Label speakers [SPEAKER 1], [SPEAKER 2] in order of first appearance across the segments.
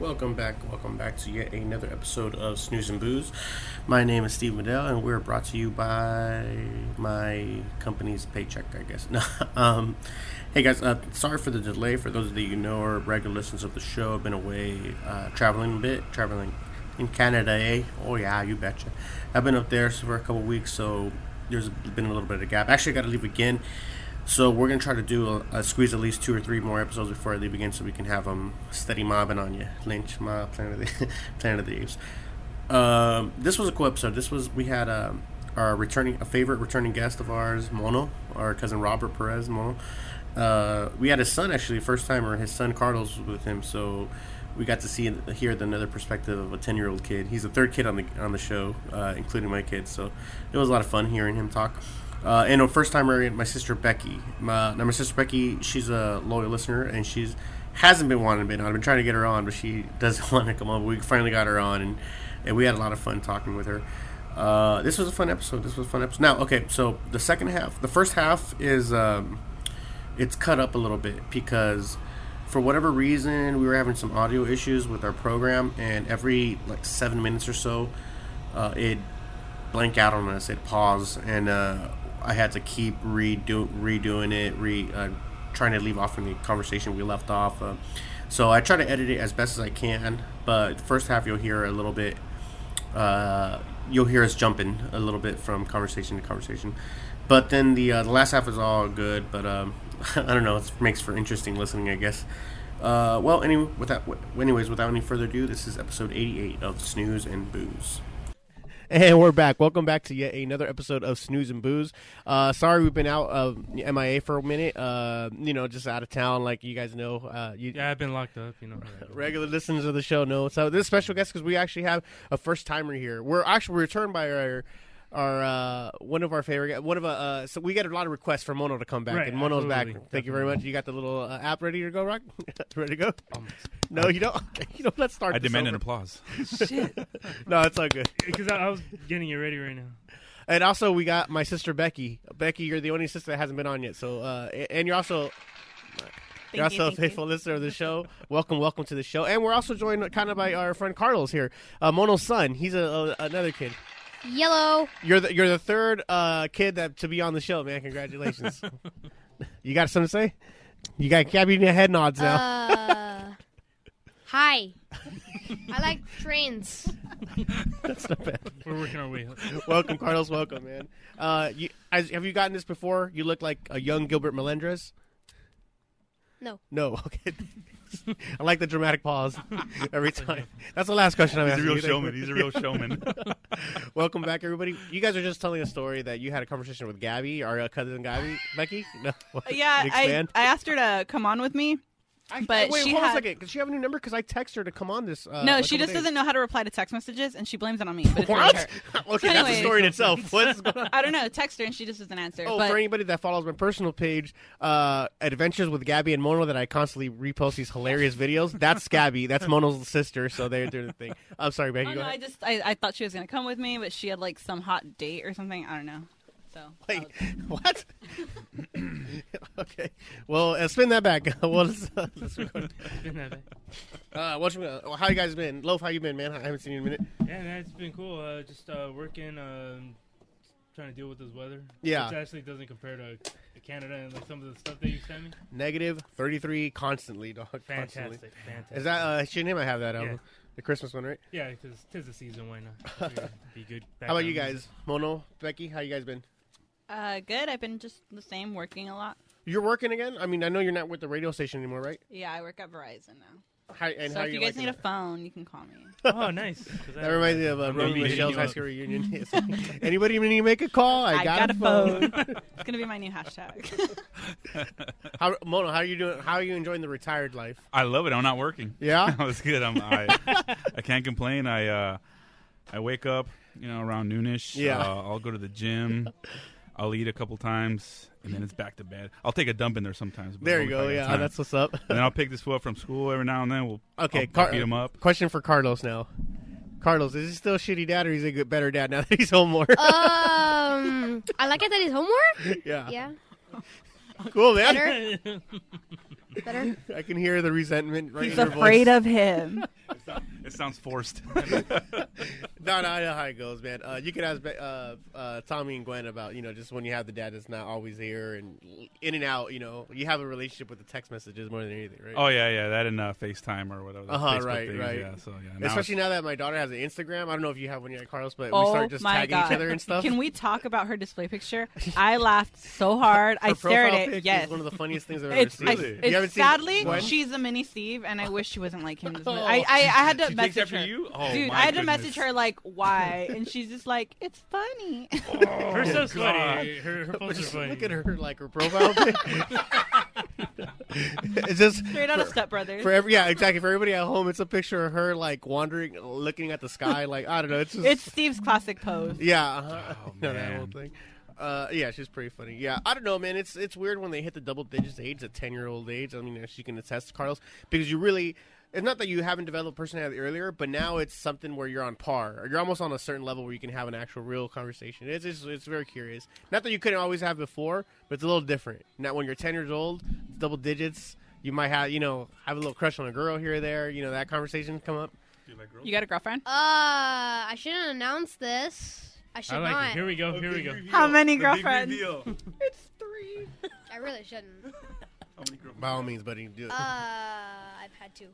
[SPEAKER 1] Welcome back. Welcome back to yet another episode of Snooze and Booze. My name is Steve Medell, and we're brought to you by my company's paycheck, I guess. No, um, hey guys, uh, sorry for the delay. For those of you who know or regular listeners of the show, I've been away uh, traveling a bit, traveling in Canada, eh? Oh, yeah, you betcha. I've been up there for a couple weeks, so there's been a little bit of a gap. Actually, I got to leave again. So we're gonna try to do a, a squeeze at least two or three more episodes before I leave again, so we can have um steady mobbing on you, Lynch mob, Planet of the Planet of the Apes. Um, this was a cool episode. This was we had um, our returning a favorite returning guest of ours, Mono, our cousin Robert Perez Mono. Uh, we had his son actually, first timer. His son Carlos was with him, so we got to see and hear the another perspective of a ten year old kid. He's the third kid on the on the show, uh, including my kids. So it was a lot of fun hearing him talk. Uh, and a first timer, my sister Becky. My, now my sister Becky, she's a loyal listener, and she's hasn't been wanting to be on. I've been trying to get her on, but she doesn't want to come on. But we finally got her on, and, and we had a lot of fun talking with her. Uh, this was a fun episode. This was a fun episode. Now, okay, so the second half, the first half is um, it's cut up a little bit because for whatever reason we were having some audio issues with our program, and every like seven minutes or so, uh, it blank out on us. It paused, and uh, I had to keep redo redoing it, re uh, trying to leave off from the conversation we left off. Uh, so I try to edit it as best as I can, but the first half you'll hear a little bit. Uh, you'll hear us jumping a little bit from conversation to conversation, but then the uh, the last half is all good. But um, I don't know. It makes for interesting listening, I guess. Uh, well, anyway, without anyways, without any further ado, this is episode eighty-eight of Snooze and Booze. And we're back. Welcome back to yet another episode of Snooze and Booze. Uh, sorry, we've been out of MIA for a minute. Uh, you know, just out of town, like you guys know. Uh, you,
[SPEAKER 2] Yeah, I've been locked up, you know.
[SPEAKER 1] regular listeners of the show know. So this special guest because we actually have a first timer here. We're actually returned by our our uh, one of our favorite one of uh, uh so we get a lot of requests for Mono to come back
[SPEAKER 2] Right,
[SPEAKER 1] and Mono's back.
[SPEAKER 2] absolutely.
[SPEAKER 1] Thank you very much. You got the little uh, app ready to go, Rock? ready to go?
[SPEAKER 2] Um,
[SPEAKER 1] no, you don't. Okay, you know, let's start.
[SPEAKER 3] I
[SPEAKER 1] this
[SPEAKER 3] demand an
[SPEAKER 1] over.
[SPEAKER 3] applause.
[SPEAKER 1] No, it's all good.
[SPEAKER 2] Because I, I was getting it ready right now.
[SPEAKER 1] And also, we got my sister Becky. Becky, you're the only sister that hasn't been on yet. So, uh, a- and you're also you're
[SPEAKER 4] Thank you,
[SPEAKER 1] also a
[SPEAKER 4] thank you.
[SPEAKER 1] faithful listener of the show. Welcome, welcome to the show. And we're also joined kind of by our friend Carlos here, uh, Mono's son. He's a, a, another kid.
[SPEAKER 4] Yellow.
[SPEAKER 1] You're the, you're the third uh, kid that to be on the show, man. Congratulations. you got something to say? You got Gabby head nods now.
[SPEAKER 4] Uh, hi. I like trains.
[SPEAKER 1] That's not bad.
[SPEAKER 2] We're working our way up.
[SPEAKER 1] welcome, Carlos. Welcome, man. Uh, you, as, have you gotten this before? You look like a young Gilbert Melendrez.
[SPEAKER 4] No.
[SPEAKER 1] No. Okay. I like the dramatic pause every time. That's the last question I'm
[SPEAKER 3] Oh, He's a
[SPEAKER 1] asking.
[SPEAKER 3] real
[SPEAKER 1] you. Thank you.
[SPEAKER 3] showman. He's a real showman.
[SPEAKER 1] Welcome back, everybody. You guys are just telling a story that you had a conversation with Gabby, our uh, cousin Gabby, Becky. No.
[SPEAKER 5] Yeah, I,
[SPEAKER 1] Expand.
[SPEAKER 5] I asked her to come on with me. but
[SPEAKER 1] wait,
[SPEAKER 5] she
[SPEAKER 1] hold on a
[SPEAKER 5] had-
[SPEAKER 1] second. Does she have a new number? Because I text her to come on this. Uh,
[SPEAKER 5] no,
[SPEAKER 1] like,
[SPEAKER 5] she
[SPEAKER 1] couple
[SPEAKER 5] just
[SPEAKER 1] days.
[SPEAKER 5] doesn't know how to reply to text messages, and she blames it on me. But it's really
[SPEAKER 1] What?
[SPEAKER 5] her.
[SPEAKER 1] okay, that's a
[SPEAKER 5] Anyways.
[SPEAKER 1] story in itself. What's going on?
[SPEAKER 5] I don't know. Text her, and she just doesn't answer.
[SPEAKER 1] Oh,
[SPEAKER 5] but
[SPEAKER 1] for anybody that follows my personal page, uh, Adventures with Gabby and Mono, that I constantly repost these hilarious videos. That's Gabby. That's Mono's sister. So they're doing the thing. I'm sorry, Becky.
[SPEAKER 5] oh,
[SPEAKER 1] go
[SPEAKER 5] no, I
[SPEAKER 1] ahead.
[SPEAKER 5] just I, I thought she was gonna come with me, but she had like some hot date or something. I don't know. So that
[SPEAKER 1] Wait,
[SPEAKER 5] was-
[SPEAKER 1] what? okay. Well, uh, spin that back. well, let's, uh, let's record.
[SPEAKER 2] Been that bad.
[SPEAKER 1] Uh, what's, uh, how you guys been? Loaf, how you been, man? I haven't seen you in a minute.
[SPEAKER 2] Yeah, man, it's been cool. Uh, just uh, working, um, trying to deal with this weather.
[SPEAKER 1] Yeah.
[SPEAKER 2] Which actually doesn't compare to Canada and like, some of the stuff that you sent me.
[SPEAKER 1] Negative 33 constantly, dog. Constantly.
[SPEAKER 2] Fantastic. Fantastic.
[SPEAKER 1] Is that, uh, she name I have that album?
[SPEAKER 2] Yeah.
[SPEAKER 1] The Christmas one, right?
[SPEAKER 2] Yeah, because tis the season. Why not? Be good.
[SPEAKER 1] How about you
[SPEAKER 2] background
[SPEAKER 1] guys? Mono, Becky, how you guys been?
[SPEAKER 5] uh, good. I've been just the same, working a lot.
[SPEAKER 1] You're working again? I mean, I know you're not with the radio station anymore, right?
[SPEAKER 5] Yeah, I work at Verizon now.
[SPEAKER 1] How, and
[SPEAKER 5] so
[SPEAKER 1] how
[SPEAKER 5] if
[SPEAKER 1] you
[SPEAKER 5] you guys
[SPEAKER 1] liking
[SPEAKER 5] need a
[SPEAKER 1] it?
[SPEAKER 5] phone, you can call me.
[SPEAKER 2] music. Oh, nice. 'cause
[SPEAKER 1] That reminds me of uh,
[SPEAKER 2] I'm gonna
[SPEAKER 1] Romy
[SPEAKER 2] be hitting
[SPEAKER 1] Michelle's
[SPEAKER 2] you
[SPEAKER 1] high
[SPEAKER 2] up.
[SPEAKER 1] school reunion. Yes. Anybody need to make a call? I, got, a phone.
[SPEAKER 5] it's gonna be my new hashtag.
[SPEAKER 1] How, Mono, how you doing? How are you enjoying the retired life?
[SPEAKER 3] I love it. I'm not working.
[SPEAKER 1] Yeah?
[SPEAKER 3] I was good. I'm. I, I can't complain. I uh, I wake up, you know, around noonish.
[SPEAKER 1] Yeah.
[SPEAKER 3] Uh, I'll go to the gym. I'll eat a couple times, and then it's back to bed. I'll take a dump in there sometimes. but
[SPEAKER 1] There you go.
[SPEAKER 3] only if I got
[SPEAKER 1] Yeah,
[SPEAKER 3] time.
[SPEAKER 1] that's what's up.
[SPEAKER 3] And then I'll pick this fool up from school every now and then. We'll
[SPEAKER 1] Okay,
[SPEAKER 3] I'll, I'll beat him up.
[SPEAKER 1] Question for Carlos now. Carlos, is he still a shitty dad, or is he a good, better dad now that he's home more?
[SPEAKER 5] Uh,
[SPEAKER 4] Um, I like it that it's homework.
[SPEAKER 1] yeah.
[SPEAKER 4] Yeah,
[SPEAKER 1] cool man.
[SPEAKER 4] better, better.
[SPEAKER 1] I can hear the resentment. Right
[SPEAKER 5] He's
[SPEAKER 1] in your voice.
[SPEAKER 5] afraid of him.
[SPEAKER 3] It sounds forced.
[SPEAKER 1] No, no, I know how it goes, man. Uh, you can ask uh, uh, Tommy and Gwen about, you know, just when you have the dad that's not always here and in and out, you know, you have a relationship with the text messages more than anything, right?
[SPEAKER 3] oh yeah, yeah, that and uh, FaceTime or whatever. those
[SPEAKER 1] Uh-huh,
[SPEAKER 3] Facebook
[SPEAKER 1] right,
[SPEAKER 3] things,
[SPEAKER 1] right.
[SPEAKER 3] Yeah, so yeah, now
[SPEAKER 1] Especially now that my daughter has an Instagram. I don't know if you have one yet, Carlos, but we
[SPEAKER 5] oh
[SPEAKER 1] start just
[SPEAKER 5] my
[SPEAKER 1] tagging
[SPEAKER 5] god!
[SPEAKER 1] each other and stuff.
[SPEAKER 5] Can we talk about her display picture? I laughed so hard. I
[SPEAKER 1] Her
[SPEAKER 5] stared
[SPEAKER 1] profile
[SPEAKER 5] at
[SPEAKER 1] pic
[SPEAKER 5] it.
[SPEAKER 1] is
[SPEAKER 5] Yes.
[SPEAKER 1] one of the funniest things I've ever
[SPEAKER 5] It's,
[SPEAKER 1] seen.
[SPEAKER 5] I,
[SPEAKER 3] Really?
[SPEAKER 1] You haven't
[SPEAKER 5] it's
[SPEAKER 1] seen
[SPEAKER 5] sadly
[SPEAKER 1] Gwen?
[SPEAKER 5] she's a mini Steve, and I wish she wasn't like him. This
[SPEAKER 1] Oh.
[SPEAKER 5] much. I, I I had to
[SPEAKER 3] she
[SPEAKER 5] message
[SPEAKER 3] takes after
[SPEAKER 5] her.
[SPEAKER 3] you. Oh,
[SPEAKER 5] Dude,
[SPEAKER 3] my
[SPEAKER 5] I had to
[SPEAKER 3] goodness.
[SPEAKER 5] message her like why, and she's just like, "It's funny."
[SPEAKER 1] Oh,
[SPEAKER 2] Her stuff's
[SPEAKER 3] God.
[SPEAKER 2] funny. Her, her posts are
[SPEAKER 1] Just
[SPEAKER 2] funny.
[SPEAKER 1] look at her, like her profile pic. it's just
[SPEAKER 5] Straight out of Step Brothers.
[SPEAKER 1] For every yeah, exactly. For everybody at home, it's a picture of her like wandering, looking at the sky. Like I don't know. It's just
[SPEAKER 5] It's Steve's classic pose.
[SPEAKER 1] yeah. uh-huh.
[SPEAKER 3] Oh,
[SPEAKER 1] no, that whole
[SPEAKER 3] man.
[SPEAKER 1] thing. Uh, yeah, she's pretty funny. Yeah, I don't know, man. It's it's weird when they hit the double digits age, a ten year old age. I mean, as you can attest, Carlos, because you really. It's not that you haven't developed personality earlier, but now it's something where you're on par. Or you're almost on a certain level where you can have an actual real conversation. It's it's, it's very curious. Not that you couldn't always have before, but it's a little different. Now, when you're ten years old, it's double digits. You might have you know have a little crush on a girl here or there. You know that conversation come up.
[SPEAKER 5] You got a girlfriend?
[SPEAKER 4] Uh, I shouldn't announce this. I should
[SPEAKER 2] I like
[SPEAKER 4] not.
[SPEAKER 2] it. Here we go. Oh, Here we go.
[SPEAKER 5] How many girlfriends? It's three.
[SPEAKER 4] I really shouldn't.
[SPEAKER 1] By all means, buddy, do it.
[SPEAKER 4] Uh, I've had two.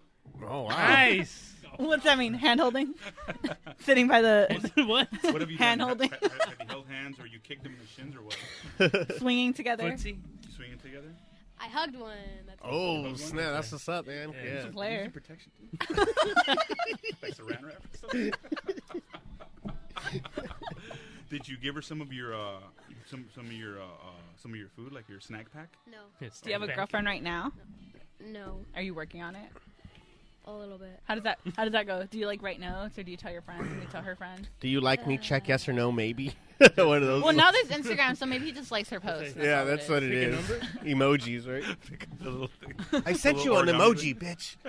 [SPEAKER 1] oh wow!
[SPEAKER 2] Nice.
[SPEAKER 5] What's that mean? Hand holding? Sitting by the
[SPEAKER 2] what?
[SPEAKER 3] What have you
[SPEAKER 5] Hand
[SPEAKER 3] done?
[SPEAKER 5] holding.
[SPEAKER 3] Ha- ha- Have, you held hands or you kicked him in the shins or what?
[SPEAKER 5] swinging together.
[SPEAKER 2] Footsie.
[SPEAKER 3] You swinging together?
[SPEAKER 4] I hugged one. That's it.
[SPEAKER 1] Oh snap! That's what's up, man. Yeah.
[SPEAKER 5] a
[SPEAKER 3] Use
[SPEAKER 5] player.
[SPEAKER 3] your protection. like saran wrap or something? Did you give her some of your uh, some some of your uh, uh, some of your food, like your snack pack?
[SPEAKER 4] No,
[SPEAKER 5] Do you have a girlfriend right now?
[SPEAKER 4] no,
[SPEAKER 5] Are you working on it?
[SPEAKER 4] a little bit.
[SPEAKER 5] How does that How does that go? Do you like write notes or do you tell your friends? Do you tell her friends?
[SPEAKER 1] Do you like me? Check yes or no, maybe. One of those.
[SPEAKER 5] Well, now there's Instagram, so maybe he just likes her posts.
[SPEAKER 1] yeah, that's what it
[SPEAKER 2] Pick a
[SPEAKER 1] is. Emojis, right?
[SPEAKER 3] Pick up the little thing.
[SPEAKER 1] I sent you an
[SPEAKER 3] Little origami.
[SPEAKER 1] emoji,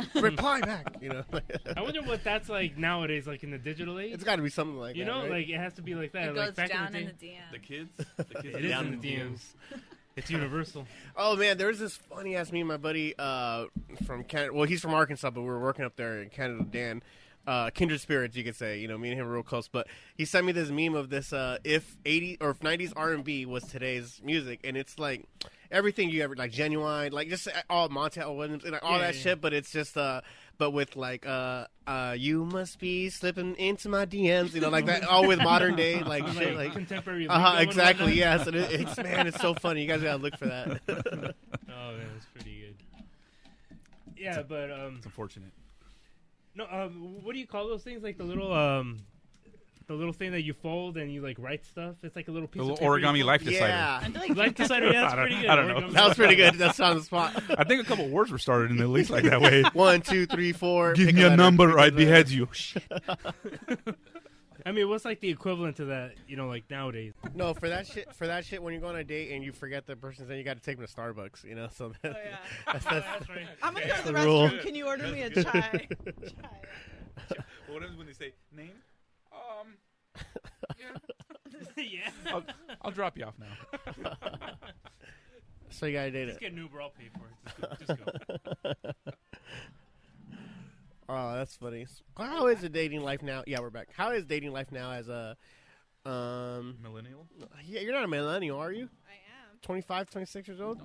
[SPEAKER 1] bitch. Reply back. You know,
[SPEAKER 2] I wonder what that's like nowadays, like in the digital age.
[SPEAKER 1] it's got to be something like
[SPEAKER 2] you
[SPEAKER 1] that.
[SPEAKER 2] know,
[SPEAKER 1] right?
[SPEAKER 2] like it has to be like that. like back in the day,
[SPEAKER 5] DM.
[SPEAKER 3] The kids, the kids
[SPEAKER 2] it is in the DMs. It's universal.
[SPEAKER 1] Oh man, there was this funny ass me and my buddy uh, from Canada. Well, he's from Arkansas, but we were working up there in Canada. Dan, uh, kindred spirits, you could say. You know, me and him were real close. But he sent me this meme of this uh, if eighty or if nineties R and B was today's music, and it's like everything you ever like genuine, like just uh, all Montel Williams and all
[SPEAKER 2] Yeah,
[SPEAKER 1] that
[SPEAKER 2] yeah.
[SPEAKER 1] shit. But it's just uh, but with like uh, uh, you must be slipping into my DMs, you know, like that. All with modern day like shit, like.
[SPEAKER 2] contemporary.
[SPEAKER 1] Uh huh.
[SPEAKER 2] lingo and
[SPEAKER 1] Exactly.
[SPEAKER 2] whatnot.
[SPEAKER 1] Yes. And it, it's man. It's so funny. You guys gotta look for that.
[SPEAKER 2] Oh man, it's pretty good. Yeah, but um,
[SPEAKER 3] It's unfortunate.
[SPEAKER 2] no, um, what do you call those things? Like the little um, the little thing that you fold and you like write stuff. It's like a little piece
[SPEAKER 3] The little
[SPEAKER 2] of paper you
[SPEAKER 3] origami
[SPEAKER 2] fold.
[SPEAKER 3] life decider.
[SPEAKER 1] Yeah.
[SPEAKER 2] Life decider. Yeah, that's
[SPEAKER 3] I don't-
[SPEAKER 2] pretty good.
[SPEAKER 3] I don't know.
[SPEAKER 1] That
[SPEAKER 2] Origami
[SPEAKER 1] was
[SPEAKER 2] life
[SPEAKER 1] pretty good. That's on the spot.
[SPEAKER 3] I think a couple wars were started in the least like that way.
[SPEAKER 1] One, two, three, four.
[SPEAKER 3] Give
[SPEAKER 1] pick
[SPEAKER 3] me a
[SPEAKER 1] letter,
[SPEAKER 3] number,
[SPEAKER 1] pick
[SPEAKER 3] or I'd
[SPEAKER 1] letter.
[SPEAKER 3] behead you.
[SPEAKER 2] I mean, what's like the equivalent to that? You know, like nowadays.
[SPEAKER 1] No, for that shit. For that shit, when you go on a date and you forget the person's name, you got to take them to Starbucks. You know, so
[SPEAKER 2] Oh,
[SPEAKER 1] that, that's, that's
[SPEAKER 2] right.
[SPEAKER 5] Oh, I'm gonna go to
[SPEAKER 1] the the rule. restroom.
[SPEAKER 5] Can you order me a
[SPEAKER 1] good.
[SPEAKER 5] chai?
[SPEAKER 3] What happens when they say name? Um,
[SPEAKER 2] yeah.
[SPEAKER 3] I'll, I'll drop you off now.
[SPEAKER 1] so you got to date
[SPEAKER 2] Just
[SPEAKER 1] it.
[SPEAKER 2] get an Uber. I'll pay for it. Just go. Just go.
[SPEAKER 1] Oh, that's funny. How is the dating life now? Yeah, we're back. How is dating life now as a, um,
[SPEAKER 3] Millennial.
[SPEAKER 1] yeah, you're not a millennial, are you?
[SPEAKER 5] I am.
[SPEAKER 1] 25, 26 years old?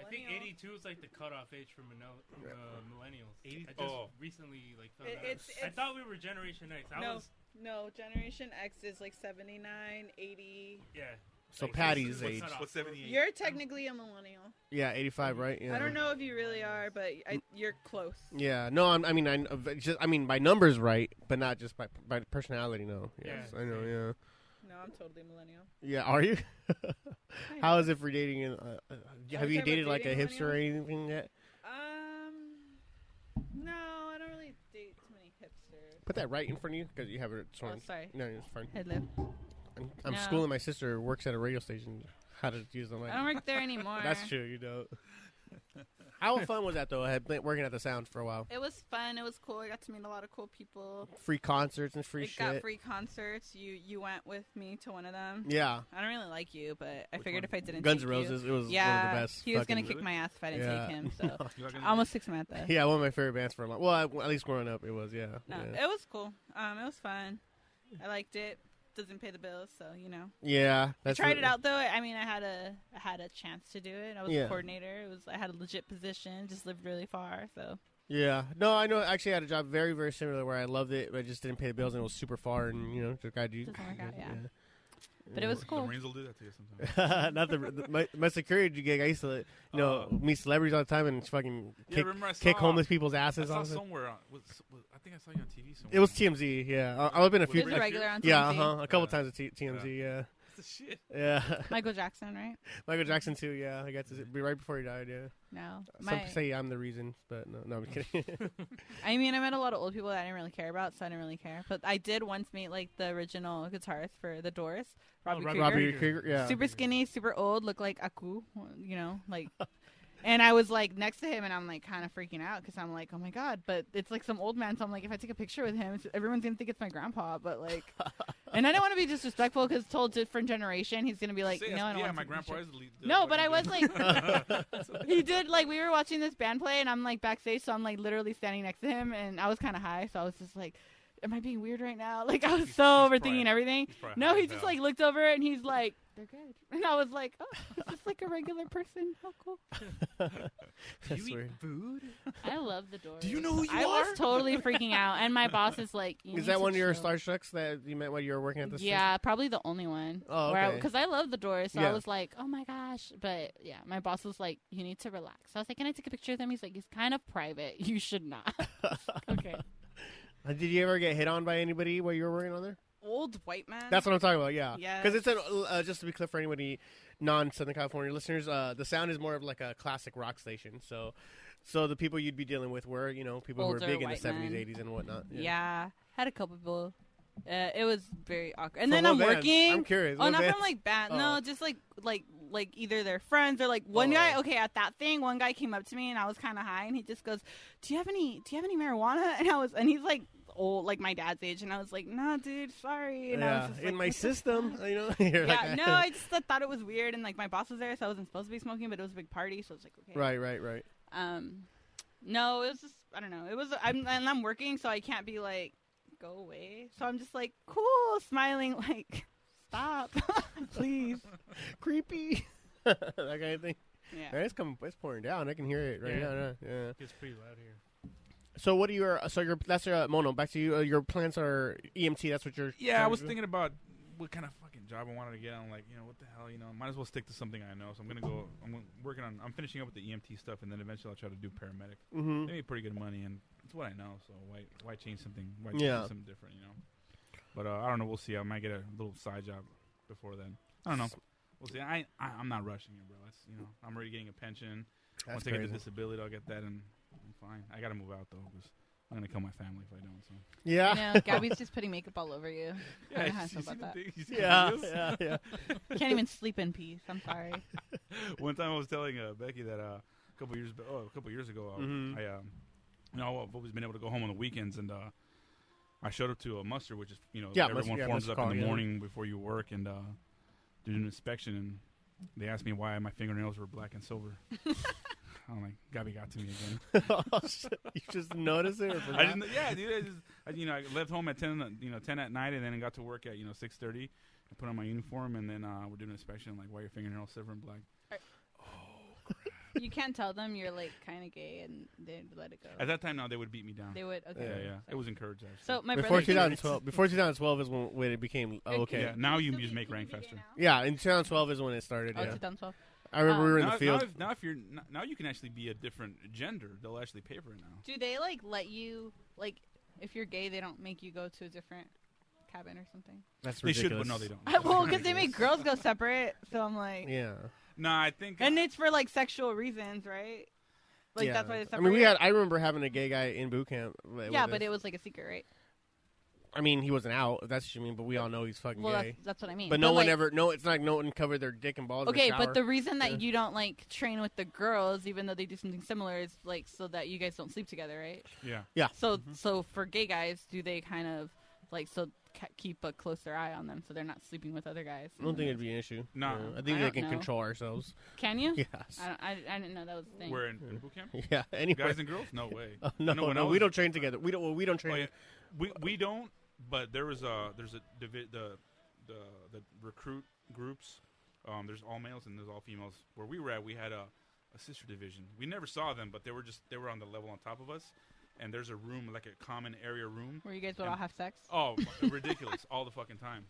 [SPEAKER 2] I think 82 is like the cutoff age for minel- uh, millennials.
[SPEAKER 3] 80
[SPEAKER 2] I just
[SPEAKER 3] oh.
[SPEAKER 2] recently like found
[SPEAKER 6] It-
[SPEAKER 2] out.
[SPEAKER 6] it's-
[SPEAKER 2] I
[SPEAKER 6] it's-
[SPEAKER 2] thought we were Generation X. I
[SPEAKER 6] No.
[SPEAKER 2] was
[SPEAKER 6] No, Generation X is like 79, 80.
[SPEAKER 2] yeah.
[SPEAKER 1] So
[SPEAKER 2] Like,
[SPEAKER 1] Patty's
[SPEAKER 2] what's- what's
[SPEAKER 1] age.
[SPEAKER 2] cutoff?
[SPEAKER 3] What's 78?
[SPEAKER 6] You're technically a millennial.
[SPEAKER 1] Yeah, 85, right? Yeah.
[SPEAKER 6] I don't know if you really are, but I, you're close.
[SPEAKER 1] Yeah, no, I'm, I mean, I just, I mean, by numbers, right, but not just by by personality. No, yes,
[SPEAKER 2] Yeah.
[SPEAKER 1] I know. Yeah,
[SPEAKER 6] No, I'm totally millennial.
[SPEAKER 1] yeah. Are you? How is it for dating? In, uh, uh,
[SPEAKER 6] Are
[SPEAKER 1] have
[SPEAKER 6] we talking
[SPEAKER 1] you
[SPEAKER 6] about
[SPEAKER 1] dated like a
[SPEAKER 6] dating
[SPEAKER 1] hipster or anything yet?
[SPEAKER 6] Um, no, I don't really date too many hipsters.
[SPEAKER 1] Put that right in front of you because you have it. It's
[SPEAKER 6] Oh,
[SPEAKER 1] fine.
[SPEAKER 6] sorry.
[SPEAKER 1] No, it's fine.
[SPEAKER 5] Hello.
[SPEAKER 1] I'm, I'm
[SPEAKER 5] No.
[SPEAKER 1] schooling my sister. who Works at a radio station. How to use the mic?
[SPEAKER 5] I don't work there anymore.
[SPEAKER 1] That's true. You don't. How fun was that though? I had been working at the Sound for a while.
[SPEAKER 5] It was fun. It was cool. I got to meet a lot of cool people.
[SPEAKER 1] Free concerts and free
[SPEAKER 5] we
[SPEAKER 1] shit.
[SPEAKER 5] got free concerts. You you went with me to one of them.
[SPEAKER 1] Yeah,
[SPEAKER 5] I don't really like you, but I figured if I didn't
[SPEAKER 1] Guns
[SPEAKER 5] take
[SPEAKER 1] N'
[SPEAKER 5] you-
[SPEAKER 1] Roses. It was
[SPEAKER 5] yeah,
[SPEAKER 1] one of the best.
[SPEAKER 5] he was gonna
[SPEAKER 1] fucking-
[SPEAKER 5] kick my ass if I didn't
[SPEAKER 1] Yeah.
[SPEAKER 5] take him. So
[SPEAKER 3] You fucking-
[SPEAKER 5] I almost kicked him at the.
[SPEAKER 1] Yeah, one of my favorite bands for a long. Well, I, at least growing up, it was. Yeah.
[SPEAKER 5] No,
[SPEAKER 1] yeah.
[SPEAKER 5] it was cool. Um, it was fun. I liked it. Doesn't pay the bills, so you know.
[SPEAKER 1] Yeah,
[SPEAKER 5] I
[SPEAKER 1] that's
[SPEAKER 5] tried
[SPEAKER 1] what-
[SPEAKER 5] it out though. I mean, I had a I had a chance to do it. I was
[SPEAKER 1] Yeah.
[SPEAKER 5] a coordinator. It was I had a legit position. Just lived really far, so
[SPEAKER 1] Yeah, no, I know. Actually, I had a job very, very similar where I loved it, but I just didn't pay the bills, and it was super far, and you know, just gotta do.
[SPEAKER 5] Doesn't work out, yeah. but it was
[SPEAKER 3] The
[SPEAKER 5] cool.
[SPEAKER 3] Marines will do that to you sometimes.
[SPEAKER 1] Not the, the- my, my security gig. I used to, you know,
[SPEAKER 3] Oh.
[SPEAKER 1] meet celebrities all the time and fucking
[SPEAKER 3] Yeah,
[SPEAKER 1] kick,
[SPEAKER 3] remember I
[SPEAKER 1] kick
[SPEAKER 3] saw-
[SPEAKER 1] homeless people's
[SPEAKER 3] I
[SPEAKER 1] asses.
[SPEAKER 3] saw
[SPEAKER 1] off.
[SPEAKER 3] somewhere. On, was, was, I think I saw you on TV somewhere.
[SPEAKER 1] It was TMZ. Yeah, I, I've been a
[SPEAKER 3] Was
[SPEAKER 5] it
[SPEAKER 1] few.
[SPEAKER 5] was
[SPEAKER 3] Like
[SPEAKER 5] a regular
[SPEAKER 3] you-
[SPEAKER 5] on
[SPEAKER 1] yeah, uh
[SPEAKER 5] TMZ.
[SPEAKER 1] huh. A couple
[SPEAKER 3] Yeah.
[SPEAKER 1] times at T- TMZ. Yeah,
[SPEAKER 3] What the shit.
[SPEAKER 1] yeah.
[SPEAKER 5] Michael Jackson, right?
[SPEAKER 1] Michael Jackson too. Yeah, I got to be right before he died. Yeah.
[SPEAKER 5] No,
[SPEAKER 1] Some
[SPEAKER 5] my
[SPEAKER 1] say I'm the reason, but no, no, I'm kidding.
[SPEAKER 5] I mean, I met a lot of old people that I didn't really care about, so I didn't really care. But I did once meet like the original guitarist for the Doors,
[SPEAKER 3] Oh,
[SPEAKER 5] Robbie
[SPEAKER 2] Robbie
[SPEAKER 5] Krieger.
[SPEAKER 1] Robbie Krieger. Yeah.
[SPEAKER 5] super skinny, super old, looked like Aku, you know, like. And I was like next to him, and I'm like kind of freaking out because I'm like, oh my god! But it's like some old man, so I'm like, if I take a picture with him, it's- everyone's gonna think it's my grandpa. But like, and I don't want to be disrespectful because whole different generation, he's gonna be like,
[SPEAKER 3] Say yes,
[SPEAKER 5] no, I don't
[SPEAKER 3] yeah,
[SPEAKER 5] want
[SPEAKER 3] my
[SPEAKER 5] to take a
[SPEAKER 3] grandpa
[SPEAKER 5] picture."
[SPEAKER 3] is the lead. the
[SPEAKER 5] No, but I was
[SPEAKER 3] fucking-
[SPEAKER 5] like, he did like we were watching this band play, and I'm like backstage, so I'm like literally standing next to him, and I was kind of high, so I was just like, am I being weird right now? Like I was
[SPEAKER 3] He's- he's
[SPEAKER 5] so overthinking
[SPEAKER 3] probably-
[SPEAKER 5] everything.
[SPEAKER 3] He's probably
[SPEAKER 5] No,
[SPEAKER 3] high
[SPEAKER 5] he
[SPEAKER 3] as
[SPEAKER 5] just
[SPEAKER 3] hell.
[SPEAKER 5] like looked over and he's like, "They're good," and I was like, "Oh, it's just like a regular person. How cool!"
[SPEAKER 3] Do
[SPEAKER 1] That's
[SPEAKER 3] you
[SPEAKER 1] weird.
[SPEAKER 3] eat food?
[SPEAKER 5] I love the door.
[SPEAKER 3] Do you know who you
[SPEAKER 5] I
[SPEAKER 3] are?
[SPEAKER 5] was totally freaking out, and my boss is like, you
[SPEAKER 1] Is
[SPEAKER 5] need
[SPEAKER 1] that
[SPEAKER 5] to
[SPEAKER 1] one of your
[SPEAKER 5] chill."
[SPEAKER 1] starstrucks that you met when you were working at the?
[SPEAKER 5] Yeah, probably the only one.
[SPEAKER 1] Oh, okay.
[SPEAKER 5] Because I, love the doors, so
[SPEAKER 1] Yeah.
[SPEAKER 5] I was like, "Oh my gosh!" But yeah, my boss was like, "You need to relax." I was like, "Can I take a picture of him?" He's like, "He's kind of private. You should not." okay.
[SPEAKER 1] Uh, Did you ever get hit on by anybody while you were working on there?
[SPEAKER 5] Old white man.
[SPEAKER 1] That's what I'm talking about. Yeah,
[SPEAKER 5] Um, Yes.
[SPEAKER 1] Because it's an, uh, just to be clear for anybody non Southern California listeners, uh, the sound is more of like a classic rock station. So, so the people you'd be dealing with were you know people who
[SPEAKER 5] Older
[SPEAKER 1] were big in the
[SPEAKER 5] white
[SPEAKER 1] 70s,
[SPEAKER 5] men.
[SPEAKER 1] 80s, and whatnot.
[SPEAKER 5] yeah. had a couple people. Uh, it was very awkward. And
[SPEAKER 1] From
[SPEAKER 5] then
[SPEAKER 1] what
[SPEAKER 5] I'm
[SPEAKER 1] bands?
[SPEAKER 5] working.
[SPEAKER 1] I'm curious.
[SPEAKER 5] Oh,
[SPEAKER 1] what
[SPEAKER 5] not from
[SPEAKER 1] bands?
[SPEAKER 5] like band.
[SPEAKER 1] Oh.
[SPEAKER 5] No, just like like like either their friends or like one
[SPEAKER 1] Oh.
[SPEAKER 5] guy. Okay, at that thing, one guy came up to me and I was kind of high, and he just goes, "Do you have any? Do you have any marijuana?" And I was, and he's like old, like my dad's age, and I was like, "No, dude, sorry." And I
[SPEAKER 1] yeah.
[SPEAKER 5] was just
[SPEAKER 1] in
[SPEAKER 5] like,
[SPEAKER 1] my
[SPEAKER 5] "What the
[SPEAKER 1] system,
[SPEAKER 5] fuck?"
[SPEAKER 1] you know. You're like,
[SPEAKER 5] Yeah, no, I just uh, thought it was weird, and like my boss was there, so I wasn't supposed to be smoking, but it was a big party, so I was like, okay,
[SPEAKER 1] right, right, right.
[SPEAKER 5] um, no, it was just I don't know. It was I'm and I'm working, so I can't be like go away. So I'm just like cool, smiling like stop, please.
[SPEAKER 1] Creepy. that kind of thing.
[SPEAKER 5] Yeah.
[SPEAKER 1] Man, it's coming. It's pouring down. I can hear it right
[SPEAKER 2] Yeah.
[SPEAKER 1] now. Yeah. yeah.
[SPEAKER 2] It's pretty loud here.
[SPEAKER 1] So what are your? So your that's your uh, mono. Back to you. Uh, your plans are EMT. That's what you're.
[SPEAKER 3] Yeah, I
[SPEAKER 1] trying to
[SPEAKER 3] was
[SPEAKER 1] do?
[SPEAKER 3] thinking about what kind of fucking job I wanted to get. I'm like, you know, what the hell, you know, might as well stick to something I know. So I'm gonna go. I'm working on. I'm finishing up with the EMT stuff, and then eventually I'll try to do paramedic.
[SPEAKER 1] Mhm.
[SPEAKER 3] They make pretty good money, and it's what I know. So why why change something? Why change
[SPEAKER 1] Yeah.
[SPEAKER 3] something different? You know. But uh, I don't know. We'll see. I might get a little side job before then. I don't know. We'll see. I, I I'm not rushing it, bro. That's you know. I'm already getting a pension.
[SPEAKER 1] That's
[SPEAKER 3] Once I get
[SPEAKER 1] crazy.
[SPEAKER 3] the disability, I'll get that, and I'm fine. I gotta move out though, because I'm gonna kill my family if I don't. So.
[SPEAKER 1] Yeah.
[SPEAKER 5] No, Gabby's just putting makeup all over you. I don't know how I feel about that.
[SPEAKER 1] Yeah, yeah, yeah.
[SPEAKER 5] Can't even sleep in peace. I'm sorry.
[SPEAKER 3] One time I was telling uh, Becky that uh, a couple years, ba- oh, a couple years ago, uh,
[SPEAKER 1] Mhm.
[SPEAKER 3] I, um, you know, I've always been able to go home on the weekends, and uh, I showed up to a muster, which is, you know,
[SPEAKER 1] Yeah, muster-
[SPEAKER 3] everyone
[SPEAKER 1] yeah,
[SPEAKER 3] forms
[SPEAKER 1] muster
[SPEAKER 3] up
[SPEAKER 1] call,
[SPEAKER 3] in the
[SPEAKER 1] yeah.
[SPEAKER 3] morning before you work and uh, did an inspection, and they asked me why my fingernails were black and silver. I'm like, Gabby got to me again.
[SPEAKER 1] oh, shit. You just noticed it? Or
[SPEAKER 3] I
[SPEAKER 1] forgot?
[SPEAKER 3] just, kn- yeah, dude. I just, I, you know, I left home at ten, you know, ten at night, and then I got to work at you know six thirty. I put on my uniform, and then uh, we're doing an inspection. Like, why are your fingernails silver and black?
[SPEAKER 5] you can't tell them you're like kind of gay, and they'd let it
[SPEAKER 3] At
[SPEAKER 5] go.
[SPEAKER 3] that time, no, they would beat me down.
[SPEAKER 5] They would. Okay.
[SPEAKER 3] yeah, yeah, it was encouraged. Actually.
[SPEAKER 5] So my
[SPEAKER 1] before
[SPEAKER 5] brother.
[SPEAKER 1] 2012, before 2012 is when, when it became oh, okay.
[SPEAKER 3] Yeah,
[SPEAKER 1] Yeah.
[SPEAKER 3] now you just make rank faster.
[SPEAKER 1] in 2012 is when it started.
[SPEAKER 5] Oh,
[SPEAKER 1] Yeah,
[SPEAKER 5] 2012.
[SPEAKER 1] I remember we
[SPEAKER 5] um,
[SPEAKER 1] were in
[SPEAKER 3] now,
[SPEAKER 1] the field.
[SPEAKER 3] Now, if, now if you're n- now you can actually be a different gender. They'll actually pay for it now.
[SPEAKER 5] Do they like let you like if you're gay? They don't make you go to a different cabin or something.
[SPEAKER 1] That's
[SPEAKER 3] They should, but no, they don't.
[SPEAKER 5] well, because they make girls go separate. So I'm like,
[SPEAKER 1] Yeah,
[SPEAKER 3] Nah, I think.
[SPEAKER 5] and it's for like sexual reasons, right? Like
[SPEAKER 1] yeah.
[SPEAKER 5] that's why they
[SPEAKER 1] I
[SPEAKER 5] separate.
[SPEAKER 1] mean, we had. I remember having a gay guy in boot camp. uh,
[SPEAKER 5] yeah, but it was like a secret, right?
[SPEAKER 1] I mean, he wasn't out. If that's what you mean, but we all know he's fucking
[SPEAKER 5] Well,
[SPEAKER 1] gay.
[SPEAKER 5] that's, that's what I mean.
[SPEAKER 1] But no one
[SPEAKER 5] like,
[SPEAKER 1] ever. No, it's not like no one covered their dick and balls.
[SPEAKER 5] Okay,
[SPEAKER 1] in the
[SPEAKER 5] but the reason that
[SPEAKER 1] Yeah.
[SPEAKER 5] you don't like train with the girls, even though they do something similar, is like so that you guys don't sleep together, right?
[SPEAKER 3] Yeah.
[SPEAKER 5] So,
[SPEAKER 1] Mm-hmm.
[SPEAKER 5] so for gay guys, do they kind of like so ca- keep a closer eye on them so they're not sleeping with other guys?
[SPEAKER 1] I don't think it'd be an issue.
[SPEAKER 3] No.
[SPEAKER 1] Yeah, I
[SPEAKER 5] I
[SPEAKER 1] think they
[SPEAKER 5] don't
[SPEAKER 1] can
[SPEAKER 5] know.
[SPEAKER 1] control ourselves.
[SPEAKER 5] Can you?
[SPEAKER 1] Yes.
[SPEAKER 5] I, don't, I, I didn't know that was a thing.
[SPEAKER 3] We're in, in boot camp.
[SPEAKER 1] Yeah. Anyway.
[SPEAKER 3] Guys and girls? No way.
[SPEAKER 1] Oh, no,
[SPEAKER 3] No,
[SPEAKER 1] no,
[SPEAKER 3] when I
[SPEAKER 1] we
[SPEAKER 3] was-
[SPEAKER 1] don't train together. We don't. Well, we don't train.
[SPEAKER 3] Oh, yeah. We we don't. But there was a there's a divi- the the the recruit groups. Um, there's all males and there's all females. Where we were at, we had a, a sister division. We never saw them, but they were just they were on the level on top of us. And there's a room like a common area room.
[SPEAKER 5] Where you guys would all have sex?
[SPEAKER 3] Oh, ridiculous! all the fucking time,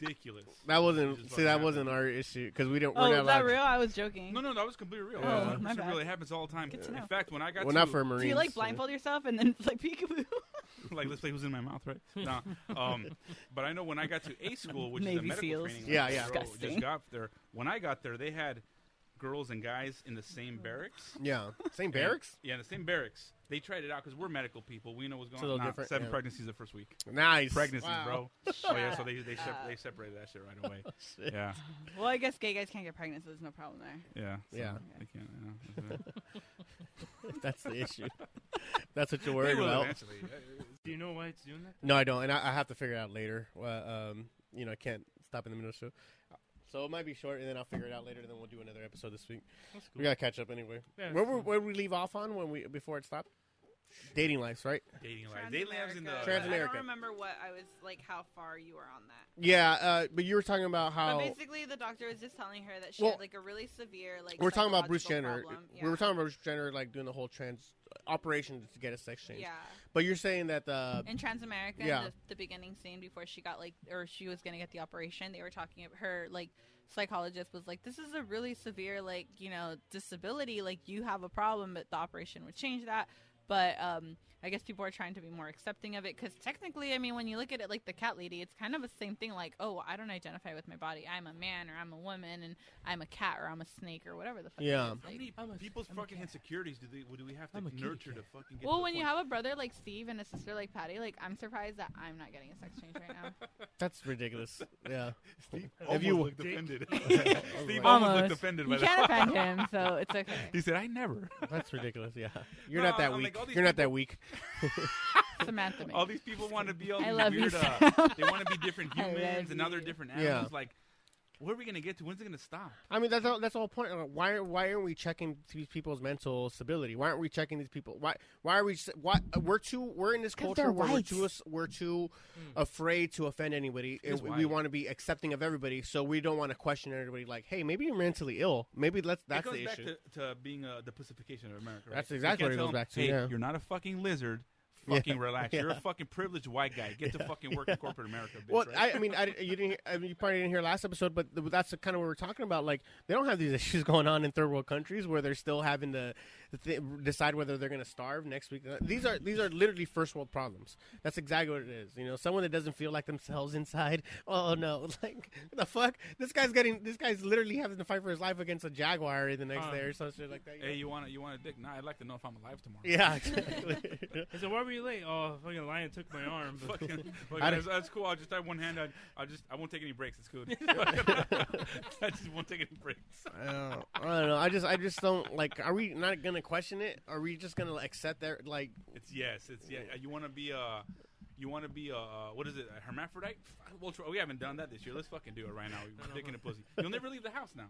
[SPEAKER 3] ridiculous.
[SPEAKER 1] That
[SPEAKER 3] It
[SPEAKER 1] wasn't.
[SPEAKER 3] just
[SPEAKER 1] See,
[SPEAKER 3] fucking
[SPEAKER 1] that
[SPEAKER 3] happened.
[SPEAKER 1] wasn't our issue because we don't.
[SPEAKER 5] Oh,
[SPEAKER 1] we're
[SPEAKER 5] is
[SPEAKER 1] not
[SPEAKER 5] that
[SPEAKER 1] allowed-
[SPEAKER 5] real? I was joking.
[SPEAKER 3] No, no, that was completely real.
[SPEAKER 1] Yeah.
[SPEAKER 3] That
[SPEAKER 1] Oh,
[SPEAKER 3] was
[SPEAKER 5] my
[SPEAKER 3] 100% real. It
[SPEAKER 5] bad.
[SPEAKER 3] happens all the time.
[SPEAKER 5] Good to
[SPEAKER 3] In
[SPEAKER 5] know.
[SPEAKER 3] fact, when I got
[SPEAKER 1] Well,
[SPEAKER 3] to,
[SPEAKER 1] not for Marines.
[SPEAKER 5] Do you like
[SPEAKER 1] so-
[SPEAKER 5] blindfold yourself and then it's like peekaboo?
[SPEAKER 3] like let's play who's in my mouth, right? Nah. Um, but I know when I got to A school, which is a
[SPEAKER 5] Navy
[SPEAKER 3] medical
[SPEAKER 5] SEAls.
[SPEAKER 3] training,
[SPEAKER 1] Yeah,
[SPEAKER 3] like,
[SPEAKER 1] yeah.
[SPEAKER 3] bro, Just
[SPEAKER 5] Disgusting.
[SPEAKER 3] got there. When I got there, they had girls and guys in the same barracks.
[SPEAKER 1] Yeah. Same barracks.
[SPEAKER 3] Yeah, in the same barracks. They tried it out because we're medical people. We know what's going
[SPEAKER 1] So they'll
[SPEAKER 3] on. Nah,
[SPEAKER 1] different-
[SPEAKER 3] seven
[SPEAKER 1] yeah.
[SPEAKER 3] pregnancies the first week.
[SPEAKER 1] Nice.
[SPEAKER 3] Pregnancies,
[SPEAKER 1] Wow. Oh,
[SPEAKER 3] bro. oh yeah, so they they, sep-
[SPEAKER 5] up.
[SPEAKER 3] they separated that shit right away. yeah,
[SPEAKER 5] well, I guess gay guys can't get pregnant, so there's no problem there.
[SPEAKER 3] yeah, so
[SPEAKER 1] Yeah.
[SPEAKER 3] They can't. You know,
[SPEAKER 1] That's the issue. That's what you're
[SPEAKER 3] they
[SPEAKER 1] worried
[SPEAKER 3] will
[SPEAKER 1] about.
[SPEAKER 3] eventually. Uh, uh,
[SPEAKER 2] Do you know why it's doing that?
[SPEAKER 1] No, I don't, and I, I have to figure it out later. Well, um, you know, I can't stop in the middle of the show, so it might be short, and then I'll figure it out later. And then we'll do another episode this week.
[SPEAKER 2] That's
[SPEAKER 1] We gotta catch up anyway.
[SPEAKER 2] Yeah,
[SPEAKER 1] where
[SPEAKER 2] that's
[SPEAKER 1] were,
[SPEAKER 2] fine.
[SPEAKER 1] where we leave off on when we before it stopped? Dating lives, right?
[SPEAKER 3] Dating life. They lives in the
[SPEAKER 1] Trans-
[SPEAKER 7] I
[SPEAKER 1] Transamerica.
[SPEAKER 7] don't remember what I was like, how far you were on that.
[SPEAKER 1] Yeah, uh, but you were talking about
[SPEAKER 7] But
[SPEAKER 1] how
[SPEAKER 7] basically, the doctor was just telling her that she
[SPEAKER 1] Oh. Well,
[SPEAKER 7] had like a really severe like.
[SPEAKER 1] we're talking about Bruce
[SPEAKER 7] psychological
[SPEAKER 1] Jenner.
[SPEAKER 7] problem.
[SPEAKER 1] We were
[SPEAKER 7] Yeah.
[SPEAKER 1] talking about Bruce Jenner like doing the whole trans operation to get a sex change.
[SPEAKER 7] Yeah.
[SPEAKER 1] But you're saying that uh, the
[SPEAKER 5] In Transamerica, in
[SPEAKER 1] Yeah.
[SPEAKER 5] the, the beginning scene before she got like, or she was gonna get the operation, they were talking. ab- Her like psychologist was like, "This is a really severe like you know disability. Like you have a problem, but the operation would change that." But um, I guess people are trying to be more accepting of it because technically, I mean, when you look at it like the cat lady, it's kind of the same thing. Like, oh, I don't identify with my body. I'm a man or I'm a woman, and I'm a cat or I'm a snake or whatever the fuck. it
[SPEAKER 1] Yeah.
[SPEAKER 3] How
[SPEAKER 5] is. Like-
[SPEAKER 3] many
[SPEAKER 2] I'm a-
[SPEAKER 3] people's
[SPEAKER 2] I'm a
[SPEAKER 3] fucking
[SPEAKER 2] cat.
[SPEAKER 3] insecurities do they do we have to
[SPEAKER 2] I'm a kitty
[SPEAKER 3] nurture to
[SPEAKER 2] cat.
[SPEAKER 3] fucking get? to
[SPEAKER 5] well,
[SPEAKER 3] the
[SPEAKER 5] when you
[SPEAKER 3] point-
[SPEAKER 5] have a brother like Steve and a sister like Patty, like I'm surprised that I'm not getting a sex change right now.
[SPEAKER 1] that's ridiculous. Yeah,
[SPEAKER 3] Steve
[SPEAKER 1] If you-
[SPEAKER 3] almost looked offended. Steve almost,
[SPEAKER 5] Almost.
[SPEAKER 3] looked offended by
[SPEAKER 5] You
[SPEAKER 3] that.
[SPEAKER 5] can't offend him, so it's okay.
[SPEAKER 3] He said, "I never."
[SPEAKER 1] that's ridiculous. Yeah, you're
[SPEAKER 3] No,
[SPEAKER 1] not that
[SPEAKER 3] I'm like,
[SPEAKER 1] weak.
[SPEAKER 3] all these
[SPEAKER 1] you're not that weak.
[SPEAKER 5] Samantha. Made
[SPEAKER 3] All
[SPEAKER 5] it.
[SPEAKER 3] these people want to be all
[SPEAKER 5] I
[SPEAKER 3] these
[SPEAKER 5] love you,
[SPEAKER 3] weird. Uh,
[SPEAKER 5] Sam.
[SPEAKER 3] they want to be different
[SPEAKER 5] I love
[SPEAKER 3] humans, and now they're
[SPEAKER 5] you.
[SPEAKER 3] different
[SPEAKER 1] Yeah.
[SPEAKER 3] animals. Like, where are we gonna get to? When's it gonna stop?
[SPEAKER 1] I mean, that's all, that's the whole point. Like, Why why aren't we checking these people's mental stability? Why aren't we checking these people? Why why are we s- why uh, we're too we're in this
[SPEAKER 5] 'Cause
[SPEAKER 1] culture
[SPEAKER 5] they're
[SPEAKER 1] where we're
[SPEAKER 5] white.
[SPEAKER 1] too as- we're too
[SPEAKER 3] Hmm.
[SPEAKER 1] afraid to offend anybody.
[SPEAKER 3] Because
[SPEAKER 1] and we-
[SPEAKER 3] why?
[SPEAKER 1] we want to be accepting of everybody, so we don't want to question everybody. Like, hey, maybe you're mentally ill. Maybe that's that's
[SPEAKER 3] it goes
[SPEAKER 1] the
[SPEAKER 3] back
[SPEAKER 1] issue.
[SPEAKER 3] To, to being uh, the pacification of America. Right?
[SPEAKER 1] That's
[SPEAKER 3] You
[SPEAKER 1] exactly
[SPEAKER 3] can't
[SPEAKER 1] what it
[SPEAKER 3] tell
[SPEAKER 1] goes
[SPEAKER 3] them,
[SPEAKER 1] back to,
[SPEAKER 3] Hey,
[SPEAKER 1] yeah.
[SPEAKER 3] you're not a fucking lizard.
[SPEAKER 1] Yeah.
[SPEAKER 3] Fucking relax. You're a
[SPEAKER 1] Yeah.
[SPEAKER 3] fucking privileged white guy. Get to fucking work in corporate America. Bitch,
[SPEAKER 1] well,
[SPEAKER 3] right?
[SPEAKER 1] I, I mean, I, you didn't. I mean, you probably didn't hear last episode, but th- that's the kind of what we're talking about. Like, they don't have these issues going on in third world countries where they're still having to th- decide whether they're going to starve next week. Uh, These are these are literally first world problems. That's exactly what it is. You know, someone that doesn't feel like themselves inside. Oh no, like what the fuck, this guy's getting this guy's literally having to fight for his life against a jaguar in the next
[SPEAKER 2] Um,
[SPEAKER 1] day or some shit like that. you know?
[SPEAKER 3] hey, you want a, you want a dick? Nah, I'd like to know if I'm alive tomorrow.
[SPEAKER 1] yeah, exactly.
[SPEAKER 2] I said, why were you late? Oh, fucking lion took my arm. But
[SPEAKER 3] Fucking, fucking-
[SPEAKER 1] I
[SPEAKER 3] that's, that's cool. I'll just have one hand. I, I'll just, I won't take any breaks. It's good. I just won't take any breaks.
[SPEAKER 1] I don't- I don't know. I just, I just don't like. Are we not gonna question it? Are we just gonna accept that? Like,
[SPEAKER 3] It's yes. It's yeah. uh, You want to be a, you want to be a, uh, what is it? A hermaphrodite? Well, tr- we haven't done that this year. Let's fucking do it right now. You're dick in a pussy. You'll never leave the house now.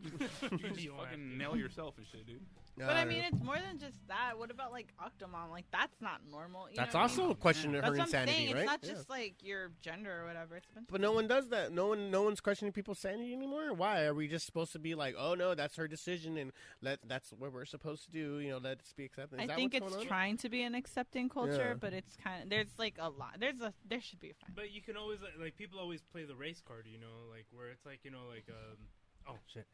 [SPEAKER 3] You can just
[SPEAKER 2] You don't have
[SPEAKER 3] fucking
[SPEAKER 2] to.
[SPEAKER 3] nail yourself and shit, dude.
[SPEAKER 1] Uh,
[SPEAKER 7] But I mean, it's more than just that. What about like Octomom? Like that's not normal. You
[SPEAKER 1] That's
[SPEAKER 7] know what I
[SPEAKER 1] also
[SPEAKER 7] mean?
[SPEAKER 1] a question of
[SPEAKER 7] That's
[SPEAKER 1] her
[SPEAKER 7] what I'm
[SPEAKER 1] insanity,
[SPEAKER 7] saying.
[SPEAKER 1] right?
[SPEAKER 7] It's not
[SPEAKER 1] Yeah.
[SPEAKER 7] just like your gender or whatever. It's a bunch of
[SPEAKER 1] but no one does that. No one, no one's questioning people's sanity anymore. Why are we just supposed to be like, oh no, that's her decision, and let that's what we're supposed to do? You know, let's be accepting. Is
[SPEAKER 5] I
[SPEAKER 1] that
[SPEAKER 5] think
[SPEAKER 1] what's
[SPEAKER 5] it's
[SPEAKER 1] going on?
[SPEAKER 5] trying to be an accepting culture,
[SPEAKER 1] Yeah.
[SPEAKER 5] but it's kind of there's like a lot. There's a there should be a fine.
[SPEAKER 2] But you can always like, like people always play the race card, you know, like where it's like you know like um oh shit,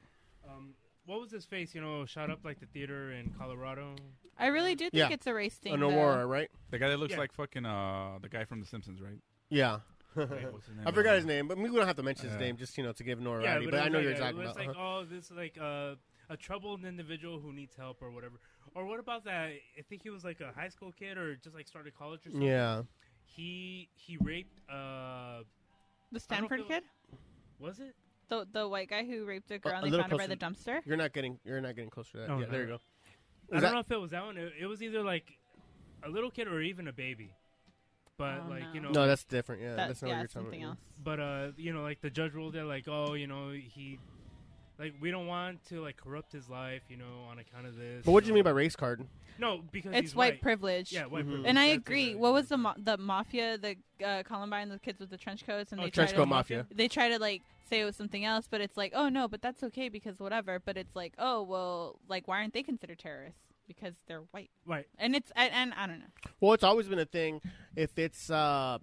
[SPEAKER 2] um what was his face you know shot up like the theater in Colorado?
[SPEAKER 5] I really do think
[SPEAKER 1] Yeah.
[SPEAKER 5] it's a race thing.
[SPEAKER 1] an
[SPEAKER 5] though.
[SPEAKER 1] aurora, right?
[SPEAKER 3] The guy that looks
[SPEAKER 2] Yeah.
[SPEAKER 3] like fucking uh, the guy from The Simpsons, right?
[SPEAKER 1] Yeah.
[SPEAKER 3] Wait, what's his name?
[SPEAKER 1] I forgot his name, but we don't have to mention his
[SPEAKER 3] Yeah.
[SPEAKER 1] name just you know to give Nora yeah, but,
[SPEAKER 2] Uh. it
[SPEAKER 1] I
[SPEAKER 2] was
[SPEAKER 1] know
[SPEAKER 2] like,
[SPEAKER 1] you're
[SPEAKER 2] uh,
[SPEAKER 1] talking
[SPEAKER 2] it was
[SPEAKER 1] about.
[SPEAKER 2] like
[SPEAKER 1] uh-huh.
[SPEAKER 2] oh this like uh, a troubled individual who needs help or whatever. Or what about that? I think he was like a high school kid or just like started college or something.
[SPEAKER 1] Yeah,
[SPEAKER 2] He he raped. Uh,
[SPEAKER 5] The Stanford
[SPEAKER 2] feel-
[SPEAKER 5] kid,
[SPEAKER 2] was it?
[SPEAKER 5] the the white guy who raped a girl
[SPEAKER 1] a
[SPEAKER 5] and they
[SPEAKER 1] little
[SPEAKER 5] found her by the
[SPEAKER 1] closer.
[SPEAKER 5] dumpster.
[SPEAKER 1] You're not getting. You're not getting close to that.
[SPEAKER 2] No,
[SPEAKER 1] yeah,
[SPEAKER 2] Oh, no.
[SPEAKER 1] there you go.
[SPEAKER 2] I
[SPEAKER 1] Is
[SPEAKER 2] don't
[SPEAKER 1] that-
[SPEAKER 2] know if it was that one. It, it was either like a little kid or even a baby. But
[SPEAKER 5] Oh,
[SPEAKER 2] like you
[SPEAKER 5] no.
[SPEAKER 2] know,
[SPEAKER 1] No, that's different. Yeah,
[SPEAKER 5] That-
[SPEAKER 1] that's not
[SPEAKER 5] yeah,
[SPEAKER 1] what you're talking
[SPEAKER 5] something
[SPEAKER 1] about.
[SPEAKER 5] else.
[SPEAKER 2] But uh, you know, like the judge ruled it, like oh, you know, he, like we don't want to like corrupt his life, you know, on account of this.
[SPEAKER 1] But what do
[SPEAKER 2] so-
[SPEAKER 1] you mean by race card?
[SPEAKER 2] No, because
[SPEAKER 5] It's
[SPEAKER 2] he's
[SPEAKER 5] white privilege.
[SPEAKER 2] Yeah, white
[SPEAKER 1] Mhm.
[SPEAKER 2] privilege.
[SPEAKER 5] And I
[SPEAKER 2] That's
[SPEAKER 5] agree.
[SPEAKER 2] exactly
[SPEAKER 5] What was the
[SPEAKER 2] it.
[SPEAKER 5] ma- the mafia, the uh, Columbine, the kids with the trench coats, and
[SPEAKER 2] Oh,
[SPEAKER 5] they
[SPEAKER 1] Trench
[SPEAKER 5] try
[SPEAKER 1] coat
[SPEAKER 5] to,
[SPEAKER 1] mafia.
[SPEAKER 5] They try to like say it was something else, but it's like, oh no, but that's okay because whatever. But it's like, oh well, like why aren't they considered terrorists? Because they're white,
[SPEAKER 2] Right.
[SPEAKER 5] and it's and, and I don't know.
[SPEAKER 1] Well, it's always been a thing. If it's uh,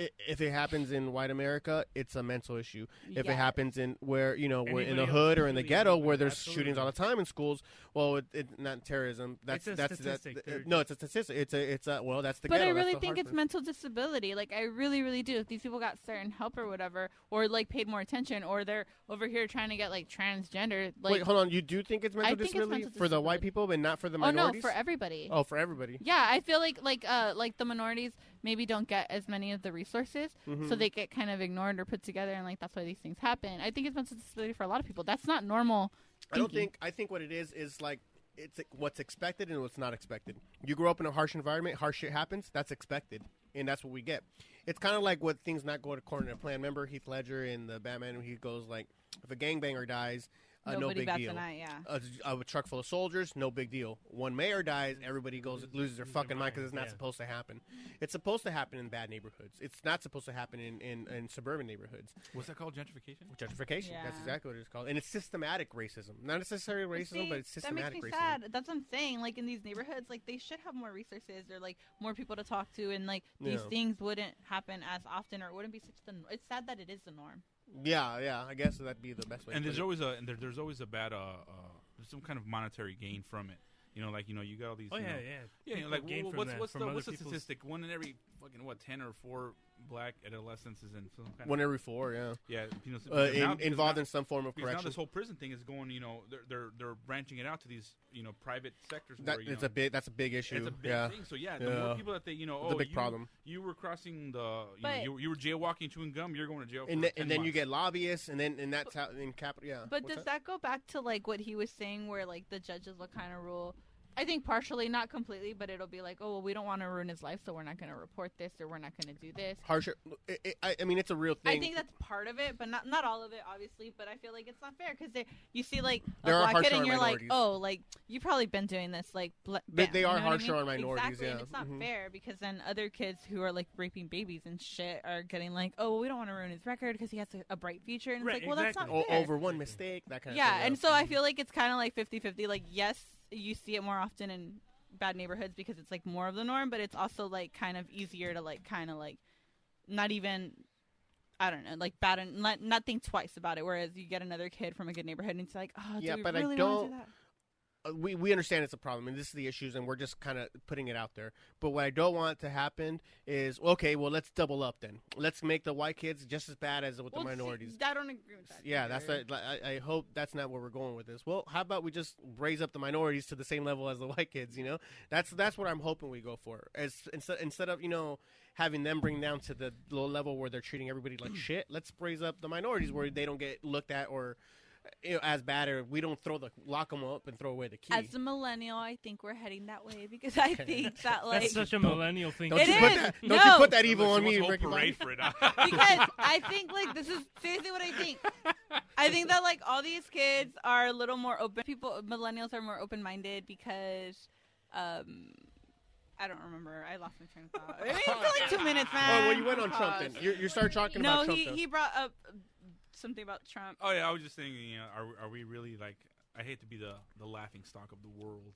[SPEAKER 1] i- if it happens in white America, it's a mental issue. If
[SPEAKER 5] Yeah.
[SPEAKER 1] it happens in where you know where in the
[SPEAKER 2] Anybody
[SPEAKER 1] hood
[SPEAKER 2] else,
[SPEAKER 1] or in the
[SPEAKER 2] anybody,
[SPEAKER 1] ghetto
[SPEAKER 2] anybody,
[SPEAKER 1] where there's
[SPEAKER 2] absolutely.
[SPEAKER 1] shootings all the time in schools, well, it, it not terrorism. That's
[SPEAKER 2] It's a
[SPEAKER 1] that's
[SPEAKER 2] statistic.
[SPEAKER 1] that.
[SPEAKER 2] They're
[SPEAKER 1] no, it's
[SPEAKER 2] just-
[SPEAKER 1] a statistic. It's a it's a well, that's the.
[SPEAKER 5] but
[SPEAKER 1] ghetto.
[SPEAKER 5] I
[SPEAKER 1] That's
[SPEAKER 5] really
[SPEAKER 1] the
[SPEAKER 5] think it's
[SPEAKER 1] Hartford.
[SPEAKER 5] mental disability. Like I really, really do. If these people got certain help or whatever, or like paid more attention, or they're over here trying to get like transgender, like
[SPEAKER 1] Wait, hold on. You do think it's mental
[SPEAKER 5] think it's
[SPEAKER 1] disability
[SPEAKER 5] mental
[SPEAKER 1] for the white
[SPEAKER 5] disability.
[SPEAKER 1] people, but not for the
[SPEAKER 5] oh no,
[SPEAKER 1] minorities?
[SPEAKER 5] for everybody.
[SPEAKER 1] Oh, for everybody.
[SPEAKER 5] Yeah, I feel like like uh like the minorities maybe don't get as many of the resources, so
[SPEAKER 1] Mhm.
[SPEAKER 5] they get kind of ignored or put together, and like that's why these things happen. I think it's mental disability for a lot of people. That's not normal.
[SPEAKER 1] I don't
[SPEAKER 5] thinking.
[SPEAKER 1] think. I think what it is is like it's like what's expected and what's not expected. You grow up in a harsh environment, harsh shit happens. That's expected, and that's what we get. It's kind of like what things not going according to plan. Remember Heath Ledger in the Batman when he goes like, if a gangbanger dies, uh, no
[SPEAKER 5] Nobody
[SPEAKER 1] big
[SPEAKER 5] bats
[SPEAKER 1] deal.
[SPEAKER 5] an eye. Yeah.
[SPEAKER 1] A, a truck full of soldiers, no big deal. One mayor dies, everybody goes loses their
[SPEAKER 2] lose their
[SPEAKER 1] fucking mind
[SPEAKER 2] mind,
[SPEAKER 1] because it's not
[SPEAKER 2] yeah.
[SPEAKER 1] supposed to happen. It's supposed to happen in bad neighborhoods. It's not supposed to happen in, in, in suburban neighborhoods.
[SPEAKER 3] What's that called? Gentrification?
[SPEAKER 1] Gentrification. That's
[SPEAKER 5] Yeah.
[SPEAKER 1] exactly what it's called. And it's systematic racism. Not necessarily racism,
[SPEAKER 5] See,
[SPEAKER 1] but it's
[SPEAKER 5] That
[SPEAKER 1] systematic
[SPEAKER 5] makes me
[SPEAKER 1] racism.
[SPEAKER 5] sad. That's what I'm saying. Like in these neighborhoods, like they should have more resources or like more people to talk to, and like these
[SPEAKER 1] Yeah.
[SPEAKER 5] things wouldn't happen as often or it wouldn't be such the. It's sad that it is the norm.
[SPEAKER 1] Yeah, yeah. I guess that'd be the best way.
[SPEAKER 3] and
[SPEAKER 1] to
[SPEAKER 3] there's
[SPEAKER 1] put
[SPEAKER 3] always a and there, there's always a bad uh, uh there's some kind of monetary gain from it. You know, like you know, you got all these.
[SPEAKER 2] Oh
[SPEAKER 3] you
[SPEAKER 2] yeah,
[SPEAKER 3] know-
[SPEAKER 2] yeah.
[SPEAKER 3] yeah. you know,
[SPEAKER 2] People
[SPEAKER 3] like
[SPEAKER 2] gain
[SPEAKER 3] wh-
[SPEAKER 2] from
[SPEAKER 3] what's
[SPEAKER 2] that,
[SPEAKER 3] what's
[SPEAKER 2] from
[SPEAKER 3] the
[SPEAKER 2] other
[SPEAKER 3] what's the
[SPEAKER 2] people's-
[SPEAKER 3] statistic? One in every fucking what ten or four black adolescents is in some kind
[SPEAKER 1] it.
[SPEAKER 3] of
[SPEAKER 1] one every four. Yeah,
[SPEAKER 3] yeah penal
[SPEAKER 1] uh,
[SPEAKER 3] because now-
[SPEAKER 1] in,
[SPEAKER 3] because
[SPEAKER 1] involved
[SPEAKER 3] now-
[SPEAKER 1] in some form of
[SPEAKER 3] because now
[SPEAKER 1] correction.
[SPEAKER 3] this whole prison thing is going. You know, they're they're, they're branching it out to these you know private sectors.
[SPEAKER 1] That,
[SPEAKER 3] where, you
[SPEAKER 1] it's
[SPEAKER 3] know,
[SPEAKER 1] a big. That's a big issue.
[SPEAKER 3] it's a big
[SPEAKER 1] yeah,
[SPEAKER 3] thing. So yeah, the
[SPEAKER 1] Yeah.
[SPEAKER 3] more people that they you know,
[SPEAKER 1] it's
[SPEAKER 3] oh,
[SPEAKER 1] a big
[SPEAKER 3] you,
[SPEAKER 1] problem.
[SPEAKER 3] You were crossing the you, know,
[SPEAKER 5] But-
[SPEAKER 3] you, you were jaywalking chewing gum. You're going to jail. For
[SPEAKER 1] And, then
[SPEAKER 3] 10
[SPEAKER 1] and then you
[SPEAKER 3] months.
[SPEAKER 1] get lobbyists, and then and that's how in capital. Yeah.
[SPEAKER 5] But
[SPEAKER 1] What's
[SPEAKER 5] does that? go back to like what he was saying, where like the judges will kind of rule? I think partially, not completely, but it'll be like, oh well, we don't want to ruin his life, so we're not going to report this or we're not going to do this.
[SPEAKER 1] harsher? It, it, I, I mean, it's a real thing.
[SPEAKER 5] I think that's part of it, but not not all of it, obviously. But I feel like it's not fair because you see like a
[SPEAKER 1] There are
[SPEAKER 5] black
[SPEAKER 1] harsher
[SPEAKER 5] kid and
[SPEAKER 1] on
[SPEAKER 5] you're like,
[SPEAKER 1] minorities.
[SPEAKER 5] oh, like you probably been doing this, like bl-
[SPEAKER 1] They-
[SPEAKER 5] bam,
[SPEAKER 1] they
[SPEAKER 5] you
[SPEAKER 1] are
[SPEAKER 5] know what I
[SPEAKER 1] harsher
[SPEAKER 5] mean?
[SPEAKER 1] on minorities,
[SPEAKER 5] exactly, and
[SPEAKER 1] yeah.
[SPEAKER 5] it's not
[SPEAKER 1] Mhm.
[SPEAKER 5] fair because then other kids who are like raping babies and shit are getting like, oh, well, we don't want to ruin his record because he has a, a bright future, and it's
[SPEAKER 2] Right,
[SPEAKER 5] like, well,
[SPEAKER 2] exactly.
[SPEAKER 1] O-
[SPEAKER 5] that's not fair.
[SPEAKER 1] over one mistake. That kind
[SPEAKER 5] yeah,
[SPEAKER 1] of.
[SPEAKER 5] and so I feel like it's kind of like 50-50. Like, yes, you see it more often in bad neighborhoods because it's like more of the norm, but it's also like kind of easier to like kind of like not even I don't know, like bad and not, not think twice about it. Whereas you get another kid from a good neighborhood and it's like, oh, do
[SPEAKER 1] Yeah,
[SPEAKER 5] we
[SPEAKER 1] but I
[SPEAKER 5] really wanna
[SPEAKER 1] don't-
[SPEAKER 5] Do that?
[SPEAKER 1] uh, we, we understand it's a problem and this is the issues and we're just kind of putting it out there but what i don't want to happen is okay well let's double up then let's make the white kids just as bad as with
[SPEAKER 5] Well,
[SPEAKER 1] the
[SPEAKER 5] see,
[SPEAKER 1] minorities
[SPEAKER 5] I don't agree with that.
[SPEAKER 1] yeah that's
[SPEAKER 5] either.
[SPEAKER 1] what, I, I hope that's not where we're going with this well how about we just raise up the minorities to the same level as the white kids you know that's that's what i'm hoping we go for as instead, instead of you know having them bring down to the low level where they're treating everybody like shit let's raise up the minorities where they don't get looked at or you know, as bad or we don't throw the lock them up and throw away the key
[SPEAKER 5] As a millennial, I think we're heading that way because I think that like
[SPEAKER 2] That's such a millennial thing.
[SPEAKER 1] Don't
[SPEAKER 5] It
[SPEAKER 1] you
[SPEAKER 5] is.
[SPEAKER 1] put that? Don't you
[SPEAKER 5] No.
[SPEAKER 1] put that
[SPEAKER 3] Sounds
[SPEAKER 1] evil
[SPEAKER 3] like
[SPEAKER 1] on me,
[SPEAKER 3] someone's
[SPEAKER 1] Ricky
[SPEAKER 3] whole
[SPEAKER 1] Bobby.
[SPEAKER 3] parade for it.
[SPEAKER 5] because I think like this is seriously what I think. I think that like all these kids are a little more open. People, millennials are more open minded because, um, I don't remember. I lost my train of thought. I mean, it's been, like two minutes, man.
[SPEAKER 1] Oh, well, you went on Trump
[SPEAKER 5] Pause.
[SPEAKER 1] then. You, you started talking
[SPEAKER 5] No,
[SPEAKER 1] about Trump.
[SPEAKER 5] he
[SPEAKER 1] though.
[SPEAKER 5] he brought up something about Trump.
[SPEAKER 3] oh yeah, I was just thinking. You know, are we- are we really like? I hate to be the the laughing stock of the world.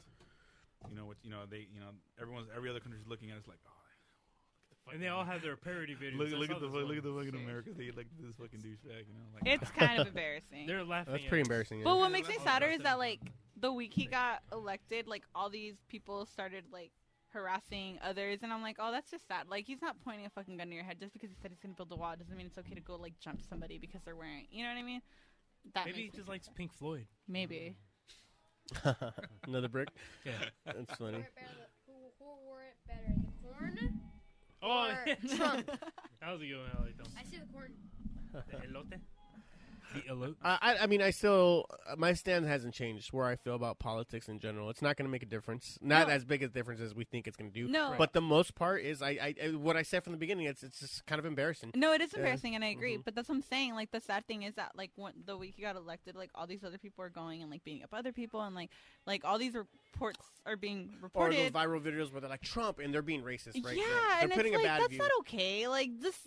[SPEAKER 3] You know what? You know they. You know everyone's every other country's looking at us like. Oh,
[SPEAKER 2] And they all have their parody videos.
[SPEAKER 3] look,
[SPEAKER 2] I
[SPEAKER 3] look
[SPEAKER 2] saw
[SPEAKER 3] at the
[SPEAKER 2] this
[SPEAKER 3] look
[SPEAKER 2] one.
[SPEAKER 3] at the fucking America. They like this fucking douchebag. You know, like
[SPEAKER 5] It's kind of embarrassing.
[SPEAKER 2] They're laughing.
[SPEAKER 1] That's
[SPEAKER 2] at
[SPEAKER 1] pretty
[SPEAKER 2] us.
[SPEAKER 1] embarrassing. yeah.
[SPEAKER 5] But what
[SPEAKER 3] Yeah,
[SPEAKER 5] makes me
[SPEAKER 3] that's
[SPEAKER 5] sadder
[SPEAKER 3] awesome.
[SPEAKER 5] is that like the week he got elected, like all these people started like harassing others, and I'm like, oh, that's just sad. Like he's not pointing a fucking gun to your head just because he said he's gonna build a wall doesn't mean it's okay to go like jump somebody because they're wearing. You know what I mean? That
[SPEAKER 2] Maybe he
[SPEAKER 5] makes me-
[SPEAKER 2] just likes Pink Floyd.
[SPEAKER 5] maybe.
[SPEAKER 1] Another brick.
[SPEAKER 2] Yeah.
[SPEAKER 1] That's funny.
[SPEAKER 4] Who wore it better, the corn
[SPEAKER 2] Oh,
[SPEAKER 4] or
[SPEAKER 2] yeah.
[SPEAKER 4] Trump.
[SPEAKER 2] That was a good one. I like that
[SPEAKER 4] I
[SPEAKER 2] one.
[SPEAKER 4] see the corn.
[SPEAKER 2] The elote. The elote.
[SPEAKER 1] I, I- I mean, I still my stance hasn't changed where I feel about politics in general. It's not going to make a difference, not
[SPEAKER 5] No.
[SPEAKER 1] as big a difference as we think it's going to do.
[SPEAKER 5] No.
[SPEAKER 1] But the most part is I, I what I said from the beginning. It's it's just kind of embarrassing.
[SPEAKER 5] No, it is
[SPEAKER 1] Yeah.
[SPEAKER 5] embarrassing, and I agree.
[SPEAKER 1] Mhm.
[SPEAKER 5] But that's what I'm saying. Like the sad thing is that like when the week he got elected, like all these other people are going and like beating up other people, and like like all these reports are being
[SPEAKER 1] Or
[SPEAKER 5] reported.
[SPEAKER 1] those viral videos where they're like Trump and they're being racist, right?
[SPEAKER 5] yeah,
[SPEAKER 1] They're
[SPEAKER 5] and
[SPEAKER 1] putting
[SPEAKER 5] it's
[SPEAKER 1] a
[SPEAKER 5] like
[SPEAKER 1] bad
[SPEAKER 5] that's
[SPEAKER 1] view.
[SPEAKER 5] not okay. Like this,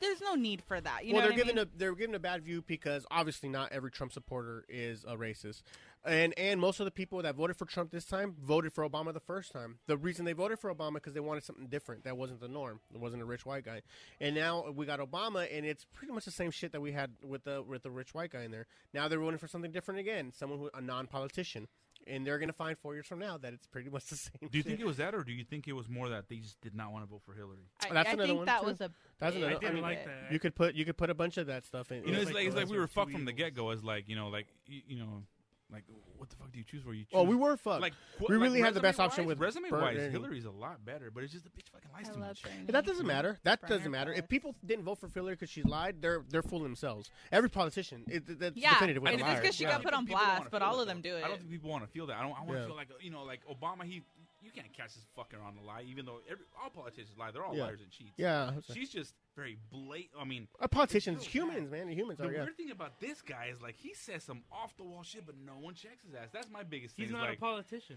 [SPEAKER 5] there's no need for that. You
[SPEAKER 1] well,
[SPEAKER 5] know,
[SPEAKER 1] they're
[SPEAKER 5] what
[SPEAKER 1] given
[SPEAKER 5] I mean?
[SPEAKER 1] a they're given a bad view because obviously not every Trump supporter is a racist, and and most of the people that voted for Trump this time voted for Obama the first time. The reason they voted for Obama because they wanted something different that wasn't the norm. It wasn't a rich white guy, and now we got Obama, and it's pretty much the same shit that we had with the with the rich white guy in there. Now they're voting for something different again, someone who a non politician, and they're gonna find four years from now that it's pretty much the same.
[SPEAKER 3] Do you
[SPEAKER 1] shit.
[SPEAKER 3] think it was that, or do you think it was more that they just did not want to vote for Hillary?
[SPEAKER 5] I,
[SPEAKER 1] That's
[SPEAKER 5] I
[SPEAKER 1] another
[SPEAKER 5] think
[SPEAKER 1] one,
[SPEAKER 5] that
[SPEAKER 1] too.
[SPEAKER 5] was a.
[SPEAKER 1] That's
[SPEAKER 5] big
[SPEAKER 1] another-
[SPEAKER 2] I
[SPEAKER 1] I
[SPEAKER 2] didn't
[SPEAKER 1] mean,
[SPEAKER 2] like that.
[SPEAKER 1] you could put you could put a bunch of that stuff in?
[SPEAKER 3] You know,
[SPEAKER 2] It's
[SPEAKER 3] it's
[SPEAKER 2] like
[SPEAKER 3] like,
[SPEAKER 2] the
[SPEAKER 3] it's like we
[SPEAKER 2] lesser
[SPEAKER 3] were
[SPEAKER 2] two
[SPEAKER 3] fucked from the
[SPEAKER 2] evils.
[SPEAKER 3] get go. It's like you know, like you, you know, like what the fuck do you choose for? You choose.
[SPEAKER 1] Oh, we were fucked.
[SPEAKER 3] like what-
[SPEAKER 1] we
[SPEAKER 3] like,
[SPEAKER 1] really had the best
[SPEAKER 3] resume-wise-
[SPEAKER 1] option with
[SPEAKER 3] resume
[SPEAKER 1] Bernie.
[SPEAKER 3] wise. Hillary's a lot better, but it's just the bitch fucking lies
[SPEAKER 5] I
[SPEAKER 3] too
[SPEAKER 5] love
[SPEAKER 3] much.
[SPEAKER 5] Bernie.
[SPEAKER 1] That doesn't matter. That
[SPEAKER 5] Burn her
[SPEAKER 1] doesn't matter. If
[SPEAKER 5] palace.
[SPEAKER 1] people didn't vote for Hillary because she lied, they're they're fooling themselves. Every politician, it, th- that's
[SPEAKER 5] Yeah,
[SPEAKER 1] definitive.
[SPEAKER 5] I
[SPEAKER 1] with a
[SPEAKER 5] mean,
[SPEAKER 1] liar.
[SPEAKER 5] just 'cause she
[SPEAKER 3] I
[SPEAKER 5] got
[SPEAKER 3] don't
[SPEAKER 5] put
[SPEAKER 3] think
[SPEAKER 5] on
[SPEAKER 3] people wanna
[SPEAKER 5] blast, but
[SPEAKER 3] feel
[SPEAKER 5] all
[SPEAKER 3] it,
[SPEAKER 5] of them
[SPEAKER 3] though.
[SPEAKER 5] do
[SPEAKER 3] I don't
[SPEAKER 5] it.
[SPEAKER 3] think people want to feel that. I don't. I want to
[SPEAKER 1] Yeah.
[SPEAKER 3] feel like you know, like Obama. He, you can't catch this fucker on a lie, even though every all politicians lie. They're all
[SPEAKER 1] Yeah.
[SPEAKER 3] liars and cheats.
[SPEAKER 1] yeah,
[SPEAKER 3] She's just very blatant. I mean,
[SPEAKER 1] a politician's
[SPEAKER 3] It's real
[SPEAKER 1] humans, man. Humans
[SPEAKER 3] the
[SPEAKER 1] are. Yeah.
[SPEAKER 3] weird thing about this guy is like he says some off the wall shit, but no one checks his ass. That's my biggest thing.
[SPEAKER 2] He's
[SPEAKER 3] is,
[SPEAKER 2] not a
[SPEAKER 3] like-
[SPEAKER 2] politician.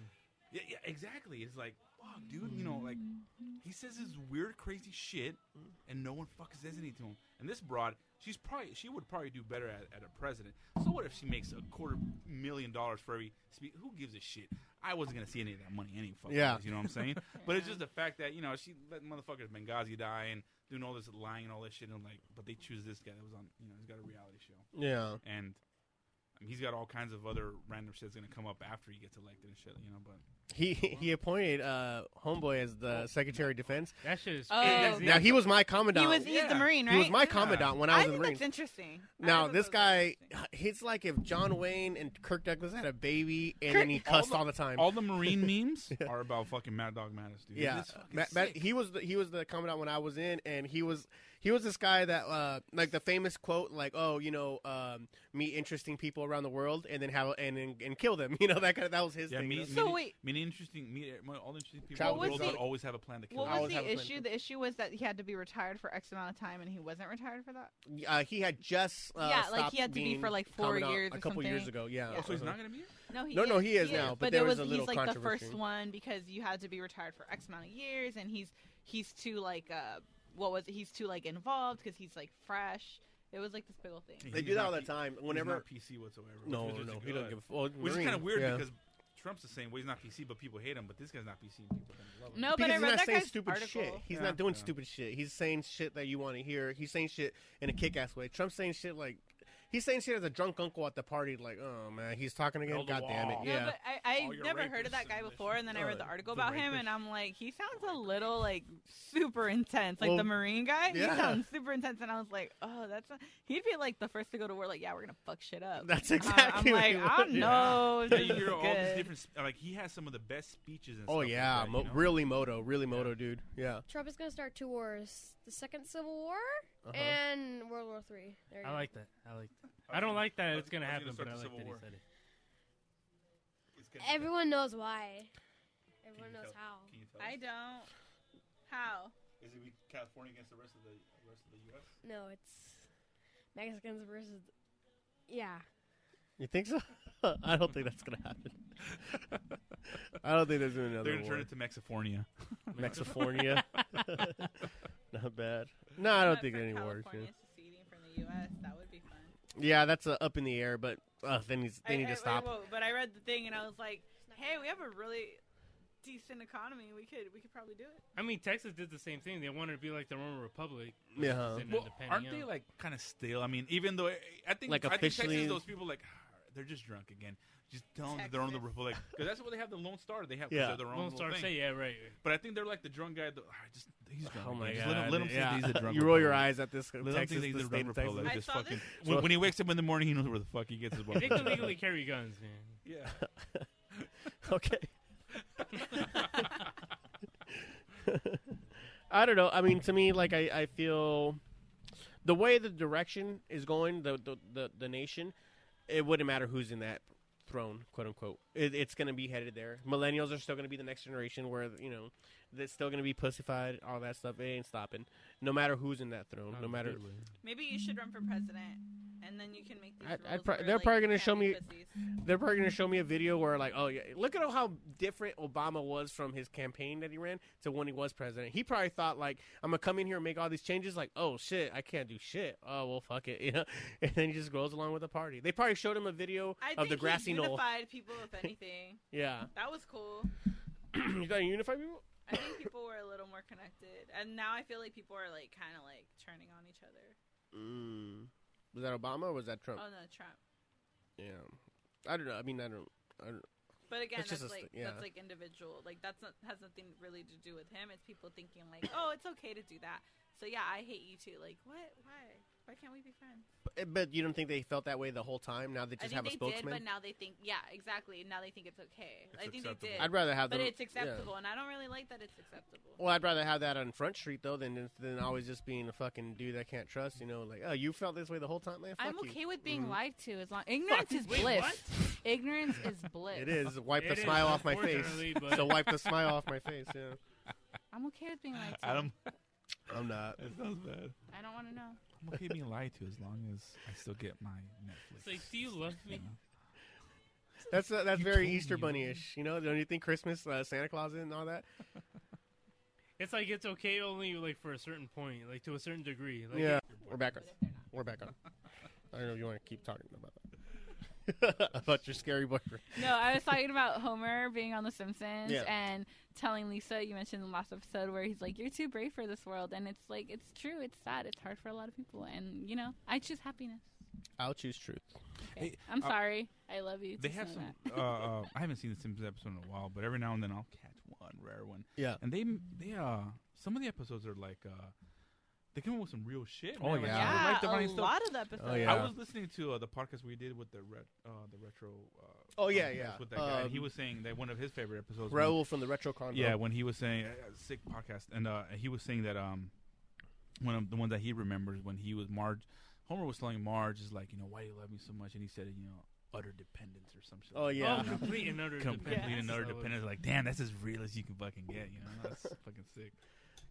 [SPEAKER 3] Yeah, yeah, exactly. It's like, fuck, dude, you know, like, he says this weird, crazy shit, and no one fucking says anything to him. And this broad, she's probably, she would probably do better at, at a president. So what if she makes a quarter million dollars for every speech? Who gives a shit? I wasn't gonna see any of that money any fucking
[SPEAKER 1] Yeah.
[SPEAKER 3] ways, you know what I'm saying? But it's just the fact that you know she let motherfuckers Benghazi die and doing all this lying and all this shit, and like, but they choose this guy that was on, you know, he's got a reality show
[SPEAKER 1] yeah.
[SPEAKER 3] and I mean, he's got all kinds of other random shit that's gonna come up after he gets elected and shit, you know. But
[SPEAKER 1] He he appointed uh, homeboy as the Secretary of Defense.
[SPEAKER 2] That shit is.
[SPEAKER 5] Oh.
[SPEAKER 2] that's the-
[SPEAKER 1] Now he was my
[SPEAKER 5] He
[SPEAKER 1] commandant.
[SPEAKER 5] was he's the
[SPEAKER 3] Yeah.
[SPEAKER 5] marine, right?
[SPEAKER 1] He was my
[SPEAKER 3] Yeah.
[SPEAKER 1] commandant when I was in
[SPEAKER 5] think
[SPEAKER 1] the Marines.
[SPEAKER 5] that's interesting. I
[SPEAKER 1] Now
[SPEAKER 5] thought
[SPEAKER 1] this
[SPEAKER 5] that was
[SPEAKER 1] guy,
[SPEAKER 5] interesting.
[SPEAKER 1] he's like if John Wayne and Kirk Douglas had a baby and
[SPEAKER 5] Kirk-
[SPEAKER 1] then he cussed all the, time.
[SPEAKER 3] all the Marine memes are about fucking Mad Dog Mattis, dude.
[SPEAKER 1] Yeah,
[SPEAKER 3] It's
[SPEAKER 1] uh,
[SPEAKER 3] fucking
[SPEAKER 1] Ma- Ma-
[SPEAKER 3] sick.
[SPEAKER 1] he was the, he was the commandant when I was in, and he was he was this guy that uh, like the famous quote like oh you know um, meet interesting people around the world and then have and and, and kill them you know that kind of, that was his
[SPEAKER 3] yeah,
[SPEAKER 1] thing.
[SPEAKER 3] me,
[SPEAKER 1] you know?
[SPEAKER 5] So
[SPEAKER 3] me-
[SPEAKER 5] wait.
[SPEAKER 3] me, interesting, me, eh, all the interesting people
[SPEAKER 1] Travel
[SPEAKER 3] in the world
[SPEAKER 5] was
[SPEAKER 3] would
[SPEAKER 5] the-
[SPEAKER 3] always have a plan to kill.
[SPEAKER 5] What
[SPEAKER 3] him.
[SPEAKER 1] I always
[SPEAKER 5] was
[SPEAKER 1] have a
[SPEAKER 5] the
[SPEAKER 1] plan
[SPEAKER 5] issue?
[SPEAKER 1] to-
[SPEAKER 5] The issue was that he had to be retired for X amount of time, and he wasn't retired for that.
[SPEAKER 1] Uh, he had just uh,
[SPEAKER 5] Yeah, like, he
[SPEAKER 1] stopped
[SPEAKER 5] had to be
[SPEAKER 1] being
[SPEAKER 5] for, like, four
[SPEAKER 1] commandant
[SPEAKER 5] years
[SPEAKER 1] a
[SPEAKER 5] or
[SPEAKER 1] couple years
[SPEAKER 5] something.
[SPEAKER 1] ago. Yeah,
[SPEAKER 5] Yeah.
[SPEAKER 3] Oh, so he's
[SPEAKER 1] Uh-huh.
[SPEAKER 3] not gonna be here?
[SPEAKER 5] No, he
[SPEAKER 1] No,
[SPEAKER 5] is,
[SPEAKER 1] no, he is now, but there
[SPEAKER 5] it
[SPEAKER 1] was a little
[SPEAKER 5] he's like the
[SPEAKER 1] controversy.
[SPEAKER 5] first one because you had to be retired for X amount of years, and he's he's too like uh what was it? he's too like involved because he's like fresh. It was like this big old thing.
[SPEAKER 1] They
[SPEAKER 3] He's
[SPEAKER 1] do that
[SPEAKER 3] not
[SPEAKER 1] all the
[SPEAKER 3] P-
[SPEAKER 1] time.
[SPEAKER 3] he's
[SPEAKER 1] Whenever
[SPEAKER 3] not PC whatsoever.
[SPEAKER 1] no,
[SPEAKER 3] which is
[SPEAKER 1] no,
[SPEAKER 3] just
[SPEAKER 1] he
[SPEAKER 3] good. uh,
[SPEAKER 1] doesn't give a well,
[SPEAKER 3] Which is
[SPEAKER 1] Marine,
[SPEAKER 3] kind of weird
[SPEAKER 1] yeah.
[SPEAKER 3] because Trump's the same way. He's not PC, but people hate him. But this guy's not PC. and People fucking love him.
[SPEAKER 5] No, Oh, but
[SPEAKER 1] because
[SPEAKER 5] I
[SPEAKER 1] he's
[SPEAKER 5] read
[SPEAKER 1] not
[SPEAKER 5] that
[SPEAKER 1] saying
[SPEAKER 5] guy's
[SPEAKER 1] stupid
[SPEAKER 5] article.
[SPEAKER 1] shit. He's
[SPEAKER 3] Yeah.
[SPEAKER 1] not doing
[SPEAKER 3] Yeah.
[SPEAKER 1] stupid shit. He's saying shit that you want to hear. He's saying shit in a kick-ass way. Trump's saying shit like he's saying shit as a drunk uncle at the party. Like, oh man, he's talking again.
[SPEAKER 3] Build a
[SPEAKER 1] God damn it.
[SPEAKER 3] wall.
[SPEAKER 5] No,
[SPEAKER 1] Yeah.
[SPEAKER 5] but I,
[SPEAKER 3] All
[SPEAKER 5] I
[SPEAKER 3] your
[SPEAKER 5] never heard
[SPEAKER 3] rapists
[SPEAKER 5] of that guy
[SPEAKER 3] and this
[SPEAKER 5] before, and then I read
[SPEAKER 1] Oh,
[SPEAKER 5] the article
[SPEAKER 3] the
[SPEAKER 5] about him,
[SPEAKER 3] rapist.
[SPEAKER 5] and I'm like, he sounds a little like super intense, like
[SPEAKER 1] Well,
[SPEAKER 5] the Marine guy.
[SPEAKER 1] yeah.
[SPEAKER 5] He sounds super intense, and I was like, oh, that's not- he'd be like the first to go to war, like, yeah, we're gonna fuck shit up. Uh,
[SPEAKER 1] That's
[SPEAKER 5] I'm-
[SPEAKER 1] exactly
[SPEAKER 5] I'm
[SPEAKER 1] what he
[SPEAKER 5] like, I
[SPEAKER 1] was.
[SPEAKER 5] don't know. if
[SPEAKER 3] Yeah,
[SPEAKER 5] this
[SPEAKER 3] you
[SPEAKER 5] is
[SPEAKER 3] hear all these
[SPEAKER 5] good."
[SPEAKER 3] different. sp- Like he has some of the best speeches and
[SPEAKER 1] Oh
[SPEAKER 3] stuff. like
[SPEAKER 1] yeah,
[SPEAKER 3] that,
[SPEAKER 1] mo-
[SPEAKER 3] you know?
[SPEAKER 1] really moto, really moto, dude. Yeah.
[SPEAKER 4] Trump is gonna start two wars: the Second Civil War
[SPEAKER 1] Uh-huh.
[SPEAKER 5] Eh.
[SPEAKER 4] and World War Three. There you
[SPEAKER 2] I
[SPEAKER 4] go.
[SPEAKER 2] like that. I like that. I don't like that it's gonna
[SPEAKER 3] I was
[SPEAKER 2] happen, but
[SPEAKER 3] start
[SPEAKER 2] I
[SPEAKER 3] the
[SPEAKER 2] like
[SPEAKER 3] Civil
[SPEAKER 2] that he
[SPEAKER 3] War.
[SPEAKER 2] said it.
[SPEAKER 3] It's gonna-
[SPEAKER 4] Everyone knows why.
[SPEAKER 3] Can you
[SPEAKER 4] Everyone knows
[SPEAKER 3] tell-
[SPEAKER 4] how.
[SPEAKER 3] can you tell
[SPEAKER 5] I
[SPEAKER 3] us?
[SPEAKER 5] don't. How?
[SPEAKER 3] Is it California against the rest of the rest of the U.S.?
[SPEAKER 4] No, it's Mexicans versus. Yeah.
[SPEAKER 1] You think so? I don't think that's gonna happen. I don't think there's gonna be another
[SPEAKER 3] They're gonna
[SPEAKER 1] war.
[SPEAKER 3] turn it to Mexifornia.
[SPEAKER 1] Mexifornia. Not bad. No, I don't
[SPEAKER 5] But
[SPEAKER 1] think
[SPEAKER 5] for
[SPEAKER 1] any wars.
[SPEAKER 5] California
[SPEAKER 1] Yeah.
[SPEAKER 5] seceding from the U.S. That would be fun.
[SPEAKER 1] Yeah, that's uh, up in the air, but uh, they need they
[SPEAKER 5] I-
[SPEAKER 1] need
[SPEAKER 5] I-
[SPEAKER 1] to stop.
[SPEAKER 5] whoa, but I read the thing, and I was like, hey, we have a really decent economy. We could we could probably do it.
[SPEAKER 2] I mean, Texas did the same thing. They wanted to be like the Roman Republic. which
[SPEAKER 1] Yeah.
[SPEAKER 2] is an
[SPEAKER 3] Well,
[SPEAKER 2] independent,
[SPEAKER 3] aren't
[SPEAKER 2] yeah.
[SPEAKER 3] they like kind of stale? I mean, even though I- I think
[SPEAKER 1] Like,
[SPEAKER 3] I think Texas
[SPEAKER 1] officially-
[SPEAKER 3] is those people like they're just drunk again. Just tell them that they're on the
[SPEAKER 5] Texas.
[SPEAKER 3] republic because that's what they have the Lone Star. They have 'cause
[SPEAKER 1] Yeah.
[SPEAKER 3] they're their own
[SPEAKER 2] Lone
[SPEAKER 3] little
[SPEAKER 2] Star
[SPEAKER 3] thing.
[SPEAKER 2] say, yeah, right.
[SPEAKER 3] But I think they're like the drunk guy. That, ah, just he's drunk.
[SPEAKER 1] Oh
[SPEAKER 3] again.
[SPEAKER 1] my
[SPEAKER 3] just
[SPEAKER 1] god!
[SPEAKER 3] Let him, let him
[SPEAKER 1] yeah.
[SPEAKER 3] think he's a drunk.
[SPEAKER 1] You roll your
[SPEAKER 3] republic.
[SPEAKER 1] eyes at this
[SPEAKER 3] Let him
[SPEAKER 1] Texas,
[SPEAKER 3] think he's
[SPEAKER 1] the
[SPEAKER 3] a
[SPEAKER 1] state
[SPEAKER 3] drunk
[SPEAKER 1] of Texas.
[SPEAKER 3] republic.
[SPEAKER 5] I
[SPEAKER 3] Just
[SPEAKER 5] saw
[SPEAKER 3] fucking
[SPEAKER 5] this-
[SPEAKER 3] when, when he wakes up in the morning, he knows where the fuck he gets his
[SPEAKER 2] They can
[SPEAKER 3] weapons.
[SPEAKER 2] legally carry guns, man.
[SPEAKER 3] yeah.
[SPEAKER 1] okay. I don't know. I mean, to me, like I, I feel the way the direction is going, the the, the, the nation, it wouldn't matter who's in that throne, quote unquote. It, it's going to be headed there. Millennials are still going to be the next generation, where you know that's still going to be pussified, all that stuff. It ain't stopping, no mamatter who's in that throne, no matter.
[SPEAKER 3] Absolutely.
[SPEAKER 5] Maybe you should run for president, and then you can make these
[SPEAKER 1] I'd- I'd
[SPEAKER 5] rules
[SPEAKER 1] pro-
[SPEAKER 5] where,
[SPEAKER 1] they're
[SPEAKER 5] like,
[SPEAKER 1] probably
[SPEAKER 5] you
[SPEAKER 1] gonna
[SPEAKER 5] can't
[SPEAKER 1] show
[SPEAKER 5] be
[SPEAKER 1] me-
[SPEAKER 5] pussies.
[SPEAKER 1] They're probably going to show me a video where like, oh yeah, look at how different Obama was from his campaign that he ran to when he was president. He probably thought like, I'm gonna come in here and make all these changes. Like, oh shit, I can't do shit. Oh well, fuck it, you know. And then he just goes along with the party. They probably showed him a video
[SPEAKER 5] I
[SPEAKER 1] of
[SPEAKER 5] think
[SPEAKER 1] the
[SPEAKER 5] he
[SPEAKER 1] grassy knoll.
[SPEAKER 5] unified people, if anything.
[SPEAKER 1] Yeah,
[SPEAKER 5] That was cool.
[SPEAKER 1] you got to unify people.
[SPEAKER 5] I think people were a little more connected, and now I feel like people are like kind of like turning on each other.
[SPEAKER 1] Mm. Was that Obama or was that Trump?
[SPEAKER 5] Oh no, Trump.
[SPEAKER 1] yeah, I don't know. I mean, I don't. I don't
[SPEAKER 5] But again,
[SPEAKER 1] That's
[SPEAKER 5] that's,
[SPEAKER 1] just a st-
[SPEAKER 5] like
[SPEAKER 1] yeah.
[SPEAKER 5] that's like individual. Like that's not has nothing really to do with him. It's people thinking like, oh, it's okay to do that. So yeah, I hate you too. Like what? Why? Why can't we be friends?
[SPEAKER 1] but, but you don't think they felt that way the whole time? Now they just
[SPEAKER 5] I
[SPEAKER 1] have a
[SPEAKER 5] think they did,
[SPEAKER 1] spokesman.
[SPEAKER 5] but now they think yeah, exactly. Now they think it's okay.
[SPEAKER 3] It's
[SPEAKER 5] I think
[SPEAKER 3] acceptable.
[SPEAKER 5] they did.
[SPEAKER 1] I'd rather have
[SPEAKER 5] but
[SPEAKER 1] them.
[SPEAKER 5] it's
[SPEAKER 1] yeah.
[SPEAKER 5] acceptable, and I don't really like that it's acceptable.
[SPEAKER 1] Well, I'd rather have that on Front Street though than than always just being a fucking dude I can't trust. You know, like oh, you felt this way the whole time, man. Fuck
[SPEAKER 8] I'm
[SPEAKER 1] you.
[SPEAKER 8] okay with being
[SPEAKER 3] Mm-hmm.
[SPEAKER 1] Mhm.
[SPEAKER 8] lied to as long ignorance is
[SPEAKER 2] Wait,
[SPEAKER 8] bliss.
[SPEAKER 2] what?
[SPEAKER 8] Ignorance is bliss.
[SPEAKER 1] It is wipe
[SPEAKER 2] It
[SPEAKER 1] the
[SPEAKER 2] is,
[SPEAKER 1] smile off my face.
[SPEAKER 2] unfortunately, but-
[SPEAKER 1] So wipe the smile off my face. Yeah,
[SPEAKER 8] I'm okay with being lied to.
[SPEAKER 3] Adam,
[SPEAKER 1] I'm not.
[SPEAKER 3] that sounds bad.
[SPEAKER 8] I don't want to know.
[SPEAKER 3] I'm okay being lied to as long as I still get my Netflix.
[SPEAKER 2] It's like, do you love me?
[SPEAKER 1] That's uh, that's
[SPEAKER 3] You
[SPEAKER 1] very
[SPEAKER 3] told me
[SPEAKER 1] Easter
[SPEAKER 3] you
[SPEAKER 1] Bunny-ish. You know, don't you think Christmas, uh, Santa Claus, and all that?
[SPEAKER 2] It's like it's okay only like for a certain point, like to a certain degree. Like, oh,
[SPEAKER 1] Yeah, we're back on.
[SPEAKER 5] But if they're not.
[SPEAKER 1] We're back on. I don't know if you want to keep talking about that. about your scary boyfriend.
[SPEAKER 8] No, I was talking about Homer being on The Simpsons
[SPEAKER 1] Yeah.
[SPEAKER 8] and telling Lisa, you mentioned in the last episode where he's like, You're too brave for this world and it's like it's true, it's sad, it's hard for a lot of people and you know, I choose happiness.
[SPEAKER 1] I'll choose truth.
[SPEAKER 8] Okay.
[SPEAKER 3] Hey,
[SPEAKER 8] I'm
[SPEAKER 3] uh,
[SPEAKER 8] sorry. I love you.
[SPEAKER 3] They
[SPEAKER 8] Just
[SPEAKER 3] have
[SPEAKER 8] know
[SPEAKER 3] some.
[SPEAKER 8] that.
[SPEAKER 3] uh, uh, I haven't seen the Simpsons episode in a while, but every now and then I'll catch one rare one.
[SPEAKER 1] Yeah.
[SPEAKER 3] And they they uh some of the episodes are like uh they come up with some real shit.
[SPEAKER 1] Oh,
[SPEAKER 3] man. Like,
[SPEAKER 1] Yeah.
[SPEAKER 3] I really
[SPEAKER 5] Yeah,
[SPEAKER 3] like the running
[SPEAKER 5] a
[SPEAKER 3] stuff.
[SPEAKER 5] lot of the episodes.
[SPEAKER 1] Oh, yeah.
[SPEAKER 3] I was listening to uh, the podcast we did with the ret- uh, the retro. Uh,
[SPEAKER 1] Oh, yeah,
[SPEAKER 3] podcast
[SPEAKER 1] yeah.
[SPEAKER 3] With that guy, and he
[SPEAKER 1] Um,
[SPEAKER 3] was saying that one of his favorite episodes. when-
[SPEAKER 1] Raul from the Retro Convo.
[SPEAKER 3] yeah, when he was saying uh, sick podcast, and uh, he was saying that um, one of the ones that he remembers when he was Marge, Homer was telling Marge is like, you know, why do you love me so much? And he said, you know, utter dependence or some shit.
[SPEAKER 1] Oh,
[SPEAKER 3] like that.
[SPEAKER 1] Yeah.
[SPEAKER 2] Oh, complete and utter
[SPEAKER 3] Com-
[SPEAKER 2] dependence.
[SPEAKER 3] Complete and utter
[SPEAKER 2] That was-
[SPEAKER 3] dependence. Like, damn, that's as real as you can fucking get. You know, that's fucking sick.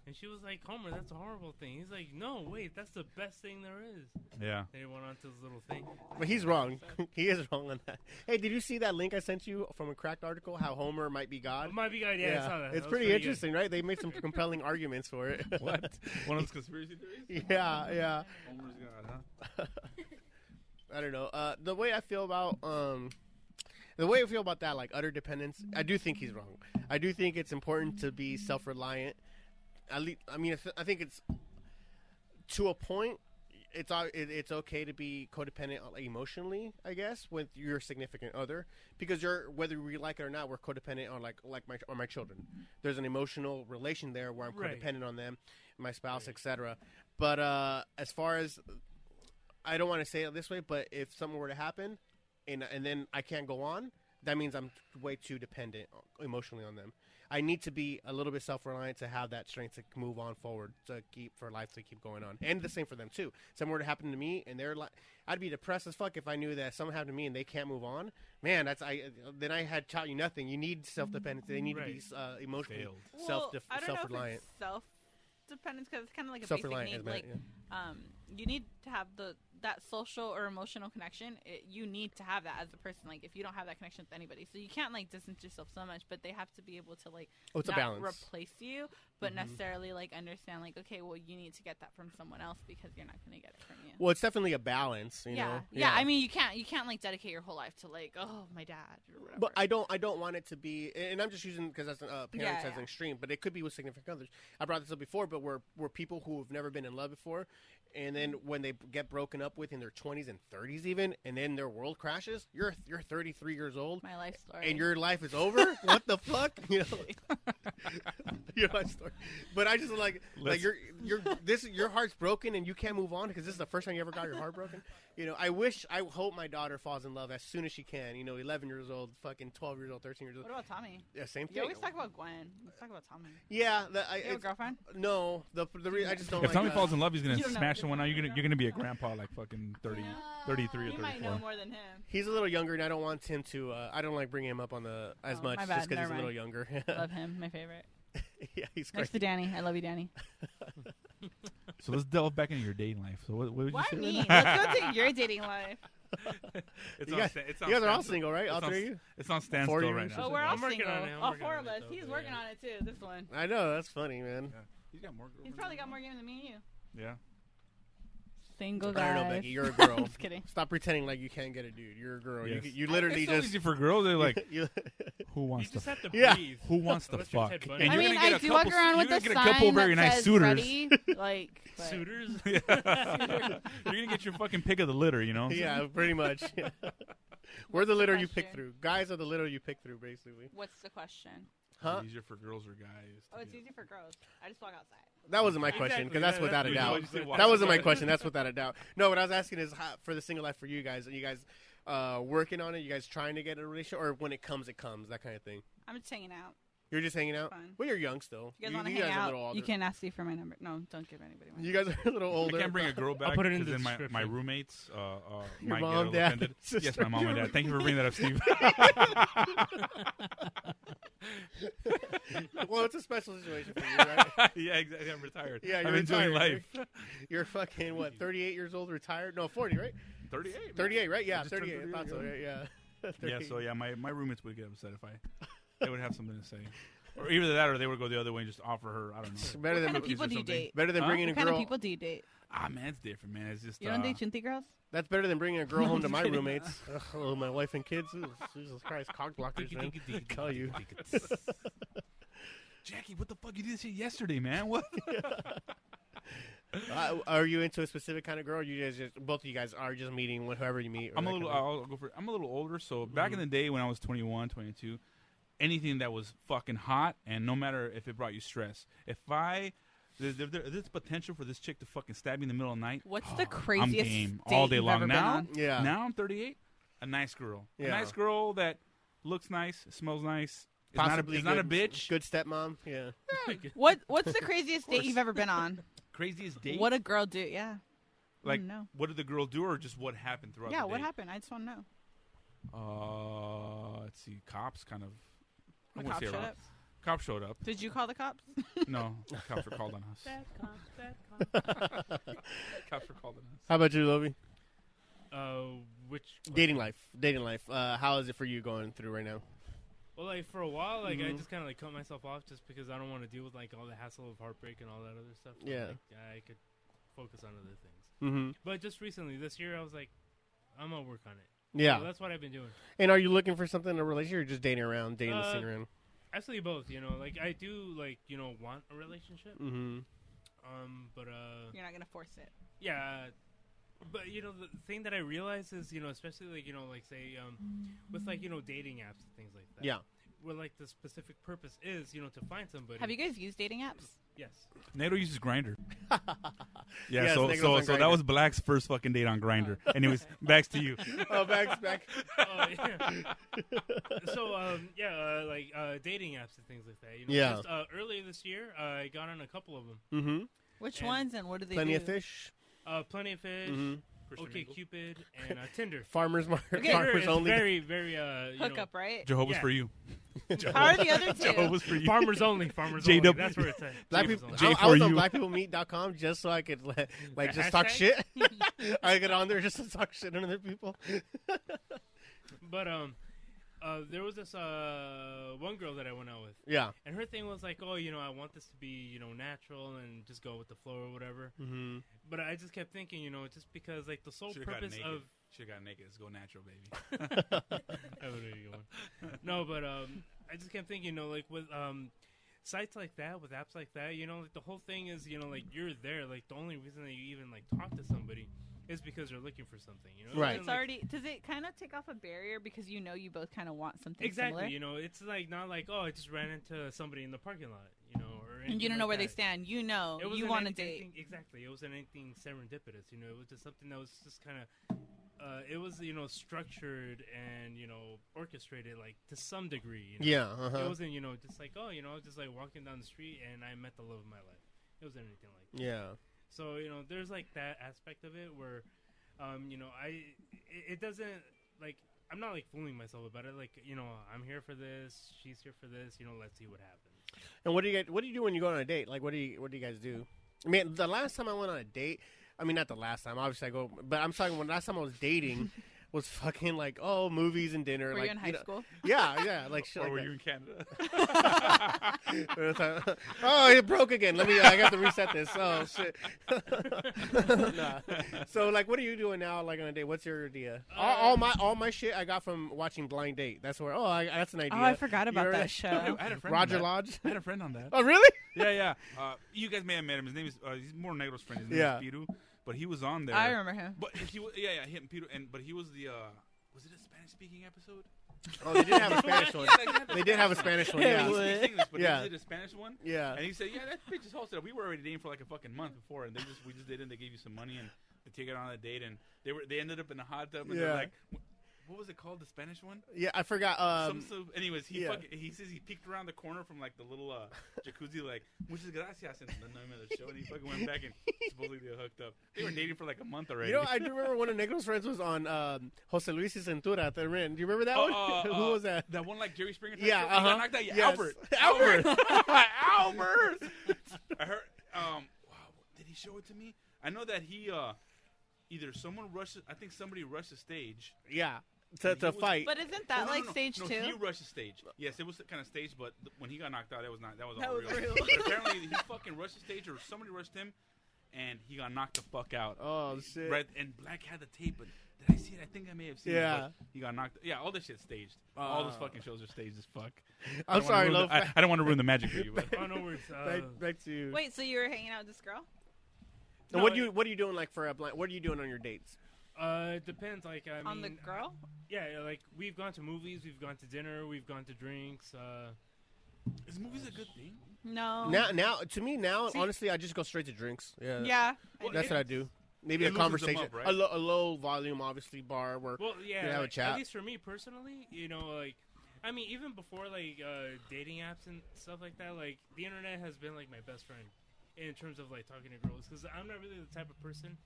[SPEAKER 2] And she was like, Homer, that's a horrible thing. He's like, no, wait, that's the best thing there is.
[SPEAKER 3] Yeah.
[SPEAKER 2] Then he went on to his little thing.
[SPEAKER 1] But he's wrong. he is wrong on that. Hey, did you see that link I sent you from a cracked article? How Homer might be
[SPEAKER 2] Oh,
[SPEAKER 1] God.
[SPEAKER 2] my big idea. Yeah, I saw that.
[SPEAKER 1] it's
[SPEAKER 2] That was
[SPEAKER 1] pretty,
[SPEAKER 2] good.
[SPEAKER 1] interesting, right? They made some compelling arguments for it.
[SPEAKER 3] What? One of those conspiracy theories?
[SPEAKER 1] yeah, yeah.
[SPEAKER 3] Homer's God, huh?
[SPEAKER 1] I don't know. Uh, the way I feel about um, the way I feel about that, like utter dependence, I do think he's wrong. I do think it's important to be self-reliant. At least, I mean, I, th- I think it's to a point. It's all- it, it's okay to be codependent uh, emotionally, I guess, with your significant other because you're whether we like it or not, we're codependent on like like my on my children. There's an emotional relation there where I'm
[SPEAKER 2] Right.
[SPEAKER 1] codependent on them, my spouse, etc. But uh, as far as I don't want to say it this way, but if something were to happen, and and then I can't go on, that means I'm way too dependent emotionally on them. I need to be a little bit self reliant to have that strength to move on forward, to keep for life to keep going on, and the same for them too. Something were to happen to me, and they're like, I'd be depressed as fuck if I knew that something happened to me and they can't move on. Man, that's I. Then I had taught you nothing. You need self dependence. They need to be uh, emotionally
[SPEAKER 3] Failed.
[SPEAKER 1] self
[SPEAKER 5] I don't know
[SPEAKER 1] self
[SPEAKER 5] if
[SPEAKER 1] reliant.
[SPEAKER 5] it's self-dependence because it's kind of like a
[SPEAKER 1] Self
[SPEAKER 5] basic
[SPEAKER 1] reliant
[SPEAKER 5] need.
[SPEAKER 1] is
[SPEAKER 5] Like,
[SPEAKER 1] meant, yeah.
[SPEAKER 5] um, you need to have the that social or emotional connection. It, you need to have that as a person. Like, if you don't have that connection with anybody, so you can't like distance yourself so much. But they have to be able to like
[SPEAKER 1] Oh, it's a
[SPEAKER 5] not
[SPEAKER 1] balance.
[SPEAKER 5] replace you, but
[SPEAKER 1] Mhm.
[SPEAKER 5] necessarily like understand like, okay, well, you need to get that from someone else because you're not going to get it from you.
[SPEAKER 1] well, it's definitely a balance. You
[SPEAKER 5] yeah.
[SPEAKER 1] know.
[SPEAKER 5] yeah, I mean, you can't you can't like dedicate your whole life to like, oh, my dad or whatever.
[SPEAKER 1] But I don't, I don't want it to be, and I'm just using because that's uh, parents
[SPEAKER 5] Yeah,
[SPEAKER 1] as
[SPEAKER 5] yeah.
[SPEAKER 1] an extreme, but it could be with significant others. I brought this up before, but we're we're people who have never been in love before, and then
[SPEAKER 5] Mm-hmm.
[SPEAKER 1] when they get broken up with in their 20s and 30s even, and then their world crashes. You're you're 33 years old,
[SPEAKER 5] my life story.
[SPEAKER 1] and your life is over. what the fuck, you know? you know my story. But I just like like
[SPEAKER 3] Let's-
[SPEAKER 1] your your this your heart's broken and you can't move on because this is the first time you ever got your heart broken. you know, I wish, I hope my daughter falls in love as soon as she can. You know, 11 years old, fucking 12 years old, 13 years old.
[SPEAKER 8] What about Tommy?
[SPEAKER 1] Yeah, same
[SPEAKER 8] You
[SPEAKER 1] thing.
[SPEAKER 8] always talk about Gwen. Let's talk about Tommy.
[SPEAKER 1] yeah, the, I,
[SPEAKER 8] You have a
[SPEAKER 1] it's,
[SPEAKER 8] girlfriend?
[SPEAKER 1] no, the the re- I just don't.
[SPEAKER 3] If
[SPEAKER 1] like uh,
[SPEAKER 3] Tommy
[SPEAKER 1] that.
[SPEAKER 3] falls in love, he's gonna
[SPEAKER 8] You don't know.
[SPEAKER 3] smash someone out. You're gonna you're gonna be a grandpa like fucking 30, 33 or
[SPEAKER 5] You might
[SPEAKER 3] 34.
[SPEAKER 5] know more than him.
[SPEAKER 1] He's a little younger, and I don't want him to. Uh, I don't like bringing him up on the as
[SPEAKER 8] Oh,
[SPEAKER 1] much
[SPEAKER 8] my
[SPEAKER 1] just
[SPEAKER 8] bad.
[SPEAKER 1] because he's
[SPEAKER 8] Never
[SPEAKER 1] a little
[SPEAKER 8] mind.
[SPEAKER 1] younger.
[SPEAKER 8] Love him, my favorite.
[SPEAKER 1] yeah, he's great.
[SPEAKER 8] Next to Danny, I love you, Danny.
[SPEAKER 3] So let's delve back into your dating life. So what, what would you
[SPEAKER 5] Why
[SPEAKER 3] say? right
[SPEAKER 5] me?
[SPEAKER 3] now?
[SPEAKER 5] Let's go to your dating life.
[SPEAKER 3] It's
[SPEAKER 1] You
[SPEAKER 3] on
[SPEAKER 1] guys-
[SPEAKER 3] sta- it's on
[SPEAKER 1] You guys are all
[SPEAKER 3] standstill.
[SPEAKER 1] single, right? All
[SPEAKER 3] It's on
[SPEAKER 1] three of
[SPEAKER 3] s-
[SPEAKER 1] you.
[SPEAKER 3] It's on
[SPEAKER 1] Four
[SPEAKER 3] standstill
[SPEAKER 1] years
[SPEAKER 3] right
[SPEAKER 1] or
[SPEAKER 3] now.
[SPEAKER 5] Oh, we're all
[SPEAKER 2] I'm working
[SPEAKER 5] single.
[SPEAKER 2] on it, I'm
[SPEAKER 5] All
[SPEAKER 2] working
[SPEAKER 5] four
[SPEAKER 2] on
[SPEAKER 5] of
[SPEAKER 2] it,
[SPEAKER 5] us.
[SPEAKER 2] though,
[SPEAKER 5] He's
[SPEAKER 2] but
[SPEAKER 5] working
[SPEAKER 2] yeah.
[SPEAKER 5] on it too. This one.
[SPEAKER 1] I know that's funny, man.
[SPEAKER 3] He's got more.
[SPEAKER 5] He's probably got more game than me and you.
[SPEAKER 3] Yeah.
[SPEAKER 8] Single
[SPEAKER 1] I
[SPEAKER 8] guy.
[SPEAKER 1] don't know, Becky. You're a girl.
[SPEAKER 8] I'm just kidding.
[SPEAKER 1] Stop pretending like you can't get a dude. You're a girl. You
[SPEAKER 3] Yes.
[SPEAKER 1] You, you literally
[SPEAKER 3] it's so
[SPEAKER 1] just
[SPEAKER 3] easy for girls. They're like,
[SPEAKER 1] you,
[SPEAKER 3] who
[SPEAKER 2] You
[SPEAKER 3] wants to
[SPEAKER 2] just have to
[SPEAKER 1] Yeah.
[SPEAKER 2] breathe.
[SPEAKER 3] who wants to
[SPEAKER 2] Unless you're
[SPEAKER 3] fuck?
[SPEAKER 2] Ted Bundy.
[SPEAKER 3] And
[SPEAKER 8] I
[SPEAKER 3] you're
[SPEAKER 8] mean,
[SPEAKER 3] gonna get
[SPEAKER 8] I
[SPEAKER 3] a
[SPEAKER 8] do
[SPEAKER 3] couple.
[SPEAKER 8] walk around
[SPEAKER 3] you're
[SPEAKER 8] with
[SPEAKER 3] gonna
[SPEAKER 8] a
[SPEAKER 3] get a
[SPEAKER 8] sign
[SPEAKER 3] couple very
[SPEAKER 8] that
[SPEAKER 3] nice
[SPEAKER 8] says
[SPEAKER 3] suitors.
[SPEAKER 8] ready, like, but-
[SPEAKER 2] Suitors.
[SPEAKER 3] you're gonna get your fucking pick of the litter. You know.
[SPEAKER 1] yeah, pretty much. We're the litter you pick
[SPEAKER 5] Question.
[SPEAKER 1] through. Guys are the litter you pick through, basically.
[SPEAKER 5] What's the question?
[SPEAKER 1] Huh?
[SPEAKER 3] It's easier for girls or guys. to
[SPEAKER 5] Oh, it's
[SPEAKER 3] get-
[SPEAKER 5] easy for girls. I just walk outside.
[SPEAKER 1] That wasn't my question
[SPEAKER 2] Exactly,
[SPEAKER 1] because that's
[SPEAKER 2] that-
[SPEAKER 1] without a
[SPEAKER 3] that's-
[SPEAKER 1] doubt.
[SPEAKER 3] you just walk
[SPEAKER 1] That wasn't my
[SPEAKER 3] outside.
[SPEAKER 1] question. That's without a doubt. No, what I was asking is how, for the single life for you guys. Are you guys uh, working on it? You guys trying to get in a relationship, or when it comes, it comes? That kind of thing.
[SPEAKER 5] I'm just hanging out.
[SPEAKER 1] You're just hanging out.
[SPEAKER 5] Fun.
[SPEAKER 1] Well, you're young still.
[SPEAKER 5] You guys want to
[SPEAKER 1] guys
[SPEAKER 5] hang
[SPEAKER 1] are a
[SPEAKER 5] out?
[SPEAKER 1] little older.
[SPEAKER 5] You can ask me for my number. No, don't give anybody my
[SPEAKER 1] You guys are a little older.
[SPEAKER 3] I can't bring a girl back.
[SPEAKER 2] put it in
[SPEAKER 3] 'cause
[SPEAKER 2] the
[SPEAKER 3] then my, my
[SPEAKER 2] description.
[SPEAKER 3] roommates uh, uh,
[SPEAKER 1] Your mom,
[SPEAKER 3] might get a little
[SPEAKER 1] dad,
[SPEAKER 3] offended. yes,
[SPEAKER 1] sister,
[SPEAKER 3] my mom and
[SPEAKER 1] your
[SPEAKER 3] dad. Thank you for bringing that up, Steve.
[SPEAKER 1] well, it's a special situation for you, right?
[SPEAKER 3] yeah, exactly. I'm retired.
[SPEAKER 1] Yeah,
[SPEAKER 3] I'm
[SPEAKER 1] you're
[SPEAKER 3] enjoying
[SPEAKER 1] retired.
[SPEAKER 3] life.
[SPEAKER 1] You're fucking what? 38 years old, retired? No, 40, right?
[SPEAKER 3] 38. man.
[SPEAKER 1] 38, right?
[SPEAKER 3] I
[SPEAKER 1] Yeah,
[SPEAKER 3] just turned
[SPEAKER 1] 38. I thought so.
[SPEAKER 3] 38,
[SPEAKER 1] Right? Yeah.
[SPEAKER 3] Yeah,
[SPEAKER 1] 38.
[SPEAKER 3] so yeah, my, my roommates would get upset if I. They would have something to say. Or either that or they would go the other way and just offer her, I don't know.
[SPEAKER 1] better
[SPEAKER 5] What kind
[SPEAKER 1] than
[SPEAKER 5] of people
[SPEAKER 3] or
[SPEAKER 5] do you
[SPEAKER 3] something.
[SPEAKER 5] date?
[SPEAKER 1] better than
[SPEAKER 3] Huh?
[SPEAKER 1] bringing a
[SPEAKER 8] What kind of
[SPEAKER 1] girl.
[SPEAKER 8] people do you date?
[SPEAKER 3] Ah, man, it's different, man. It's just.
[SPEAKER 8] You don't
[SPEAKER 3] uh,
[SPEAKER 8] date chinty girls?
[SPEAKER 1] That's better than bringing a girl
[SPEAKER 8] No,
[SPEAKER 1] home to
[SPEAKER 8] I'm
[SPEAKER 1] my
[SPEAKER 8] kidding.
[SPEAKER 1] roommates. Ugh, oh, my wife and kids. Ooh, Jesus Christ, cock blockers, man. Tell you.
[SPEAKER 3] Jackie, what the fuck? You did this shit yesterday, man. What?
[SPEAKER 1] Uh, are you into a specific kind of girl? you guys just both of you guys are just meeting with whoever you meet. or
[SPEAKER 3] I'm a
[SPEAKER 1] that
[SPEAKER 3] little. Mm-hmm.
[SPEAKER 1] kind of-
[SPEAKER 3] I'll go for. I'm a little older, so back in the day when I was 21, 22, anything that was fucking hot, and no matter if it brought you stress, if I there's, there, there's potential for this chick to fucking stab me in the middle of the night.
[SPEAKER 5] What's
[SPEAKER 3] oh,
[SPEAKER 5] the craziest
[SPEAKER 3] I'm game
[SPEAKER 5] date
[SPEAKER 3] all day
[SPEAKER 5] you've
[SPEAKER 3] long
[SPEAKER 5] ever been
[SPEAKER 3] now?
[SPEAKER 5] on?
[SPEAKER 1] yeah.
[SPEAKER 3] Now I'm 38. A nice girl.
[SPEAKER 1] Yeah.
[SPEAKER 3] A nice girl that looks nice, smells nice. Is
[SPEAKER 1] Possibly
[SPEAKER 3] not a, is
[SPEAKER 1] good,
[SPEAKER 3] not a bitch.
[SPEAKER 1] Good stepmom. Yeah.
[SPEAKER 8] What What's the craziest date
[SPEAKER 3] course.
[SPEAKER 8] you've ever been on?
[SPEAKER 3] Craziest date.
[SPEAKER 8] What a girl do? Yeah.
[SPEAKER 3] like
[SPEAKER 8] no.
[SPEAKER 3] what did the girl do, or just what happened throughout?
[SPEAKER 8] Yeah.
[SPEAKER 3] the
[SPEAKER 8] What
[SPEAKER 3] day?
[SPEAKER 8] happened? I just want to know.
[SPEAKER 3] Uh, let's see. Cops kind of. I
[SPEAKER 8] The
[SPEAKER 3] wouldn't
[SPEAKER 8] cop
[SPEAKER 3] say
[SPEAKER 8] showed
[SPEAKER 3] around.
[SPEAKER 8] up.
[SPEAKER 3] Cop showed up.
[SPEAKER 8] Did you call the cops?
[SPEAKER 3] No, cops were called on us. cops were called on us.
[SPEAKER 1] How about you, Lovey?
[SPEAKER 2] Uh, which
[SPEAKER 1] Dating life. Dating life. Uh, how is it for you going through right now?
[SPEAKER 2] Well, like for a while, like I
[SPEAKER 1] Mhm.
[SPEAKER 2] just kind of like cut myself off just because I don't want to deal with like all the hassle of heartbreak and all that other stuff. So,
[SPEAKER 1] Yeah.
[SPEAKER 2] like, I could focus on other things.
[SPEAKER 1] Mm-hmm.
[SPEAKER 2] But just recently, this year, I was like, I'm gonna work on it.
[SPEAKER 1] Yeah.
[SPEAKER 2] So that's what I've been doing.
[SPEAKER 1] And are you looking for something in a relationship or just dating around, dating the
[SPEAKER 2] Uh,
[SPEAKER 1] scene around?
[SPEAKER 2] Actually, both. You know, like I do, like you know, want a relationship.
[SPEAKER 1] Mm-hmm.
[SPEAKER 2] Um, but uh,
[SPEAKER 5] You're not gonna force it.
[SPEAKER 2] yeah. But you know, the thing that I realize is, you know, especially like you know, like say, um, with like you know, dating apps and things like that.
[SPEAKER 1] Yeah.
[SPEAKER 2] Where like the specific purpose is, you know, to find somebody.
[SPEAKER 5] Have you guys used dating apps?
[SPEAKER 2] Yes.
[SPEAKER 3] Nato uses grinder.
[SPEAKER 2] mm-hmm.
[SPEAKER 3] Yeah,
[SPEAKER 1] Yes,
[SPEAKER 3] so
[SPEAKER 1] Nate
[SPEAKER 3] so
[SPEAKER 1] goes on
[SPEAKER 3] so
[SPEAKER 1] Grindr.
[SPEAKER 3] that was Black's first fucking date on Grinder.
[SPEAKER 8] Oh.
[SPEAKER 3] Anyways, back to you.
[SPEAKER 1] oh, back, back.
[SPEAKER 2] Oh, yeah. so um, yeah, uh, like uh, dating apps and things like that. You know,
[SPEAKER 1] Yeah.
[SPEAKER 2] Just, uh, earlier this year, I got on a couple of them.
[SPEAKER 1] Mm-hmm.
[SPEAKER 8] Which
[SPEAKER 2] And-
[SPEAKER 8] ones and what do they
[SPEAKER 1] Plenty
[SPEAKER 8] do?
[SPEAKER 1] of fish.
[SPEAKER 2] Uh, Plenty of Fish,
[SPEAKER 1] Mhm.
[SPEAKER 2] OK Cupid, and uh, Tinder.
[SPEAKER 1] Farmers market.
[SPEAKER 8] Okay.
[SPEAKER 2] Tinder
[SPEAKER 1] Farmers
[SPEAKER 2] is
[SPEAKER 1] only.
[SPEAKER 2] very, very uh, you know,
[SPEAKER 5] Hookup, right?
[SPEAKER 3] Jehovah's
[SPEAKER 2] Yeah.
[SPEAKER 3] for you.
[SPEAKER 8] How are the other two?
[SPEAKER 3] Jehovah's for you.
[SPEAKER 2] farmers only. Farmers
[SPEAKER 3] JW.
[SPEAKER 2] only. That's where it's at.
[SPEAKER 1] Black
[SPEAKER 2] Farmers
[SPEAKER 1] people.
[SPEAKER 2] only.
[SPEAKER 1] I, I was on
[SPEAKER 3] J4U.
[SPEAKER 1] blackpeoplemeet.com just so I could like, like
[SPEAKER 2] The
[SPEAKER 1] just talk shit.
[SPEAKER 2] hashtag?
[SPEAKER 1] I get on there just to talk shit on other people.
[SPEAKER 2] But um, uh, there was this uh one girl that I went out with,
[SPEAKER 1] yeah.
[SPEAKER 2] and her thing was like, oh, you know, I want this to be you know natural and just go with the flow or whatever.
[SPEAKER 1] Mm-hmm.
[SPEAKER 2] But I just kept thinking, you know, just because like the sole
[SPEAKER 3] Should've got
[SPEAKER 2] purpose
[SPEAKER 3] naked.
[SPEAKER 2] of
[SPEAKER 3] Should have got naked. Let's go natural, baby.
[SPEAKER 2] I would already got one. No, but um, I just kept thinking, you know, like with um, sites like that, with apps like that, you know, like the whole thing is, you know, like you're there. Like the only reason that you even like talk to somebody is because you're looking for something. You know,
[SPEAKER 1] Right.
[SPEAKER 2] And,
[SPEAKER 5] It's
[SPEAKER 2] like,
[SPEAKER 5] already. Does it kind of take off a barrier because you know you both kind of want something
[SPEAKER 2] Exactly,
[SPEAKER 5] similar?
[SPEAKER 2] you know, it's like not like oh, I just ran into somebody in the parking lot, you know, or anything.
[SPEAKER 5] And you don't know
[SPEAKER 2] like
[SPEAKER 5] where they
[SPEAKER 2] that.
[SPEAKER 5] stand. You know,
[SPEAKER 2] It
[SPEAKER 5] you
[SPEAKER 2] wasn't
[SPEAKER 5] want to
[SPEAKER 2] anything-
[SPEAKER 5] date.
[SPEAKER 2] anything- Exactly. It wasn't anything serendipitous. You know, it was just something that was just kind of. Uh, it was you know structured and you know orchestrated like to some degree. You know?
[SPEAKER 1] Yeah. Uh-huh.
[SPEAKER 2] It wasn't you know just like oh you know I was just like walking down the street and I met the love of my life. It wasn't anything like. that.
[SPEAKER 1] yeah.
[SPEAKER 2] So you know, there's like that aspect of it where, um, you know, I it, it doesn't like I'm not like fooling myself about it. Like you know, I'm here for this. She's here for this. You know, let's see what happens.
[SPEAKER 1] And what do you guys, what do you do when you go on a date? Like what do you what do you guys do? I mean, the last time I went on a date, I mean not the last time, obviously I go, but I'm talking when last time I was dating was fucking like oh movies and dinner.
[SPEAKER 5] Were
[SPEAKER 1] like,
[SPEAKER 5] you in high
[SPEAKER 1] know-
[SPEAKER 5] school? Oh,
[SPEAKER 1] Yeah, yeah, like shit.
[SPEAKER 3] or
[SPEAKER 1] like
[SPEAKER 3] were
[SPEAKER 1] that.
[SPEAKER 3] you in Canada?
[SPEAKER 1] oh, it broke again. Let me. I have to reset this. Oh shit. nah. So like, what are you doing now? Like on a date? What's your idea? all, all my all my shit I got from watching Blind Date. That's where. Oh, I, that's an idea.
[SPEAKER 8] Oh, I forgot
[SPEAKER 1] You
[SPEAKER 8] about
[SPEAKER 1] remember
[SPEAKER 8] that show.
[SPEAKER 3] I had a friend.
[SPEAKER 1] Roger
[SPEAKER 3] on that.
[SPEAKER 1] Lodge.
[SPEAKER 3] I had a friend on that.
[SPEAKER 1] Oh really?
[SPEAKER 3] yeah, yeah. Uh, you guys may have met him. His name is uh, he's more Negro's friend. His name
[SPEAKER 1] Yeah.
[SPEAKER 3] is Piru, but he was on there.
[SPEAKER 8] I remember him.
[SPEAKER 3] But he was, yeah, yeah, him, Peter, and but he was the uh, was it a Spanish speaking episode?
[SPEAKER 1] Oh, they did have a Spanish one. They did have a Spanish one.
[SPEAKER 3] Yeah, he
[SPEAKER 1] Yeah.
[SPEAKER 3] speaks English, but
[SPEAKER 1] Yeah.
[SPEAKER 3] he did a Spanish one.
[SPEAKER 1] Yeah.
[SPEAKER 3] And he said, "Yeah, that bitch is hosted. Up. We were already dating for like a fucking month before, and they just we just did it. and They gave you some money and they take it on a date, and they were they ended up in a hot tub, and
[SPEAKER 1] Yeah.
[SPEAKER 3] they're like, wh- what was it called? The Spanish one?
[SPEAKER 1] Yeah. I forgot.
[SPEAKER 3] Some
[SPEAKER 1] Um.
[SPEAKER 3] so, anyways, he
[SPEAKER 1] yeah.
[SPEAKER 3] fucking, he says he peeked around the corner from like the little uh, jacuzzi, like muchas gracias, and the name of the show, and he fucking went back and supposedly they hooked up. They were dating for like a month already.
[SPEAKER 1] You know, I do remember one of Negro's friends was on um, Jose Luis Ventura at the end. Do you remember that
[SPEAKER 3] Oh,
[SPEAKER 1] one?
[SPEAKER 3] uh,
[SPEAKER 1] Who
[SPEAKER 3] uh,
[SPEAKER 1] was that?
[SPEAKER 3] That one like Jerry Springer. type
[SPEAKER 1] Yeah,
[SPEAKER 3] show? He got
[SPEAKER 1] uh-huh.
[SPEAKER 3] knocked out. Yeah,
[SPEAKER 1] Yes.
[SPEAKER 3] Albert.
[SPEAKER 1] Albert.
[SPEAKER 3] Albert. I heard. Um. Wow. Did he show it to me? I know that he. uh Either someone rushes. I think somebody rushed the stage.
[SPEAKER 1] Yeah. To,
[SPEAKER 3] And he
[SPEAKER 1] to
[SPEAKER 3] was-
[SPEAKER 1] fight.
[SPEAKER 5] But isn't that
[SPEAKER 3] Oh, No, no,
[SPEAKER 5] like
[SPEAKER 3] no, no.
[SPEAKER 5] stage
[SPEAKER 3] no,
[SPEAKER 5] two?
[SPEAKER 3] He rushed the stage. Yes, it was kind of stage, but th- when he got knocked out, that was not. That was
[SPEAKER 5] That
[SPEAKER 3] all
[SPEAKER 5] was
[SPEAKER 3] real.
[SPEAKER 5] real.
[SPEAKER 3] But apparently, he fucking rushed the stage, or somebody rushed him, and he got knocked the fuck out.
[SPEAKER 1] Oh shit.
[SPEAKER 3] Right, and Black had the tape, but did I see it? I think I may have seen it.
[SPEAKER 1] Yeah.
[SPEAKER 3] but He got knocked. Yeah, all this shit's staged. all those
[SPEAKER 1] Ah.
[SPEAKER 3] fucking shows are staged as fuck. I
[SPEAKER 1] I'm
[SPEAKER 3] don't wanna
[SPEAKER 1] sorry,
[SPEAKER 3] ruin
[SPEAKER 1] Lo.
[SPEAKER 3] the- I, I don't want to ruin the magic for you, but
[SPEAKER 2] Oh no worries. Uh,
[SPEAKER 1] back, back to you.
[SPEAKER 5] Wait, so you were hanging out with this girl?
[SPEAKER 1] Now,
[SPEAKER 2] No,
[SPEAKER 1] what
[SPEAKER 2] it-
[SPEAKER 1] do you what are you doing like for a blind? What are you doing on your dates?
[SPEAKER 2] uh, it depends. Like I mean, uh,
[SPEAKER 5] on the girl?
[SPEAKER 2] Yeah, yeah, like we've gone to movies, we've gone to dinner, we've gone to drinks. Uh,
[SPEAKER 3] is movies a good thing?
[SPEAKER 5] No.
[SPEAKER 1] Now, now to me now,
[SPEAKER 5] Oh. See-
[SPEAKER 1] honestly, I just go straight to drinks. Yeah,
[SPEAKER 5] Yeah.
[SPEAKER 3] Well,
[SPEAKER 1] uh, that's
[SPEAKER 3] it-
[SPEAKER 1] what I do. Maybe
[SPEAKER 3] it
[SPEAKER 1] a
[SPEAKER 3] loosens them
[SPEAKER 1] conversation,
[SPEAKER 3] up, right?
[SPEAKER 1] a, lo- a low volume, obviously bar where
[SPEAKER 2] well, yeah,
[SPEAKER 1] Can have a
[SPEAKER 2] like,
[SPEAKER 1] chat?
[SPEAKER 2] at least for me personally, you know, like I mean, even before like uh, dating apps and stuff like that, like the internet has been like my best friend in terms of like talking to girls because I'm not really the type of person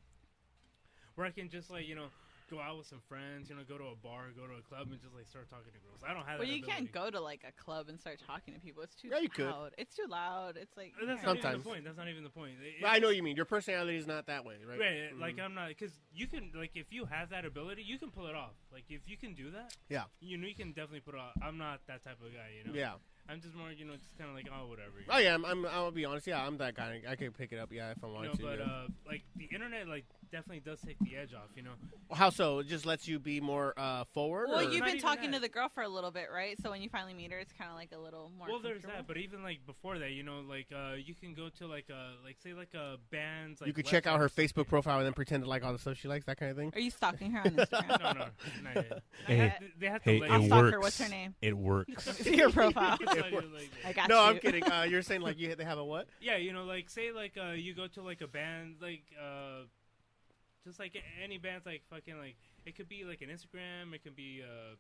[SPEAKER 2] where I can just like you know go out with some friends, you know, go to a bar, go to a club, and just like start talking to girls. I don't have.
[SPEAKER 5] Well,
[SPEAKER 2] that
[SPEAKER 5] you can't
[SPEAKER 2] ability.
[SPEAKER 5] go to like a club and start talking to people. It's too
[SPEAKER 1] Yeah, you could.
[SPEAKER 5] loud. It's too loud. It's like
[SPEAKER 2] That's not even
[SPEAKER 1] Sometimes.
[SPEAKER 2] the point. That's not even the point. It-
[SPEAKER 1] But I know
[SPEAKER 2] it's-
[SPEAKER 1] what you mean your personality is not that way, right?
[SPEAKER 2] Right, like
[SPEAKER 1] Mhm.
[SPEAKER 2] I'm not because you can like if you have that ability, you can pull it off. Like if you can do that,
[SPEAKER 1] Yeah.
[SPEAKER 2] you know you can definitely put it off. I'm not that type of guy, you know.
[SPEAKER 1] Mm-hmm. yeah.
[SPEAKER 2] I'm just more, you know, just kind of like oh whatever. you
[SPEAKER 1] Oh
[SPEAKER 2] know.
[SPEAKER 1] yeah, I'm, I'm. I'll be honest. Yeah, I'm that guy. I can pick it up. Yeah, if I
[SPEAKER 2] You
[SPEAKER 1] want
[SPEAKER 2] know,
[SPEAKER 1] to.
[SPEAKER 2] but
[SPEAKER 1] yeah.
[SPEAKER 2] uh, like the internet, like definitely does take the edge off. You know,
[SPEAKER 1] How so? It just lets you be more uh, forward.
[SPEAKER 5] Well,
[SPEAKER 1] or-
[SPEAKER 5] you've
[SPEAKER 2] Not
[SPEAKER 5] been
[SPEAKER 2] even
[SPEAKER 5] talking
[SPEAKER 2] that.
[SPEAKER 5] to the girl for a little bit, right? So when you finally meet her, it's kind of like a little more.
[SPEAKER 2] well, there's that.
[SPEAKER 5] comfortable.
[SPEAKER 2] But even like before that, you know, like uh, you can go to like uh, like say like uh, bands. Like,
[SPEAKER 1] you could check out her
[SPEAKER 2] websites.
[SPEAKER 1] Facebook profile and then pretend to like all the stuff she likes, that kind of thing.
[SPEAKER 5] Are you stalking her on Instagram?
[SPEAKER 2] No, no, not yet.
[SPEAKER 5] Hey,
[SPEAKER 2] They have to- they have to
[SPEAKER 9] hey,
[SPEAKER 2] let
[SPEAKER 5] I'll
[SPEAKER 9] it
[SPEAKER 2] you-
[SPEAKER 5] stalk
[SPEAKER 9] works.
[SPEAKER 5] her. What's her name?
[SPEAKER 9] It works.
[SPEAKER 5] See your profile.
[SPEAKER 2] I'll tell you later.
[SPEAKER 5] I got
[SPEAKER 1] No,
[SPEAKER 5] you.
[SPEAKER 1] I'm kidding. Uh, you're saying like you they have a what?
[SPEAKER 2] Yeah, you know, like say like uh you go to like a band like uh just like a- any band's like fucking like it could be like an Instagram, it could be uh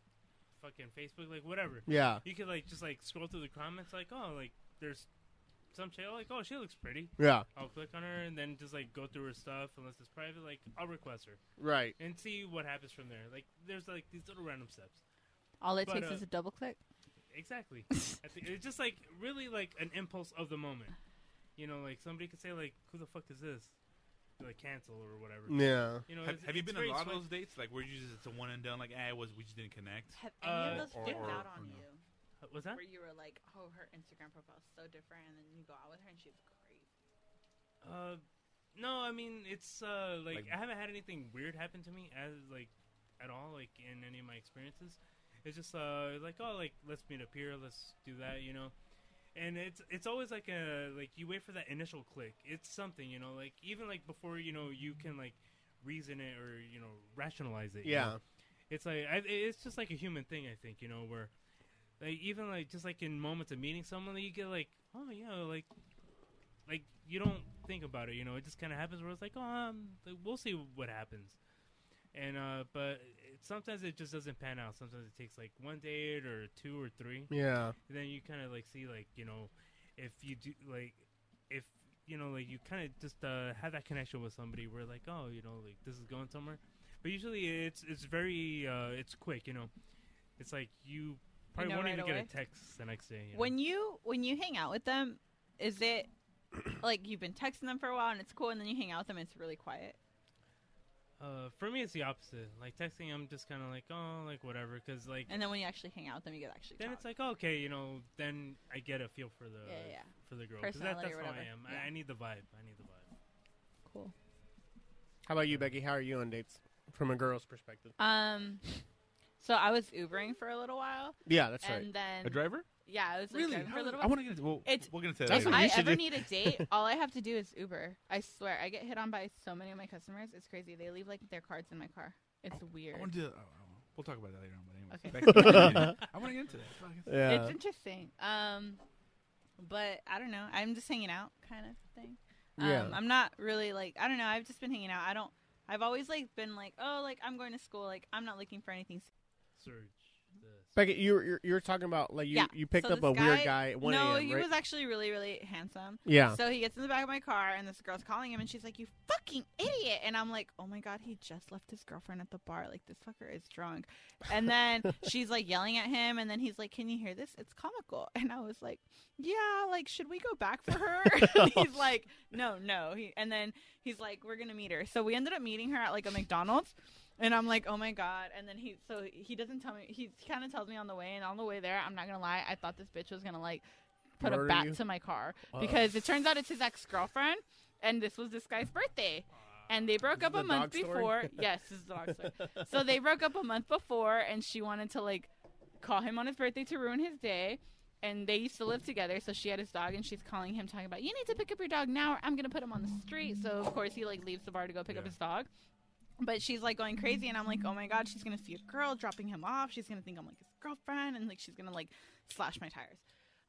[SPEAKER 2] fucking Facebook, like whatever.
[SPEAKER 1] Yeah.
[SPEAKER 2] You could like just like scroll through the comments like oh like there's some chick like oh she looks pretty.
[SPEAKER 1] Yeah.
[SPEAKER 2] I'll click on her and then just like go through her stuff unless it's private like I'll request her
[SPEAKER 1] Right.
[SPEAKER 2] and see what happens from there. Like there's like these little random steps.
[SPEAKER 5] All it
[SPEAKER 2] But,
[SPEAKER 5] takes
[SPEAKER 2] uh,
[SPEAKER 5] is a double click.
[SPEAKER 2] Exactly. I think it's just like really like an impulse of the moment. You know, like somebody could say like, "Who the fuck is this?" Like cancel or whatever.
[SPEAKER 1] Yeah.
[SPEAKER 2] You know,
[SPEAKER 3] Have,
[SPEAKER 2] it's-
[SPEAKER 3] have you
[SPEAKER 2] it's
[SPEAKER 3] been on
[SPEAKER 2] very
[SPEAKER 3] a lot of
[SPEAKER 2] swift.
[SPEAKER 3] those dates? Like where you just it's a one and done? Like ah, it was we just didn't connect.
[SPEAKER 5] Have
[SPEAKER 2] any of
[SPEAKER 5] any of
[SPEAKER 2] Uh,
[SPEAKER 5] those
[SPEAKER 3] or-
[SPEAKER 5] freaked
[SPEAKER 3] or-
[SPEAKER 5] out
[SPEAKER 3] or
[SPEAKER 5] on
[SPEAKER 3] no.
[SPEAKER 5] you?
[SPEAKER 2] What's that?
[SPEAKER 5] Where you were like, oh, her Instagram profile is so different, and then you go out with her and she's great.
[SPEAKER 2] Uh, no, I mean it's uh like,
[SPEAKER 3] Like-
[SPEAKER 2] I haven't had anything weird happen to me as like at all like in any of my experiences. It's just uh like oh like let's meet up here, let's do that, you know. And it's it's always like a like you wait for that initial click. It's something you know like even like before you know you can like reason it or you know rationalize it. you know?
[SPEAKER 1] Yeah.
[SPEAKER 2] it's like I, it's just like a human thing i think you know where like even like just like in moments of meeting someone you get like oh yeah like like you don't think about it. You know, it just kind of happens where it's like, oh, um, like, we'll see what happens. And uh, but it, sometimes it just doesn't pan out. Sometimes it takes like one date or two or three.
[SPEAKER 1] Yeah.
[SPEAKER 2] And then you kind of like see like you know, if you do like, if you know like you kind of just uh, have that connection with somebody where like oh you know like this is going somewhere, but usually it's it's very uh, it's quick. You know, it's like you probably
[SPEAKER 5] know
[SPEAKER 2] won't
[SPEAKER 5] right
[SPEAKER 2] even
[SPEAKER 5] away?
[SPEAKER 2] get a text the next day. You know?
[SPEAKER 5] When you when you hang out with them, is it like you've been texting them for a while and it's cool, and then you hang out with them and it's really quiet?
[SPEAKER 2] Uh, for me, it's the opposite. Like texting, I'm just kind of like, oh, like whatever, because like
[SPEAKER 5] And then when you actually hang out with them, you get actually.
[SPEAKER 2] then
[SPEAKER 5] talk.
[SPEAKER 2] it's like okay, you know, then I get a feel for the
[SPEAKER 5] Yeah, yeah, yeah.
[SPEAKER 2] for the girl because that,
[SPEAKER 5] Personality
[SPEAKER 2] that's
[SPEAKER 5] or
[SPEAKER 2] how I
[SPEAKER 5] whatever.
[SPEAKER 2] am.
[SPEAKER 5] Yeah.
[SPEAKER 2] I, I need the vibe. I need the vibe.
[SPEAKER 5] cool.
[SPEAKER 1] How about you, Becky? How are you on dates from a girl's perspective?
[SPEAKER 5] Um, so I was Ubering for a little while,
[SPEAKER 1] Yeah, that's
[SPEAKER 5] and
[SPEAKER 1] right.
[SPEAKER 5] then
[SPEAKER 3] A driver?
[SPEAKER 5] yeah, I was like,
[SPEAKER 3] Really?
[SPEAKER 5] driving for a
[SPEAKER 3] How- I
[SPEAKER 5] little while.
[SPEAKER 3] want to get into. Well,
[SPEAKER 5] It's-
[SPEAKER 3] we'll get into that.
[SPEAKER 1] That's
[SPEAKER 3] later.
[SPEAKER 1] what you
[SPEAKER 5] I
[SPEAKER 1] should
[SPEAKER 5] ever
[SPEAKER 1] do.
[SPEAKER 5] need a date, all I have to do is Uber. I swear, I get hit on by so many of my customers. It's crazy. They leave like their cards in my car. It's weird.
[SPEAKER 3] I want to do. oh, oh, We'll talk about that later on. But
[SPEAKER 5] Okay.
[SPEAKER 3] anyways, Back- I want to get into that. Fuck.
[SPEAKER 1] Yeah.
[SPEAKER 5] It's interesting. Um, but I don't know. I'm just hanging out, kind of thing. Um,
[SPEAKER 1] Yeah.
[SPEAKER 5] I'm not really like I don't know. I've just been hanging out. I don't. I've always like been like, oh, like I'm going to school. Like I'm not looking for anything.
[SPEAKER 2] Surge. The
[SPEAKER 1] Becky, you were you're, you're talking about like you
[SPEAKER 5] Yeah,
[SPEAKER 1] you picked
[SPEAKER 5] so
[SPEAKER 1] up a
[SPEAKER 5] this
[SPEAKER 1] weird
[SPEAKER 5] guy-
[SPEAKER 1] guy at one
[SPEAKER 5] no,
[SPEAKER 1] a.m.
[SPEAKER 5] he
[SPEAKER 1] right?
[SPEAKER 5] was actually really, really handsome.
[SPEAKER 1] yeah.
[SPEAKER 5] So he gets in the back of my car, and this girl's calling him, and she's like, "You fucking idiot!" And I'm like, "Oh my god, he just left his girlfriend at the bar. Like this fucker is drunk." And then she's like yelling at him, and then he's like, "Can you hear this? It's comical." And I was like, "Yeah, like should we go back for her?" and he's like, "No, no." He, and then he's like, "We're gonna meet her." So we ended up meeting her at like a McDonald's. And I'm like, oh my god! And then he, so he doesn't tell me. He kind of tells me on the way, and on the way there, I'm not gonna lie, I thought this bitch was gonna like put
[SPEAKER 1] Murder
[SPEAKER 5] a bat
[SPEAKER 1] you?
[SPEAKER 5] to my car because it turns out it's his ex girlfriend, and this was this guy's birthday, and they broke
[SPEAKER 1] This
[SPEAKER 5] up
[SPEAKER 1] is
[SPEAKER 5] a
[SPEAKER 1] the
[SPEAKER 5] month
[SPEAKER 1] dog story?
[SPEAKER 5] before. yes, this is the dog story. So they broke up a month before, and she wanted to like call him on his birthday to ruin his day. And they used to live together, so she had his dog, and she's calling him, talking about you need to pick up your dog now, or I'm gonna put him on the street. So of course he like leaves the bar to go pick up
[SPEAKER 3] Yeah.
[SPEAKER 5] his dog. But she's like going crazy, and I'm like, oh my god, she's gonna see a girl dropping him off. She's gonna think I'm like his girlfriend, and like she's gonna like slash my tires.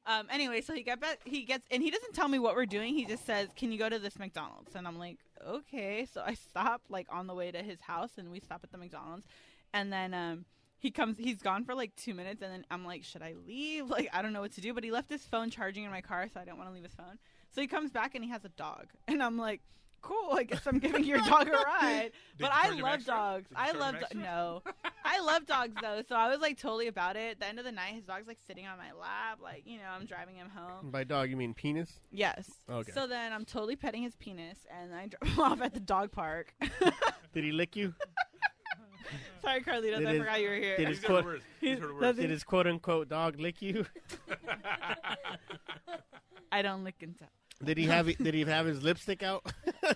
[SPEAKER 5] Um, anyway, so he got back, he gets, and he doesn't tell me what we're doing. He just says, "Can you go to this McDonald's?" And I'm like, "Okay." So I stop like on the way to his house, and we stop at the McDonald's, and then um, he comes. He's gone for like two minutes, and then I'm like, "Should I leave?" Like I don't know what to do. But he left his phone charging in my car, so I don't want to leave his phone. So he comes back and he has a dog, and I'm like, "Cool, I guess I'm giving your dog a ride."
[SPEAKER 3] Did you
[SPEAKER 5] But I
[SPEAKER 3] charge him
[SPEAKER 5] love
[SPEAKER 3] extra?
[SPEAKER 5] dogs.
[SPEAKER 3] Did you
[SPEAKER 5] I
[SPEAKER 3] charge him
[SPEAKER 5] love do-
[SPEAKER 3] extra?
[SPEAKER 5] no. I love dogs though, so I was like totally about it. At the end of the night, his dog's like sitting on my lap, like you know, I'm driving him home.
[SPEAKER 1] By dog, you mean penis?
[SPEAKER 5] Yes.
[SPEAKER 1] Okay.
[SPEAKER 5] So then I'm totally petting his penis, and I drop him off at the dog park.
[SPEAKER 1] Did he lick you?
[SPEAKER 5] Sorry, Carlitos,
[SPEAKER 1] Did
[SPEAKER 5] I
[SPEAKER 1] his-
[SPEAKER 5] forgot you were here.
[SPEAKER 1] did
[SPEAKER 3] He's
[SPEAKER 1] his-
[SPEAKER 3] heard
[SPEAKER 1] quote-
[SPEAKER 3] words. He's heard
[SPEAKER 5] Does
[SPEAKER 3] words.
[SPEAKER 5] he-
[SPEAKER 1] Did his quote unquote dog lick you?
[SPEAKER 5] I don't lick and tell.
[SPEAKER 1] Did he have did he have his lipstick out?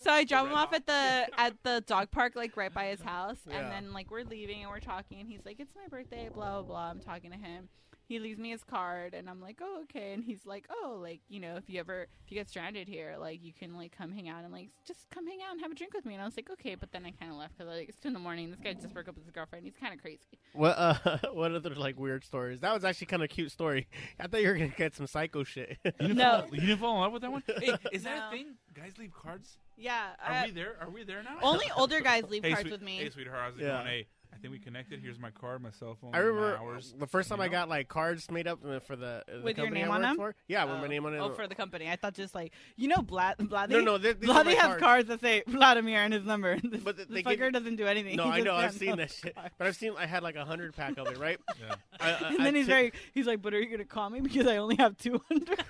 [SPEAKER 5] So I drop
[SPEAKER 3] red
[SPEAKER 5] him off
[SPEAKER 3] dog.
[SPEAKER 5] at the at the dog park, like right by his house,
[SPEAKER 1] Yeah.
[SPEAKER 5] and then like we're leaving and we're talking, and he's like, "It's my birthday," blah blah blah. I'm talking to him. He leaves me his card, and I'm like, "Oh, okay." And he's like, "Oh, like you know, if you ever if you get stranded here, like you can like come hang out and like just come hang out and have a drink with me." And I was like, "Okay," but then I kind of left because like it's two in the morning. This guy just broke up with his girlfriend. He's kind of crazy.
[SPEAKER 1] What uh, what other like weird stories? That was actually kind of cute story. I thought you were gonna get some psycho shit.
[SPEAKER 3] You didn't
[SPEAKER 5] No.
[SPEAKER 3] fall- you didn't fall in love with that one. Hey, is that
[SPEAKER 5] No.
[SPEAKER 3] a thing? Guys leave cards.
[SPEAKER 5] Yeah.
[SPEAKER 3] Are we there? Are we there now?
[SPEAKER 5] only older guys leave
[SPEAKER 3] hey,
[SPEAKER 5] cards
[SPEAKER 3] sweet-
[SPEAKER 5] with me.
[SPEAKER 3] Hey, sweetheart, how's it
[SPEAKER 1] Yeah.
[SPEAKER 3] going? Hey, I think we connected. Here's my card, my cell phone,
[SPEAKER 1] I remember
[SPEAKER 3] my hours.
[SPEAKER 1] the first time
[SPEAKER 3] You
[SPEAKER 1] I
[SPEAKER 3] know?
[SPEAKER 1] got like cards made up for the, the
[SPEAKER 5] With your
[SPEAKER 1] company
[SPEAKER 5] name
[SPEAKER 1] I
[SPEAKER 5] on
[SPEAKER 1] worked
[SPEAKER 5] them?
[SPEAKER 1] For. Yeah, with my name on it.
[SPEAKER 5] Oh, for the company. I thought just like you know, Blad. Blad-
[SPEAKER 1] no, no, th- these are
[SPEAKER 5] Well, they
[SPEAKER 1] my
[SPEAKER 5] have cards that say Vladimir and his number. This,
[SPEAKER 1] But they-
[SPEAKER 5] this
[SPEAKER 1] they give
[SPEAKER 5] fucker
[SPEAKER 1] you-
[SPEAKER 5] doesn't do anything.
[SPEAKER 1] No,
[SPEAKER 5] He
[SPEAKER 1] I
[SPEAKER 5] just
[SPEAKER 1] know I've
[SPEAKER 5] stands
[SPEAKER 1] seen
[SPEAKER 5] on
[SPEAKER 1] that
[SPEAKER 5] the
[SPEAKER 1] shit,
[SPEAKER 5] card.
[SPEAKER 1] but I've seen I had like a hundred pack of it, right?
[SPEAKER 3] Yeah.
[SPEAKER 1] I, I,
[SPEAKER 5] And then
[SPEAKER 1] I
[SPEAKER 5] he's
[SPEAKER 1] took-
[SPEAKER 5] very, he's like, but are you gonna call me because I only have two hundred?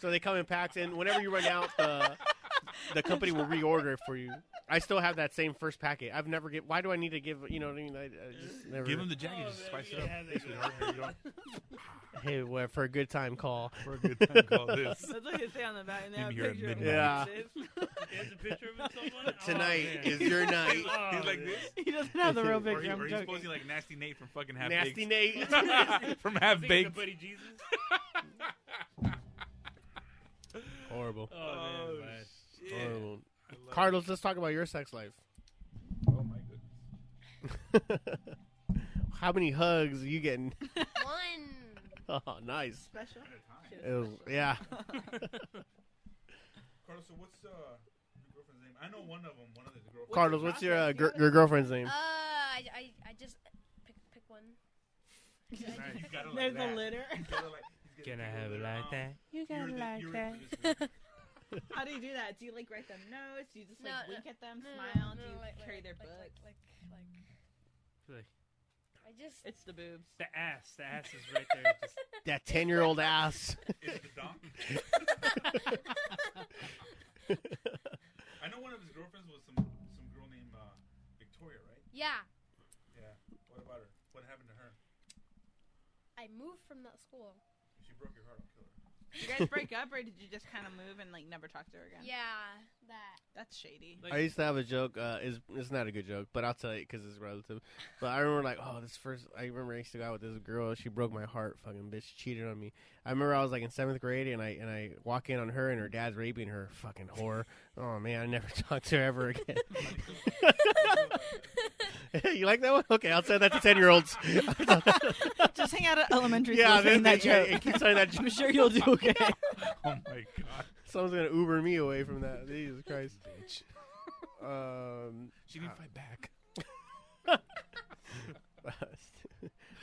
[SPEAKER 1] so they come in packs, and whenever you run out, the the company will reorder it for you. I still have that same first packet. I've never get. Why do I need to give? You know what I mean? I, I just never.
[SPEAKER 3] Give him the jacket, just
[SPEAKER 2] Oh,
[SPEAKER 3] spice it
[SPEAKER 2] yeah,
[SPEAKER 3] up.
[SPEAKER 2] there you
[SPEAKER 3] Hey,
[SPEAKER 2] go.
[SPEAKER 3] sweetheart, here you go.
[SPEAKER 1] hey, well, for a good time call.
[SPEAKER 3] We're good time to call this.
[SPEAKER 5] That's what they say on the back. And
[SPEAKER 3] Give
[SPEAKER 5] have
[SPEAKER 3] me
[SPEAKER 5] a
[SPEAKER 3] your
[SPEAKER 5] picture of
[SPEAKER 1] midnight.
[SPEAKER 5] him like
[SPEAKER 2] There's a picture of it somewhere? Oh,
[SPEAKER 1] Tonight
[SPEAKER 2] man.
[SPEAKER 1] is your night.
[SPEAKER 2] Oh,
[SPEAKER 3] He's like
[SPEAKER 2] man.
[SPEAKER 3] this.
[SPEAKER 5] this. He doesn't have the real
[SPEAKER 3] Or, he,
[SPEAKER 5] picture.
[SPEAKER 3] or
[SPEAKER 5] I'm
[SPEAKER 3] he's
[SPEAKER 5] joking.
[SPEAKER 3] posing like Nasty Nate from fucking Half
[SPEAKER 1] Nasty
[SPEAKER 3] Baked.
[SPEAKER 1] Nate.
[SPEAKER 3] from Half
[SPEAKER 2] Thinking of
[SPEAKER 3] Baked.
[SPEAKER 2] Buddy Jesus.
[SPEAKER 1] Horrible.
[SPEAKER 2] Oh, man, man.
[SPEAKER 1] Horrible. Carlos, let's talk about your sex life.
[SPEAKER 3] Oh my goodness.
[SPEAKER 1] How many hugs are you getting?
[SPEAKER 4] One.
[SPEAKER 10] oh, nice.
[SPEAKER 5] Special.
[SPEAKER 10] It was, yeah.
[SPEAKER 3] Carlos, so what's uh, your girlfriend's name? I know one of them. One of the girlfriends.
[SPEAKER 1] Carlos, what's your uh, gir- your girlfriend's name?
[SPEAKER 4] Uh, I, I, I just pick, pick one.
[SPEAKER 3] Nice. You got it
[SPEAKER 5] There's
[SPEAKER 3] like
[SPEAKER 5] a
[SPEAKER 3] that.
[SPEAKER 5] litter.
[SPEAKER 3] You got it like- he's
[SPEAKER 2] Can
[SPEAKER 3] getting
[SPEAKER 2] I
[SPEAKER 3] a
[SPEAKER 2] have it
[SPEAKER 3] litter.
[SPEAKER 2] like
[SPEAKER 3] Um,
[SPEAKER 2] that?
[SPEAKER 3] you're
[SPEAKER 5] You got
[SPEAKER 3] the-
[SPEAKER 5] like
[SPEAKER 3] you're the
[SPEAKER 5] that.
[SPEAKER 3] producer.
[SPEAKER 5] How do you do that? Do you like write them notes? Do you just like
[SPEAKER 4] No, no,
[SPEAKER 5] wink at them,
[SPEAKER 4] No, no,
[SPEAKER 5] smile?
[SPEAKER 4] no,
[SPEAKER 5] do you
[SPEAKER 4] like-
[SPEAKER 5] carry
[SPEAKER 4] like-
[SPEAKER 5] their
[SPEAKER 4] like,
[SPEAKER 5] book?
[SPEAKER 4] Like, like, like,
[SPEAKER 2] Like,
[SPEAKER 4] I just.
[SPEAKER 5] it's the boobs.
[SPEAKER 2] the ass, the ass is right there. Just,
[SPEAKER 1] That ten year old ass.
[SPEAKER 3] Is it the donk? I know one of his girlfriends was some some girl named uh, Victoria, right?
[SPEAKER 4] yeah,
[SPEAKER 3] Yeah. What about her? What happened to her?
[SPEAKER 4] I moved from that school.
[SPEAKER 3] If she broke your heart, I'll kill her.
[SPEAKER 5] Did you guys break up, or did you just kind of move and like never talk to her again?
[SPEAKER 4] Yeah, that.
[SPEAKER 5] that's shady.
[SPEAKER 2] like,
[SPEAKER 1] I used to have a joke. Uh, is it's not a good joke, but I'll tell you because it's relative. But I remember like, oh, this first. I remember I used to go out with this girl. She broke my heart. Fucking bitch cheated on me. I remember I was like in seventh grade, and I and I walk in on her, and her dad's raping her. Fucking whore. Oh man, I never talked to her ever again. you like that one? Okay, I'll send that to ten year olds.
[SPEAKER 5] just hang out at elementary
[SPEAKER 1] yeah,
[SPEAKER 5] school saying
[SPEAKER 1] then
[SPEAKER 5] that joke.
[SPEAKER 1] keep telling that
[SPEAKER 5] I'm
[SPEAKER 1] joke.
[SPEAKER 5] sure you'll do okay.
[SPEAKER 3] Oh my god.
[SPEAKER 1] Someone's gonna Uber me away from that. Jesus Christ. Um.
[SPEAKER 3] She didn't fight back.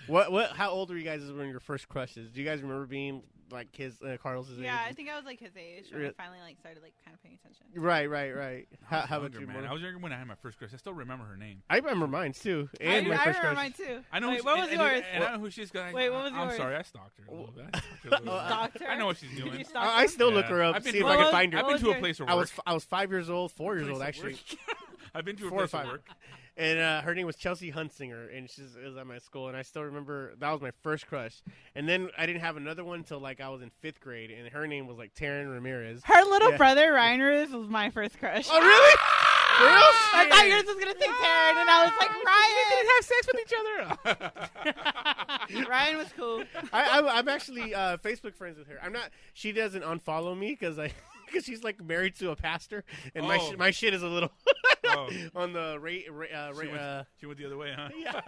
[SPEAKER 1] what what how old were you guys when your first crushes? Do you guys remember being like kids uh, Carlos's
[SPEAKER 5] yeah, I
[SPEAKER 1] age?
[SPEAKER 5] think I was like his age when I
[SPEAKER 1] Really?
[SPEAKER 5] finally like started like kind of paying attention.
[SPEAKER 1] Right, right, right. How,
[SPEAKER 3] I was
[SPEAKER 1] how about
[SPEAKER 3] younger,
[SPEAKER 1] you,
[SPEAKER 3] man?
[SPEAKER 1] Mona?
[SPEAKER 3] I was younger when I had my first crush. I still remember her name.
[SPEAKER 1] I remember mine too, and
[SPEAKER 5] I,
[SPEAKER 1] my
[SPEAKER 5] I
[SPEAKER 1] first
[SPEAKER 5] remember
[SPEAKER 1] crush.
[SPEAKER 5] mine too.
[SPEAKER 3] I know.
[SPEAKER 5] Wait,
[SPEAKER 3] who she,
[SPEAKER 5] what was
[SPEAKER 3] and,
[SPEAKER 5] yours?
[SPEAKER 3] And, and I know who she is. 'cause I,
[SPEAKER 5] Wait, what was
[SPEAKER 3] I,
[SPEAKER 5] yours?
[SPEAKER 3] I'm sorry, I stalked her. A little bit. I stalked her a
[SPEAKER 1] Oh,
[SPEAKER 3] little bit.
[SPEAKER 5] Stalked her?
[SPEAKER 3] I know what she's
[SPEAKER 5] Did you
[SPEAKER 3] doing.
[SPEAKER 5] stalk
[SPEAKER 1] I, I
[SPEAKER 5] her?
[SPEAKER 1] still look
[SPEAKER 3] Yeah.
[SPEAKER 1] her up,
[SPEAKER 3] I've been
[SPEAKER 1] see if
[SPEAKER 3] to
[SPEAKER 1] I
[SPEAKER 5] a-
[SPEAKER 1] can find her.
[SPEAKER 5] What
[SPEAKER 3] I've been
[SPEAKER 5] was
[SPEAKER 3] to a
[SPEAKER 5] your-
[SPEAKER 3] place of work.
[SPEAKER 1] I was I was five years old, four years
[SPEAKER 3] Place
[SPEAKER 1] old
[SPEAKER 3] of
[SPEAKER 1] actually,
[SPEAKER 3] work. I've been to a
[SPEAKER 1] four or
[SPEAKER 3] place of
[SPEAKER 1] five,
[SPEAKER 3] work.
[SPEAKER 1] and uh, her name was Chelsea Huntsinger, and she's it was at my school, and I still remember that was my first crush. And then I didn't have another one until like I was in fifth grade, and her name was like Taryn Ramirez.
[SPEAKER 8] Her little
[SPEAKER 1] Yeah.
[SPEAKER 8] brother Ryan Ruiz was my first crush.
[SPEAKER 1] Oh really? For real?
[SPEAKER 8] I thought yours was gonna say Taryn, and I was like, Ryan.
[SPEAKER 1] have sex with each other.
[SPEAKER 8] Ryan was cool.
[SPEAKER 1] I, I, I'm actually uh, Facebook friends with her. I'm not. She doesn't unfollow me because I because she's like married to a pastor, and my
[SPEAKER 3] Oh.
[SPEAKER 1] sh- my shit is a little
[SPEAKER 3] Oh,
[SPEAKER 1] on the rate. Ra- uh,
[SPEAKER 3] she,
[SPEAKER 1] ra-
[SPEAKER 3] went,
[SPEAKER 1] uh,
[SPEAKER 3] she went the other way, huh?
[SPEAKER 1] yeah,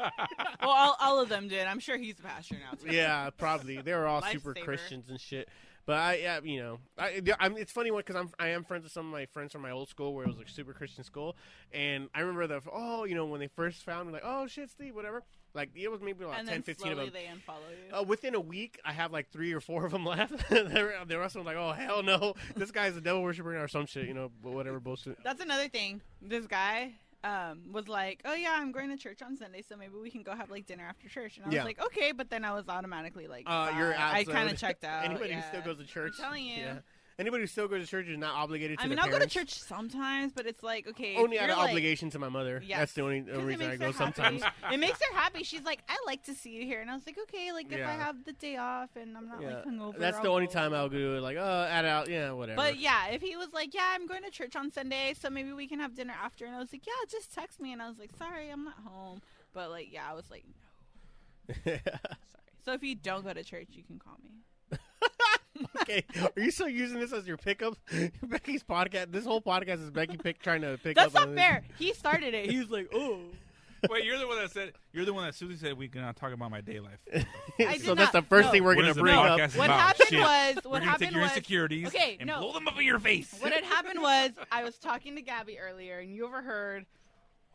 [SPEAKER 5] Well, all, all of them did. I'm sure he's a pastor now. Too.
[SPEAKER 1] yeah, probably. They were all super
[SPEAKER 5] Lifesaver.
[SPEAKER 1] Christians and shit. But I, yeah, you know, I, yeah, I'm, it's funny one because I'm I am friends with some of my friends from my old school where it was like super Christian school, and I remember the oh you know when they first found me like oh shit Steve whatever like it was maybe like
[SPEAKER 5] And
[SPEAKER 1] 10,
[SPEAKER 5] then
[SPEAKER 1] 15 of
[SPEAKER 5] slowly
[SPEAKER 1] them.
[SPEAKER 5] they unfollow you.
[SPEAKER 1] Uh, within a week, I have like three or four of them left. they're, they're also like, oh, hell no. This guy's a devil worshiper or some shit, you know, but whatever bullshit.
[SPEAKER 5] That's another thing. This guy um, was like, "Oh yeah, I'm going to church on Sunday, so maybe we can go have like dinner after church." And I
[SPEAKER 1] Yeah.
[SPEAKER 5] was like, "Okay," but then I was automatically like,
[SPEAKER 1] Uh, you're
[SPEAKER 5] "Bye." I
[SPEAKER 1] absolutely-
[SPEAKER 5] kind of checked out.
[SPEAKER 1] Anybody
[SPEAKER 5] yeah.
[SPEAKER 1] who still goes to church.
[SPEAKER 5] telling you.
[SPEAKER 1] Anybody who still goes to church is not obligated to
[SPEAKER 5] I mean,
[SPEAKER 1] their
[SPEAKER 5] I'll go to
[SPEAKER 1] parents.
[SPEAKER 5] church sometimes, but it's like, okay, if
[SPEAKER 1] Only out
[SPEAKER 5] you're,
[SPEAKER 1] of
[SPEAKER 5] like-
[SPEAKER 1] obligation to my mother.
[SPEAKER 5] Yes.
[SPEAKER 1] That's the only uh,
[SPEAKER 5] 'cause it
[SPEAKER 1] reason I
[SPEAKER 5] makes
[SPEAKER 1] go
[SPEAKER 5] her happy.
[SPEAKER 1] sometimes.
[SPEAKER 5] it makes her happy. She's like, I like to see you here, and I was like, okay, like if I
[SPEAKER 1] Yeah.
[SPEAKER 5] have the day off and I'm not like
[SPEAKER 1] Yeah.
[SPEAKER 5] hungover,
[SPEAKER 1] That's the
[SPEAKER 5] I'll
[SPEAKER 1] only
[SPEAKER 5] go."
[SPEAKER 1] time I'll go, like, oh, add out, yeah, whatever.
[SPEAKER 5] But yeah, if he was like, yeah, I'm going to church on Sunday, so maybe we can have dinner after, and I was like, yeah, just text me, and I was like, sorry, I'm not home, but like, yeah, I was like, no, sorry. So if you don't go to church, you can call me.
[SPEAKER 1] okay. Are you still using this as your pickup? Becky's podcast. This whole podcast is Becky pick, trying to pick up
[SPEAKER 5] That's not
[SPEAKER 1] on
[SPEAKER 5] fair. He started it. He's like, oh,
[SPEAKER 3] Wait, you're the one that said you're the one that Susie said we can not talk about my day life.
[SPEAKER 5] I
[SPEAKER 1] this.
[SPEAKER 5] did
[SPEAKER 1] so that's the
[SPEAKER 5] not-
[SPEAKER 1] first
[SPEAKER 5] no.
[SPEAKER 1] thing we're
[SPEAKER 3] What
[SPEAKER 1] going
[SPEAKER 3] is
[SPEAKER 1] to
[SPEAKER 3] the
[SPEAKER 1] bring up.
[SPEAKER 3] podcast
[SPEAKER 5] what
[SPEAKER 3] about?
[SPEAKER 5] happened
[SPEAKER 3] Shit.
[SPEAKER 5] was,
[SPEAKER 3] We're
[SPEAKER 5] what
[SPEAKER 3] gonna take
[SPEAKER 5] happened
[SPEAKER 3] your
[SPEAKER 5] was,
[SPEAKER 3] insecurities
[SPEAKER 5] Okay,
[SPEAKER 3] and
[SPEAKER 5] no.
[SPEAKER 3] blow them up in your face.
[SPEAKER 5] what had happened was, I was talking to Gabby earlier, and you overheard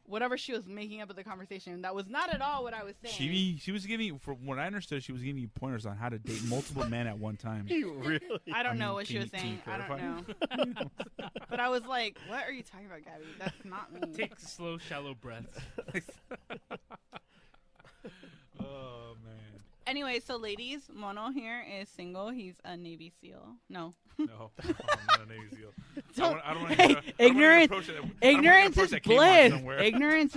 [SPEAKER 5] whatever she was making up of the conversation. That was not at all what I was saying.
[SPEAKER 3] She she was giving you, from what I understood, she was giving you pointers on how to date multiple men at one time.
[SPEAKER 1] You really?
[SPEAKER 5] I don't
[SPEAKER 3] I
[SPEAKER 5] know
[SPEAKER 3] mean,
[SPEAKER 5] what she
[SPEAKER 3] can
[SPEAKER 5] was
[SPEAKER 3] you- can you
[SPEAKER 5] saying. I don't know.
[SPEAKER 3] clarify?
[SPEAKER 5] But I was like, what are you talking about, Gabby? That's not me.
[SPEAKER 2] take slow, shallow breaths.
[SPEAKER 3] oh man,
[SPEAKER 5] Anyway, so ladies, Mono here is single. He's a Navy SEAL. No.
[SPEAKER 3] no, oh, not an Navy SEAL. I,
[SPEAKER 5] Don't-
[SPEAKER 3] want, I don't want
[SPEAKER 5] Hey,
[SPEAKER 3] to.
[SPEAKER 5] ignorance- Ignorance
[SPEAKER 3] I
[SPEAKER 5] is
[SPEAKER 3] don't wanna approach
[SPEAKER 5] bliss.
[SPEAKER 3] that Kmart somewhere.
[SPEAKER 5] Ignorance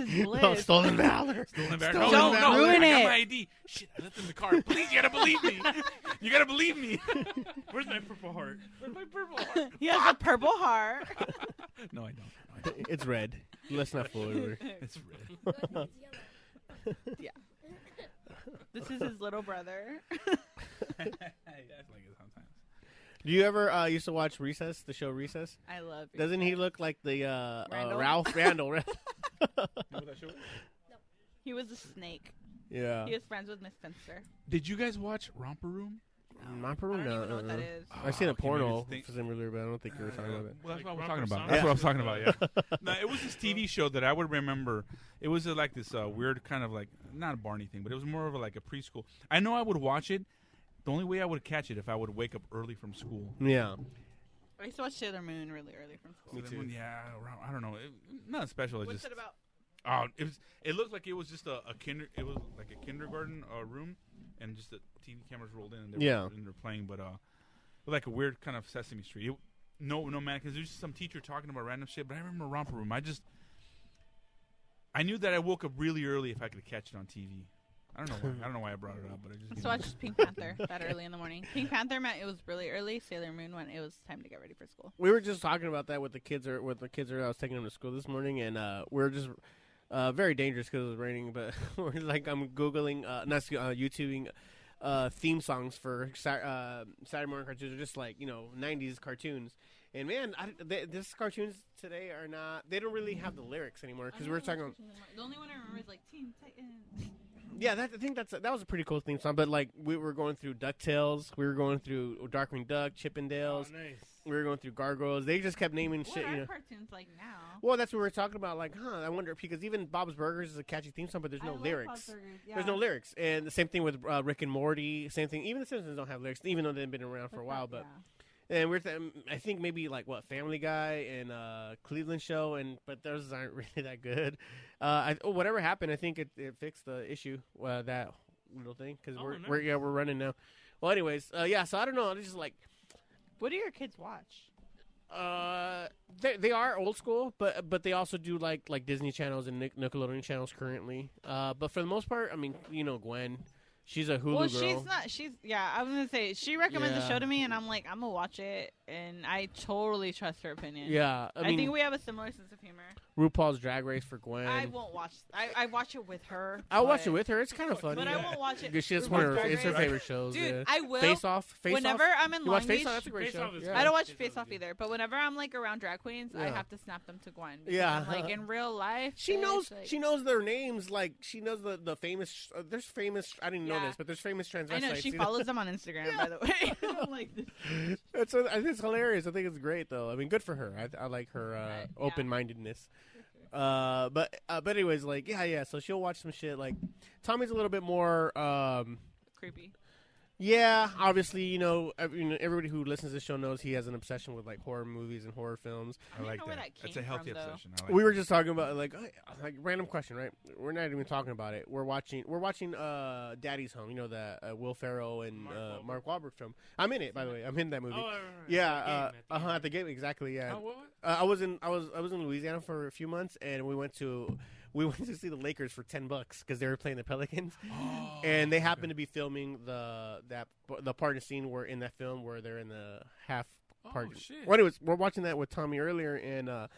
[SPEAKER 5] is
[SPEAKER 1] Oh,
[SPEAKER 5] bliss.
[SPEAKER 1] stolen valor.
[SPEAKER 3] Stolen back.
[SPEAKER 1] Don't
[SPEAKER 3] no, no,
[SPEAKER 5] ruin
[SPEAKER 3] I got
[SPEAKER 5] it.
[SPEAKER 3] my ID. Shit, I left it in the car. Please, you gotta believe me. You gotta believe me.
[SPEAKER 2] Where's my purple heart?
[SPEAKER 3] Where's my purple heart?
[SPEAKER 5] he has a purple heart.
[SPEAKER 3] No, I don't. No, I don't.
[SPEAKER 1] It's red. Let's not fool everybody.
[SPEAKER 3] It's red.
[SPEAKER 5] this is his little brother.
[SPEAKER 3] That's like it sometimes.
[SPEAKER 1] Do you ever uh, used to watch Recess, the show Recess?
[SPEAKER 5] I love you.
[SPEAKER 1] Doesn't he look like the uh, uh,
[SPEAKER 5] Randall?
[SPEAKER 1] Ralph Randall?
[SPEAKER 2] Oh,
[SPEAKER 3] Remember that show?
[SPEAKER 5] He was a snake.
[SPEAKER 1] Yeah.
[SPEAKER 5] He was friends with Miss Spencer.
[SPEAKER 3] Did you guys watch Romper Room?
[SPEAKER 1] My
[SPEAKER 5] I
[SPEAKER 1] problem,
[SPEAKER 5] don't even know
[SPEAKER 1] no,
[SPEAKER 5] what
[SPEAKER 1] uh,
[SPEAKER 5] that is.
[SPEAKER 1] I've seen a
[SPEAKER 3] Okay, man,
[SPEAKER 1] porno
[SPEAKER 3] it's think-
[SPEAKER 1] for similar, but I don't think you were talking about it.
[SPEAKER 3] Well,
[SPEAKER 2] Like
[SPEAKER 3] that's what I was talking about.
[SPEAKER 2] Romper
[SPEAKER 3] That's what I was
[SPEAKER 2] Song?
[SPEAKER 3] talking about. Yeah. no, it was this TV show that I would remember. It was uh, like this uh, weird kind of like not a Barney thing, but it was more of a, like a preschool. I know I would watch it. The only way I would catch it if I would wake up early from school.
[SPEAKER 1] Yeah.
[SPEAKER 5] I used to watch Sailor Moon really early from school.
[SPEAKER 1] Me
[SPEAKER 3] So then
[SPEAKER 1] too.
[SPEAKER 3] when- yeah, around, I don't know. It, not special. It
[SPEAKER 5] What's
[SPEAKER 3] just
[SPEAKER 5] it about?
[SPEAKER 3] Oh, it was. It looked like it was just a, a kinder. It was like a kindergarten uh, room, and just the TV cameras rolled in, and they were,
[SPEAKER 1] Yeah.
[SPEAKER 3] and they were playing. But uh, like a weird kind of Sesame Street. It, no, no mannequins. There's just some teacher talking about random shit. But I remember Romper Room. I just, I knew that I woke up really early if I could catch it on TV. I don't know. Why, I don't know why I brought it up, but I
[SPEAKER 5] I
[SPEAKER 3] just.
[SPEAKER 5] used to watch Pink Panther that early in the morning. Pink Panther meant it was really early. Sailor Moon meant it was time to get ready for school.
[SPEAKER 1] we were just talking about that with the kids or with the kids or I was taking them to school this morning and uh we are just uh very dangerous because it was raining but we're like I'm googling uh not sc- uh, YouTubing uh theme songs for Sat- uh, Saturday morning cartoons or just like you know 90s cartoons and man I, th this cartoons today are not they don't really have the lyrics anymore because we were talking
[SPEAKER 5] The only one I remember is like Teen Titans.
[SPEAKER 1] yeah, that, I think that's that was a pretty cool theme song. But like we were going through Ducktales, we were going through Darkwing Duck,
[SPEAKER 2] Oh,
[SPEAKER 1] Chippendales,
[SPEAKER 2] nice.
[SPEAKER 1] we were going through Gargoyles. They just kept naming
[SPEAKER 5] What
[SPEAKER 1] shit.
[SPEAKER 5] are
[SPEAKER 1] You know,
[SPEAKER 5] cartoons like now?
[SPEAKER 1] Well, that's what we were talking about. Like, huh? I wonder because even Bob's Burgers is a catchy theme song, but there's no lyrics. There's no lyrics, and the same thing with uh, Rick and Morty. Same thing. Even The Simpsons don't have lyrics, even though they've been around for a while. But and we're th- um, I think maybe like what Family Guy and uh, Cleveland Show, and but those aren't really that good. Uh, I, oh, whatever happened, I think it, it fixed the issue. Uh, that little thing because
[SPEAKER 2] Oh,
[SPEAKER 1] we're,
[SPEAKER 2] nice.
[SPEAKER 1] we're yeah we're running now. Well, anyways, uh, yeah. So I don't know. I just like
[SPEAKER 5] What do your kids watch?
[SPEAKER 1] uh, they they are old school, but but they also do like like Disney channels and Nic- Nickelodeon channels currently. Uh, but for the most part, I mean, you know, Gwen, she's a Hulu
[SPEAKER 5] well,
[SPEAKER 1] girl.
[SPEAKER 5] she's not. She's yeah. I was gonna say she recommends
[SPEAKER 1] Yeah.
[SPEAKER 5] the show to me, and I'm like, I'm gonna watch it, and I totally trust her opinion.
[SPEAKER 1] yeah, I
[SPEAKER 5] I,
[SPEAKER 1] mean,
[SPEAKER 5] think we have a similar sense of humor.
[SPEAKER 1] RuPaul's Drag Race for Gwen.
[SPEAKER 5] I
[SPEAKER 1] I
[SPEAKER 5] won't watch. I, I watch it with her.
[SPEAKER 1] watch
[SPEAKER 5] but-
[SPEAKER 1] it with her. It's kind of funny.
[SPEAKER 5] But I won't watch it.
[SPEAKER 1] Because she- it's one of her,
[SPEAKER 5] RuPaul's
[SPEAKER 1] it's her
[SPEAKER 5] Drag Race.
[SPEAKER 1] favorite shows.
[SPEAKER 5] Dude,
[SPEAKER 1] yeah.
[SPEAKER 5] I will.
[SPEAKER 1] Face Off. Face
[SPEAKER 5] whenever
[SPEAKER 1] Off.
[SPEAKER 5] I'm in
[SPEAKER 1] you
[SPEAKER 5] Long
[SPEAKER 1] watch Face
[SPEAKER 5] Beach,
[SPEAKER 1] Off? That's a great
[SPEAKER 2] Face
[SPEAKER 1] show.
[SPEAKER 2] Off is
[SPEAKER 1] yeah.
[SPEAKER 2] good.
[SPEAKER 5] I don't watch
[SPEAKER 2] Face
[SPEAKER 5] Face
[SPEAKER 2] Off
[SPEAKER 5] Off
[SPEAKER 2] is good.
[SPEAKER 5] either. But whenever I'm like around drag queens, I
[SPEAKER 1] Yeah.
[SPEAKER 5] have to snap them to Gwen. because
[SPEAKER 1] Yeah.
[SPEAKER 5] I'm like in real life,
[SPEAKER 1] She
[SPEAKER 5] bitch,
[SPEAKER 1] knows.
[SPEAKER 5] Like,
[SPEAKER 1] she knows their names. Like she knows the the famous. Uh, there's famous. I didn't know
[SPEAKER 5] Yeah.
[SPEAKER 1] this, but there's famous transvestites.
[SPEAKER 5] I know she
[SPEAKER 1] you know?
[SPEAKER 5] follows them on Instagram, by the way. I'm like, this-
[SPEAKER 1] It's I think it's hilarious. I think it's great though. I mean, good for her. I, I like her uh,
[SPEAKER 5] Right, yeah.
[SPEAKER 1] open mindedness. Uh, but uh, but anyways, like yeah, yeah. So she'll watch some shit. Like Tommy's a little bit more. Um,
[SPEAKER 5] creepy.
[SPEAKER 1] yeah, obviously, you know, ev- you know, everybody who listens to this show knows he has an obsession with like horror movies and horror films.
[SPEAKER 5] I don't know where that
[SPEAKER 3] That's a
[SPEAKER 5] came
[SPEAKER 3] healthy
[SPEAKER 5] from, though.
[SPEAKER 3] obsession. I like
[SPEAKER 1] We
[SPEAKER 3] that.
[SPEAKER 1] were just talking about like I- like random question, right? We're not even talking about it. We're watching we're watching uh Daddy's Home, you know, the uh, Will Ferrell and
[SPEAKER 2] Mark
[SPEAKER 1] uh,
[SPEAKER 2] Wahlberg.
[SPEAKER 1] Mark Wahlberg film. I'm in it, by the way. I'm in that movie.
[SPEAKER 2] Oh, right, right, right.
[SPEAKER 1] Yeah,
[SPEAKER 2] At the
[SPEAKER 1] uh,
[SPEAKER 2] game, at the
[SPEAKER 1] uh huh.
[SPEAKER 2] game.
[SPEAKER 1] At the game, exactly. Yeah.
[SPEAKER 3] Oh, what- what?
[SPEAKER 1] Uh, I was in I was I was in Louisiana for a few months, and we went to we went to see the Lakers for ten bucks because they were playing the Pelicans,
[SPEAKER 2] Oh,
[SPEAKER 1] and they happened to be filming the that the partner scene where in that film where they're in the half part.
[SPEAKER 3] Oh, shit.
[SPEAKER 1] Well, anyways, we're watching that with Tommy earlier, and uh,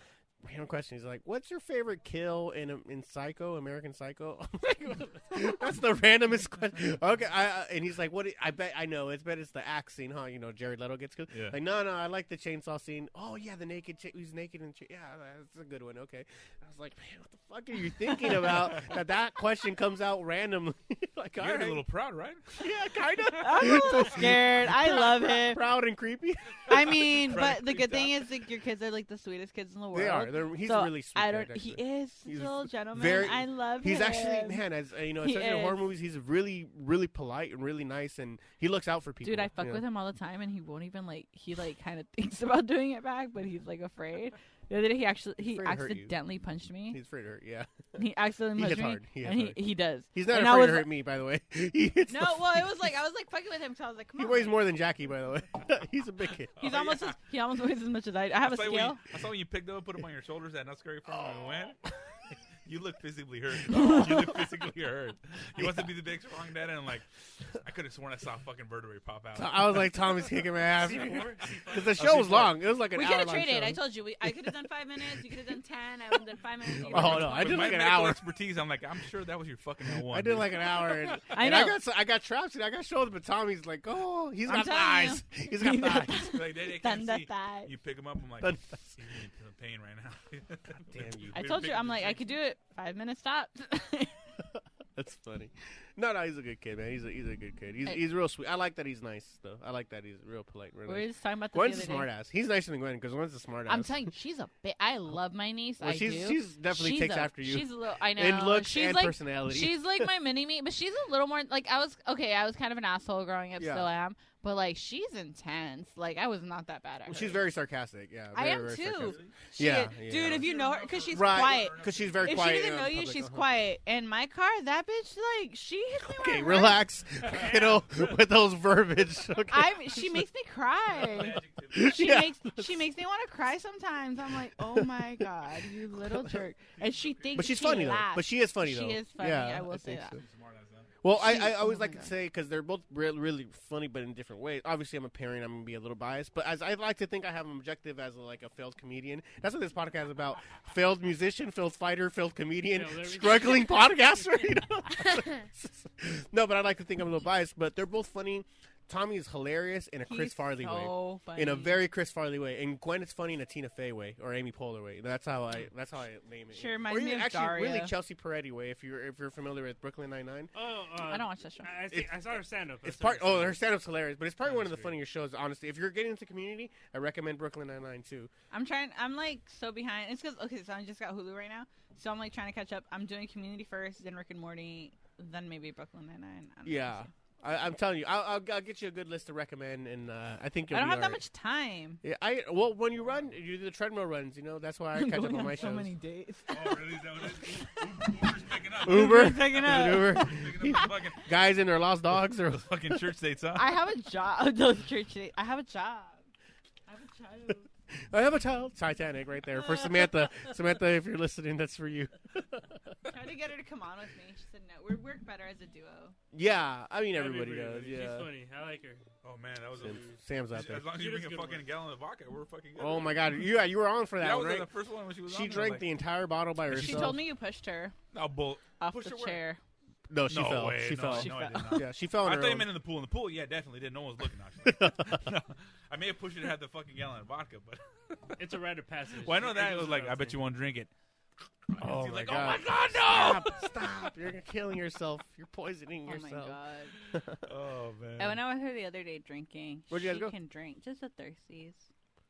[SPEAKER 1] random question. He's like, "What's your favorite kill in um, in Psycho, American Psycho?" I'm like, That's the randomest question. Okay, I, I- and he's like, "What? I bet I know. It's bet it's the axe scene, huh? You know, Jared Leto gets killed.
[SPEAKER 3] Yeah.
[SPEAKER 1] Like, no, no, I like the chainsaw scene. Oh yeah, the naked chick who's naked and yeah, that's a good one. Okay, I was like, man, what the fuck are you thinking about? that that question comes out randomly. like, all
[SPEAKER 3] You're
[SPEAKER 1] right,
[SPEAKER 3] a little proud, right?
[SPEAKER 1] yeah, kind of.
[SPEAKER 5] I'm a little scared. I love him.
[SPEAKER 1] Proud and creepy.
[SPEAKER 5] I mean,
[SPEAKER 3] Right,
[SPEAKER 5] but the good
[SPEAKER 3] creeped
[SPEAKER 5] thing is like your kids are like the sweetest kids in the world.
[SPEAKER 1] They are. They're, he's
[SPEAKER 5] So,
[SPEAKER 1] really sweet.
[SPEAKER 5] I don't.
[SPEAKER 1] character,
[SPEAKER 5] He
[SPEAKER 1] actually.
[SPEAKER 5] is
[SPEAKER 1] He's
[SPEAKER 5] he's a little gentleman.
[SPEAKER 1] very-
[SPEAKER 5] I love him.
[SPEAKER 1] He's actually man, as uh, you know,
[SPEAKER 5] He
[SPEAKER 1] especially in horror
[SPEAKER 5] is.
[SPEAKER 1] movies, he's really, really polite and really nice, and he looks out for people.
[SPEAKER 5] Dude, I fuck
[SPEAKER 1] you know?
[SPEAKER 5] with him all the time, and he won't even like. He like kind of thinks about doing it back, but he's like afraid. The other day, he actually he
[SPEAKER 1] Afraid to hurt you.
[SPEAKER 5] accidentally punched me.
[SPEAKER 1] He's afraid to hurt. Yeah,
[SPEAKER 5] He accidentally
[SPEAKER 1] he
[SPEAKER 5] punched
[SPEAKER 1] gets
[SPEAKER 5] me,
[SPEAKER 1] hard. He gets
[SPEAKER 5] and he,
[SPEAKER 1] hard.
[SPEAKER 5] he does.
[SPEAKER 1] He's not
[SPEAKER 5] and I
[SPEAKER 1] afraid
[SPEAKER 5] was
[SPEAKER 1] to hurt
[SPEAKER 5] like-
[SPEAKER 1] me, by the way. he hits the-
[SPEAKER 5] No, well, it was like I was like fucking with him because I was like, come
[SPEAKER 1] he
[SPEAKER 5] on.
[SPEAKER 1] weighs more than Jackie, by the way. he's a big kid.
[SPEAKER 5] He's
[SPEAKER 3] Oh,
[SPEAKER 5] almost
[SPEAKER 3] yeah.
[SPEAKER 5] as, he almost weighs as much as I. I have a
[SPEAKER 3] That's like when
[SPEAKER 5] scale.
[SPEAKER 3] you- I saw when you picked them up, put them on your shoulders at Not Scary Farm and went. You look physically hurt. You look physically hurt. You want to be the big strong dad, and I'm like, I could have sworn I saw fucking vertebrae pop out.
[SPEAKER 1] So I was like, Tommy's kicking my ass
[SPEAKER 3] See four? See five?
[SPEAKER 1] because the
[SPEAKER 3] Oh,
[SPEAKER 1] show
[SPEAKER 3] see
[SPEAKER 1] was
[SPEAKER 3] four.
[SPEAKER 1] long. It was like an
[SPEAKER 5] we could
[SPEAKER 1] hour.
[SPEAKER 5] have
[SPEAKER 1] long
[SPEAKER 5] traded.
[SPEAKER 1] show.
[SPEAKER 5] I told you. We, I could have done five minutes. You could have done ten. I would have done five minutes. You
[SPEAKER 1] Oh,
[SPEAKER 5] would've done
[SPEAKER 1] no, I
[SPEAKER 3] With
[SPEAKER 1] did
[SPEAKER 3] my
[SPEAKER 1] like an
[SPEAKER 3] medical
[SPEAKER 1] hour.
[SPEAKER 3] expertise. I'm like, I'm sure that was your fucking L1.
[SPEAKER 1] I did
[SPEAKER 3] dude.
[SPEAKER 1] like an hour, and and
[SPEAKER 5] I
[SPEAKER 1] I
[SPEAKER 5] know.
[SPEAKER 1] got so- I got traps and I got shoulders, but Tommy's like, oh, he's got
[SPEAKER 5] I'm telling you.
[SPEAKER 1] thighs. He's got thighs.
[SPEAKER 3] Like, they, they
[SPEAKER 5] Done
[SPEAKER 3] can't
[SPEAKER 5] the
[SPEAKER 3] see.
[SPEAKER 5] thighs.
[SPEAKER 3] You pick him up. I'm like,
[SPEAKER 1] Done
[SPEAKER 3] he's in the pain right now.
[SPEAKER 1] damn you.
[SPEAKER 5] I told you. I'm like I could do it. Five minutes stopped.
[SPEAKER 1] That's funny. No, no, he's a good kid, man. He's a he's a good kid. He's
[SPEAKER 11] Hey.
[SPEAKER 1] he's real sweet. I like that he's nice though. I like that he's real polite. Real
[SPEAKER 11] We were
[SPEAKER 1] nice.
[SPEAKER 11] just talking about this
[SPEAKER 1] Gwen's
[SPEAKER 11] the
[SPEAKER 1] a
[SPEAKER 11] other day.
[SPEAKER 1] smart ass. He's nicer than Gwen because Gwen's a smart ass.
[SPEAKER 11] I'm telling you, she's a bit. I love my niece.
[SPEAKER 1] Well,
[SPEAKER 11] I
[SPEAKER 1] she's
[SPEAKER 11] do.
[SPEAKER 1] she's definitely
[SPEAKER 11] She's
[SPEAKER 1] takes
[SPEAKER 11] a-
[SPEAKER 1] after you
[SPEAKER 11] She's a little. I know.
[SPEAKER 1] in looks
[SPEAKER 11] she's
[SPEAKER 1] and
[SPEAKER 11] like,
[SPEAKER 1] personality.
[SPEAKER 11] She's like my mini me, but she's a little more like I was. Okay, I was kind of an asshole growing up,
[SPEAKER 1] Yeah.
[SPEAKER 11] still am. But like, she's intense. Like I was not that bad at. her.
[SPEAKER 1] Well, she's very sarcastic. Yeah,
[SPEAKER 5] I
[SPEAKER 1] very,
[SPEAKER 5] am
[SPEAKER 1] very
[SPEAKER 5] too.
[SPEAKER 1] sarcastic.
[SPEAKER 5] She-
[SPEAKER 1] Yeah,
[SPEAKER 5] dude,
[SPEAKER 1] yeah.
[SPEAKER 5] if you know her, because she's
[SPEAKER 1] right,
[SPEAKER 5] quiet.
[SPEAKER 1] because she's very
[SPEAKER 5] if
[SPEAKER 1] quiet.
[SPEAKER 5] she doesn't
[SPEAKER 1] uh,
[SPEAKER 5] know you,
[SPEAKER 1] public,
[SPEAKER 5] she's
[SPEAKER 1] uh-huh.
[SPEAKER 5] quiet. In my car, that bitch, like, she hits me.
[SPEAKER 1] Okay,
[SPEAKER 5] when I
[SPEAKER 1] relax, kiddo, with those verbiage. Okay.
[SPEAKER 5] I she makes me cry. She
[SPEAKER 1] Yeah.
[SPEAKER 5] makes she makes me want to cry sometimes. I'm like, oh my god, you little jerk. And she thinks,
[SPEAKER 1] But she's
[SPEAKER 5] she
[SPEAKER 1] funny
[SPEAKER 5] laughs.
[SPEAKER 1] though. But she is funny
[SPEAKER 5] She
[SPEAKER 1] though.
[SPEAKER 5] is funny,
[SPEAKER 1] Yeah,
[SPEAKER 5] I will say
[SPEAKER 1] think
[SPEAKER 5] that.
[SPEAKER 1] so. Well,
[SPEAKER 5] She-
[SPEAKER 1] I, I
[SPEAKER 5] oh
[SPEAKER 1] always
[SPEAKER 5] my
[SPEAKER 1] like to
[SPEAKER 5] God.
[SPEAKER 1] say because they're both really, really funny, but in different ways. Obviously, I'm a parent; I'm gonna be a little biased, but as I like to think I have an objective as like a failed comedian. That's what this podcast is about: failed musician, failed fighter, failed comedian,
[SPEAKER 2] Failed everything.
[SPEAKER 1] struggling podcaster. You know? no, but I like to think I'm a little biased. But they're both funny. Tommy is hilarious in a
[SPEAKER 5] He's
[SPEAKER 1] Chris Farley way,
[SPEAKER 5] so funny.
[SPEAKER 1] in a very Chris Farley way, and Gwen is funny in a Tina Fey way or Amy Poehler way. That's how I. That's how I name it.
[SPEAKER 5] She
[SPEAKER 1] or
[SPEAKER 5] reminds
[SPEAKER 1] even
[SPEAKER 5] me of
[SPEAKER 1] actually really
[SPEAKER 5] Daria.
[SPEAKER 1] Chelsea Peretti way if you're if you're familiar with Brooklyn Nine Nine.
[SPEAKER 2] Oh, uh,
[SPEAKER 11] I don't watch that show.
[SPEAKER 2] I, I, think, I saw her stand up.
[SPEAKER 1] It's part. Oh, her stand-up's hilarious, but it's probably
[SPEAKER 2] Yeah,
[SPEAKER 1] one of the
[SPEAKER 2] that's great.
[SPEAKER 1] funnier shows. Honestly, if you're getting into Community, I recommend Brooklyn Nine Nine too.
[SPEAKER 5] I'm trying. I'm like so behind. It's because okay, so I just got Hulu right now, so I'm like trying to catch up. I'm doing Community first, then Rick and Morty, then maybe Brooklyn Nine Nine.
[SPEAKER 1] Yeah, I, I'm telling you, I'll, I'll, I'll get you a good list to recommend, and uh, I think you'll
[SPEAKER 5] I don't
[SPEAKER 1] be
[SPEAKER 5] have that
[SPEAKER 1] alright.
[SPEAKER 5] much time.
[SPEAKER 1] Yeah, I well, when you run, you do the treadmill runs. You know, that's why I catch up on my shows.
[SPEAKER 5] dates.
[SPEAKER 3] Oh, really? Is that what it is? Uber's picking up.
[SPEAKER 1] Uber,
[SPEAKER 5] Picking
[SPEAKER 1] Is it
[SPEAKER 5] up.
[SPEAKER 1] Uber,
[SPEAKER 3] Picking up the fucking,
[SPEAKER 1] guys and their lost dogs, or
[SPEAKER 3] fucking church dates, huh?
[SPEAKER 5] I have a job. Those church dates. I have a job. I have a child.
[SPEAKER 1] I have a child. Titanic, right there for Samantha. Samantha, if you're listening, that's for you.
[SPEAKER 5] Tried to get her to come on with me. She said no. We work better as a duo.
[SPEAKER 1] Yeah, I mean
[SPEAKER 2] That'd be
[SPEAKER 1] everybody
[SPEAKER 2] pretty
[SPEAKER 1] does.
[SPEAKER 2] funny.
[SPEAKER 1] Yeah,
[SPEAKER 2] She's funny. I like her.
[SPEAKER 3] oh, man, that was a.
[SPEAKER 1] Sam's, Sam's out there.
[SPEAKER 3] As long as
[SPEAKER 2] She
[SPEAKER 3] you
[SPEAKER 2] does
[SPEAKER 3] bring a
[SPEAKER 2] good
[SPEAKER 3] fucking
[SPEAKER 2] work.
[SPEAKER 3] gallon of vodka, we're fucking good.
[SPEAKER 1] Oh my God, yeah, you were on for that,
[SPEAKER 3] That
[SPEAKER 1] one,
[SPEAKER 3] was on
[SPEAKER 1] right?
[SPEAKER 3] the first one when she was on
[SPEAKER 1] She
[SPEAKER 3] there,
[SPEAKER 1] drank
[SPEAKER 3] like,
[SPEAKER 1] the entire bottle by herself.
[SPEAKER 5] She told me you pushed her
[SPEAKER 3] No, bull.
[SPEAKER 5] off
[SPEAKER 3] Pushed
[SPEAKER 5] the
[SPEAKER 3] her where?
[SPEAKER 5] chair.
[SPEAKER 1] No, Oh, she
[SPEAKER 3] no
[SPEAKER 1] fell.
[SPEAKER 3] Way.
[SPEAKER 1] She
[SPEAKER 3] no,
[SPEAKER 1] fell.
[SPEAKER 3] No, I, did not.
[SPEAKER 1] Yeah, she fell. On
[SPEAKER 3] I
[SPEAKER 1] her
[SPEAKER 3] thought you
[SPEAKER 1] own.
[SPEAKER 3] meant in the pool. In the pool, yeah, definitely did. No one was looking, actually. no, I may have pushed her to have the fucking gallon of vodka, but.
[SPEAKER 2] It's a rite of passage.
[SPEAKER 3] Well, I
[SPEAKER 2] It
[SPEAKER 3] know that. It
[SPEAKER 2] goes
[SPEAKER 3] was like, I
[SPEAKER 2] without
[SPEAKER 3] bet you
[SPEAKER 2] saying.
[SPEAKER 3] won't drink it.
[SPEAKER 1] Oh
[SPEAKER 3] She's
[SPEAKER 1] my
[SPEAKER 3] like,
[SPEAKER 1] god!
[SPEAKER 3] oh my god,
[SPEAKER 1] Stop! Stop! You're killing yourself. You're poisoning
[SPEAKER 5] Oh my
[SPEAKER 1] yourself.
[SPEAKER 5] god.
[SPEAKER 3] no! Oh, man.
[SPEAKER 5] I went out with her the other day drinking.
[SPEAKER 1] Where'd you guys
[SPEAKER 5] she
[SPEAKER 1] go?
[SPEAKER 5] can drink, just the thirsties.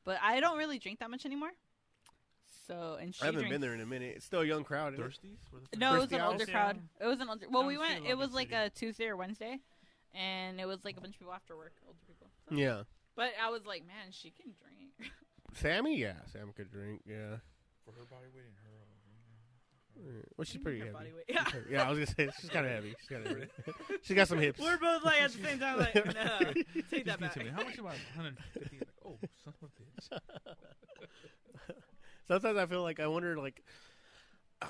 [SPEAKER 5] But I don't really drink that much anymore. So and she
[SPEAKER 1] I haven't
[SPEAKER 5] drinks-
[SPEAKER 1] been there in a minute. It's still a young crowd. isn't it?
[SPEAKER 3] Thirsties? Where the fuck-
[SPEAKER 5] No, it was
[SPEAKER 1] Thirsty
[SPEAKER 5] an older
[SPEAKER 2] Owls?
[SPEAKER 5] crowd. It was an older. Well, we
[SPEAKER 2] Down to
[SPEAKER 5] went. It was
[SPEAKER 2] Lubbock
[SPEAKER 5] like
[SPEAKER 2] City.
[SPEAKER 5] a Tuesday or Wednesday, and it was like a bunch of people after work, older people. So-
[SPEAKER 1] Yeah,
[SPEAKER 5] But I was like, man, she can drink.
[SPEAKER 1] Sammy. Yeah, Sam could drink. Yeah,
[SPEAKER 3] For her body weight and her. uh,
[SPEAKER 1] well, she's pretty
[SPEAKER 5] Her
[SPEAKER 1] heavy.
[SPEAKER 5] body weight. Yeah.
[SPEAKER 1] yeah, I was gonna say she's kind of heavy. She's kind of heavy. she's got some hips.
[SPEAKER 5] We're both like at the same time, like, no, take that
[SPEAKER 3] Excuse me,
[SPEAKER 5] back.
[SPEAKER 3] Timmy, How much about 150? Like, oh, son of a bitch.
[SPEAKER 1] Sometimes I feel like I wonder, like,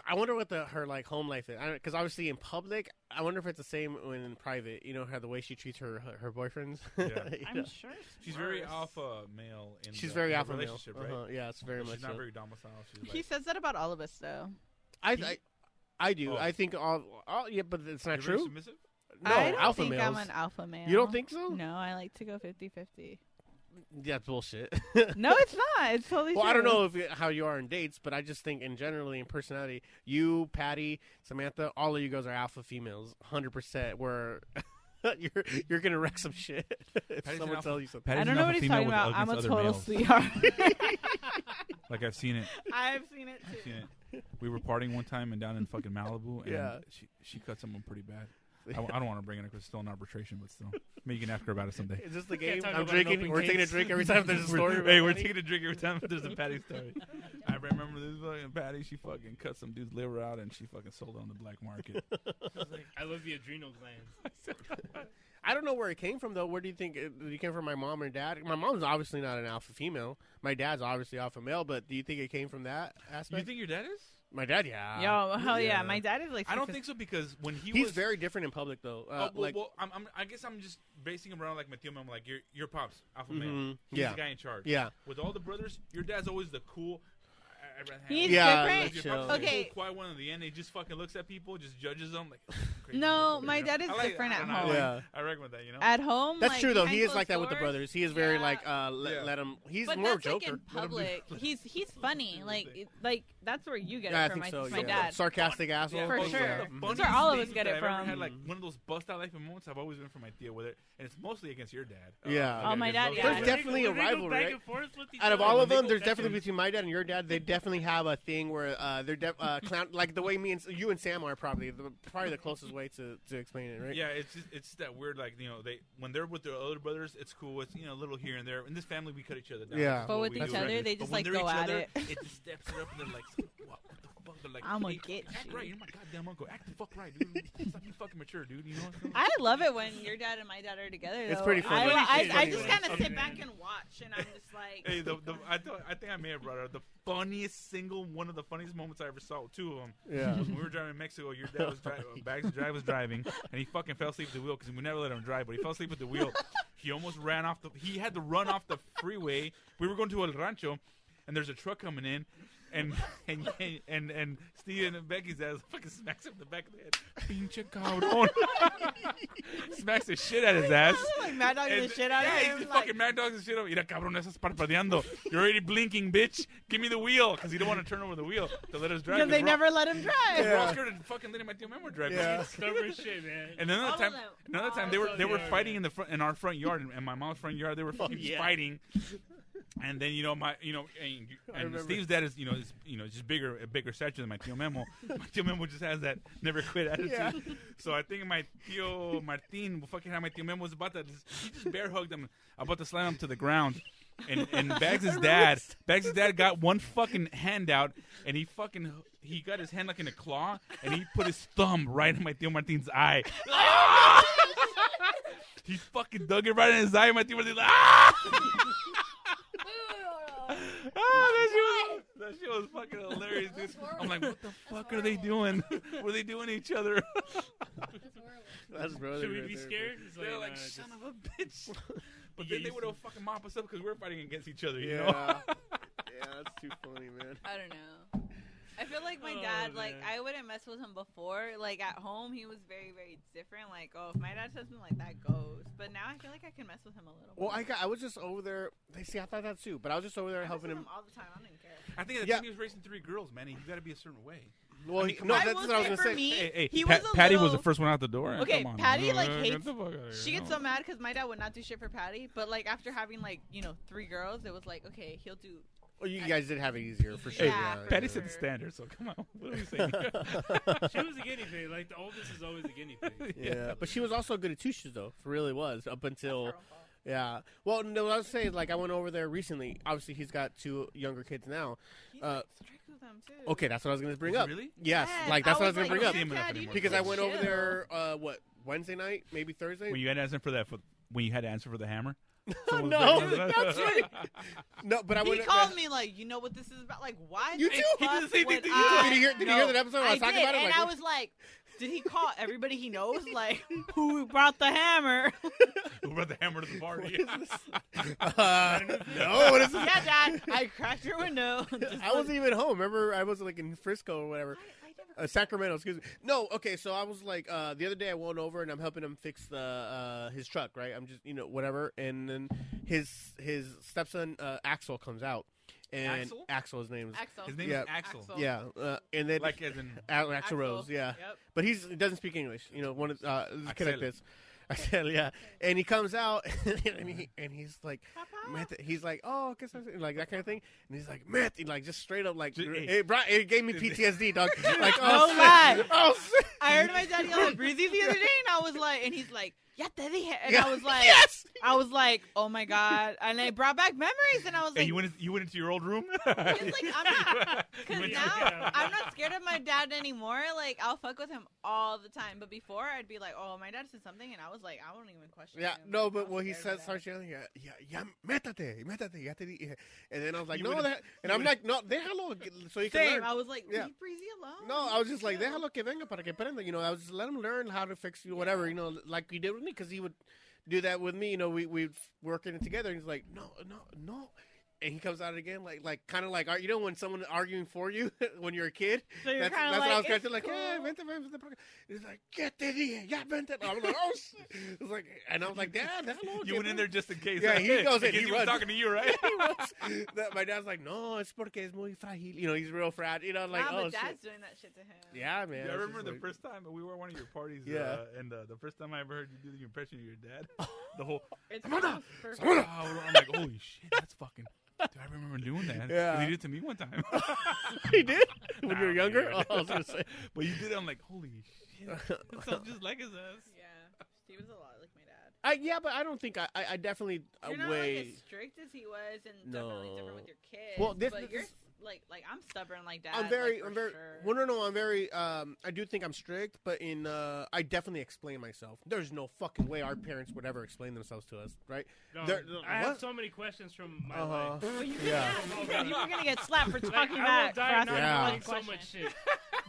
[SPEAKER 1] I wonder what the her like home life is. Because obviously in public, I wonder if it's the same when in private. You know how the way she treats her her, her boyfriends.
[SPEAKER 3] Yeah.
[SPEAKER 1] You know?
[SPEAKER 5] I'm sure it's
[SPEAKER 3] She's very
[SPEAKER 5] worse.
[SPEAKER 3] alpha male. In
[SPEAKER 1] She's
[SPEAKER 3] the,
[SPEAKER 1] very
[SPEAKER 3] in her
[SPEAKER 1] alpha male.
[SPEAKER 3] relationship, right?
[SPEAKER 1] Uh-huh, Yeah, it's very
[SPEAKER 3] she's
[SPEAKER 1] much.
[SPEAKER 3] not
[SPEAKER 1] so.
[SPEAKER 3] very domicile. She's
[SPEAKER 5] He
[SPEAKER 3] like,
[SPEAKER 5] says that about all of us, though.
[SPEAKER 1] I,
[SPEAKER 3] He-
[SPEAKER 1] I, I do.
[SPEAKER 3] Oh.
[SPEAKER 1] I think all, all. Yeah, but it's
[SPEAKER 3] "You're
[SPEAKER 1] not
[SPEAKER 3] very
[SPEAKER 1] true.
[SPEAKER 3] submissive?
[SPEAKER 1] No,
[SPEAKER 5] I don't
[SPEAKER 1] alpha
[SPEAKER 5] think
[SPEAKER 1] males.
[SPEAKER 5] I'm an alpha male.
[SPEAKER 1] you don't think so?
[SPEAKER 5] No, I like to go 50-50.
[SPEAKER 1] That's bullshit.
[SPEAKER 5] No, it's not. It's totally.
[SPEAKER 1] well, I
[SPEAKER 5] true.
[SPEAKER 1] don't know if you, how you are in dates, but I just think in generally in personality, you, Patty, Samantha, all of you guys are alpha females, hundred percent. Where you're you're gonna wreck some shit if
[SPEAKER 3] Patty's an
[SPEAKER 1] someone
[SPEAKER 3] alpha.
[SPEAKER 1] tells you something.
[SPEAKER 3] Patty's
[SPEAKER 5] I
[SPEAKER 3] an
[SPEAKER 5] don't know
[SPEAKER 3] alpha
[SPEAKER 5] what he's
[SPEAKER 3] female
[SPEAKER 5] talking
[SPEAKER 3] with
[SPEAKER 5] about. I'm
[SPEAKER 3] against
[SPEAKER 5] a
[SPEAKER 3] other
[SPEAKER 5] total
[SPEAKER 3] males.
[SPEAKER 5] sweetheart.
[SPEAKER 3] Like I've seen it.
[SPEAKER 5] I've seen it
[SPEAKER 3] I've
[SPEAKER 5] too.
[SPEAKER 3] seen it. We were partying one time and down in fucking Malibu, and
[SPEAKER 1] Yeah.
[SPEAKER 3] she she cut someone pretty bad. I, w- I don't want to bring it up because it's still in arbitration, but still, maybe you can ask her about it someday.
[SPEAKER 1] Is this the
[SPEAKER 2] Can't
[SPEAKER 1] game?
[SPEAKER 2] talk
[SPEAKER 1] I'm
[SPEAKER 2] about an
[SPEAKER 1] drinking.
[SPEAKER 2] open
[SPEAKER 1] We're taking a
[SPEAKER 2] case.
[SPEAKER 1] drink every time there's a story.
[SPEAKER 3] hey,
[SPEAKER 1] about
[SPEAKER 3] we're
[SPEAKER 1] Patty.
[SPEAKER 3] taking a drink every time if there's a Patty story. I remember this fucking Patty. She fucking cut some dude's liver out, and she fucking sold it on the black market.
[SPEAKER 2] I was like, I love the adrenal glands.
[SPEAKER 1] I don't know where it came from though. Where do you think it, it came from? My mom or dad? My mom's obviously not an alpha female. My dad's obviously alpha male. But do you think it came from that aspect?
[SPEAKER 3] think your dad is?
[SPEAKER 1] my dad, Uh, yeah.
[SPEAKER 5] Yo, hell yeah. My dad is like.
[SPEAKER 3] I don't think so because when he
[SPEAKER 1] He's
[SPEAKER 3] was
[SPEAKER 1] very different in public though. Uh,
[SPEAKER 3] Oh, well,
[SPEAKER 1] like,
[SPEAKER 3] well, I'm, I'm, I guess I'm just basing him around like Matthew. I'm like your your pops alpha male.
[SPEAKER 1] Mhm.
[SPEAKER 3] He's
[SPEAKER 1] Yeah.
[SPEAKER 3] the guy in charge.
[SPEAKER 1] yeah,
[SPEAKER 3] With all the brothers, your dad's always the cool. I'd rather
[SPEAKER 5] He's
[SPEAKER 3] have-
[SPEAKER 1] Yeah,
[SPEAKER 5] different.
[SPEAKER 3] Like, if I'm the
[SPEAKER 5] Okay.
[SPEAKER 3] cool, quiet one at the end, he just fucking looks at people, just judges them. Like, "Oh, crazy
[SPEAKER 5] No,
[SPEAKER 3] motherfucker,
[SPEAKER 5] my
[SPEAKER 3] you know?
[SPEAKER 5] dad is
[SPEAKER 3] I like-
[SPEAKER 5] different
[SPEAKER 3] I
[SPEAKER 5] at
[SPEAKER 3] don't know, I
[SPEAKER 5] home. Uh,
[SPEAKER 3] like-
[SPEAKER 1] Yeah.
[SPEAKER 3] I reckon with that, you know.
[SPEAKER 5] At home,
[SPEAKER 1] That's
[SPEAKER 5] like,
[SPEAKER 1] true though.
[SPEAKER 5] behind
[SPEAKER 1] He is like
[SPEAKER 5] closed
[SPEAKER 1] that with the
[SPEAKER 5] doors,
[SPEAKER 1] brothers. He is very
[SPEAKER 5] Yeah.
[SPEAKER 1] like uh let,
[SPEAKER 3] Yeah.
[SPEAKER 1] let him. He's
[SPEAKER 5] But
[SPEAKER 1] more
[SPEAKER 5] that's like
[SPEAKER 1] Joker.
[SPEAKER 3] Let
[SPEAKER 5] in
[SPEAKER 3] him do-
[SPEAKER 5] public. He's he's funny.
[SPEAKER 3] his
[SPEAKER 5] Like
[SPEAKER 3] thing.
[SPEAKER 5] it- like that's where you get
[SPEAKER 1] yeah, I
[SPEAKER 5] it from.
[SPEAKER 1] think
[SPEAKER 5] I
[SPEAKER 1] so.
[SPEAKER 5] think my
[SPEAKER 1] yeah.
[SPEAKER 5] dad.
[SPEAKER 1] Sarcastic asshole.
[SPEAKER 3] Yeah,
[SPEAKER 5] For
[SPEAKER 3] but
[SPEAKER 5] sure.
[SPEAKER 1] Yeah.
[SPEAKER 3] The
[SPEAKER 1] Mhm.
[SPEAKER 5] Those
[SPEAKER 3] funniest
[SPEAKER 5] are all of us
[SPEAKER 3] things
[SPEAKER 5] get
[SPEAKER 3] that
[SPEAKER 5] it
[SPEAKER 3] I've ever Had
[SPEAKER 5] from.
[SPEAKER 3] like one of those bust out laughing moments. I've always been from my tia with it, and it's mostly against your dad. Uh,
[SPEAKER 1] Yeah.
[SPEAKER 5] Oh, my
[SPEAKER 3] against
[SPEAKER 5] dad,
[SPEAKER 3] both
[SPEAKER 5] yeah.
[SPEAKER 3] of you.
[SPEAKER 1] There's definitely a
[SPEAKER 2] They go back
[SPEAKER 1] rivalry, right?
[SPEAKER 2] and forth with each
[SPEAKER 1] Out of
[SPEAKER 2] other.
[SPEAKER 1] all of
[SPEAKER 2] They
[SPEAKER 1] them,
[SPEAKER 2] go
[SPEAKER 1] there's
[SPEAKER 2] back and-
[SPEAKER 1] definitely between my dad and your dad. They definitely have a thing where uh, they're def- uh, clown like the way me and you and Sam are probably the, probably the closest way to, to explain it, right?
[SPEAKER 3] Yeah, it's just, it's just that weird like you know they when they're with their other brothers, it's cool. It's you know a little here and there. In this family, we cut each other down.
[SPEAKER 1] Yeah.
[SPEAKER 3] That's
[SPEAKER 5] But
[SPEAKER 3] what
[SPEAKER 5] with
[SPEAKER 3] we
[SPEAKER 5] each
[SPEAKER 3] do,
[SPEAKER 5] other,
[SPEAKER 3] right?
[SPEAKER 5] they
[SPEAKER 3] But
[SPEAKER 5] just,
[SPEAKER 3] when
[SPEAKER 5] like,
[SPEAKER 3] they're
[SPEAKER 5] go
[SPEAKER 3] each
[SPEAKER 5] at
[SPEAKER 3] other,
[SPEAKER 5] it.
[SPEAKER 3] It just steps it up and they're like, "What, what the fuck?" They're like,
[SPEAKER 5] I'ma
[SPEAKER 3] "Hey,
[SPEAKER 5] get
[SPEAKER 3] act
[SPEAKER 5] you."
[SPEAKER 3] right. You're my goddamn uncle. Act the fuck right, dude. Stop being fucking mature, dude. You know what I'm saying?
[SPEAKER 5] I love it when your dad and my dad are together.
[SPEAKER 1] It's
[SPEAKER 5] though.
[SPEAKER 1] pretty funny.
[SPEAKER 5] I, I,
[SPEAKER 1] It's
[SPEAKER 5] I,
[SPEAKER 1] pretty
[SPEAKER 5] just
[SPEAKER 2] funny.
[SPEAKER 5] kind of sit back
[SPEAKER 2] Yeah.
[SPEAKER 5] and watch, and I'm just like,
[SPEAKER 3] Hey, the, the, I, thought, I think I may have brought out the funniest single, one of the funniest moments I ever saw. Two of them.
[SPEAKER 1] Yeah.
[SPEAKER 3] was when we were driving in Mexico, your dad was driving, Bags Drive was driving, and he fucking fell asleep at the wheel because we never let him drive, but he fell asleep at the wheel. He almost ran off the. He had to run off the freeway. We were going to El Rancho, and there's a truck coming in, and and and and, and Steve and Becky's ass fucking smacks him in the back of the head. Pinche cabrón! smacks the shit out of his ass.
[SPEAKER 5] like mad dog
[SPEAKER 3] And-
[SPEAKER 5] the shit out
[SPEAKER 3] yeah,
[SPEAKER 5] of
[SPEAKER 3] he's
[SPEAKER 5] him.
[SPEAKER 3] just
[SPEAKER 5] like,
[SPEAKER 3] fucking mad dogs and shit. over. Mira, cabrón, estás parpadeando. You're already blinking, bitch. Give me the wheel, because he don't want to turn over the wheel to let us drive.
[SPEAKER 5] because they
[SPEAKER 3] we're all-
[SPEAKER 5] never let him drive.
[SPEAKER 3] we're all
[SPEAKER 1] Yeah.
[SPEAKER 3] scared of fucking letting my tío Memo drive.
[SPEAKER 1] Yeah.
[SPEAKER 2] Stubborn shit, man.
[SPEAKER 3] And another
[SPEAKER 5] All of
[SPEAKER 3] time,
[SPEAKER 5] them.
[SPEAKER 3] another time they
[SPEAKER 2] All
[SPEAKER 3] were
[SPEAKER 2] of
[SPEAKER 3] they
[SPEAKER 2] them.
[SPEAKER 3] were
[SPEAKER 2] Yeah,
[SPEAKER 3] fighting
[SPEAKER 2] yeah.
[SPEAKER 3] in the front in our front yard and, and my mom's front yard. They were fucking just
[SPEAKER 1] yeah.
[SPEAKER 3] fighting, and then you know my you know and, you-
[SPEAKER 1] I
[SPEAKER 3] and
[SPEAKER 1] remember.
[SPEAKER 3] Steve's dad is you know is you know just bigger a bigger stature than my tío Memo. my tío Memo just has that never quit attitude.
[SPEAKER 1] Yeah.
[SPEAKER 3] So I think my tío Martin fucking had my tío Memo was about to just, he just bear hugged him about to slam him to the ground. And and Bags' dad, Bags' dad got one fucking hand out, and he fucking he got his hand like in a claw, and he put his thumb right in my tío Martin's eye. He fucking dug it right in his eye. My team was like, ah! ah that, shit was, that shit was fucking hilarious, dude.
[SPEAKER 4] That's horrible.
[SPEAKER 3] I'm like, what the
[SPEAKER 4] That's
[SPEAKER 3] fuck are they doing? Were they doing to each other?
[SPEAKER 4] That's horrible.
[SPEAKER 1] That's brother.
[SPEAKER 2] Should we
[SPEAKER 1] right
[SPEAKER 2] be
[SPEAKER 1] there,
[SPEAKER 2] scared? It's
[SPEAKER 3] They're
[SPEAKER 2] nah,
[SPEAKER 3] like,
[SPEAKER 2] just-
[SPEAKER 3] son of a bitch.
[SPEAKER 2] Yeah,
[SPEAKER 3] But then they
[SPEAKER 2] you
[SPEAKER 3] would have fucking mop us up because we're fighting against each other,
[SPEAKER 1] bro.
[SPEAKER 3] you know?
[SPEAKER 1] Yeah. yeah, that's too funny, man.
[SPEAKER 5] I don't know. I feel like my
[SPEAKER 2] Oh,
[SPEAKER 5] dad, like
[SPEAKER 2] man.
[SPEAKER 5] I wouldn't mess with him before. Like at home, he was very, very different. Like, oh, if my dad says something like that, goes. But now I feel like I can mess with him a little.
[SPEAKER 1] Well,
[SPEAKER 5] more.
[SPEAKER 1] I got, I was just over there. They see, I thought that too, but I was just over there
[SPEAKER 5] I mess
[SPEAKER 1] helping
[SPEAKER 5] with
[SPEAKER 1] him.
[SPEAKER 5] him all the time. I don't even care.
[SPEAKER 3] I think at the
[SPEAKER 1] Yeah.
[SPEAKER 3] time he was racing three girls, man. and You got to be a certain way.
[SPEAKER 1] Well,
[SPEAKER 3] I mean,
[SPEAKER 1] he-
[SPEAKER 3] come
[SPEAKER 1] no,
[SPEAKER 3] on.
[SPEAKER 5] I
[SPEAKER 1] that's
[SPEAKER 5] will
[SPEAKER 1] what I was
[SPEAKER 5] say
[SPEAKER 1] gonna
[SPEAKER 5] for
[SPEAKER 1] say.
[SPEAKER 5] me- He- he was a little-
[SPEAKER 3] first one out the door.
[SPEAKER 5] Okay,
[SPEAKER 3] Come on.
[SPEAKER 5] Patty, like,
[SPEAKER 3] Get
[SPEAKER 5] hates-
[SPEAKER 3] the fuck outta here,
[SPEAKER 5] She
[SPEAKER 3] you
[SPEAKER 5] gets
[SPEAKER 3] know?
[SPEAKER 5] so mad because my dad would not do shit for Patty, but like after having like you know three girls, it was like okay, he'll do.
[SPEAKER 1] Well, you guys did have it easier for sure.
[SPEAKER 3] Hey,
[SPEAKER 5] Yeah, for
[SPEAKER 3] Patty
[SPEAKER 5] sure.
[SPEAKER 3] set the standard, so come on. What are we saying?
[SPEAKER 2] She was a guinea pig. Like the oldest is always a guinea pig.
[SPEAKER 1] Yeah, but she was also good at two shoes though. Really was up until
[SPEAKER 5] her own fault.
[SPEAKER 1] yeah. Well, no, I was saying like I went over there recently. Obviously, he's got two younger kids now.
[SPEAKER 5] He's
[SPEAKER 1] Uh,
[SPEAKER 5] like, strict with them too.
[SPEAKER 1] Okay, that's what I was gonna bring
[SPEAKER 3] Is he
[SPEAKER 1] up.
[SPEAKER 3] Really?
[SPEAKER 1] Yes, like that's what I was
[SPEAKER 5] like,
[SPEAKER 1] gonna bring up
[SPEAKER 3] "Shit,
[SPEAKER 5] "Dad,
[SPEAKER 3] Dad,
[SPEAKER 5] you
[SPEAKER 1] because I
[SPEAKER 5] just
[SPEAKER 1] went over
[SPEAKER 5] chill."
[SPEAKER 1] there. Uh, what Wednesday night? Maybe Thursday.
[SPEAKER 3] When you had to answer for that, for, when you had to answer for the hammer.
[SPEAKER 1] no, that's right. No, but I
[SPEAKER 5] He
[SPEAKER 1] went.
[SPEAKER 5] called me like, you know what this is about? Like, why?
[SPEAKER 1] You
[SPEAKER 5] the
[SPEAKER 1] too.
[SPEAKER 3] He did the
[SPEAKER 5] fuck
[SPEAKER 3] same thing
[SPEAKER 5] would
[SPEAKER 3] to you.
[SPEAKER 5] I
[SPEAKER 1] Did you hear? Did you
[SPEAKER 5] know?
[SPEAKER 1] hear that episode? Where I,
[SPEAKER 5] Uh, I
[SPEAKER 1] was talking
[SPEAKER 5] did,
[SPEAKER 1] about it.
[SPEAKER 5] and
[SPEAKER 1] like,
[SPEAKER 5] I was like, did he call everybody he knows? Like, who brought the hammer?
[SPEAKER 3] Who brought the hammer to the party?
[SPEAKER 1] uh, no, what is this?
[SPEAKER 5] yeah, Dad, I cracked your window. Just
[SPEAKER 1] I wasn't even home. Remember, I was like in Frisco or whatever. Uh, Sacramento, excuse me. No, okay. So I was like uh, the other day, I went over and I'm helping him fix the uh, his truck, right? I'm just you know whatever, and then his his stepson uh, Axel comes out, and
[SPEAKER 3] Axel?
[SPEAKER 1] his name is
[SPEAKER 5] Axel.
[SPEAKER 3] His name
[SPEAKER 1] Yeah.
[SPEAKER 3] is Axel.
[SPEAKER 5] Axel.
[SPEAKER 1] yeah, uh, and then
[SPEAKER 3] Like as in
[SPEAKER 1] Al- Axel Rose, yeah,
[SPEAKER 5] Yep.
[SPEAKER 1] but he's he doesn't speak English. You know, one of uh, this kid
[SPEAKER 3] Axel.
[SPEAKER 1] like this. I said, yeah, and he comes out and, he, and he's like,
[SPEAKER 5] Papa.
[SPEAKER 1] Matt, he's like, oh, guess I'm like that kind of thing, and he's like, Matt, he, like just straight up like,
[SPEAKER 3] Ju- hey.
[SPEAKER 1] it, brought, it gave me PTSD, dog. like,
[SPEAKER 5] No
[SPEAKER 1] oh, shit.
[SPEAKER 5] lie.
[SPEAKER 1] oh, shit.
[SPEAKER 5] I heard my dad yell at Breezy the other day, and I was like, and he's like, yeah, daddy. And I was like,
[SPEAKER 1] yes.
[SPEAKER 5] I was like, oh my god. And I brought back memories, and I was
[SPEAKER 3] Hey,
[SPEAKER 5] like,
[SPEAKER 3] you went in- you went into your old room.
[SPEAKER 5] It's like, I'm not-
[SPEAKER 3] You
[SPEAKER 5] Cause
[SPEAKER 3] went to-
[SPEAKER 5] now I'm not scared of my dad anymore. Like I'll fuck with him all the time. But before I'd be like, "Oh, my dad said something," and I was like, "I won't even question."
[SPEAKER 1] Yeah,
[SPEAKER 5] him.
[SPEAKER 1] no,
[SPEAKER 5] Like,
[SPEAKER 1] but
[SPEAKER 5] I'm
[SPEAKER 1] when he
[SPEAKER 5] scared
[SPEAKER 1] said
[SPEAKER 5] of that.
[SPEAKER 1] starts yelling, yeah, yeah, yeah, métate, métate, ya te dije. And then I was like,
[SPEAKER 3] You
[SPEAKER 1] no,
[SPEAKER 3] would've-
[SPEAKER 1] that, and
[SPEAKER 3] you
[SPEAKER 1] I'm
[SPEAKER 3] would've-
[SPEAKER 1] like, no, déjalo, so you can
[SPEAKER 5] same,
[SPEAKER 1] learn.
[SPEAKER 5] I was like,
[SPEAKER 1] Yeah.
[SPEAKER 5] "Leave Breezy alone."
[SPEAKER 1] No, I was just like,
[SPEAKER 5] Yeah.
[SPEAKER 1] déjalo que venga para que aprenda. You know, I was just let him learn how to fix you, whatever.
[SPEAKER 5] Yeah.
[SPEAKER 1] You know, like you did with me, because he would do that with me. You know, we we working it together. And he's like, no, no, no. and he comes out again, like like kind of like ar- you know when someone arguing for you when you're a kid.
[SPEAKER 5] So you're
[SPEAKER 1] that's
[SPEAKER 5] kinda
[SPEAKER 1] that's
[SPEAKER 5] like,
[SPEAKER 1] what I was
[SPEAKER 5] "It's
[SPEAKER 1] to like. Yeah,
[SPEAKER 5] cool."
[SPEAKER 1] vente, vente, vente. He's like, get the idea, ya vente. I was like, oh, shit. It was like, and I was like, dad, that long.
[SPEAKER 3] You went in there just in case.
[SPEAKER 1] Yeah, he goes in,
[SPEAKER 3] because
[SPEAKER 1] he
[SPEAKER 3] was
[SPEAKER 1] runs.
[SPEAKER 3] talking to you, right?
[SPEAKER 1] that, my dad's like, no, it's porque es muy fragil. You know, he's real fragile. You know, like,
[SPEAKER 5] ah,
[SPEAKER 1] oh,
[SPEAKER 5] but dad's
[SPEAKER 1] shit.
[SPEAKER 5] doing that shit to him.
[SPEAKER 1] Yeah, man.
[SPEAKER 3] Yeah,
[SPEAKER 1] it's
[SPEAKER 3] I remember
[SPEAKER 1] just
[SPEAKER 3] the
[SPEAKER 1] like-
[SPEAKER 3] first time we were at one of your parties.
[SPEAKER 1] Yeah.
[SPEAKER 3] Uh, and uh, the first time I ever heard you do the impression of your dad, the whole.
[SPEAKER 5] It's
[SPEAKER 1] Samantha!
[SPEAKER 5] almost perfect.
[SPEAKER 3] Oh, I'm like, holy shit, that's fucking. Dude, I remember doing that. 'Cause
[SPEAKER 1] Yeah.
[SPEAKER 3] He did it to me one time.
[SPEAKER 1] he did when you were
[SPEAKER 3] Nah,
[SPEAKER 1] younger.
[SPEAKER 3] dude.
[SPEAKER 1] Oh, I was gonna say.
[SPEAKER 3] but you did it. I'm like, holy shit. That sounds just like his ass.
[SPEAKER 5] Yeah, he was a lot like my dad.
[SPEAKER 1] I, yeah, but I don't think I. I, I definitely uh,
[SPEAKER 5] You're not
[SPEAKER 1] way.
[SPEAKER 5] like as strict as he was, and definitely different with
[SPEAKER 1] No.
[SPEAKER 5] your kids.
[SPEAKER 1] Well, this-
[SPEAKER 5] but
[SPEAKER 1] this
[SPEAKER 5] you're
[SPEAKER 1] is-
[SPEAKER 5] s- like like I'm stubborn like dad.
[SPEAKER 1] I'm very,
[SPEAKER 5] like, for
[SPEAKER 1] I'm very.
[SPEAKER 5] Sure.
[SPEAKER 1] Well, no, no, I'm very. Um, I do think I'm strict, but in, uh, I definitely explain myself. There's no fucking way our parents would ever explain themselves to us, right?
[SPEAKER 2] No,
[SPEAKER 1] There- no,
[SPEAKER 2] I have
[SPEAKER 1] what?
[SPEAKER 2] so many questions from my
[SPEAKER 1] Uh-huh.
[SPEAKER 2] life.
[SPEAKER 1] Yeah,
[SPEAKER 2] God.
[SPEAKER 5] you were gonna get slapped for
[SPEAKER 2] Like,
[SPEAKER 5] talking
[SPEAKER 2] I will
[SPEAKER 5] back. for
[SPEAKER 2] die
[SPEAKER 5] asking
[SPEAKER 1] Yeah.
[SPEAKER 2] not
[SPEAKER 5] one
[SPEAKER 2] knowing so
[SPEAKER 5] question.
[SPEAKER 2] much shit.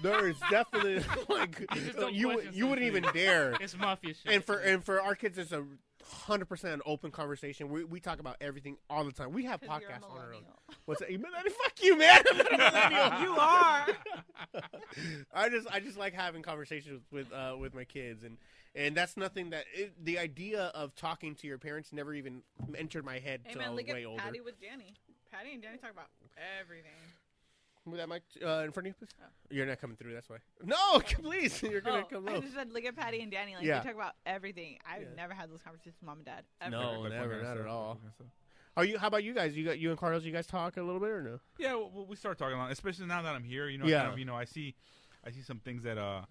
[SPEAKER 1] there is definitely like uh,
[SPEAKER 2] I just don't
[SPEAKER 1] you
[SPEAKER 2] question
[SPEAKER 1] you wouldn't
[SPEAKER 2] something.
[SPEAKER 1] even dare.
[SPEAKER 2] It's mafia shit.
[SPEAKER 1] And for and for our kids, it's a hundred percent open conversation. We we talk about everything all the time. We have
[SPEAKER 5] 'Cause you're a
[SPEAKER 1] podcasts on our own.
[SPEAKER 5] millennial.
[SPEAKER 1] What's that? You millennial- Fuck you, man. I'm not a millennial.
[SPEAKER 5] you are.
[SPEAKER 1] I just I just like having conversations with with, uh, with my kids and and that's nothing that it, the idea of talking to your parents never even entered my head
[SPEAKER 5] Hey
[SPEAKER 1] till I
[SPEAKER 5] man,
[SPEAKER 1] was
[SPEAKER 5] look at
[SPEAKER 1] way older.
[SPEAKER 5] Patty with Danny. Patty and Danny talk about everything.
[SPEAKER 1] Move that mic uh, in front of you, please.
[SPEAKER 5] Oh.
[SPEAKER 1] You're not coming through. That's why. No, please. You're gonna
[SPEAKER 5] Oh,
[SPEAKER 1] come
[SPEAKER 5] I
[SPEAKER 1] low.
[SPEAKER 5] just said, look at Patty and Danny. Like
[SPEAKER 1] Yeah.
[SPEAKER 5] they talk about everything. I've
[SPEAKER 1] Yeah.
[SPEAKER 5] never had those conversations with mom and dad. Ever.
[SPEAKER 1] No,
[SPEAKER 3] Like,
[SPEAKER 1] never,
[SPEAKER 3] fucking
[SPEAKER 1] not at
[SPEAKER 3] stuff,
[SPEAKER 1] all.
[SPEAKER 3] fucking stuff.
[SPEAKER 1] Are you? How about you guys? You got you and Carlos. You guys talk a little bit or no?
[SPEAKER 3] Yeah, well, well, we start talking a lot, especially now that I'm here. You know,
[SPEAKER 1] Yeah.
[SPEAKER 3] kind of, you know, I see, I see some things that uh,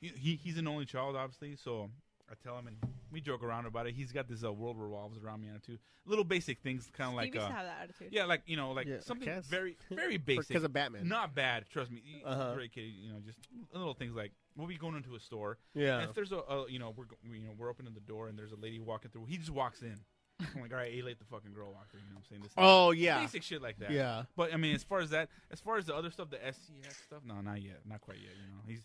[SPEAKER 3] he, he he's an only child, obviously. So I tell him, and we joke around about it. He's got this uh, world revolves around me too. Little basic things, kind of like
[SPEAKER 5] Steve used
[SPEAKER 3] uh,
[SPEAKER 5] to have that attitude.
[SPEAKER 3] yeah, like you know, like
[SPEAKER 1] Yeah, I
[SPEAKER 3] something
[SPEAKER 1] guess.
[SPEAKER 3] very very basic.
[SPEAKER 1] Because of Batman.
[SPEAKER 3] Not bad, trust me. You-
[SPEAKER 1] Uh-huh.
[SPEAKER 3] Great kid, you know, just little things like we'll be going into a store.
[SPEAKER 1] Yeah.
[SPEAKER 3] And if there's a, a you know we're go- we, you know we're opening the door and there's a lady walking through, he just walks in. I'm like, all right, he let the fucking girl walk through. You know what I'm saying? This
[SPEAKER 1] Oh yeah.
[SPEAKER 3] basic shit like that.
[SPEAKER 1] Yeah.
[SPEAKER 3] But I mean, as far as that, as far as the other stuff, the SCS stuff, no, not yet, not quite yet. You know, he's.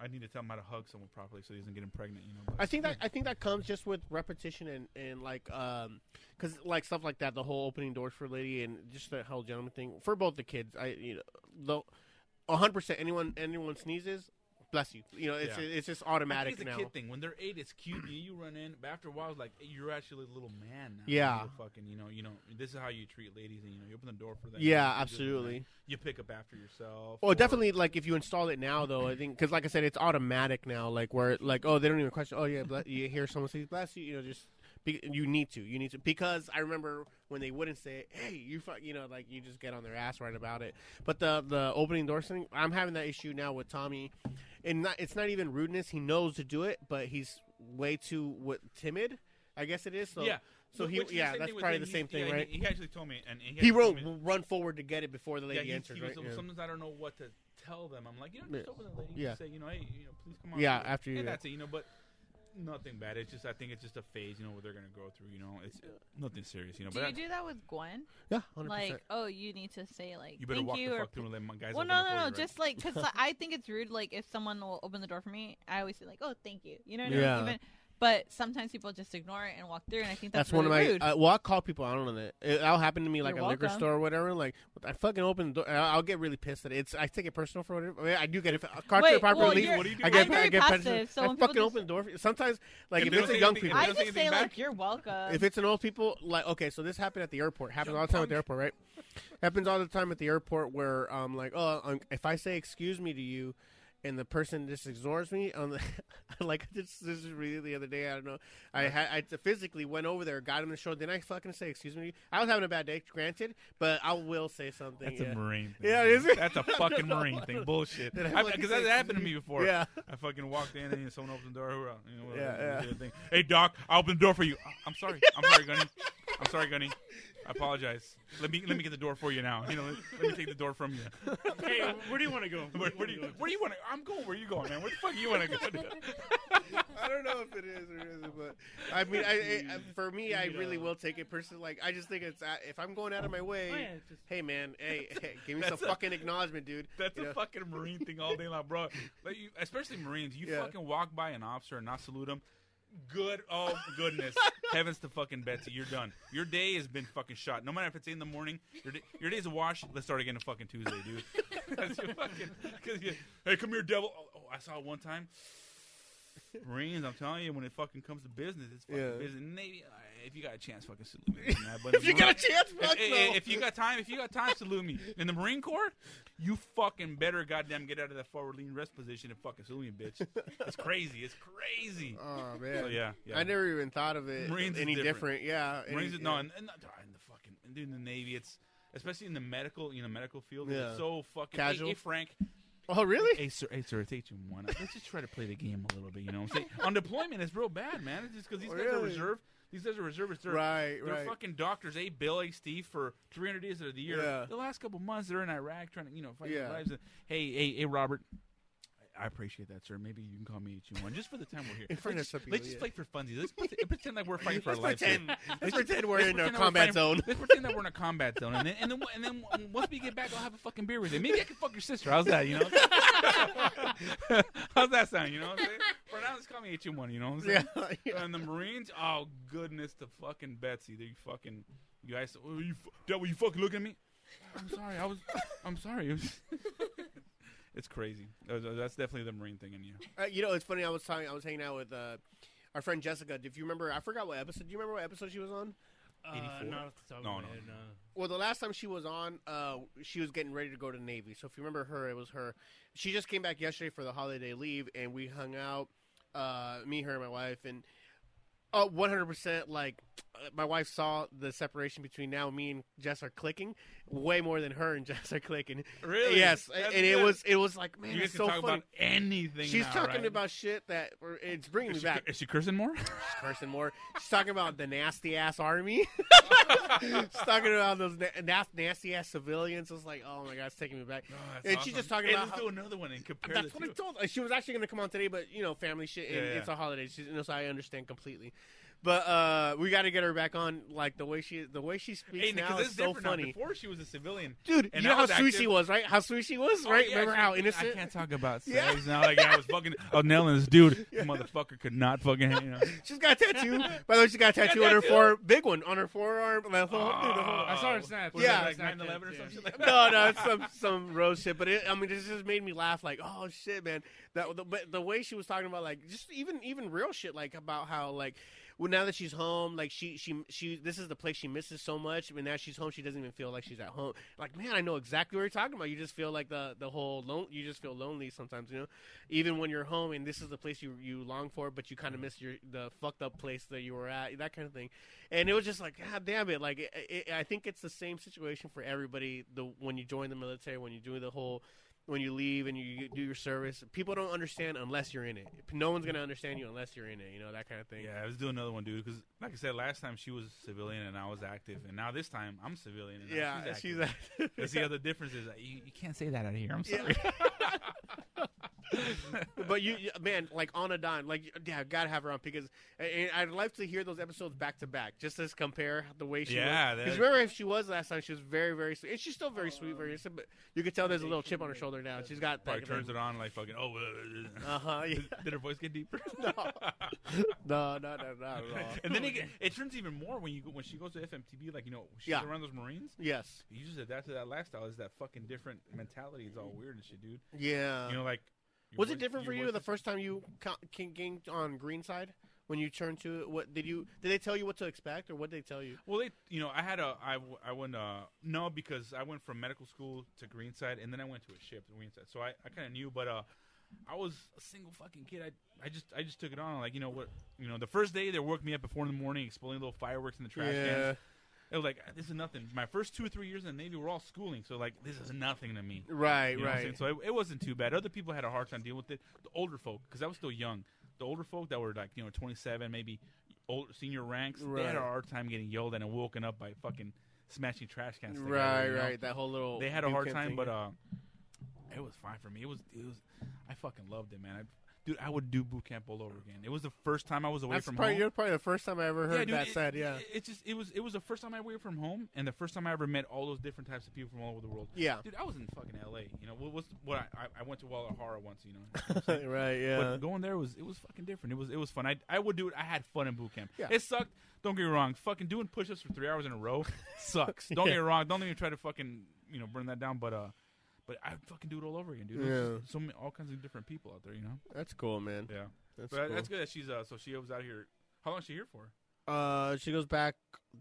[SPEAKER 3] I need to tell him how to hug someone properly so he doesn't get him pregnant. You know. but-
[SPEAKER 1] I think that I think that comes just with repetition and and like um, cause like stuff like that, the whole opening doors for lady and just the whole gentleman thing for both the kids. I you know, the hundred percent anyone anyone sneezes, bless you. You know, it's
[SPEAKER 3] Yeah.
[SPEAKER 1] it's just
[SPEAKER 3] I think
[SPEAKER 1] automatic
[SPEAKER 3] it's a
[SPEAKER 1] now.
[SPEAKER 3] kid thing. When they're eight, it's cute. You, you run in, but after a while, it's like hey, you're actually a little man now.
[SPEAKER 1] Yeah.
[SPEAKER 3] You're fucking, you know, you know, this is how you treat ladies, and you know, you open the door for them. you do
[SPEAKER 1] Yeah,
[SPEAKER 3] this and
[SPEAKER 1] absolutely.
[SPEAKER 3] that. You pick up after yourself.
[SPEAKER 1] Well,
[SPEAKER 3] or-
[SPEAKER 1] definitely. Like if you install it now, though, I think because like I said, it's automatic now. Like where like oh they don't even question. Oh yeah, ble- you hear someone say bless you. You know just. Be, you need to, you need to, because I remember when they wouldn't say, it, "Hey, you," fuck, you know, like you just get on their ass right about it. But the the opening door thing, I'm having that issue now with Tommy, and not, it's not even rudeness. He knows to do it, but he's way too what, timid. I guess it is. So
[SPEAKER 3] yeah.
[SPEAKER 1] so he-
[SPEAKER 3] Which is the
[SPEAKER 1] yeah,
[SPEAKER 3] same
[SPEAKER 1] that's
[SPEAKER 3] thing with
[SPEAKER 1] probably
[SPEAKER 3] him.
[SPEAKER 1] the
[SPEAKER 3] He-
[SPEAKER 1] same thing,
[SPEAKER 3] yeah,
[SPEAKER 1] right?
[SPEAKER 3] He, he actually told me, and
[SPEAKER 1] he
[SPEAKER 3] actually told
[SPEAKER 1] wrote
[SPEAKER 3] me-
[SPEAKER 1] run forward to get it before the
[SPEAKER 3] Yeah,
[SPEAKER 1] lady
[SPEAKER 3] he,
[SPEAKER 1] enters.
[SPEAKER 3] he
[SPEAKER 1] right?
[SPEAKER 3] was,
[SPEAKER 1] Yeah.
[SPEAKER 3] sometimes I don't know what to tell them. I'm like, you know,
[SPEAKER 1] Yeah.
[SPEAKER 3] just open the lady.
[SPEAKER 1] Yeah.
[SPEAKER 3] Yeah. Say, you know, hey, you know, please come on.
[SPEAKER 1] Yeah,
[SPEAKER 3] over."
[SPEAKER 1] after you-
[SPEAKER 3] And that's it, you know, but nothing bad. It's just I think it's just a phase, you know, what they're gonna go through. You know, it's uh, nothing serious, you know.
[SPEAKER 5] Do
[SPEAKER 3] But
[SPEAKER 5] you
[SPEAKER 3] that-
[SPEAKER 5] do that with Gwen?
[SPEAKER 1] Yeah, 100%.
[SPEAKER 5] Like, oh, you need to say like
[SPEAKER 3] you better
[SPEAKER 5] thank
[SPEAKER 3] walk
[SPEAKER 5] you
[SPEAKER 3] the
[SPEAKER 5] or
[SPEAKER 3] fuck through and let my guys.
[SPEAKER 5] Well,
[SPEAKER 3] open it
[SPEAKER 5] no, no,
[SPEAKER 3] for
[SPEAKER 5] no.
[SPEAKER 3] you, right?
[SPEAKER 5] Just like because I think it's rude. Like if someone will open the door for me, I always say like, "Oh, thank you." You know what I
[SPEAKER 1] Yeah.
[SPEAKER 5] mean? Even, but sometimes people just ignore it and walk through, and I think that's,
[SPEAKER 1] That's, one of
[SPEAKER 5] really
[SPEAKER 1] my.
[SPEAKER 5] rude.
[SPEAKER 1] Uh, well, I call people out on it. it that'll happen to me like
[SPEAKER 5] You're
[SPEAKER 1] a liquor
[SPEAKER 5] welcome.
[SPEAKER 1] store or whatever. Like I fucking open the door. and I'll I'll get really pissed at it. It's I take it personal for whatever. I, mean, I do get it. If, Wait,
[SPEAKER 5] Wait, well,
[SPEAKER 1] properly,
[SPEAKER 5] you're-
[SPEAKER 3] What do you do?
[SPEAKER 1] I get.
[SPEAKER 5] I'm very
[SPEAKER 1] I get
[SPEAKER 5] passive,
[SPEAKER 1] passionate.
[SPEAKER 5] so
[SPEAKER 1] I
[SPEAKER 5] when people
[SPEAKER 1] fucking
[SPEAKER 5] just-
[SPEAKER 1] open the door. For you. Sometimes, like
[SPEAKER 3] If
[SPEAKER 1] if,
[SPEAKER 3] they
[SPEAKER 1] it's
[SPEAKER 3] don't
[SPEAKER 1] a
[SPEAKER 3] say
[SPEAKER 1] young
[SPEAKER 3] anything,
[SPEAKER 1] people,
[SPEAKER 3] if
[SPEAKER 5] I
[SPEAKER 3] don't say
[SPEAKER 5] just
[SPEAKER 3] anything
[SPEAKER 5] say
[SPEAKER 3] back.
[SPEAKER 5] like, "You're welcome."
[SPEAKER 1] if it's an old people, like okay, so this happened at the airport. Happens all the time at the airport, right? happens all the time at the airport where um like oh um, if I say excuse me to you, and the person just ignores me on the like this this is really the other day I don't know I had I physically went over there got him the show then I fucking say excuse me to you. I was having a bad day granted but I will say something
[SPEAKER 3] That's
[SPEAKER 1] yeah.
[SPEAKER 3] a marine thing.
[SPEAKER 1] Yeah,
[SPEAKER 3] man.
[SPEAKER 1] is it?
[SPEAKER 3] That's a fucking marine thing. Bullshit.
[SPEAKER 1] Did I
[SPEAKER 3] Because
[SPEAKER 1] fucking
[SPEAKER 3] that
[SPEAKER 1] say-
[SPEAKER 3] happened to me before.
[SPEAKER 1] Yeah.
[SPEAKER 3] I fucking walked in and someone opened the door. Who, uh, you know,
[SPEAKER 1] Yeah,
[SPEAKER 3] whatever,
[SPEAKER 1] yeah.
[SPEAKER 3] did the thing. Hey doc, I opened the door for you. I- I'm sorry. I'm sorry, Gunny. I'm sorry, Gunny. I apologize. Let me let me get the door for you now. You know, let, let me take the door from you.
[SPEAKER 2] hey, where do you want to go?
[SPEAKER 3] Where, where do you where do you want to? I'm going. Where you going, man? Where the fuck you want to go?
[SPEAKER 1] I don't know if it is or isn't, but I mean, I, I for me, I really will take it personally. Like, I just think it's uh, if I'm going out of my way,
[SPEAKER 2] Oh, yeah, just-
[SPEAKER 1] hey man, hey, hey, give me some
[SPEAKER 3] That's a-
[SPEAKER 1] fucking acknowledgement, dude.
[SPEAKER 3] That's
[SPEAKER 1] You
[SPEAKER 3] a
[SPEAKER 1] know?
[SPEAKER 3] fucking marine thing all day long, bro. Like you, especially Marines, you
[SPEAKER 1] Yeah.
[SPEAKER 3] fucking walk by an officer and not salute him. Good. Oh goodness. Heavens to fucking Betsy. You're done. Your day has been fucking shot. No matter if it's in the morning, your day, your day's a wash. Let's start again on fucking Tuesday, dude. 'Cause you fucking, 'cause you- hey, come here, devil. Oh, oh, I saw it one time. Marines, I'm telling you, when it fucking comes to business, it's fucking
[SPEAKER 1] Yeah.
[SPEAKER 3] business. Maybe uh, if you got a chance, fucking salute me. and that, but
[SPEAKER 1] if you got a chance,
[SPEAKER 3] if,
[SPEAKER 1] fuck
[SPEAKER 3] if-
[SPEAKER 1] no.
[SPEAKER 3] if you got time, if you got time, salute me. In the Marine Corps, you fucking better goddamn get out of that forward lean rest position and fucking salute me, bitch. It's crazy. It's crazy.
[SPEAKER 1] oh man.
[SPEAKER 3] So, yeah, yeah.
[SPEAKER 1] I never even thought of it
[SPEAKER 3] Marines is
[SPEAKER 1] any different.
[SPEAKER 3] different.
[SPEAKER 1] Yeah. any-
[SPEAKER 3] Marines, no,
[SPEAKER 1] yeah.
[SPEAKER 3] and, and not- in the fucking, and dude, in the Navy, it's especially in the medical, you know, medical field,
[SPEAKER 1] Yeah.
[SPEAKER 3] it's so fucking
[SPEAKER 1] Casual.
[SPEAKER 3] Hey, hey, Frank,
[SPEAKER 1] Oh really?
[SPEAKER 3] hey sir, hey sir, it's H one. Let's just try to play the game a little bit. You know, what I'm saying on deployment, it's real bad, man. It's just because these guys are
[SPEAKER 1] Oh, Really?
[SPEAKER 3] reserve. These guys are reservists. They're
[SPEAKER 1] Right.
[SPEAKER 3] They're
[SPEAKER 1] Right.
[SPEAKER 3] fucking doctors. A Bill, A Steve for 300 days of the year.
[SPEAKER 1] Yeah.
[SPEAKER 3] The last couple months they're in Iraq trying to, you know, fight
[SPEAKER 1] Yeah.
[SPEAKER 3] their lives. And, hey, hey, hey, Robert. I- I appreciate that, sir. Maybe you can call me H1 just for the time we're here.
[SPEAKER 1] In front
[SPEAKER 3] let's
[SPEAKER 1] of
[SPEAKER 3] just,
[SPEAKER 1] some
[SPEAKER 3] let's
[SPEAKER 1] people,
[SPEAKER 3] just play for funsies. Let's pret- pretend like we're fighting for our lives. here.
[SPEAKER 1] pretend. Let's pretend we're
[SPEAKER 3] Let's
[SPEAKER 1] in a
[SPEAKER 3] pretend that we're
[SPEAKER 1] combat
[SPEAKER 3] fighting-
[SPEAKER 1] zone.
[SPEAKER 3] Let's pretend that we're in a combat zone, and then and then and then w- once we get back, I'll have a fucking beer with you. Maybe I can fuck your sister. How's that? You know? How's that sound? You know what I'm saying? For now, just call me H1. You know what I'm saying?
[SPEAKER 1] Yeah. yeah.
[SPEAKER 3] And the Marines, oh goodness, to fucking Betsy, they fucking you guys. Oh, you fu- that you fucking looking at me? I'm sorry, I was. I'm sorry. It was- it's crazy. That- that- That's definitely the Marine thing in you.
[SPEAKER 1] Uh, you know, it's funny. I was talking. I was hanging out with uh, our friend Jessica. If you remember, I forgot what episode. Do you remember what episode she was on?
[SPEAKER 2] Uh,
[SPEAKER 3] 84?
[SPEAKER 2] not off the top
[SPEAKER 3] No,
[SPEAKER 2] of
[SPEAKER 3] no,
[SPEAKER 2] my head,
[SPEAKER 3] no.
[SPEAKER 2] no.
[SPEAKER 1] Well, the last time she was on, uh, she was getting ready to go to the Navy. So if you remember her, it was her. She just came back yesterday for the holiday leave, and we hung out, uh, me, her, and my wife, and uh, 100% like uh, my wife saw the separation between now me and Jess are clicking way more than her and Jess are clicking. Yes, and it was it was like man,
[SPEAKER 3] You guys
[SPEAKER 1] it's
[SPEAKER 3] can
[SPEAKER 1] so
[SPEAKER 3] talk
[SPEAKER 1] funny.
[SPEAKER 3] about anything.
[SPEAKER 1] She's
[SPEAKER 3] now,
[SPEAKER 1] talking
[SPEAKER 3] right?
[SPEAKER 1] about shit that or- it's bringing
[SPEAKER 3] Is
[SPEAKER 1] me
[SPEAKER 3] she,
[SPEAKER 1] back.
[SPEAKER 3] is she cursing more?
[SPEAKER 1] Person more. She's talking about the nasty ass army. She's talking about those na- nasty ass civilians. It's like, oh my god, it's taking me back. And she's just talking
[SPEAKER 3] Hey,
[SPEAKER 1] about
[SPEAKER 3] let's
[SPEAKER 1] how-
[SPEAKER 3] do another one and compare
[SPEAKER 1] That's
[SPEAKER 3] the
[SPEAKER 1] what I
[SPEAKER 3] two.
[SPEAKER 1] told. her. She was actually going to come on today, but you know, family shit, and
[SPEAKER 3] Yeah, yeah.
[SPEAKER 1] it's a holiday. She's, you know, so I understand completely. But uh, we got to get her back on. Like the way she, the way she speaks
[SPEAKER 3] Hey,
[SPEAKER 1] now
[SPEAKER 3] because this
[SPEAKER 1] is
[SPEAKER 3] is
[SPEAKER 1] so
[SPEAKER 3] different now.
[SPEAKER 1] funny,
[SPEAKER 3] Before she was a civilian.
[SPEAKER 1] dude.
[SPEAKER 3] and
[SPEAKER 1] you know
[SPEAKER 3] I
[SPEAKER 1] how
[SPEAKER 3] was
[SPEAKER 1] sweet
[SPEAKER 3] active.
[SPEAKER 1] she was, right? How sweet she was,
[SPEAKER 3] Oh,
[SPEAKER 1] right?
[SPEAKER 3] yeah,
[SPEAKER 1] Remember
[SPEAKER 3] she-
[SPEAKER 1] how
[SPEAKER 3] I
[SPEAKER 1] innocent?
[SPEAKER 3] can't talk about sex
[SPEAKER 1] Yeah.
[SPEAKER 3] now. Like I was fucking, I was nailing this dude. Motherfucker could not fucking. You know.
[SPEAKER 1] She's got a tattoo. By the way, she got a
[SPEAKER 3] got a
[SPEAKER 1] tattoo on her
[SPEAKER 3] tattoo.
[SPEAKER 1] fore, big one on her forearm. and the whole- dude, the whole-
[SPEAKER 2] I saw her snap.
[SPEAKER 3] Was it
[SPEAKER 1] Yeah.
[SPEAKER 3] like
[SPEAKER 2] Snapchat,
[SPEAKER 3] 9/11 or
[SPEAKER 2] yeah.
[SPEAKER 3] something like that.
[SPEAKER 1] no, no, it's some some road shit. But it, I mean, this just made me laugh. Like, oh shit, man. That the, but the way she was talking about, like, just even even real shit, like about how like. Well, now that she's home, like she she she, this is the place she misses so much. But now she's home, she doesn't even feel like she's at home. Like, man, I know exactly what you're talking about. You just feel like the the whole lone, you just feel lonely sometimes, you know. Even when you're home, and this is the place you you long for, but you kind of
[SPEAKER 3] Mm-hmm.
[SPEAKER 1] miss your the fucked up place that you were at, that kind of thing and it was just like god damn it like it, it, i think it's the same situation for everybody the when you join the military when you do the whole when you leave and you, you do your service people don't understand unless you're in it no one's gonna understand you unless you're in it you know that kind of thing
[SPEAKER 3] Yeah, I was doing another one, dude. Because like I said last time, she was a civilian and I was active, and now this time I'm civilian. And now
[SPEAKER 1] yeah
[SPEAKER 3] she's,
[SPEAKER 1] she's
[SPEAKER 3] active.
[SPEAKER 1] a
[SPEAKER 3] That's the other difference is that you, you can't say that out here. I'm
[SPEAKER 1] Yeah.
[SPEAKER 3] sorry.
[SPEAKER 1] but you, you- man, like on a dime, like yeah, gotta have her on because and I'd like to hear those episodes back to back, just to compare the way she.
[SPEAKER 3] Yeah,
[SPEAKER 1] because
[SPEAKER 3] that-
[SPEAKER 1] remember if she was last time, she was very, very sweet, and she's still very sweet, very innocent. But you could tell there's a little chip on her shoulder now. She's got
[SPEAKER 3] Probably
[SPEAKER 1] that.
[SPEAKER 3] turns it on like fucking. Oh,
[SPEAKER 1] Uh huh. Yeah.
[SPEAKER 3] did her voice get deeper?
[SPEAKER 1] No, no, no, not at all.
[SPEAKER 3] and then it, get- it turns even more when you go, when she goes to FMTB, like you know she's
[SPEAKER 1] Yeah.
[SPEAKER 3] around those Marines.
[SPEAKER 1] Yes.
[SPEAKER 3] You just adapt to that lifestyle. Is that fucking different mentality? It's all weird and shit, dude.
[SPEAKER 1] Yeah.
[SPEAKER 3] you know, like your
[SPEAKER 1] Mm-hmm. Uh, was it
[SPEAKER 3] voice-
[SPEAKER 1] different for
[SPEAKER 3] your
[SPEAKER 1] you
[SPEAKER 3] voice
[SPEAKER 1] the
[SPEAKER 3] is-
[SPEAKER 1] first time you co- came came on Greenside when you turned to it? What did you? Did they tell you what to expect, or what did they tell you?
[SPEAKER 3] Well, they, you know, I had a, I, w- I went, uh, no, because I went from medical school to Greenside, and then I went to a ship to Greenside, so I, I kind of knew, but uh, I was a single fucking kid. I, I just, I just took it on, like you know what, you know, the first day they woke me up at four in the morning, exploding little fireworks in the trash cans. It was like this is nothing. My first two or three years in the Navy were all schooling, so like this is nothing to me.
[SPEAKER 1] Right.
[SPEAKER 3] You know what I'm
[SPEAKER 1] right.
[SPEAKER 3] saying? So it, it wasn't too bad. Other people had a hard time dealing with it. The older folk, because I was still young, the older folk that were like you know 27, maybe old senior ranks, they had
[SPEAKER 1] Right.
[SPEAKER 3] a hard time getting yelled at and woken up by fucking smashing trash cans. together,
[SPEAKER 1] Right,
[SPEAKER 3] you know?
[SPEAKER 1] right. That whole little
[SPEAKER 3] They had a
[SPEAKER 1] boot
[SPEAKER 3] hard
[SPEAKER 1] camp
[SPEAKER 3] time, uh,
[SPEAKER 1] thing.
[SPEAKER 3] but uh, it was fine for me. It was, it was, I fucking loved it, man. I, dude, I would do boot camp all over again. It was the first time I was away
[SPEAKER 1] That's
[SPEAKER 3] from
[SPEAKER 1] probably,
[SPEAKER 3] home.
[SPEAKER 1] you're probably the first time I ever heard
[SPEAKER 3] dude,
[SPEAKER 1] that
[SPEAKER 3] it-
[SPEAKER 1] said. Yeah,
[SPEAKER 3] it- it's just it was it was the first time I away from home and the first time I ever met all those different types of people from all over the world.
[SPEAKER 1] yeah,
[SPEAKER 3] Dude, I was in fucking L.A. You know what was what I- I I went to Guadalajara once. You know,
[SPEAKER 1] right.
[SPEAKER 3] but
[SPEAKER 1] Yeah,
[SPEAKER 3] going there was it was fucking different. It was it was fun. I I would do it. I had fun in boot camp.
[SPEAKER 1] Yeah.
[SPEAKER 3] It sucked. Don't get me wrong. Fucking doing push-ups for three hours in a row sucks. Don't get me wrong. Don't even try to fucking you know burn that down. But uh, but I would fucking do it all over again, dude. There's
[SPEAKER 1] Yeah.
[SPEAKER 3] just So many all kinds of different people out there. You know.
[SPEAKER 1] that's cool, man.
[SPEAKER 3] Yeah.
[SPEAKER 1] That's
[SPEAKER 3] but
[SPEAKER 1] cool.
[SPEAKER 3] that's good that she's uh so she was out here. How long is she here for?
[SPEAKER 1] Uh, she goes back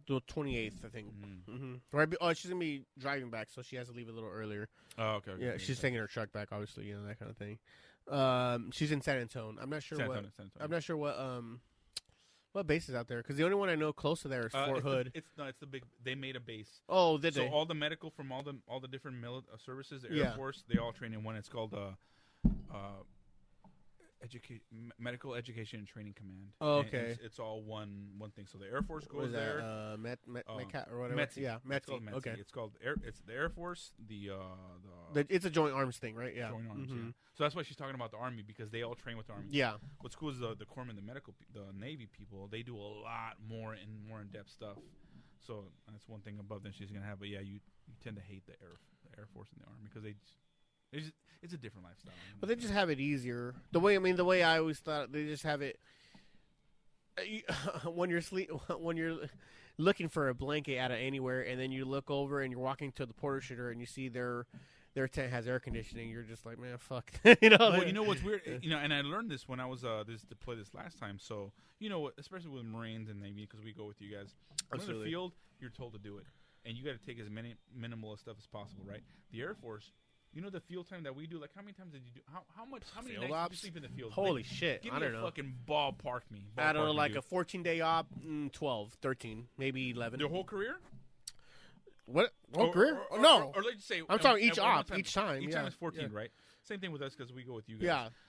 [SPEAKER 1] the 28th, I think.
[SPEAKER 3] Mm-hmm.
[SPEAKER 1] hmm Right. be- Oh, she's gonna be driving back, so she has to leave a little earlier.
[SPEAKER 3] Oh, okay. okay,
[SPEAKER 1] Yeah,
[SPEAKER 3] okay,
[SPEAKER 1] she's
[SPEAKER 3] okay.
[SPEAKER 1] taking her truck back, obviously, you know that kind of thing. Um, she's in San Antonio. I'm not sure
[SPEAKER 3] San
[SPEAKER 1] what.
[SPEAKER 3] Antonio, San Antonio.
[SPEAKER 1] I'm not sure what um, what base is out there because the only one I know close to there is
[SPEAKER 3] Uh,
[SPEAKER 1] Fort
[SPEAKER 3] it's the-
[SPEAKER 1] Hood.
[SPEAKER 3] it's no, it's the big. They made a base.
[SPEAKER 1] oh, did
[SPEAKER 3] so
[SPEAKER 1] they?
[SPEAKER 3] all the medical from all the all the different mili- uh, services, the Air
[SPEAKER 1] Yeah.
[SPEAKER 3] Force, they all train in one. It's called uh, uh, educa- M- Medical Education and Training Command.
[SPEAKER 1] Oh,
[SPEAKER 3] And
[SPEAKER 1] okay.
[SPEAKER 3] it's, it's all one one thing. So the Air Force
[SPEAKER 1] What
[SPEAKER 3] goes
[SPEAKER 1] is that?
[SPEAKER 3] there.
[SPEAKER 1] Uh, Met, Met,
[SPEAKER 3] Uh,
[SPEAKER 1] Metca- or whatever.
[SPEAKER 3] Metsi.
[SPEAKER 1] Yeah,
[SPEAKER 3] It's called
[SPEAKER 1] Metsy. Okay,
[SPEAKER 3] It's called Air. It's the Air Force. The uh, the,
[SPEAKER 1] The- it's a joint arms thing, right? Yeah.
[SPEAKER 3] Joint Arms. Yeah.
[SPEAKER 1] Mhm.
[SPEAKER 3] So that's why she's talking about the Army because they all train with the Army.
[SPEAKER 1] yeah.
[SPEAKER 3] What's cool is the the corpsman, the medical, pe- the Navy people. They do a lot more and more in depth stuff. So that's one thing above that she's gonna have. But yeah, you, you tend to hate the air the Air Force and the Army because they, just, it's just, it's a different lifestyle.
[SPEAKER 1] But they just have it easier. The way I mean, the way I always thought, they just have it. uh, you- When you're sleep, when you're looking for a blanket out of anywhere, and then you look over and you're walking to the porter shooter, and you see their their tent has air conditioning, you're just like, man, fuck, you know.
[SPEAKER 3] well,
[SPEAKER 1] like-
[SPEAKER 3] you know what's weird, you know, and I learned this when I was uh this deployed this last time. So you know, what, especially with Marines and Navy, because we go with you guys. When in the
[SPEAKER 1] Absolutely.
[SPEAKER 3] field, you're told to do it, and you got to take as many minimalist stuff as possible, right? The Air Force, you know, the field time that we do. Like, how many times did you do? How how much? How many
[SPEAKER 1] Field
[SPEAKER 3] nights did
[SPEAKER 1] ops?
[SPEAKER 3] you sleep in the field? Like,
[SPEAKER 1] Holy shit!
[SPEAKER 3] Give
[SPEAKER 1] I
[SPEAKER 3] me
[SPEAKER 1] don't
[SPEAKER 3] a
[SPEAKER 1] know.
[SPEAKER 3] fucking ballpark me.
[SPEAKER 1] out
[SPEAKER 3] Ballpark
[SPEAKER 1] of
[SPEAKER 3] me,
[SPEAKER 1] like
[SPEAKER 3] dude.
[SPEAKER 1] a 14 day op, mm, 12, 13, maybe 11.
[SPEAKER 3] their whole Oh, career.
[SPEAKER 1] What?
[SPEAKER 3] Or-
[SPEAKER 1] Whole career?
[SPEAKER 3] or- or-
[SPEAKER 1] no.
[SPEAKER 3] or, or let's say
[SPEAKER 1] I'm
[SPEAKER 3] at-
[SPEAKER 1] talking
[SPEAKER 3] at
[SPEAKER 1] each
[SPEAKER 3] one
[SPEAKER 1] op, each time,
[SPEAKER 3] Each
[SPEAKER 1] yeah,
[SPEAKER 3] time is fourteen,
[SPEAKER 1] yeah.
[SPEAKER 3] right? Same thing with us because we go with you guys.
[SPEAKER 1] yeah.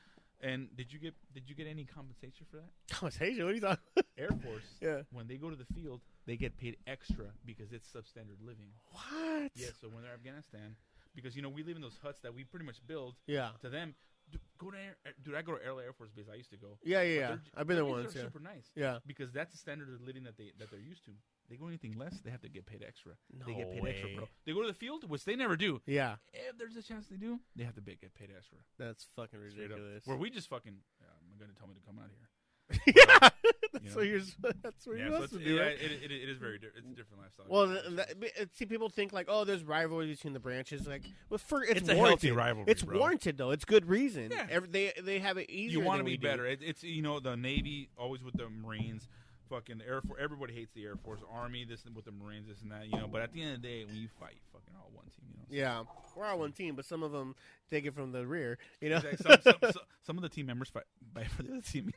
[SPEAKER 3] And did you get did you get any compensation for that?
[SPEAKER 1] Conversation. What are you talking? About?
[SPEAKER 3] Air Force.
[SPEAKER 1] Yeah.
[SPEAKER 3] When they go to the field, they get paid extra because it's substandard living.
[SPEAKER 1] What?
[SPEAKER 3] Yeah. So when they're in Afghanistan, because you know we live in those huts that we pretty much build.
[SPEAKER 1] Yeah.
[SPEAKER 3] To them, dude, go to air, dude. I go to Airla Air Force Base. I used to go.
[SPEAKER 1] Yeah. Yeah.
[SPEAKER 3] But
[SPEAKER 1] yeah.
[SPEAKER 3] they're j-
[SPEAKER 1] I've been there
[SPEAKER 3] these are
[SPEAKER 1] once. Yeah.
[SPEAKER 3] Super nice.
[SPEAKER 1] Yeah.
[SPEAKER 3] because that's the standard of living that they that they're used to. They go anything less, they have to get paid extra. they get
[SPEAKER 1] No
[SPEAKER 3] paid extra,
[SPEAKER 1] way.
[SPEAKER 3] bro. They go to the field, which they never do.
[SPEAKER 1] Yeah.
[SPEAKER 3] If there's a chance they do, they have to be, get paid extra.
[SPEAKER 1] That's fucking
[SPEAKER 3] Straight up.
[SPEAKER 1] ridiculous.
[SPEAKER 3] Where we just fucking, yeah, I'm gonna tell me to come out here.
[SPEAKER 1] yeah, that's
[SPEAKER 3] You know?
[SPEAKER 1] what you're. s- That's what
[SPEAKER 3] Yeah,
[SPEAKER 1] you're
[SPEAKER 3] so
[SPEAKER 1] supposed
[SPEAKER 3] it's,
[SPEAKER 1] to do.
[SPEAKER 3] yeah,
[SPEAKER 1] right?
[SPEAKER 3] it, it, it is very different. It's a different lifestyle.
[SPEAKER 1] Well, th- that, b- it- see, people think like, oh, there's rivalry between the branches. Like, well, for it's,
[SPEAKER 3] It's a healthy
[SPEAKER 1] warranted.
[SPEAKER 3] rivalry,
[SPEAKER 1] It's
[SPEAKER 3] bro.
[SPEAKER 1] warranted though. It's good reason.
[SPEAKER 3] Yeah.
[SPEAKER 1] Every, they they have it easier.
[SPEAKER 3] you
[SPEAKER 1] want to
[SPEAKER 3] be better. It, it's you know the Navy always with the Marines. Fucking the Air Force. Everybody hates the Air Force, Army. This with the Marines, this and that. You know, but at the end of the day, when you fight, you fucking all one team. You know.
[SPEAKER 1] Yeah, we're all one team, but some of them take it from the rear. You know.
[SPEAKER 3] Exactly. Some, some, some, some of the team members fight, fight for the other team.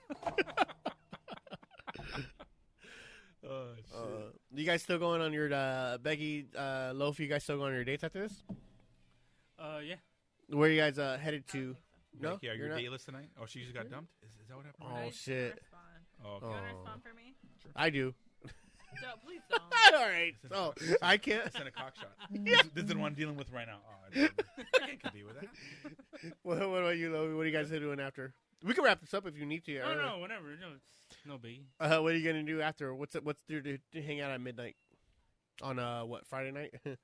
[SPEAKER 3] oh, shit.
[SPEAKER 1] Uh, you guys still going on your uh, Becky uh, Loaf? You guys still going on your dates after this?
[SPEAKER 2] Uh, yeah.
[SPEAKER 1] Where you guys uh, headed to? No,
[SPEAKER 3] Becky, are
[SPEAKER 1] you're
[SPEAKER 3] you
[SPEAKER 1] not?
[SPEAKER 3] dayless tonight? Oh, she just got dumped. Is, is that what happened?
[SPEAKER 1] Oh shit!
[SPEAKER 3] Oh,
[SPEAKER 5] You
[SPEAKER 3] okay.
[SPEAKER 5] want to
[SPEAKER 1] Oh.
[SPEAKER 5] respond for me?
[SPEAKER 1] I do.
[SPEAKER 5] No, please don't.
[SPEAKER 1] all right. Oh,
[SPEAKER 3] Listen,
[SPEAKER 1] I can't.
[SPEAKER 3] I sent a cock shot. This, this is the one I'm dealing with right now. Oh, I don't know. I can't compete with that.
[SPEAKER 1] What, what about you, Logan? What are you guys doing after? We can wrap this up if you need to.
[SPEAKER 2] Oh
[SPEAKER 1] or-
[SPEAKER 2] no, whatever. No, no biggie.
[SPEAKER 1] Uh, what are you gonna do after? What's it, what's there to, to hang out at midnight? On uh, what Friday night?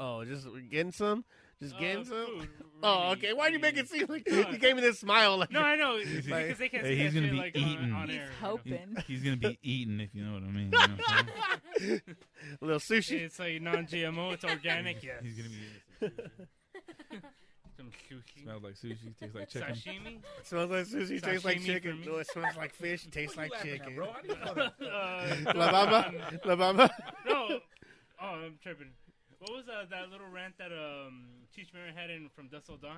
[SPEAKER 1] Oh, just getting some, just getting
[SPEAKER 2] Uh,
[SPEAKER 1] some.
[SPEAKER 2] food, we're
[SPEAKER 1] Oh,
[SPEAKER 2] gonna
[SPEAKER 1] okay.
[SPEAKER 2] eat,
[SPEAKER 1] Why do you
[SPEAKER 2] we're
[SPEAKER 1] make
[SPEAKER 2] gonna
[SPEAKER 1] it seem like
[SPEAKER 2] Uh,
[SPEAKER 1] you gave me this smile? Like,
[SPEAKER 2] eat. No, I know
[SPEAKER 3] like-
[SPEAKER 2] because they can't.
[SPEAKER 3] Hey,
[SPEAKER 2] see
[SPEAKER 3] he's
[SPEAKER 2] that
[SPEAKER 3] gonna
[SPEAKER 2] shit,
[SPEAKER 3] be
[SPEAKER 2] like, On,
[SPEAKER 3] eating.
[SPEAKER 2] on
[SPEAKER 8] He's
[SPEAKER 2] air, you know?
[SPEAKER 8] hoping.
[SPEAKER 3] He's gonna be eaten if you know what I mean. you know what I'm saying?
[SPEAKER 1] a little sushi.
[SPEAKER 2] It's like non-GMO. It's organic. Yes.
[SPEAKER 3] He's gonna be. eating some
[SPEAKER 2] some
[SPEAKER 3] sushi.
[SPEAKER 2] sushi.
[SPEAKER 3] Smells like sushi. Tastes like chicken.
[SPEAKER 2] Sashimi.
[SPEAKER 1] It smells like sushi. Tastes
[SPEAKER 2] Sashimi
[SPEAKER 1] like
[SPEAKER 2] for
[SPEAKER 1] chicken.
[SPEAKER 2] me.
[SPEAKER 1] No, it smells like fish. It tastes
[SPEAKER 3] What are you
[SPEAKER 1] like
[SPEAKER 3] laughing at,
[SPEAKER 1] chicken.
[SPEAKER 3] bro. How do you know
[SPEAKER 2] Uh,
[SPEAKER 3] that?
[SPEAKER 1] La bamba, la bamba.
[SPEAKER 2] no. Oh, I'm tripping. What was uh, that little rant that um, Cheech Marin had in From Dust Till Dawn?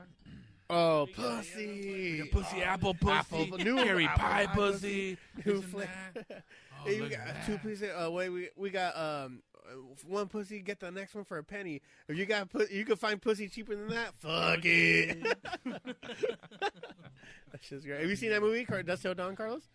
[SPEAKER 1] Oh,
[SPEAKER 2] We got-
[SPEAKER 1] pussy.
[SPEAKER 3] pussy, apple pussy,
[SPEAKER 1] Apple- new
[SPEAKER 3] cherry
[SPEAKER 1] apple
[SPEAKER 3] pie
[SPEAKER 1] pie
[SPEAKER 3] pussy.
[SPEAKER 1] Who
[SPEAKER 3] this and
[SPEAKER 1] flick?
[SPEAKER 3] that. Oh,
[SPEAKER 1] Hey, we
[SPEAKER 3] look
[SPEAKER 1] got
[SPEAKER 3] at
[SPEAKER 1] two
[SPEAKER 3] that.
[SPEAKER 1] pieces. Uh, wait, we we got um uh, one pussy. Get the next one for a penny. If you got put, you could find pussy cheaper than that. Fuck it. That's just great. Have you seen that movie, Car- Dust Till Dawn, Carlos?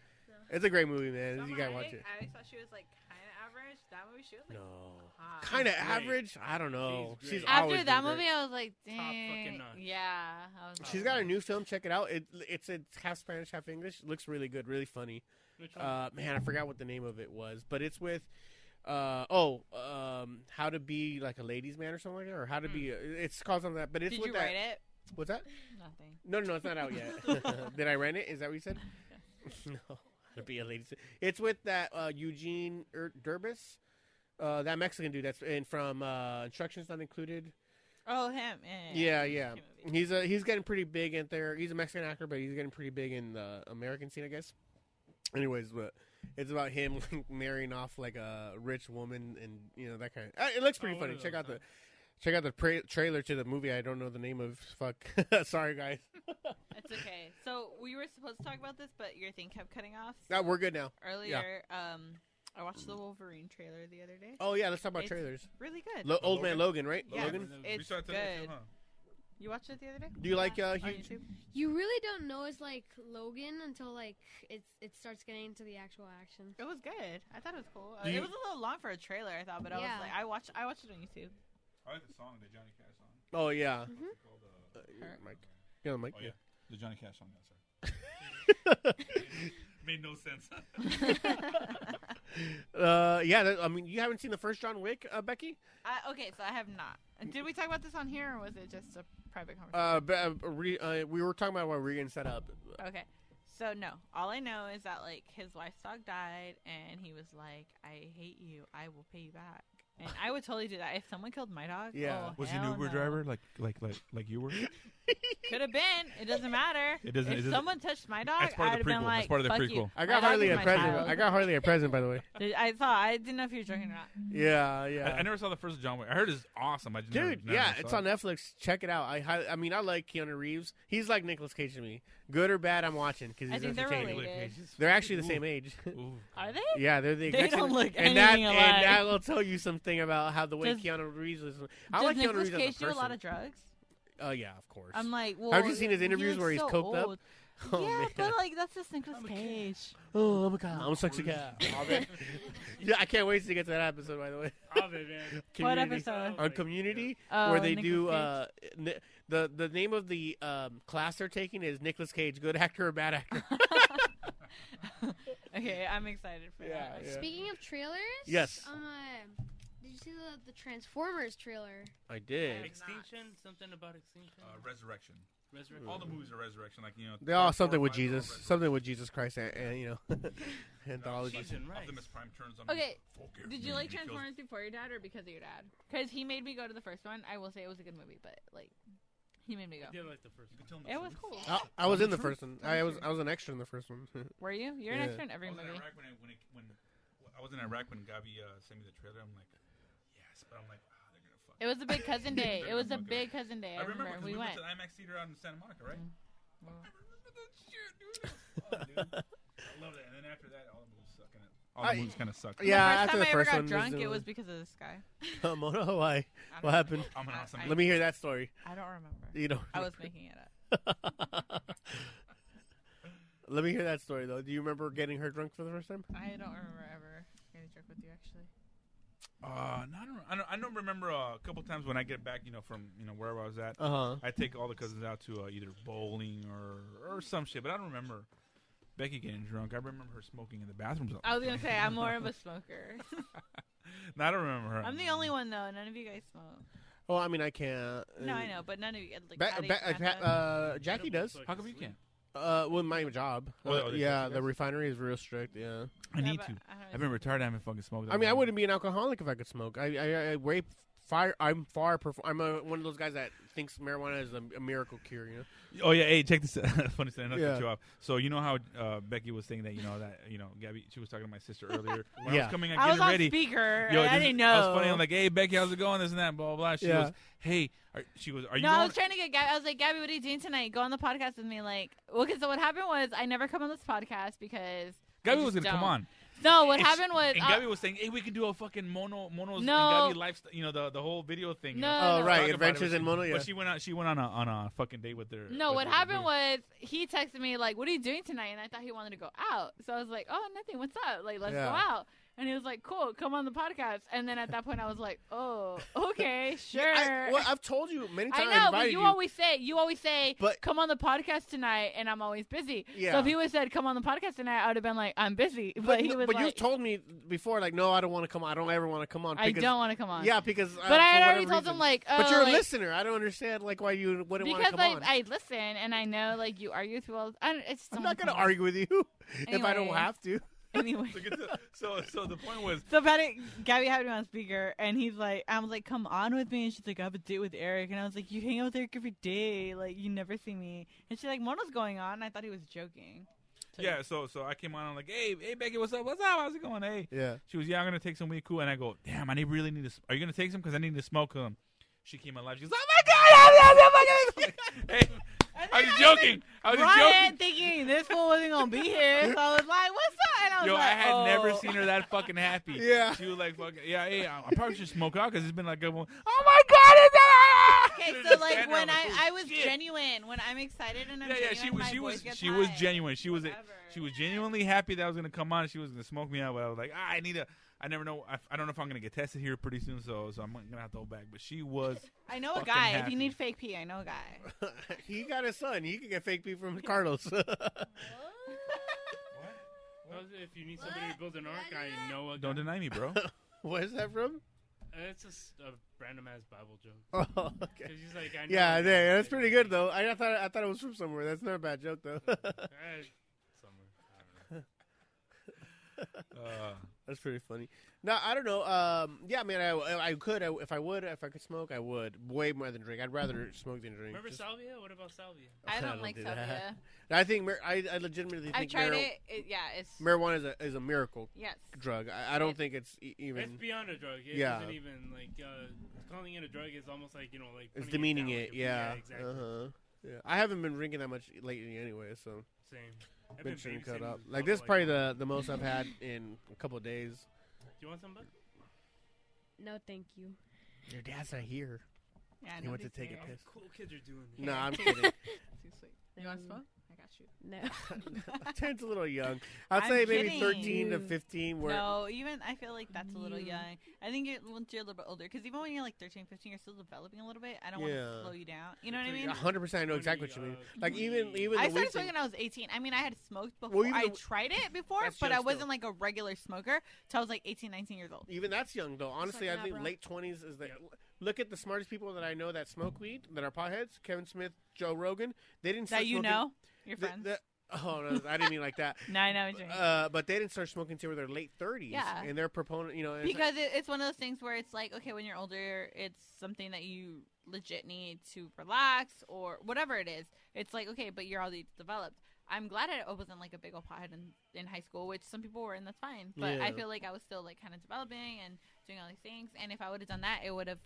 [SPEAKER 1] It's a great movie, man. You gotta watch it.
[SPEAKER 5] I always thought she was like kind of average, average? That movie she was like
[SPEAKER 1] No.
[SPEAKER 5] hot.
[SPEAKER 1] Kind of
[SPEAKER 2] She's great.
[SPEAKER 1] average. I don't know.
[SPEAKER 2] She's
[SPEAKER 1] She's
[SPEAKER 2] great.
[SPEAKER 8] After
[SPEAKER 1] always
[SPEAKER 8] that
[SPEAKER 1] been great.
[SPEAKER 8] movie, I was like,
[SPEAKER 2] Top fucking
[SPEAKER 8] dang.
[SPEAKER 2] notch.
[SPEAKER 8] Yeah. I was
[SPEAKER 1] She's
[SPEAKER 8] like,
[SPEAKER 1] got a new film. Check it out. It, it's it's half Spanish, half English. Looks really good. Really funny.
[SPEAKER 2] Which one?
[SPEAKER 1] Uh, man, I forgot what the name of it was, but it's with. Uh, oh, um, how to be like a ladies' man or something like that, or how to be. It's called something like that, but it's
[SPEAKER 5] Hmm. Did
[SPEAKER 1] with
[SPEAKER 5] you
[SPEAKER 1] that.
[SPEAKER 5] write it?
[SPEAKER 1] What's that?
[SPEAKER 5] Nothing.
[SPEAKER 1] No, no, no, it's not out yet. Did I rent it? Is that what you said? no, how to be a ladies. It's with that uh, Eugene er- Derbis, uh, that Mexican dude that's in from uh, Instructions Not Included.
[SPEAKER 5] Oh, him.
[SPEAKER 1] Yeah, yeah.
[SPEAKER 5] Cute movie.
[SPEAKER 1] He's a he's getting pretty big in there. He's a Mexican actor, but he's getting pretty big in the American scene, I guess. Anyways, but it's about him marrying off like a rich woman, and you know that kind of. Uh, it looks pretty
[SPEAKER 2] Oh, one
[SPEAKER 1] funny.
[SPEAKER 2] of
[SPEAKER 1] Check
[SPEAKER 2] those,
[SPEAKER 1] out the
[SPEAKER 2] huh?
[SPEAKER 1] check out the pra- trailer to the movie. I don't know the name of. Fuck, sorry guys.
[SPEAKER 5] It's okay. So we were supposed to talk about this, but your thing kept cutting off
[SPEAKER 1] Now we're good now.
[SPEAKER 5] earlier. Um, I watched the Wolverine trailer the other day.
[SPEAKER 1] Oh yeah, let's talk about
[SPEAKER 5] It's-
[SPEAKER 1] trailers.
[SPEAKER 5] Really good.
[SPEAKER 1] Lo- old man Logan, right?
[SPEAKER 5] yeah,
[SPEAKER 1] Logan.
[SPEAKER 3] We
[SPEAKER 5] it's
[SPEAKER 3] saw it today, too,
[SPEAKER 5] good.
[SPEAKER 3] huh?
[SPEAKER 5] You watched it the other day?
[SPEAKER 1] Do you like uh,
[SPEAKER 5] On
[SPEAKER 1] Hugh?
[SPEAKER 5] YouTube?
[SPEAKER 4] You really don't know it's like Logan until like it's it starts getting into the actual action.
[SPEAKER 5] It was good. I thought it was cool. Uh,
[SPEAKER 1] Do you-
[SPEAKER 5] It was a little long for a trailer, I thought, but I was
[SPEAKER 4] Yeah.
[SPEAKER 5] like, I watched, I watched it on YouTube.
[SPEAKER 3] I like the song, the Johnny Cash song.
[SPEAKER 1] Oh yeah.
[SPEAKER 3] What's it called? Uh,
[SPEAKER 1] Uh, Mike. Yeah, Mike.
[SPEAKER 3] oh yeah, the Johnny Cash song. That's right. Made no sense.
[SPEAKER 1] uh, yeah. That, I mean, you haven't seen the first John Wick, uh, Becky?
[SPEAKER 5] I, okay, so I have not. And Did we talk about this on here, or was it just a private conversation?
[SPEAKER 1] Uh, but, uh, re, uh, we were talking about what we're getting set up.
[SPEAKER 3] Uh,
[SPEAKER 5] Okay. So no, all I know is that like his wife's dog died, and he was like, "I hate you. I will pay you back." And I would totally do that if someone killed my dog.
[SPEAKER 1] Yeah.
[SPEAKER 5] oh,
[SPEAKER 3] Was he an
[SPEAKER 5] hell
[SPEAKER 3] Uber
[SPEAKER 5] no.
[SPEAKER 3] driver like like like like you were?
[SPEAKER 5] Could have been. It doesn't matter.
[SPEAKER 3] It doesn't-
[SPEAKER 5] If
[SPEAKER 3] it doesn't-
[SPEAKER 5] someone touched my dog,
[SPEAKER 3] That's part
[SPEAKER 5] I'd
[SPEAKER 3] of
[SPEAKER 5] have
[SPEAKER 3] the
[SPEAKER 5] been
[SPEAKER 3] prequel.
[SPEAKER 5] like,
[SPEAKER 3] That's part of the
[SPEAKER 5] "Fuck
[SPEAKER 3] prequel.
[SPEAKER 5] you."
[SPEAKER 1] I got
[SPEAKER 5] My dog
[SPEAKER 1] hardly
[SPEAKER 5] is
[SPEAKER 1] a
[SPEAKER 5] my
[SPEAKER 1] present.
[SPEAKER 5] child.
[SPEAKER 1] I got hardly a present, by the way.
[SPEAKER 5] Did- I thought I didn't know if you were joking or not.
[SPEAKER 1] Yeah,
[SPEAKER 3] I,
[SPEAKER 1] yeah.
[SPEAKER 3] I never saw the first John Wick. I heard it's awesome. I just never-
[SPEAKER 1] Dude,
[SPEAKER 3] never
[SPEAKER 1] yeah,
[SPEAKER 3] saw
[SPEAKER 1] it's
[SPEAKER 3] it.
[SPEAKER 1] on Netflix. Check it out. I, hi- I mean, I like Keanu Reeves. He's like Nicolas Cage to me. Good or bad, I'm watching because
[SPEAKER 5] I
[SPEAKER 1] he's
[SPEAKER 5] think they're
[SPEAKER 1] entertaining.
[SPEAKER 5] related.
[SPEAKER 1] They're actually the
[SPEAKER 3] Ooh.
[SPEAKER 1] same age.
[SPEAKER 3] Ooh.
[SPEAKER 5] Are they?
[SPEAKER 1] yeah, they're the
[SPEAKER 5] They
[SPEAKER 1] exact
[SPEAKER 5] don't
[SPEAKER 1] same-
[SPEAKER 5] look
[SPEAKER 1] and that
[SPEAKER 5] anything alike.
[SPEAKER 1] and that will tell you something about how the way
[SPEAKER 5] Does-
[SPEAKER 1] Keanu Reeves was. I
[SPEAKER 5] Does
[SPEAKER 1] like Keanu
[SPEAKER 5] Nicolas
[SPEAKER 1] Reeves
[SPEAKER 5] Cage
[SPEAKER 1] as a
[SPEAKER 5] do a lot
[SPEAKER 1] person.
[SPEAKER 5] of drugs?
[SPEAKER 1] Oh yeah, of course.
[SPEAKER 5] I'm like, well,
[SPEAKER 1] Have you seen his
[SPEAKER 5] he
[SPEAKER 1] interviews
[SPEAKER 5] looks
[SPEAKER 1] where he's
[SPEAKER 5] so
[SPEAKER 1] coked up?
[SPEAKER 5] old.
[SPEAKER 1] Oh,
[SPEAKER 5] yeah,
[SPEAKER 1] man.
[SPEAKER 5] but like that's just Nicolas
[SPEAKER 3] I'm a kid.
[SPEAKER 5] Cage.
[SPEAKER 1] oh my god, I'm such a guy. Yeah, I can't wait to get to that episode. By the way,
[SPEAKER 2] Love it, man.
[SPEAKER 5] What
[SPEAKER 1] Community.
[SPEAKER 3] Uh,
[SPEAKER 5] episode?
[SPEAKER 1] on Community,
[SPEAKER 5] Oh,
[SPEAKER 1] where they
[SPEAKER 5] Nicolas
[SPEAKER 1] do
[SPEAKER 5] Cage.
[SPEAKER 1] uh, n- the the name of the um, class they're taking is Nicolas Cage, good actor or bad actor.
[SPEAKER 5] okay, I'm excited for
[SPEAKER 1] Yeah,
[SPEAKER 5] that.
[SPEAKER 1] yeah.
[SPEAKER 4] Speaking of trailers,
[SPEAKER 1] Yes.
[SPEAKER 4] Um, uh, did you see the, the Transformers trailer?
[SPEAKER 1] I did.
[SPEAKER 2] Extinction? Something about extinction?
[SPEAKER 3] Uh, resurrection.
[SPEAKER 2] Resurrection?
[SPEAKER 3] All the movies are resurrection. Like you know,
[SPEAKER 1] They all
[SPEAKER 3] four-
[SPEAKER 1] something
[SPEAKER 3] four or
[SPEAKER 1] with
[SPEAKER 3] five, they're all
[SPEAKER 1] Jesus, something with Jesus Christ, and, and you know,
[SPEAKER 3] resurrection.
[SPEAKER 1] anthology.
[SPEAKER 2] Jesus and Rice.
[SPEAKER 3] Optimus Prime turns on.
[SPEAKER 5] Okay,
[SPEAKER 3] Fuck you.
[SPEAKER 5] Did
[SPEAKER 3] He
[SPEAKER 5] you like
[SPEAKER 3] kills-
[SPEAKER 5] Transformers before your dad or because of your dad? Because he made me go to the first one. I will say it was a good movie, but like he made me
[SPEAKER 2] I
[SPEAKER 5] go.
[SPEAKER 2] did like the first
[SPEAKER 3] You
[SPEAKER 2] one.
[SPEAKER 3] can tell him the
[SPEAKER 5] It was
[SPEAKER 3] truth.
[SPEAKER 5] cool.
[SPEAKER 1] I, I was in the
[SPEAKER 5] Tell the
[SPEAKER 1] first one.
[SPEAKER 5] truth, tell
[SPEAKER 1] I
[SPEAKER 5] the
[SPEAKER 1] was
[SPEAKER 5] truth.
[SPEAKER 1] I was an extra in the first one.
[SPEAKER 5] Were you? You're
[SPEAKER 1] Yeah.
[SPEAKER 5] an extra in every
[SPEAKER 3] I was in
[SPEAKER 5] movie.
[SPEAKER 3] Iraq when I, when it, when, when I was in Iraq when Gabi uh, sent me the trailer. I'm like, yes, but I'm like, ah, they're gonna fuck.
[SPEAKER 5] It was a big cousin day. It was a
[SPEAKER 3] Okay.
[SPEAKER 5] big cousin day.
[SPEAKER 3] I remember 'cause we,
[SPEAKER 5] we, went.
[SPEAKER 3] went to the IMAX theater out in Santa Monica, right?
[SPEAKER 5] Mm.
[SPEAKER 3] I remember that shit, dude. It was fun, dude. I love that. And then after that, all the movies suck. And it, all the
[SPEAKER 1] I-
[SPEAKER 3] movies kind of suck.
[SPEAKER 1] Yeah, after
[SPEAKER 5] the first time
[SPEAKER 1] the
[SPEAKER 5] I
[SPEAKER 1] first one
[SPEAKER 5] ever got
[SPEAKER 1] was
[SPEAKER 5] drunk,
[SPEAKER 1] the-
[SPEAKER 5] it was because of this guy.
[SPEAKER 1] I'm on Hawaii.
[SPEAKER 5] I don't
[SPEAKER 1] What happened?
[SPEAKER 3] I'm an
[SPEAKER 5] I-
[SPEAKER 3] awesome.
[SPEAKER 5] I-
[SPEAKER 1] Let me hear that story.
[SPEAKER 5] I don't remember.
[SPEAKER 1] You know,
[SPEAKER 5] I was making it up.
[SPEAKER 1] let me hear that story though. Do you remember getting her drunk for the first time?
[SPEAKER 5] I don't remember ever getting drunk with you actually.
[SPEAKER 3] Uh, no, I don't. I don't, I don't remember uh, a couple times when I get back, you know, from you know wherever I was at.
[SPEAKER 1] Uh huh.
[SPEAKER 3] I take all the cousins out to uh, either bowling or or some shit, but I don't remember Becky getting drunk. I remember her smoking in the bathrooms. all
[SPEAKER 5] I was
[SPEAKER 3] the
[SPEAKER 5] gonna
[SPEAKER 3] time.
[SPEAKER 5] say I'm more of a smoker.
[SPEAKER 3] No, I don't remember her.
[SPEAKER 5] I'm the only one though. None of you guys smoke.
[SPEAKER 1] Well, Oh, I mean, I can't.
[SPEAKER 5] No,
[SPEAKER 1] uh,
[SPEAKER 5] I know, but none of you. Like,
[SPEAKER 1] Ba-
[SPEAKER 5] Patty,
[SPEAKER 1] ba- uh,
[SPEAKER 5] Samantha.
[SPEAKER 1] Ja- uh, Jackie does.
[SPEAKER 3] How come you can't?
[SPEAKER 1] Uh, well, my job.
[SPEAKER 3] Oh,
[SPEAKER 1] Uh,
[SPEAKER 3] oh, they-
[SPEAKER 1] yeah,
[SPEAKER 3] they-
[SPEAKER 1] the refinery is real strict. Yeah.
[SPEAKER 3] I
[SPEAKER 5] Yeah,
[SPEAKER 3] need
[SPEAKER 5] but
[SPEAKER 3] to.
[SPEAKER 5] I don't
[SPEAKER 3] I've been retired. I haven't fucking smoked.
[SPEAKER 1] I mean, I wouldn't be an alcoholic if I could smoke. I, I, I way far. I'm far. Perf- I'm a, one of those guys that thinks marijuana is a, a miracle cure. You know.
[SPEAKER 3] Oh yeah. Hey, check this. out. Funny thing. I'll
[SPEAKER 1] Yeah.
[SPEAKER 3] cut you off. So you know how uh, Becky was saying that you know that you know Gabby. She was talking to my sister earlier. When I
[SPEAKER 1] Yeah.
[SPEAKER 3] was coming and
[SPEAKER 5] I was
[SPEAKER 3] getting
[SPEAKER 5] on
[SPEAKER 3] ready.
[SPEAKER 5] speaker.
[SPEAKER 3] Yo,
[SPEAKER 5] and I
[SPEAKER 3] this-
[SPEAKER 5] didn't know.
[SPEAKER 3] I was funny. I'm like, hey Becky, how's it going? This and that. Blah blah. blah. She
[SPEAKER 1] Yeah.
[SPEAKER 3] goes, hey. Are, she goes, are you?
[SPEAKER 5] no, I
[SPEAKER 3] going?
[SPEAKER 5] was trying to get Gabby. I was like, Gabby, what are you doing tonight? Go on the podcast with me. Like, well, because so what happened was I never come on this podcast because I
[SPEAKER 3] Gabby
[SPEAKER 5] just
[SPEAKER 3] was gonna come
[SPEAKER 5] don't.
[SPEAKER 3] on.
[SPEAKER 5] No, what
[SPEAKER 3] And she-
[SPEAKER 5] happened was
[SPEAKER 3] And
[SPEAKER 5] uh,
[SPEAKER 3] Gabby was saying, "Hey, we could do a fucking mono monos
[SPEAKER 5] No.
[SPEAKER 3] and Gabby lifestyle, you know, the the whole video thing." you
[SPEAKER 5] No,
[SPEAKER 3] know?
[SPEAKER 5] no,
[SPEAKER 1] Oh, right,
[SPEAKER 5] no.
[SPEAKER 3] Talk about it,
[SPEAKER 1] Adventures
[SPEAKER 3] but
[SPEAKER 1] in
[SPEAKER 3] she-
[SPEAKER 1] Mono, yeah.
[SPEAKER 3] But she went out. She went on a on a fucking date with her.
[SPEAKER 5] no,
[SPEAKER 3] with
[SPEAKER 5] what
[SPEAKER 3] her
[SPEAKER 5] happened
[SPEAKER 3] boo.
[SPEAKER 5] was he texted me like, what are you doing tonight? And I thought he wanted to go out, so I was like, oh, nothing. What's up? Like, let's
[SPEAKER 1] Yeah.
[SPEAKER 5] go out.
[SPEAKER 8] And he was like, "Cool, come on the podcast." And then at that point, I was like, "Oh, okay, sure."
[SPEAKER 1] I, well, I've told you many
[SPEAKER 8] I
[SPEAKER 1] times. I
[SPEAKER 8] know, but
[SPEAKER 1] invited
[SPEAKER 8] you, always say you always say
[SPEAKER 1] But-
[SPEAKER 8] come on the podcast tonight, and I'm always busy. So
[SPEAKER 1] Yeah.
[SPEAKER 8] if he would have said come on the podcast tonight, I would have been like, I'm busy. But, he
[SPEAKER 1] no-
[SPEAKER 8] was
[SPEAKER 1] but
[SPEAKER 8] like,
[SPEAKER 1] you've told me before, like, no, I don't want to come. on. I don't ever want to come on.
[SPEAKER 8] I
[SPEAKER 1] Because,
[SPEAKER 8] don't want to come on.
[SPEAKER 1] Yeah, because. uh,
[SPEAKER 8] but I had
[SPEAKER 1] for
[SPEAKER 8] already
[SPEAKER 1] whatever
[SPEAKER 8] told
[SPEAKER 1] reason.
[SPEAKER 8] him like, oh,
[SPEAKER 1] but you're a
[SPEAKER 8] like,
[SPEAKER 1] listener. I don't understand like why you wouldn't want to
[SPEAKER 8] because
[SPEAKER 1] come
[SPEAKER 8] like
[SPEAKER 1] on.
[SPEAKER 8] I listen and I know like you argue with people. I don't, it's just don't
[SPEAKER 1] I'm not
[SPEAKER 8] wanna
[SPEAKER 1] gonna
[SPEAKER 8] come on.
[SPEAKER 1] argue with you if I don't
[SPEAKER 8] Anyway.
[SPEAKER 1] have to.
[SPEAKER 8] anyway.
[SPEAKER 3] So, get the, so, so the point was,
[SPEAKER 5] So Patty, Gabby had me on speaker, and he's like, I was like, come on with me. And she's like, I have a date with Eric. And I was like, you hang out with Eric every day. Like, you never see me. And she's like, what was going on? And I thought he was joking.
[SPEAKER 3] yeah. So, so I came on. I'm like, hey, hey, Becky, what's up? What's up? How's it going? Hey.
[SPEAKER 1] Yeah.
[SPEAKER 3] She was, yeah, I'm gonna take some weed, cool. And I go, damn, I need, really need to. s- Are you gonna take some? Because I need to smoke them. She came alive. She goes, oh my god, I'm, I'm, I'm, hey, I was just joking. I was just joking.
[SPEAKER 5] Brian thinking this fool wasn't going to be here. So I was like, what's up? And I was
[SPEAKER 3] Yo,
[SPEAKER 5] like,
[SPEAKER 3] I had never
[SPEAKER 5] "Oh."
[SPEAKER 3] seen her that fucking happy.
[SPEAKER 1] Yeah.
[SPEAKER 3] She was like, fucking, yeah, hey, I, I probably should smoke out because it's been like a one. Oh my god, it's ah!
[SPEAKER 5] Okay,
[SPEAKER 3] She's
[SPEAKER 5] so
[SPEAKER 3] just
[SPEAKER 5] like
[SPEAKER 3] standing
[SPEAKER 5] when
[SPEAKER 3] there, I'm
[SPEAKER 5] I,
[SPEAKER 3] like,
[SPEAKER 5] I
[SPEAKER 3] "Oh,
[SPEAKER 5] was
[SPEAKER 3] shit."
[SPEAKER 5] genuine when I'm excited and I'm
[SPEAKER 3] Yeah, yeah, she
[SPEAKER 5] genuine,
[SPEAKER 3] was,
[SPEAKER 5] my
[SPEAKER 3] she
[SPEAKER 5] voice
[SPEAKER 3] was,
[SPEAKER 5] gets
[SPEAKER 3] she was
[SPEAKER 5] high.
[SPEAKER 3] genuine. She was, a,
[SPEAKER 5] Whatever.
[SPEAKER 3] she was genuinely happy that I was gonna come on. and She was gonna smoke me out, but I was like, ah, I need a. I never know. I, I don't know if I'm gonna get tested here pretty soon, so so I'm gonna have to hold back. But she was.
[SPEAKER 5] I know a
[SPEAKER 3] fucking
[SPEAKER 5] guy. If
[SPEAKER 3] happy.
[SPEAKER 5] you need fake pee, I know a guy.
[SPEAKER 1] he got his son. You can get fake pee from Carlos.
[SPEAKER 2] Well, If you need somebody to build an ark,
[SPEAKER 4] Did I do
[SPEAKER 2] I
[SPEAKER 4] that?
[SPEAKER 2] know a
[SPEAKER 3] Don't
[SPEAKER 2] guy.
[SPEAKER 3] deny me, bro.
[SPEAKER 1] Where's that from?
[SPEAKER 2] Uh, It's just a random ass Bible joke.
[SPEAKER 1] Oh, okay.
[SPEAKER 2] 'Cause he's like, I know
[SPEAKER 1] Yeah,
[SPEAKER 2] a guy
[SPEAKER 1] yeah, that's
[SPEAKER 2] that-
[SPEAKER 1] pretty good though. I, I thought I thought it was from somewhere. That's not a bad joke though.
[SPEAKER 2] Uh, somewhere. I don't know.
[SPEAKER 3] Uh,
[SPEAKER 1] that's pretty funny. No, I don't know. Um, yeah, man, I, I could I, if I would if I could smoke, I would way more than drink. I'd rather smoke than drink.
[SPEAKER 2] Remember
[SPEAKER 1] Just-
[SPEAKER 2] Salvia? What about Salvia?
[SPEAKER 1] I
[SPEAKER 8] I
[SPEAKER 1] don't
[SPEAKER 8] don't like
[SPEAKER 1] do
[SPEAKER 8] stuff.
[SPEAKER 1] that.
[SPEAKER 8] yeah.
[SPEAKER 1] I think mar- I, I legitimately think
[SPEAKER 8] I've tried
[SPEAKER 1] marijuana,
[SPEAKER 8] it. it. Yeah, it's
[SPEAKER 1] marijuana is a is a miracle
[SPEAKER 8] yes.
[SPEAKER 1] drug. I, I don't think it's e-
[SPEAKER 2] It's
[SPEAKER 1] even.
[SPEAKER 2] beyond a drug. It
[SPEAKER 1] Yeah.
[SPEAKER 2] not even like uh, calling it a drug is almost like you know like
[SPEAKER 1] It's
[SPEAKER 2] putting
[SPEAKER 1] demeaning
[SPEAKER 2] down,
[SPEAKER 1] it.
[SPEAKER 2] like, a-
[SPEAKER 1] Yeah.
[SPEAKER 2] exactly.
[SPEAKER 1] Uh-huh. Yeah. I haven't been drinking that much lately anyway, so
[SPEAKER 2] Same. I've
[SPEAKER 1] been
[SPEAKER 2] been
[SPEAKER 1] trying to
[SPEAKER 2] babysitting
[SPEAKER 1] cut up.
[SPEAKER 2] this
[SPEAKER 1] Like
[SPEAKER 2] bottle
[SPEAKER 1] this is probably
[SPEAKER 2] that.
[SPEAKER 1] the the most I've had in a couple of days.
[SPEAKER 2] Do you want some? Bud?
[SPEAKER 4] No, thank you.
[SPEAKER 1] Your dad's not here.
[SPEAKER 5] Yeah, I
[SPEAKER 1] He
[SPEAKER 5] know
[SPEAKER 1] went to
[SPEAKER 5] these
[SPEAKER 1] take a
[SPEAKER 5] guys.
[SPEAKER 1] piss.
[SPEAKER 2] Cool kids are doing. it.
[SPEAKER 1] No, I'm kidding.
[SPEAKER 5] Too sweet. You want to smoke? I got you.
[SPEAKER 4] No.
[SPEAKER 1] Ten's a little young. I'd
[SPEAKER 5] I'm
[SPEAKER 1] say maybe
[SPEAKER 5] kidding.
[SPEAKER 1] thirteen to fifteen. Where
[SPEAKER 5] No, even I feel like that's a little
[SPEAKER 4] You.
[SPEAKER 5] young. I think you're, once you're a little bit older, because even when you're like 13, 15, you're still developing a little bit. I don't want
[SPEAKER 1] Yeah.
[SPEAKER 5] to slow you down. You know what I mean?
[SPEAKER 1] hundred percent, I know exactly what you mean.
[SPEAKER 2] uh,
[SPEAKER 1] Like even even
[SPEAKER 5] I
[SPEAKER 1] the weed
[SPEAKER 5] started
[SPEAKER 1] thing,
[SPEAKER 5] smoking when I was 18. I mean, I had smoked before.
[SPEAKER 1] even
[SPEAKER 5] I
[SPEAKER 1] the-
[SPEAKER 5] tried it before,
[SPEAKER 1] That's
[SPEAKER 5] but
[SPEAKER 1] young
[SPEAKER 5] I
[SPEAKER 1] still.
[SPEAKER 5] wasn't like a regular smoker till I was like 18, 19 years old.
[SPEAKER 1] even that's young though. Honestly,
[SPEAKER 4] like,
[SPEAKER 1] I
[SPEAKER 4] nah,
[SPEAKER 1] think
[SPEAKER 4] bro.
[SPEAKER 1] late twenties is the. Look at the smartest people that I know that smoke weed that are potheads. Kevin Smith, Joe Rogan. They didn't.
[SPEAKER 5] That
[SPEAKER 1] start
[SPEAKER 5] you
[SPEAKER 1] smoking-
[SPEAKER 5] know, your
[SPEAKER 1] the-
[SPEAKER 5] friends.
[SPEAKER 1] the- oh no, I didn't mean like that.
[SPEAKER 5] no, I know what you mean.
[SPEAKER 1] Uh, but they didn't start smoking until their late thirties.
[SPEAKER 5] Yeah.
[SPEAKER 1] and their proponent, you know, it's like-
[SPEAKER 5] because it, it's one of those things where it's like okay when you're older it's something that you legit need to relax or whatever it is it's like okay but you're already developed i'm glad i wasn't like a big old pothead in, in high school which some people were and that's fine but i
[SPEAKER 1] Yeah.
[SPEAKER 5] feel like i was still like kind of developing and doing all these things and if i would have done that it would have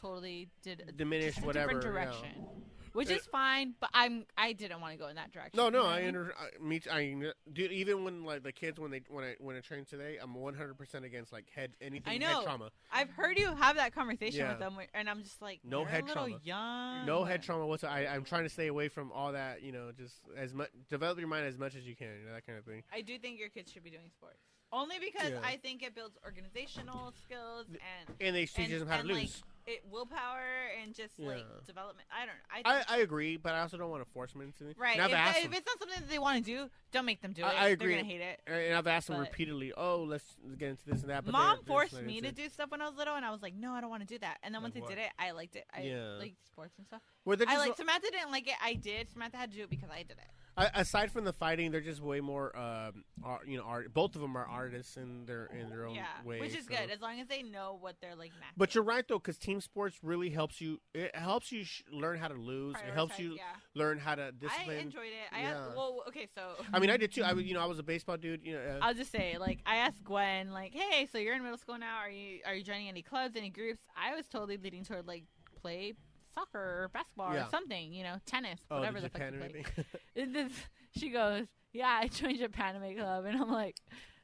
[SPEAKER 5] totally did a
[SPEAKER 1] diminish
[SPEAKER 5] different
[SPEAKER 1] whatever. yeah.
[SPEAKER 5] direction which
[SPEAKER 1] It-
[SPEAKER 5] is fine but i'm i didn't want to go in that direction
[SPEAKER 1] No,
[SPEAKER 5] you
[SPEAKER 1] no,
[SPEAKER 5] know what
[SPEAKER 1] I
[SPEAKER 5] mean?
[SPEAKER 1] under, I, me, t- I, dude. Even when like the kids, when they, when I, when I train today, I'm 100 percent against like head anything
[SPEAKER 5] I
[SPEAKER 1] head
[SPEAKER 5] know.
[SPEAKER 1] trauma.
[SPEAKER 5] i've heard you have that conversation
[SPEAKER 1] Yeah.
[SPEAKER 5] with them where- and i'm just like
[SPEAKER 1] No
[SPEAKER 5] you're
[SPEAKER 1] head
[SPEAKER 5] a little
[SPEAKER 1] trauma.
[SPEAKER 5] young
[SPEAKER 1] No head trauma whatsoever. I, I'm trying to stay away from all that. You know, just as much develop your mind as much as you can. You know, that kind of thing.
[SPEAKER 5] I do think your kids should be doing sports. Only because
[SPEAKER 1] Yeah.
[SPEAKER 5] I think it builds organizational skills and
[SPEAKER 1] And they teach
[SPEAKER 5] And-
[SPEAKER 1] them how to
[SPEAKER 5] and, like,
[SPEAKER 1] lose.
[SPEAKER 5] it willpower and just
[SPEAKER 1] Yeah.
[SPEAKER 5] like development. I don't know. I,
[SPEAKER 1] I,
[SPEAKER 5] think,
[SPEAKER 1] I agree, but I also don't want to force them into it.
[SPEAKER 5] right.
[SPEAKER 1] And I've
[SPEAKER 5] If,
[SPEAKER 1] asked
[SPEAKER 5] if
[SPEAKER 1] them,
[SPEAKER 5] it's not something that they want to do, don't make them do
[SPEAKER 1] I-
[SPEAKER 5] it.
[SPEAKER 1] I agree.
[SPEAKER 5] They're gonna hate it.
[SPEAKER 1] and I've asked them
[SPEAKER 5] but-
[SPEAKER 1] repeatedly. Oh, let's get into this and that. But
[SPEAKER 5] Mom
[SPEAKER 1] they're- they're just
[SPEAKER 5] forced
[SPEAKER 1] not
[SPEAKER 5] me
[SPEAKER 1] into
[SPEAKER 5] to
[SPEAKER 1] it.
[SPEAKER 5] do stuff when I was little, and I was like, "No, I don't want to do that." And then
[SPEAKER 3] Like
[SPEAKER 5] once
[SPEAKER 3] what?
[SPEAKER 5] I did it, I liked it. I
[SPEAKER 1] Yeah.
[SPEAKER 5] liked sports and stuff.
[SPEAKER 1] Well, they're
[SPEAKER 5] I
[SPEAKER 1] just-
[SPEAKER 5] like Samantha didn't like it. I did. Samantha had to do it because I did it.
[SPEAKER 1] I, aside from the fighting, they're just way more, um, art, you know, art. Both of them are artists in their in their own
[SPEAKER 5] yeah,
[SPEAKER 1] way,
[SPEAKER 5] which is
[SPEAKER 1] so-
[SPEAKER 5] good as long as they know what they're like. Matching.
[SPEAKER 1] But you're right though, because team sports really helps you. It helps you sh- learn how to lose. It helps
[SPEAKER 5] Prioritize,
[SPEAKER 1] you
[SPEAKER 5] Yeah.
[SPEAKER 1] learn how to
[SPEAKER 5] I
[SPEAKER 1] discipline.
[SPEAKER 5] enjoyed it. I
[SPEAKER 1] Yeah.
[SPEAKER 5] had, well, okay, so
[SPEAKER 1] I mean, I did too. I was, you know, I was a baseball dude. You know, uh,
[SPEAKER 5] I'll just say, like, I asked Gwen, like, "Hey, so you're in middle school now. Are you are you joining any clubs, any groups?" I was totally leading toward like play soccer or basketball
[SPEAKER 1] Yeah.
[SPEAKER 5] or something, you know, tennis,
[SPEAKER 1] oh,
[SPEAKER 5] whatever
[SPEAKER 1] did
[SPEAKER 5] the
[SPEAKER 1] you
[SPEAKER 5] fuck
[SPEAKER 1] pan
[SPEAKER 5] you
[SPEAKER 1] or
[SPEAKER 5] play.
[SPEAKER 1] anything?
[SPEAKER 5] And this- she goes, "Yeah, I joined your Paname club," and I'm like,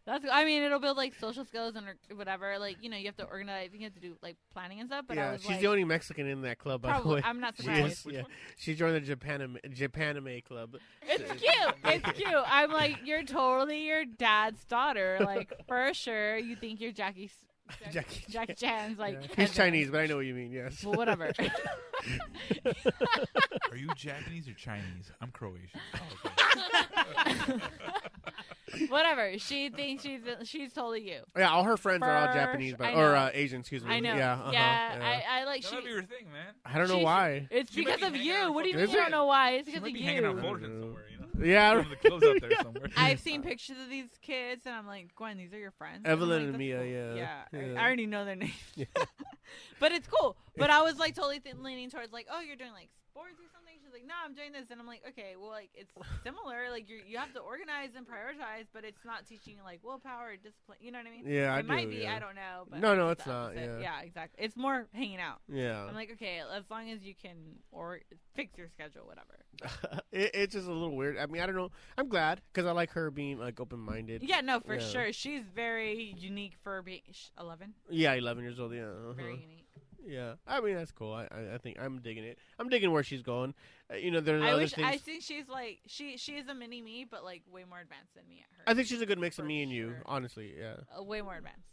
[SPEAKER 5] That's. I mean, it'll build like social skills and or- whatever. Like you know, you have to organize. You have to do like planning and stuff. But I
[SPEAKER 1] yeah,
[SPEAKER 5] was
[SPEAKER 1] she's
[SPEAKER 5] like,
[SPEAKER 1] the only Mexican in that club, by the
[SPEAKER 5] probably,
[SPEAKER 1] way.
[SPEAKER 5] I'm not
[SPEAKER 1] She
[SPEAKER 5] surprised.
[SPEAKER 1] is, yeah. She joined the Japan Japanime club.
[SPEAKER 5] It's cute. It's cute. I'm like, you're totally your dad's daughter. Like for sure, you think you're Jackie's
[SPEAKER 1] Jackie,
[SPEAKER 5] Jackie Chan's like.
[SPEAKER 1] Yeah.
[SPEAKER 5] cousin.
[SPEAKER 1] he's Chinese, but I know what you mean. Yes.
[SPEAKER 5] Well, whatever.
[SPEAKER 3] Are you Japanese or Chinese? I'm Croatian. Oh,
[SPEAKER 5] whatever. She thinks she's she's totally you.
[SPEAKER 1] yeah, all her friends are all
[SPEAKER 5] Fur-
[SPEAKER 1] Japanese,
[SPEAKER 5] I
[SPEAKER 1] but or
[SPEAKER 5] know.
[SPEAKER 1] uh, Asian. Excuse me.
[SPEAKER 5] I know.
[SPEAKER 1] Yeah. uh-huh,
[SPEAKER 5] yeah,
[SPEAKER 1] yeah.
[SPEAKER 5] I, I like she.
[SPEAKER 9] That'll be your thing, man.
[SPEAKER 1] I, don't know
[SPEAKER 5] she's-
[SPEAKER 1] why.
[SPEAKER 5] It's
[SPEAKER 9] She might
[SPEAKER 5] because
[SPEAKER 9] be
[SPEAKER 5] of
[SPEAKER 9] hanging
[SPEAKER 5] you.
[SPEAKER 9] out
[SPEAKER 5] what do you
[SPEAKER 1] with
[SPEAKER 5] mean? You
[SPEAKER 1] Is
[SPEAKER 5] don't
[SPEAKER 1] it?
[SPEAKER 5] know why? It's
[SPEAKER 9] She
[SPEAKER 5] because
[SPEAKER 9] might
[SPEAKER 5] of
[SPEAKER 9] be
[SPEAKER 5] you.
[SPEAKER 9] hanging out with Fullerton somewhere, you know?
[SPEAKER 1] Yeah.
[SPEAKER 9] One of the clubs out there somewhere.
[SPEAKER 5] I've seen pictures of these kids, and I'm like, Gwen, these are your friends. I'm
[SPEAKER 1] Evelyn
[SPEAKER 5] like,
[SPEAKER 1] and
[SPEAKER 5] "That's
[SPEAKER 1] Mia,
[SPEAKER 5] cool."
[SPEAKER 1] yeah,
[SPEAKER 5] I-
[SPEAKER 1] yeah.
[SPEAKER 5] I, already know their names,
[SPEAKER 1] Yeah.
[SPEAKER 5] but it's cool. But I was like totally th- leaning towards like, oh, you're doing like sports or something. She's like, no, I'm doing this, and I'm like, okay, well, like it's similar. Like you, you have to organize and prioritize, but it's not teaching you like willpower, or discipline. You know what I mean?
[SPEAKER 1] Yeah, I
[SPEAKER 5] it might
[SPEAKER 1] do,
[SPEAKER 5] be.
[SPEAKER 1] yeah.
[SPEAKER 5] I don't know. But
[SPEAKER 1] No, no,
[SPEAKER 5] it's
[SPEAKER 1] it's
[SPEAKER 5] the
[SPEAKER 1] not,
[SPEAKER 5] opposite.
[SPEAKER 1] yeah.
[SPEAKER 5] exactly. It's more hanging out.
[SPEAKER 1] Yeah.
[SPEAKER 5] I'm like, okay, as long as you can or fix your schedule, whatever.
[SPEAKER 1] it, it's just a little weird. I mean, I don't know. I'm glad because I like her being like open minded.
[SPEAKER 5] Yeah, no, for
[SPEAKER 1] Yeah.
[SPEAKER 5] sure. She's very unique for being sh- 11.
[SPEAKER 1] Yeah, 11 years old. Yeah. uh-huh.
[SPEAKER 5] Very unique.
[SPEAKER 1] Yeah. I mean, that's cool. I, I, I think I'm digging it. I'm digging where she's going. Uh, you know, there's
[SPEAKER 5] I
[SPEAKER 1] other
[SPEAKER 5] wish
[SPEAKER 1] things.
[SPEAKER 5] I
[SPEAKER 1] I,
[SPEAKER 5] think she's like she she is a mini me, but like way more advanced than me at her.
[SPEAKER 1] think she's a good mix of
[SPEAKER 5] For
[SPEAKER 1] me and you,
[SPEAKER 5] sure.
[SPEAKER 1] honestly. Yeah.
[SPEAKER 5] uh, way more advanced.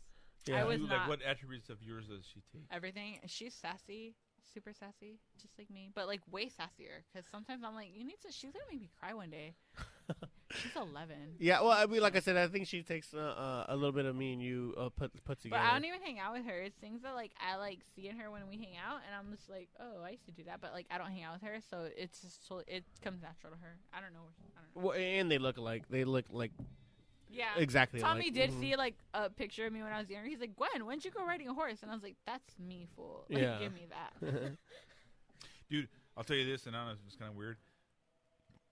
[SPEAKER 1] Yeah.
[SPEAKER 5] I was
[SPEAKER 3] like,
[SPEAKER 5] not
[SPEAKER 3] what attributes of yours does she take?
[SPEAKER 5] everything. She's sassy, super sassy, just like me, but like way sassier. Because sometimes I'm like, you need to. She's gonna make me cry one day. she's 11.
[SPEAKER 1] Yeah, well, I mean, like I said, I think she takes uh, uh, a little bit of me and you uh, put put
[SPEAKER 5] But
[SPEAKER 1] together.
[SPEAKER 5] I don't e even hang out with her. It's things that like I like seeing her when we hang out, and I'm just like, oh, I used to do that, but like I don't hang out with her, so it's just so it comes natural to her. I don't know. I don't know.
[SPEAKER 1] well, and they look alike. They look like
[SPEAKER 5] Yeah.
[SPEAKER 1] exactly.
[SPEAKER 5] Tommy
[SPEAKER 1] alike.
[SPEAKER 5] did
[SPEAKER 3] mm-hmm.
[SPEAKER 1] Mhm.
[SPEAKER 5] see like a picture of me when I was younger. He's like, Gwen, when'd you go riding a horse? And I was like, That's me, fool. Like,
[SPEAKER 1] Yeah.
[SPEAKER 5] give me that.
[SPEAKER 3] I'll tell you this, and I know it's kind of weird.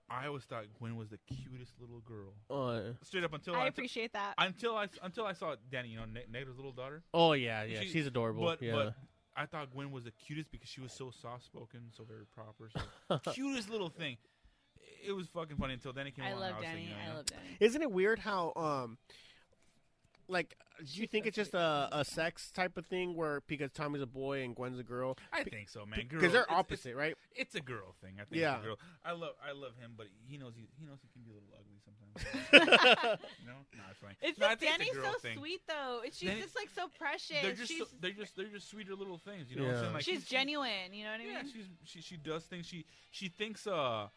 [SPEAKER 3] I always thought Gwen was the cutest little girl.
[SPEAKER 1] oh,
[SPEAKER 3] Straight up until
[SPEAKER 5] I
[SPEAKER 3] I,
[SPEAKER 5] appreciate that.
[SPEAKER 3] until I until I saw Danny, you know, Ne- Nega's little daughter.
[SPEAKER 1] oh yeah, yeah.
[SPEAKER 3] She-
[SPEAKER 1] she's adorable.
[SPEAKER 3] But
[SPEAKER 1] yeah.
[SPEAKER 3] but I thought Gwen was the cutest because she was so soft spoken, so very proper, so cutest little thing. It was fucking funny until Danny came
[SPEAKER 5] I
[SPEAKER 3] along.
[SPEAKER 5] love
[SPEAKER 3] I was
[SPEAKER 5] Danny.
[SPEAKER 3] Like, you know,
[SPEAKER 5] I love Danny.
[SPEAKER 1] Isn't it weird how um like do you think it's just a, a sex type of thing where because Tommy's a boy and Gwen's a girl?
[SPEAKER 3] I think so, man.
[SPEAKER 1] Because
[SPEAKER 3] Girl,
[SPEAKER 1] they're
[SPEAKER 3] it's- it's-
[SPEAKER 1] opposite, right?
[SPEAKER 3] It's a girl thing. I think.
[SPEAKER 1] Yeah.
[SPEAKER 3] It's a girl. I love I love him, but he knows he, he knows he can be a little ugly sometimes. no, no, it's fine.
[SPEAKER 5] It's
[SPEAKER 3] no, I
[SPEAKER 5] just
[SPEAKER 3] think
[SPEAKER 5] Danny's
[SPEAKER 3] it's a girl
[SPEAKER 5] so
[SPEAKER 3] thing.
[SPEAKER 5] sweet though. It's- She's
[SPEAKER 3] Danny-
[SPEAKER 5] just like so precious.
[SPEAKER 3] They're just
[SPEAKER 5] she's
[SPEAKER 3] so, they're just they're just sweeter little things. You know what
[SPEAKER 1] Yeah.
[SPEAKER 3] I'm saying? Like
[SPEAKER 5] she's
[SPEAKER 3] he-
[SPEAKER 5] genuine, you know what I mean?
[SPEAKER 3] Yeah, she's she she does things. She she thinks uh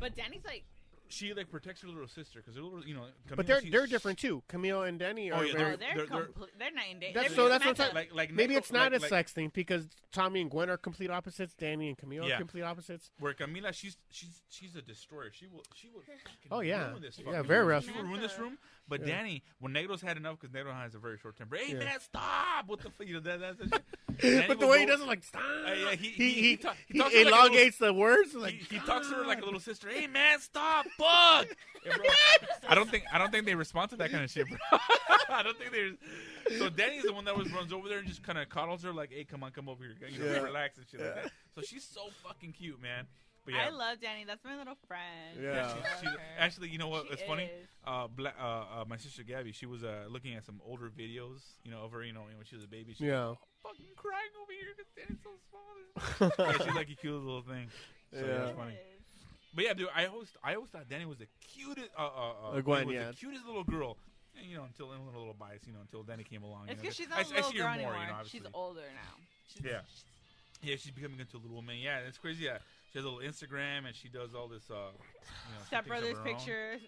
[SPEAKER 5] but Danny's like
[SPEAKER 3] she like protects her little sister because little you know. Camila,
[SPEAKER 1] But they're
[SPEAKER 3] she's-
[SPEAKER 1] they're different too. Camille and Danny
[SPEAKER 3] Oh,
[SPEAKER 1] are
[SPEAKER 3] yeah,
[SPEAKER 5] oh,
[SPEAKER 1] very
[SPEAKER 5] they're
[SPEAKER 3] they're-
[SPEAKER 5] they're,
[SPEAKER 3] they're-
[SPEAKER 5] complete they're night and day.
[SPEAKER 1] That's-
[SPEAKER 5] They're
[SPEAKER 1] so
[SPEAKER 5] just
[SPEAKER 1] that's what I'm
[SPEAKER 5] match
[SPEAKER 1] saying,
[SPEAKER 5] up.
[SPEAKER 3] Like like
[SPEAKER 1] Maybe
[SPEAKER 3] Neko-
[SPEAKER 1] it's not
[SPEAKER 3] like,
[SPEAKER 1] a
[SPEAKER 3] like,
[SPEAKER 1] sex thing because Tommy and Gwen are complete opposites. Danny and Camille
[SPEAKER 3] Yeah.
[SPEAKER 1] are complete opposites.
[SPEAKER 3] Where Camila, she's she's she's a destroyer. She will she will. fucking
[SPEAKER 1] Oh, yeah.
[SPEAKER 3] ruin this
[SPEAKER 1] Yeah,
[SPEAKER 3] fucking
[SPEAKER 1] very
[SPEAKER 3] room.
[SPEAKER 1] rough.
[SPEAKER 3] She will ruin this room. But
[SPEAKER 1] Yeah.
[SPEAKER 3] Danny, when Negro's had enough, because Negro has a very short temper. Hey,
[SPEAKER 1] Yeah.
[SPEAKER 3] man, stop! What the fuck? You know, that, that's that Danny
[SPEAKER 1] But the
[SPEAKER 3] would
[SPEAKER 1] way he
[SPEAKER 3] go-
[SPEAKER 1] doesn't like stop.
[SPEAKER 3] yeah,
[SPEAKER 1] he
[SPEAKER 3] he- he-
[SPEAKER 1] he,
[SPEAKER 3] he talk- he
[SPEAKER 1] he
[SPEAKER 3] talks like a little-
[SPEAKER 1] elongates the words like
[SPEAKER 3] he, he talks to her like a little sister. Hey, man, stop! Fuck! And bro, I don't think I don't think they respond to that kind of shit, bro. I don't think there's. So Danny's the one that was runs over there and just kind of coddles her like, "Hey, come on, come over here, you know,
[SPEAKER 1] Yeah.
[SPEAKER 3] relax and shit like that." So she's so fucking cute, man. But yeah,
[SPEAKER 5] I love Danny. That's my little friend.
[SPEAKER 1] Yeah.
[SPEAKER 5] I
[SPEAKER 3] she-
[SPEAKER 5] love
[SPEAKER 3] she-
[SPEAKER 5] her.
[SPEAKER 3] actually, you know what?
[SPEAKER 5] She
[SPEAKER 3] It's funny.
[SPEAKER 5] is.
[SPEAKER 3] Uh, bla- uh, uh, my sister Gabby, she was uh, looking at some older videos, you know, of her, you know, when she was a baby. She was
[SPEAKER 1] Yeah.
[SPEAKER 3] fucking crying over here because Danny's so small. yeah, she's like a cute little thing. So yeah,
[SPEAKER 1] Yeah.
[SPEAKER 3] it's funny. But yeah, dude, I always, I always thought Danny was the cutest, uh, uh, uh,
[SPEAKER 1] Uh, Gwen,
[SPEAKER 3] was
[SPEAKER 1] yeah.
[SPEAKER 3] the cutest little girl. And, you know, until and a little, little bias, you know, until Danny came along.
[SPEAKER 5] It's
[SPEAKER 3] you know,
[SPEAKER 5] because she's
[SPEAKER 3] I,
[SPEAKER 5] not a
[SPEAKER 3] I
[SPEAKER 5] little
[SPEAKER 3] see her
[SPEAKER 5] girl
[SPEAKER 3] more,
[SPEAKER 5] anymore.
[SPEAKER 3] you know,
[SPEAKER 5] she's
[SPEAKER 3] obviously.
[SPEAKER 5] older now. She's,
[SPEAKER 3] Yeah. Yeah, she's becoming into a little woman. Yeah, it's crazy. Yeah, she has a little Instagram and she does all this. uh you know, she thinks
[SPEAKER 5] Step
[SPEAKER 3] of
[SPEAKER 5] Brothers
[SPEAKER 3] her own.
[SPEAKER 5] pictures.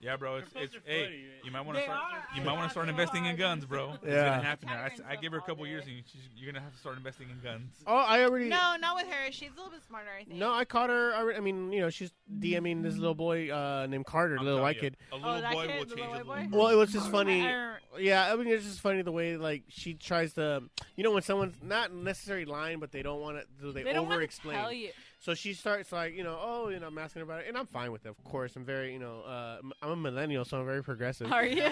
[SPEAKER 3] Yeah, bro. It's,
[SPEAKER 2] Their
[SPEAKER 3] it's
[SPEAKER 2] posts are
[SPEAKER 3] hey,
[SPEAKER 2] funny, man.
[SPEAKER 3] you might want to
[SPEAKER 5] They
[SPEAKER 3] start.
[SPEAKER 5] are.
[SPEAKER 3] You might
[SPEAKER 5] I
[SPEAKER 3] want
[SPEAKER 5] laugh
[SPEAKER 3] to start
[SPEAKER 5] so
[SPEAKER 3] investing in
[SPEAKER 5] hard.
[SPEAKER 3] guns, bro. It's
[SPEAKER 1] Yeah.
[SPEAKER 3] gonna happen. I,
[SPEAKER 5] Tyrants
[SPEAKER 3] I give her a
[SPEAKER 5] all
[SPEAKER 3] couple
[SPEAKER 5] day.
[SPEAKER 3] years, and she's, you're gonna have to start investing in guns.
[SPEAKER 1] Oh, I already
[SPEAKER 5] No, not with her. She's a little bit smarter, I think.
[SPEAKER 1] No, I caught her. alre- I mean, you know, she's DMing this little boy uh, named Carter,
[SPEAKER 3] I'm
[SPEAKER 1] little
[SPEAKER 3] telling
[SPEAKER 1] white
[SPEAKER 3] you,
[SPEAKER 1] kid.
[SPEAKER 3] A little
[SPEAKER 5] Oh, that
[SPEAKER 3] boy
[SPEAKER 5] kid,
[SPEAKER 3] will
[SPEAKER 5] the
[SPEAKER 3] change a
[SPEAKER 5] little
[SPEAKER 3] little.
[SPEAKER 5] white boy?
[SPEAKER 3] girl.
[SPEAKER 1] Well, it was just funny.
[SPEAKER 5] I, I remember-
[SPEAKER 1] Yeah, I mean, it's just funny the way like she tries to, you know, when someone's not necessarily lying, but they don't want to, so they,
[SPEAKER 5] they don't
[SPEAKER 1] over
[SPEAKER 5] want to tell
[SPEAKER 1] explain.
[SPEAKER 5] you.
[SPEAKER 1] So she starts like, you know, oh, you know, I'm asking about it, and I'm fine with it. Of course, I'm very, you know, uh, m- I'm a millennial, so I'm very progressive.
[SPEAKER 5] Are you?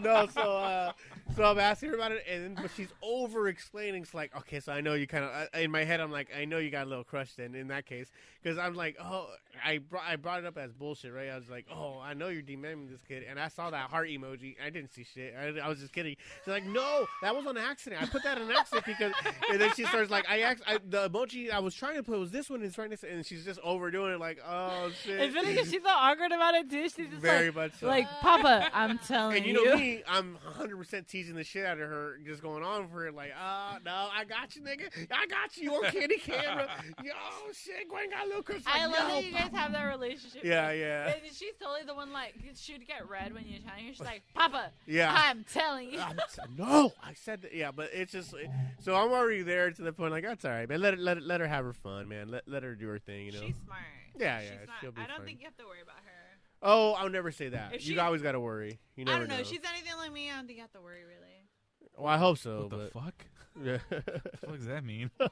[SPEAKER 1] no, so uh, So I'm asking her about it, and then- but she's over explaining. It's like, okay, so I know you kind of. In my head, I'm like, I know you got a little crush then. In that case, because I'm like, oh, I brought I brought it up as bullshit, right? I was like, oh, I know you're demanding this kid, and I saw that heart emoji. I didn't see shit. I, I was just kidding. She's like, no, that was on accident. I put that on accident because. And then she starts like, I, act, I the emoji I was trying to put was this one. It's right next, to-" and she's just overdoing it. Like, oh shit.
[SPEAKER 5] I feel like she's so awkward about it too. She's just
[SPEAKER 1] very
[SPEAKER 5] like,
[SPEAKER 1] much so.
[SPEAKER 5] like Papa, I'm telling
[SPEAKER 1] And you know me, I'm 100% teasing the shit out of her, just going on for it, like, ah, no, I got you, nigga. I got you on candy camera. Yo, shit, Gwen got a little Chris.
[SPEAKER 5] I
[SPEAKER 1] like,
[SPEAKER 5] love
[SPEAKER 1] no.
[SPEAKER 5] that you guys have that relationship.
[SPEAKER 1] Yeah, yeah.
[SPEAKER 5] And she's totally the one like she'd get red when you're telling her. She's like, Papa,
[SPEAKER 1] Yeah.
[SPEAKER 5] I'm telling you.
[SPEAKER 1] I'm t- no, I said that. Yeah, but it's just so I'm already there to the point. Like that's all right, man. Let her, let her, let her have her fun, man. Let let her do her thing, you know.
[SPEAKER 5] She's smart.
[SPEAKER 1] Yeah,
[SPEAKER 5] she's
[SPEAKER 1] yeah,
[SPEAKER 5] Not,
[SPEAKER 1] she'll be
[SPEAKER 5] I don't
[SPEAKER 1] fine.
[SPEAKER 5] think you have to worry about her.
[SPEAKER 1] oh, I'll never say that.
[SPEAKER 5] If
[SPEAKER 1] you
[SPEAKER 5] she-
[SPEAKER 1] always got to worry. You never
[SPEAKER 5] I don't know. She's anything like me. I don't think you have to worry really.
[SPEAKER 1] well, I hope so.
[SPEAKER 3] What the fuck?
[SPEAKER 1] but,
[SPEAKER 3] What the fuck does that mean? you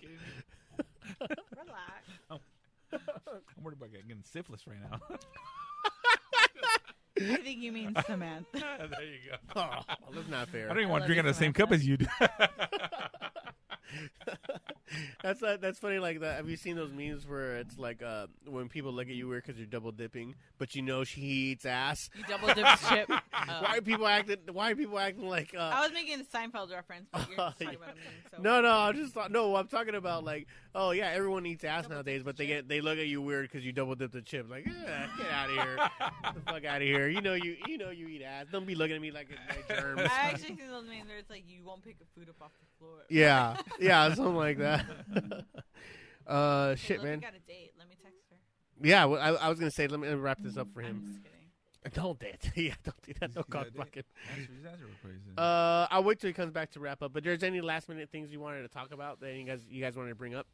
[SPEAKER 3] kidding me?
[SPEAKER 5] Relax.
[SPEAKER 3] I'm worried about getting syphilis right now.
[SPEAKER 5] I think you mean Samantha.
[SPEAKER 3] there you go.
[SPEAKER 1] yeah. oh, that's not fair.
[SPEAKER 3] I don't even want
[SPEAKER 5] love
[SPEAKER 3] to drink
[SPEAKER 5] you
[SPEAKER 3] out of the
[SPEAKER 5] so
[SPEAKER 3] same
[SPEAKER 5] much,
[SPEAKER 3] cup
[SPEAKER 5] man.
[SPEAKER 3] as you do.
[SPEAKER 1] that's not, that's funny. Like that. Have you seen those memes where it's like uh, when people look at you weird because you're double dipping, but you know she eats ass.
[SPEAKER 5] You double dip chip.
[SPEAKER 3] Oh.
[SPEAKER 1] Why are people acting? Why are people acting like?
[SPEAKER 5] I
[SPEAKER 1] Uh,
[SPEAKER 5] was making a Seinfeld reference, but you're just talking about a meme, so
[SPEAKER 1] no, no. I just thought. No, I'm talking about like. Oh yeah, everyone eats ass nowadays, but they get they look at you weird because you double dip the chip. Like, yeah, get out of here, Get the fuck out of here. You know you you know you eat ass. Don't be looking at me like it's my germs.
[SPEAKER 5] I actually see those memes where it's like you won't pick the food up off the floor.
[SPEAKER 1] yeah, yeah, something like that. uh,
[SPEAKER 5] Hey,
[SPEAKER 1] shit,
[SPEAKER 5] Lily
[SPEAKER 1] man.
[SPEAKER 5] Got a date. Let me text her.
[SPEAKER 1] Yeah, well, I, I was gonna say. Let me wrap this up for him.
[SPEAKER 5] I'm just kidding.
[SPEAKER 1] Don't do that. yeah, don't do that. No
[SPEAKER 3] Yeah,
[SPEAKER 1] cock
[SPEAKER 3] dude.
[SPEAKER 1] blocking.
[SPEAKER 3] Answer- just answer real quick.
[SPEAKER 1] Uh, I'll wait till he comes back to wrap up. But there's any last minute things you wanted to talk about that you guys you guys wanted to bring up?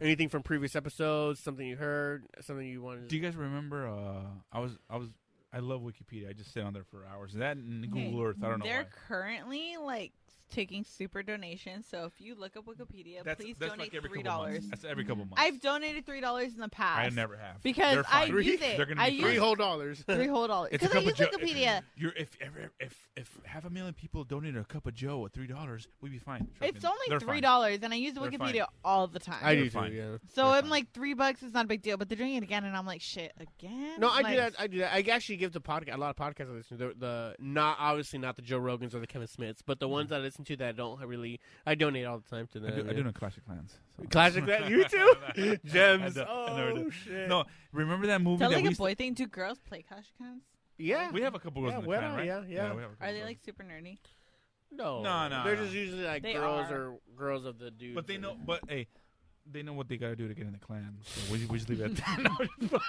[SPEAKER 1] Anything from previous episodes? Something you heard? Something you wanted?
[SPEAKER 3] Do
[SPEAKER 1] to...
[SPEAKER 3] you guys remember? Uh, I was, I was, I love Wikipedia. I just sit on there for hours. That and
[SPEAKER 5] Okay,
[SPEAKER 3] Google Earth. I don't know
[SPEAKER 5] They're
[SPEAKER 3] why.
[SPEAKER 5] currently like taking super donations, so if you look up Wikipedia,
[SPEAKER 3] That's,
[SPEAKER 5] please
[SPEAKER 3] that's
[SPEAKER 5] donate
[SPEAKER 3] like every
[SPEAKER 5] three
[SPEAKER 3] couple
[SPEAKER 5] dollars.
[SPEAKER 3] months. That's every couple months.
[SPEAKER 5] I've donated three dollars in the past.
[SPEAKER 3] I never have
[SPEAKER 5] because
[SPEAKER 3] They're
[SPEAKER 5] I
[SPEAKER 3] fine.
[SPEAKER 5] use it.
[SPEAKER 3] They're gonna be
[SPEAKER 5] I
[SPEAKER 3] free.
[SPEAKER 5] use
[SPEAKER 1] Three whole dollars.
[SPEAKER 5] three whole dollars
[SPEAKER 3] It's a
[SPEAKER 5] because I
[SPEAKER 3] cup
[SPEAKER 5] use
[SPEAKER 3] of Joe.
[SPEAKER 5] Wikipedia.
[SPEAKER 3] You're, if, if if if half a million people donated a cup of Joe at three dollars, we'd be fine. Trust
[SPEAKER 5] It's
[SPEAKER 3] me.
[SPEAKER 5] only
[SPEAKER 3] They're
[SPEAKER 5] three
[SPEAKER 3] fine.
[SPEAKER 5] dollars, and I use
[SPEAKER 3] They're
[SPEAKER 5] Wikipedia all the time.
[SPEAKER 1] I do too.
[SPEAKER 3] They're fine.
[SPEAKER 1] Yeah.
[SPEAKER 3] they're
[SPEAKER 5] so I'm
[SPEAKER 3] fine.
[SPEAKER 5] like three bucks is not a big deal, but they're doing it again, and I'm like, shit, again.
[SPEAKER 1] No, I
[SPEAKER 5] like,
[SPEAKER 1] do that. I do that. I actually give the podcast a lot of podcasts I listen to. The, the not obviously not the Joe Rogans or the Kevin Smiths, but the ones that I listen to that I don't really I donate all the time to
[SPEAKER 3] Mm-hmm. I
[SPEAKER 1] them.
[SPEAKER 3] do,
[SPEAKER 1] yeah.
[SPEAKER 3] I do know Clash of Clans. so-
[SPEAKER 1] Classic that you too. Gems.
[SPEAKER 3] I know, I know I
[SPEAKER 1] Oh
[SPEAKER 3] do.
[SPEAKER 1] shit.
[SPEAKER 3] No, remember that movie
[SPEAKER 5] Is that
[SPEAKER 3] that
[SPEAKER 5] like
[SPEAKER 3] we
[SPEAKER 5] a
[SPEAKER 3] used to-
[SPEAKER 5] boy thing? Do girls play Clash of Clans?
[SPEAKER 1] Yeah.
[SPEAKER 3] we have a couple girls
[SPEAKER 1] Yeah,
[SPEAKER 3] in the
[SPEAKER 1] well,
[SPEAKER 3] clan, right?
[SPEAKER 1] yeah, yeah.
[SPEAKER 3] we have a couple
[SPEAKER 5] Are they
[SPEAKER 3] girls.
[SPEAKER 5] like super nerdy?
[SPEAKER 1] No,
[SPEAKER 3] No, no,
[SPEAKER 1] They're
[SPEAKER 3] no.
[SPEAKER 1] just usually like
[SPEAKER 5] They
[SPEAKER 1] girls
[SPEAKER 5] are.
[SPEAKER 1] or girls of the dude.
[SPEAKER 3] But they know. But hey, they know what they gotta do to get in the clan. So we, we just leave it at that. No, I'm just-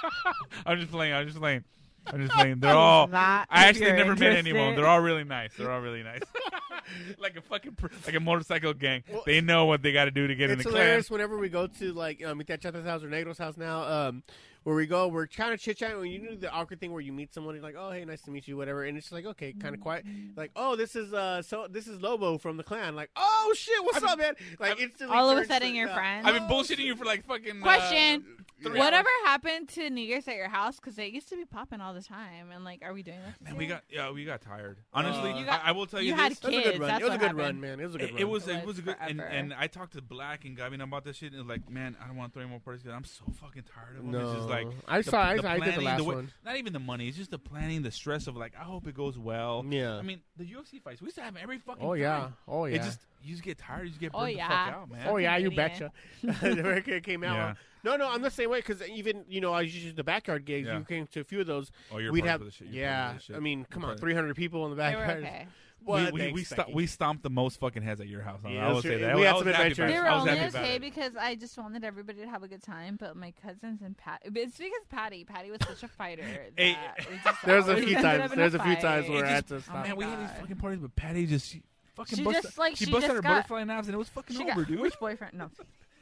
[SPEAKER 3] I'm just playing. I'm just playing. I'm just playing. They're all.
[SPEAKER 5] Not
[SPEAKER 3] I
[SPEAKER 5] if
[SPEAKER 3] actually
[SPEAKER 5] you're
[SPEAKER 3] never met anyone.
[SPEAKER 5] interested.
[SPEAKER 3] They're all really nice. They're all really nice. like a fucking pr- like a motorcycle gang.
[SPEAKER 1] Well,
[SPEAKER 3] they know what they got to do to get in
[SPEAKER 1] it's
[SPEAKER 3] the clan.
[SPEAKER 1] hilarious whenever we go to like um, at that Chata's house or Negro's house now. Um, where we go, we're kind of chit chatting. When you do the awkward thing where you meet someone, you're like, "Oh, hey, nice to meet you," whatever, and it's just like, okay, kind of quiet. Like, "Oh, this is uh, so this is Lobo from the clan." Like, "Oh shit, what's up, man?" Like,
[SPEAKER 3] I've-
[SPEAKER 1] instantly
[SPEAKER 5] All of a
[SPEAKER 1] turns
[SPEAKER 5] sudden
[SPEAKER 1] to-
[SPEAKER 5] you're
[SPEAKER 1] uh,
[SPEAKER 5] friends.
[SPEAKER 3] I've been bullshitting you for like fucking uh,
[SPEAKER 5] Question.
[SPEAKER 3] three hours.
[SPEAKER 5] Whatever happened to niggas at your house? Because they used to be popping all the time. And like, are we doing that?
[SPEAKER 3] Man, we got yeah, we got tired. Honestly,
[SPEAKER 5] You got-
[SPEAKER 3] I, I will tell you,
[SPEAKER 5] Uh, you
[SPEAKER 3] this.
[SPEAKER 5] had
[SPEAKER 1] It was a
[SPEAKER 5] Kids,
[SPEAKER 1] good run.
[SPEAKER 5] that's
[SPEAKER 1] it was a
[SPEAKER 5] what
[SPEAKER 1] good run,
[SPEAKER 5] happened.
[SPEAKER 1] man. It was a good
[SPEAKER 3] It,
[SPEAKER 1] run.
[SPEAKER 3] it was
[SPEAKER 5] It
[SPEAKER 3] it
[SPEAKER 5] was
[SPEAKER 3] was a good and,
[SPEAKER 5] forever.
[SPEAKER 3] and I talked to Black and Gavin about this shit and like man I don't want to throw any more parties because I'm so fucking tired of them. It's just like
[SPEAKER 1] I
[SPEAKER 3] the-
[SPEAKER 1] saw. I,
[SPEAKER 3] the
[SPEAKER 1] I did the
[SPEAKER 3] planning,
[SPEAKER 1] last
[SPEAKER 3] way-
[SPEAKER 1] one.
[SPEAKER 3] Not even the money. It's just the planning, the stress of like I hope it goes well.
[SPEAKER 1] Yeah.
[SPEAKER 3] I mean the UFC fights we used to have them every fucking.
[SPEAKER 1] Oh
[SPEAKER 3] time.
[SPEAKER 1] yeah. Oh yeah.
[SPEAKER 3] It just you just get tired. You just get
[SPEAKER 5] Oh,
[SPEAKER 3] burned the
[SPEAKER 5] yeah.
[SPEAKER 3] fuck out, man.
[SPEAKER 1] Oh yeah, you
[SPEAKER 5] idiot.
[SPEAKER 1] betcha. the record came out.
[SPEAKER 3] Yeah.
[SPEAKER 1] No, no, I'm the same way because even you know I used to do the backyard gigs.
[SPEAKER 3] Yeah.
[SPEAKER 1] You came to a few of those.
[SPEAKER 3] Oh, you're
[SPEAKER 1] We'd
[SPEAKER 3] part
[SPEAKER 1] have
[SPEAKER 3] of the shit. You're part
[SPEAKER 1] yeah.
[SPEAKER 3] of the shit.
[SPEAKER 1] I mean, come
[SPEAKER 3] You're
[SPEAKER 1] on,
[SPEAKER 3] part of-
[SPEAKER 1] 300 people in the
[SPEAKER 5] They were
[SPEAKER 1] backyard.
[SPEAKER 5] okay.
[SPEAKER 1] Well,
[SPEAKER 3] we we, we,
[SPEAKER 1] thanks,
[SPEAKER 3] stomp,
[SPEAKER 1] Becky.
[SPEAKER 3] we stomped the most fucking heads at your house. I-
[SPEAKER 1] Yeah,
[SPEAKER 3] I
[SPEAKER 1] that's
[SPEAKER 3] will say
[SPEAKER 1] true.
[SPEAKER 3] that.
[SPEAKER 1] We
[SPEAKER 3] I
[SPEAKER 1] had
[SPEAKER 3] was
[SPEAKER 1] some
[SPEAKER 3] happy
[SPEAKER 1] adventures.
[SPEAKER 3] about it.
[SPEAKER 5] They
[SPEAKER 1] They
[SPEAKER 5] were
[SPEAKER 3] I was
[SPEAKER 5] only
[SPEAKER 3] happy about
[SPEAKER 5] okay
[SPEAKER 3] it.
[SPEAKER 5] because I just wanted everybody to have a good time, but my cousins and Pat. It's because Patty. Patty was such a fighter.
[SPEAKER 3] Hey.
[SPEAKER 5] that we just
[SPEAKER 1] There's a
[SPEAKER 5] always
[SPEAKER 1] few
[SPEAKER 5] ended up
[SPEAKER 1] times.
[SPEAKER 5] in
[SPEAKER 1] There's a few times
[SPEAKER 5] fight.
[SPEAKER 1] where I
[SPEAKER 3] It Oh,
[SPEAKER 1] had to stop.
[SPEAKER 3] Man, we had these
[SPEAKER 5] God.
[SPEAKER 3] fucking parties, but Patty just she fucking
[SPEAKER 5] She
[SPEAKER 3] busted,
[SPEAKER 5] just, like,
[SPEAKER 3] she
[SPEAKER 5] she
[SPEAKER 3] busted
[SPEAKER 5] just
[SPEAKER 3] her
[SPEAKER 5] got-
[SPEAKER 3] butterfly knives, and it was fucking
[SPEAKER 5] She
[SPEAKER 3] over,
[SPEAKER 5] got
[SPEAKER 3] dude.
[SPEAKER 5] which boyfriend? No,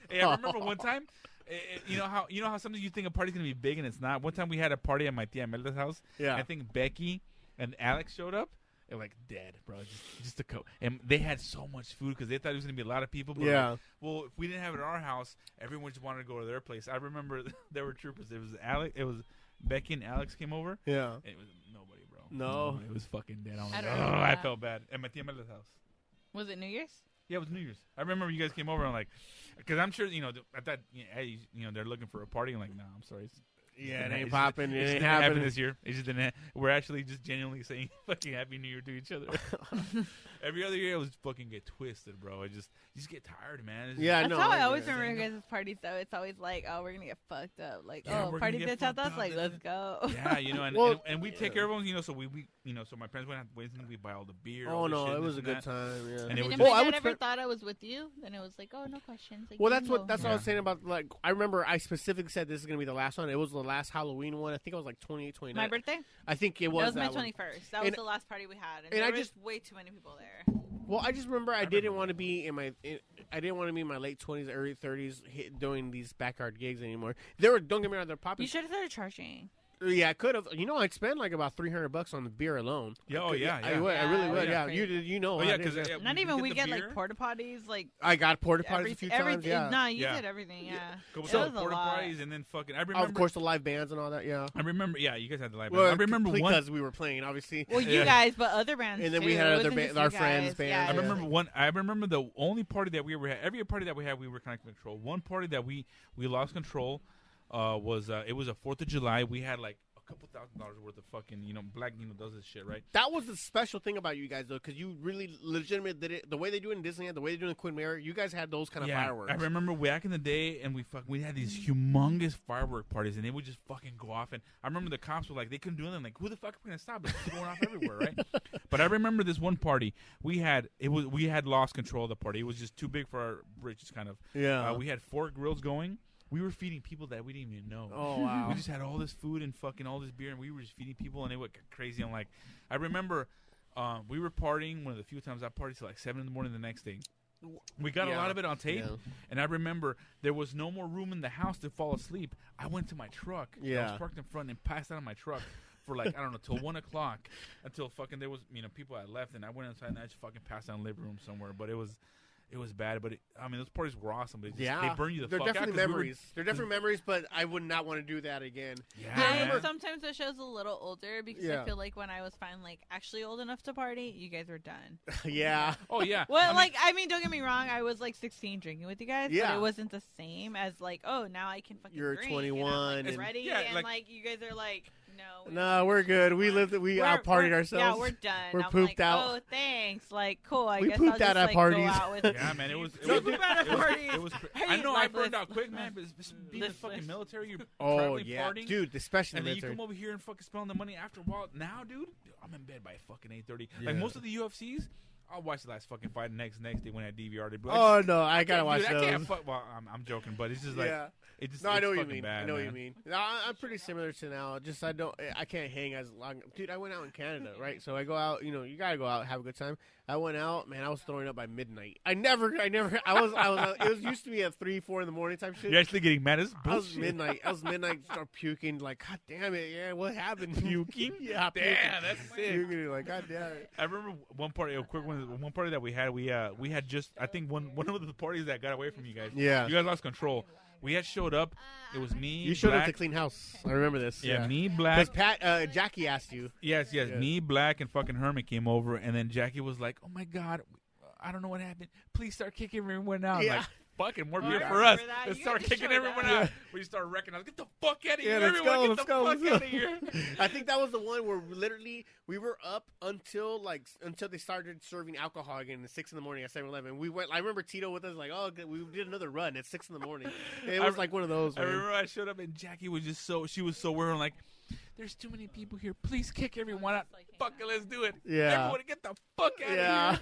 [SPEAKER 3] Hey, I remember one time. eh, eh, you know how you know how sometimes you think a party's gonna be big and it's not. One time we had a party at my tia Imelda's house.
[SPEAKER 1] Yeah.
[SPEAKER 3] I think Becky and Alex showed up. They're like dead, bro. Just just a coat, and they had so much food because they thought it was gonna be a lot of people. But like,
[SPEAKER 1] Yeah.
[SPEAKER 3] well, if we didn't have it at our house, everyone just wanted to go to their place. I remember there were troopers. It was Alex. It was Becky and Alex came over.
[SPEAKER 1] Yeah.
[SPEAKER 3] It was nobody, bro.
[SPEAKER 1] No.
[SPEAKER 3] It was fucking dead. I, was
[SPEAKER 5] I
[SPEAKER 3] like,
[SPEAKER 5] don't
[SPEAKER 3] "Ugh,"
[SPEAKER 5] remember
[SPEAKER 3] I
[SPEAKER 5] that.
[SPEAKER 3] felt bad at my tia Mela's house.
[SPEAKER 5] Was it New Year's?
[SPEAKER 3] Yeah, it was New Year's. I remember you guys came over and like, because I'm sure you know th- at that you know, hey you know they're looking for a party. and like, nah, I'm sorry. It's,
[SPEAKER 1] Yeah,
[SPEAKER 3] it's
[SPEAKER 1] it
[SPEAKER 3] not-
[SPEAKER 1] ain't
[SPEAKER 3] it's
[SPEAKER 1] popping.
[SPEAKER 3] Just,
[SPEAKER 1] It
[SPEAKER 3] it's
[SPEAKER 1] ain't
[SPEAKER 3] didn't happen
[SPEAKER 1] happening.
[SPEAKER 3] this year. It just didn't. Ha- we're actually just genuinely saying fucking Happy New Year to each other. Every other year, it was fucking get twisted, bro. I just you just get tired, man. It's
[SPEAKER 1] Yeah, I
[SPEAKER 5] That's
[SPEAKER 1] know.
[SPEAKER 5] how I always
[SPEAKER 3] yeah.
[SPEAKER 5] remember you guys' parties, though. It's always like, oh, we're gonna get fucked up. Like,
[SPEAKER 3] Yeah, we're
[SPEAKER 5] oh,
[SPEAKER 3] gonna
[SPEAKER 5] party
[SPEAKER 3] get
[SPEAKER 5] bitch at
[SPEAKER 3] fucked
[SPEAKER 5] us.
[SPEAKER 3] up,
[SPEAKER 5] Like,
[SPEAKER 3] da, da,
[SPEAKER 5] let's go.
[SPEAKER 3] Yeah, you know, and,
[SPEAKER 1] Well-
[SPEAKER 3] and, and we take care of them, you know. So we, we you know, so my parents went out Wednesday. We buy all the beer. all
[SPEAKER 1] Oh
[SPEAKER 3] this shit,
[SPEAKER 1] no, it
[SPEAKER 3] this
[SPEAKER 1] was a
[SPEAKER 3] and
[SPEAKER 1] good
[SPEAKER 3] that.
[SPEAKER 1] time. Yeah.
[SPEAKER 3] And it
[SPEAKER 5] And
[SPEAKER 3] was
[SPEAKER 5] if
[SPEAKER 1] Well,
[SPEAKER 5] my
[SPEAKER 1] I
[SPEAKER 5] dad
[SPEAKER 1] would
[SPEAKER 5] ever
[SPEAKER 1] spend-
[SPEAKER 5] thought I was with you, then it was like, oh, no questions. Like,
[SPEAKER 1] Well,
[SPEAKER 5] you
[SPEAKER 1] that's
[SPEAKER 5] can
[SPEAKER 1] what
[SPEAKER 5] go.
[SPEAKER 1] that's what I was
[SPEAKER 3] Yeah.
[SPEAKER 1] saying about like I remember I specifically said this is gonna be the last one. It was the last Halloween one. I think I was like 28, 29.
[SPEAKER 5] my birthday.
[SPEAKER 1] I think it was
[SPEAKER 5] that was my
[SPEAKER 1] that one.
[SPEAKER 5] twenty first. That was
[SPEAKER 1] And-
[SPEAKER 5] the last party we had, and,
[SPEAKER 1] and I
[SPEAKER 5] there was
[SPEAKER 1] just-
[SPEAKER 5] way too many people there.
[SPEAKER 1] Well, I just remember I, didn't
[SPEAKER 3] remember
[SPEAKER 1] want to
[SPEAKER 3] that
[SPEAKER 1] be in my in, I didn't want to be in my late twenties, early thirties, doing these backyard gigs anymore. They were don't get me wrong, they're
[SPEAKER 5] You
[SPEAKER 1] popping.
[SPEAKER 5] should have started charging.
[SPEAKER 1] yeah, I could have. You know, I'd spend like about three hundred bucks on the beer alone.
[SPEAKER 3] Yeah,
[SPEAKER 1] I
[SPEAKER 3] oh,
[SPEAKER 1] could-
[SPEAKER 3] yeah,
[SPEAKER 1] I
[SPEAKER 3] yeah.
[SPEAKER 1] would. I
[SPEAKER 5] Yeah,
[SPEAKER 1] really
[SPEAKER 5] it
[SPEAKER 1] would.
[SPEAKER 5] was
[SPEAKER 1] Yeah,
[SPEAKER 5] crazy.
[SPEAKER 1] you did. You know,
[SPEAKER 3] Oh
[SPEAKER 1] how
[SPEAKER 3] yeah,
[SPEAKER 1] it is,
[SPEAKER 3] because yeah,
[SPEAKER 5] Not
[SPEAKER 3] we
[SPEAKER 5] even we
[SPEAKER 3] the
[SPEAKER 5] get
[SPEAKER 3] beer.
[SPEAKER 5] like porta potties, like
[SPEAKER 1] I got porta potties
[SPEAKER 5] every,
[SPEAKER 1] a few times.
[SPEAKER 5] everything.
[SPEAKER 1] Yeah,
[SPEAKER 5] No, you
[SPEAKER 3] Yeah.
[SPEAKER 5] did everything. Yeah,
[SPEAKER 3] Couple
[SPEAKER 5] It
[SPEAKER 3] so
[SPEAKER 5] was a
[SPEAKER 3] porta
[SPEAKER 5] lot.
[SPEAKER 3] potties and then fucking. I
[SPEAKER 1] Oh,
[SPEAKER 3] remember,
[SPEAKER 1] of course, the live bands and all that. Yeah,
[SPEAKER 3] I remember. Yeah, you guys had the library.
[SPEAKER 1] well,
[SPEAKER 3] I remember
[SPEAKER 1] because
[SPEAKER 3] one.
[SPEAKER 1] we were playing, obviously.
[SPEAKER 5] Well, you
[SPEAKER 3] Yeah.
[SPEAKER 5] guys, but other bands.
[SPEAKER 1] And then
[SPEAKER 5] too.
[SPEAKER 1] we had
[SPEAKER 5] It
[SPEAKER 1] other
[SPEAKER 5] wasn't
[SPEAKER 1] ba-
[SPEAKER 5] just
[SPEAKER 1] our
[SPEAKER 5] you
[SPEAKER 1] friends'
[SPEAKER 5] guys.
[SPEAKER 1] bands.
[SPEAKER 3] I
[SPEAKER 1] Yeah.
[SPEAKER 3] remember one. I remember the only party that we ever had. Every party that we had, we were kind of control. One party that we we lost control uh, was uh, it was a Fourth of July. We had like a couple thousand dollars worth of fucking you know Black Nino does this shit right.
[SPEAKER 1] That was the special thing about you guys, though, because you really legitimate did it the way they do it in Disneyland, the way they do it in Queen Mary. You guys had those kind of fireworks.
[SPEAKER 3] I remember back in the day, and we fuck, we had these humongous firework parties, and they would just fucking go off. And I remember the cops were like, they couldn't do anything. Like, who the fuck are we gonna stop? It's going off everywhere, right? But I remember this one party we had. It was we had lost control of the party. It was just too big for our britches, kind of.
[SPEAKER 1] Yeah.
[SPEAKER 3] Uh, we had four grills going. We were feeding people that we didn't even know.
[SPEAKER 1] oh
[SPEAKER 3] We
[SPEAKER 1] wow.
[SPEAKER 3] just had all this food and fucking all this beer, and we were just feeding people, and it went crazy. I'm like, I remember um, we were partying one of the few times I partied till like seven in the morning the next day. We got a
[SPEAKER 1] Yeah.
[SPEAKER 3] lot of it on tape,
[SPEAKER 1] Yeah.
[SPEAKER 3] and I remember there was no more room in the house to fall asleep. I went to my truck. I
[SPEAKER 1] Yeah.
[SPEAKER 3] was parked in front and passed out in my truck for like I don't know till one o'clock until fucking there was you know people had left, and I went inside and I just fucking passed out in the living room somewhere. But it was. It was bad, but it, I mean, those parties were awesome. They, just,
[SPEAKER 1] yeah,
[SPEAKER 3] they burn you the
[SPEAKER 1] They're
[SPEAKER 3] fuck out.
[SPEAKER 1] definitely
[SPEAKER 3] 'cause we were-
[SPEAKER 1] memories. They're definitely memories, but I would not want to do that again.
[SPEAKER 3] yeah,
[SPEAKER 5] I
[SPEAKER 3] man.
[SPEAKER 5] remember sometimes the show's a little older because
[SPEAKER 1] Yeah.
[SPEAKER 5] I feel like when I was finally like actually old enough to party, you guys were done.
[SPEAKER 1] yeah,
[SPEAKER 3] Oh yeah.
[SPEAKER 5] Well,
[SPEAKER 3] I mean,
[SPEAKER 5] like I mean, don't get me wrong, I was like 16 drinking with you guys,
[SPEAKER 1] Yeah.
[SPEAKER 5] but it wasn't the same as like, oh, now I can fucking.
[SPEAKER 1] You're
[SPEAKER 5] drink,
[SPEAKER 1] 21
[SPEAKER 5] and I'm,
[SPEAKER 1] and-
[SPEAKER 5] like, ready,
[SPEAKER 3] Yeah,
[SPEAKER 5] and
[SPEAKER 3] like-
[SPEAKER 5] like, you guys are like, no,
[SPEAKER 1] no, we're good. We lived. We
[SPEAKER 5] We're-
[SPEAKER 1] out partied
[SPEAKER 5] we're-
[SPEAKER 1] ourselves.
[SPEAKER 5] Yeah, we're done.
[SPEAKER 1] We're
[SPEAKER 5] I'm
[SPEAKER 1] pooped
[SPEAKER 5] like,
[SPEAKER 1] out.
[SPEAKER 5] Oh, thanks. Like, cool. I
[SPEAKER 1] We
[SPEAKER 5] guess
[SPEAKER 1] pooped
[SPEAKER 5] I'll just,
[SPEAKER 1] out at
[SPEAKER 5] like,
[SPEAKER 1] parties.
[SPEAKER 5] Go out with
[SPEAKER 3] Yeah, man, it was. It
[SPEAKER 1] No,
[SPEAKER 3] was,
[SPEAKER 1] dude.
[SPEAKER 3] it was, it was cra-
[SPEAKER 5] Hey,
[SPEAKER 3] I know I burned
[SPEAKER 5] lifeless.
[SPEAKER 3] out quick, man. But it's, it's being in the
[SPEAKER 5] Listless.
[SPEAKER 3] fucking military, you're
[SPEAKER 1] oh
[SPEAKER 3] traveling,
[SPEAKER 1] yeah,
[SPEAKER 3] partying,
[SPEAKER 1] dude, especially
[SPEAKER 3] and
[SPEAKER 1] the
[SPEAKER 3] then you
[SPEAKER 1] military.
[SPEAKER 3] come over here and fucking spend the money after a while. Now, dude, I'm in bed by fucking eight thirty. Like
[SPEAKER 1] Yeah.
[SPEAKER 3] most of the UFCs, I'll watch the last fucking fight next next day when I DVR. They be like,
[SPEAKER 1] Oh no, I gotta
[SPEAKER 3] dude,
[SPEAKER 1] watch
[SPEAKER 3] I can't
[SPEAKER 1] those.
[SPEAKER 3] fuck. Well, I'm, I'm joking, but it's just like
[SPEAKER 1] yeah.
[SPEAKER 3] it just.
[SPEAKER 1] No, I
[SPEAKER 3] it's
[SPEAKER 1] know what you
[SPEAKER 3] fucking
[SPEAKER 1] mean.
[SPEAKER 3] Bad,
[SPEAKER 1] I know what you
[SPEAKER 3] man.
[SPEAKER 1] mean. No, I- I'm pretty similar to now. Just I don't, I can't hang as long. Dude, I went out in Canada, right? So I go out. You know, you gotta go out, have a good time. I went out, man. I was throwing up by midnight. I never, I never. I was, I was. It was used to be at three, four in the morning type shit.
[SPEAKER 3] You're actually getting mad. It's
[SPEAKER 1] I was
[SPEAKER 3] bullshit.
[SPEAKER 1] midnight. I was midnight. Start puking. Like, god damn it, yeah. What happened?
[SPEAKER 3] Puking?
[SPEAKER 1] yeah, puking.
[SPEAKER 3] Damn, that's sick.
[SPEAKER 1] Puking, like, god damn it.
[SPEAKER 3] I remember one party, a quick one, one party that we had. We uh, we had just, I think one one of the parties that got away from you guys.
[SPEAKER 1] Yeah.
[SPEAKER 3] you guys lost control. We had showed up.
[SPEAKER 4] Uh,
[SPEAKER 3] It was me.
[SPEAKER 1] You showed up
[SPEAKER 3] Black,
[SPEAKER 1] to clean house. I remember this.
[SPEAKER 3] Yeah,
[SPEAKER 1] Yeah,
[SPEAKER 3] me,
[SPEAKER 1] because Pat,
[SPEAKER 3] Black.
[SPEAKER 1] uh, Jackie asked you.
[SPEAKER 3] Yes, yes,
[SPEAKER 1] Yeah.
[SPEAKER 3] me, Black, and fucking Hermit came over, and then Jackie was like, "Oh my god, I don't know what happened. Please start kicking everyone out." I'm
[SPEAKER 1] Yeah.
[SPEAKER 3] Like, fucking more
[SPEAKER 5] Oh, I
[SPEAKER 3] beer for
[SPEAKER 5] remember
[SPEAKER 3] us.
[SPEAKER 5] that.
[SPEAKER 3] Let's
[SPEAKER 5] You
[SPEAKER 3] start
[SPEAKER 5] guys
[SPEAKER 3] kicking
[SPEAKER 5] showed
[SPEAKER 3] everyone
[SPEAKER 5] up.
[SPEAKER 3] out. We start recognizing, get the fuck out of here,
[SPEAKER 1] Yeah, let's
[SPEAKER 3] everyone,
[SPEAKER 1] go,
[SPEAKER 3] get
[SPEAKER 1] let's
[SPEAKER 3] the
[SPEAKER 1] go,
[SPEAKER 3] fuck
[SPEAKER 1] let's
[SPEAKER 3] out of here.
[SPEAKER 1] I think that was the one where literally we were up until like s- until they started serving alcohol again at six in the morning at 7-Eleven. We went. I remember Tito with us like, oh, good, we did another run at six in the morning. It
[SPEAKER 3] I
[SPEAKER 1] was
[SPEAKER 3] re-
[SPEAKER 1] like one of those.
[SPEAKER 3] I
[SPEAKER 1] man.
[SPEAKER 3] remember I showed up and Jackie was just so she was so worried like there's too many people here. Please kick everyone out. Fuck it, let's do it.
[SPEAKER 1] Yeah.
[SPEAKER 3] Everyone get the fuck out
[SPEAKER 1] Yeah,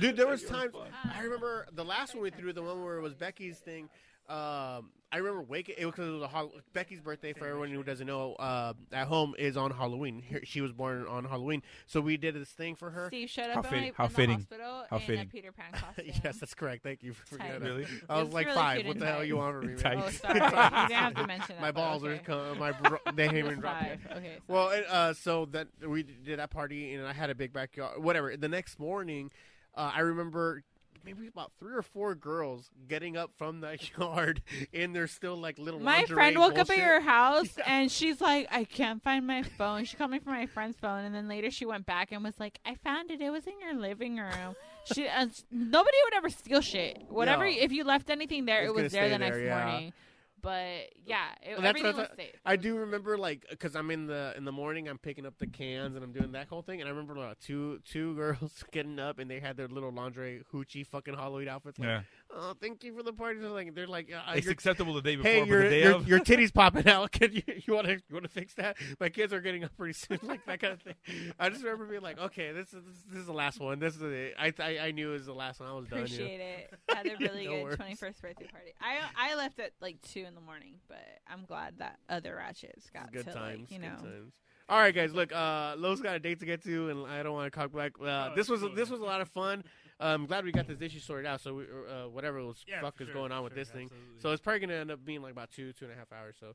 [SPEAKER 1] dude. There was
[SPEAKER 3] It was
[SPEAKER 1] times
[SPEAKER 3] fun.
[SPEAKER 1] I remember the last one we threw, the one where it was Becky's thing. Um, I remember waking it was because it was a hol- Becky's birthday. For everyone who doesn't know, uh, at home is on Halloween. Here- She was born on Halloween, so we did this thing for her.
[SPEAKER 5] Steve showed up
[SPEAKER 3] How
[SPEAKER 5] in
[SPEAKER 3] fitting-
[SPEAKER 5] my-
[SPEAKER 3] how
[SPEAKER 5] in the
[SPEAKER 3] fitting.
[SPEAKER 5] hospital
[SPEAKER 3] How
[SPEAKER 5] in a
[SPEAKER 3] fitting.
[SPEAKER 5] Peter Pan costume.
[SPEAKER 1] yes, that's correct. Thank you for
[SPEAKER 5] Tight.
[SPEAKER 1] forgetting.
[SPEAKER 3] here. Really?
[SPEAKER 1] I
[SPEAKER 5] It
[SPEAKER 1] was,
[SPEAKER 5] was
[SPEAKER 1] like
[SPEAKER 5] really
[SPEAKER 1] five.
[SPEAKER 5] cute
[SPEAKER 1] What
[SPEAKER 5] and
[SPEAKER 1] the hell
[SPEAKER 5] tight.
[SPEAKER 1] you want from me? man?
[SPEAKER 3] Tight.
[SPEAKER 5] Oh, sorry. you didn't have to mention that.
[SPEAKER 1] My
[SPEAKER 5] but
[SPEAKER 1] balls are
[SPEAKER 5] okay.
[SPEAKER 1] come. My bro- they haven't
[SPEAKER 5] Just
[SPEAKER 1] even dropped yet.
[SPEAKER 5] five. Okay. sorry.
[SPEAKER 1] Well, and, uh, so that we did that party, and I had a big backyard. Whatever. The next morning, uh, I remember maybe about three or four girls getting up from that yard, and they're still like little.
[SPEAKER 5] My
[SPEAKER 1] lingerie
[SPEAKER 5] friend woke up
[SPEAKER 1] bullshit.
[SPEAKER 5] at your house and she's like, I can't find my phone. She called me from my friend's phone, and then later she went back and was like, I found it. It was in your living room. she uh, s- nobody would ever steal shit. Whatever,
[SPEAKER 1] No.
[SPEAKER 5] if you left anything there,
[SPEAKER 1] It's
[SPEAKER 5] it
[SPEAKER 1] gonna
[SPEAKER 5] was there
[SPEAKER 1] stay
[SPEAKER 5] the
[SPEAKER 1] there,
[SPEAKER 5] next
[SPEAKER 1] yeah.
[SPEAKER 5] morning. But yeah, it,
[SPEAKER 1] Well, that's what I
[SPEAKER 5] everything was
[SPEAKER 1] thought-
[SPEAKER 5] safe.
[SPEAKER 1] I do remember like because I'm in the in the morning, I'm picking up the cans and I'm doing that whole thing, and I remember like, two two girls getting up and they had their little lingerie hoochie fucking Halloween outfits. Like,
[SPEAKER 9] Yeah.
[SPEAKER 1] oh, thank you for the party. They're like, they're like, uh,
[SPEAKER 9] It's
[SPEAKER 1] your-
[SPEAKER 9] acceptable the day before,
[SPEAKER 1] Hey,
[SPEAKER 9] but
[SPEAKER 1] your,
[SPEAKER 9] the day
[SPEAKER 1] your,
[SPEAKER 9] of.
[SPEAKER 1] your titties popping out. Can you you want to you want to fix that? My kids are getting up pretty soon, like that kind of thing. I just remember being like, okay, this is this, is the last one. This is it. I I, I knew it was the last one. I was done. You know?
[SPEAKER 5] Appreciate it. Had a really
[SPEAKER 1] No worries.
[SPEAKER 5] good twenty first birthday party. I I left at like two in the morning, but I'm glad that other ratchets got
[SPEAKER 1] Good
[SPEAKER 5] to
[SPEAKER 1] times.
[SPEAKER 5] like, you
[SPEAKER 1] good
[SPEAKER 5] know.
[SPEAKER 1] times. All right, guys. Look, uh, Lo's got a date to get to, and I don't want to cock back. Uh,
[SPEAKER 2] Oh,
[SPEAKER 1] this was
[SPEAKER 2] absolutely.
[SPEAKER 1] this was a lot of fun. I'm glad we got this issue sorted out. So we, uh, whatever was
[SPEAKER 2] Yeah,
[SPEAKER 1] fuck
[SPEAKER 2] for
[SPEAKER 1] is
[SPEAKER 2] sure,
[SPEAKER 1] going on
[SPEAKER 2] for
[SPEAKER 1] with
[SPEAKER 2] sure,
[SPEAKER 1] this thing.
[SPEAKER 2] absolutely.
[SPEAKER 1] So it's probably gonna end up being like about two two and a half hours. So,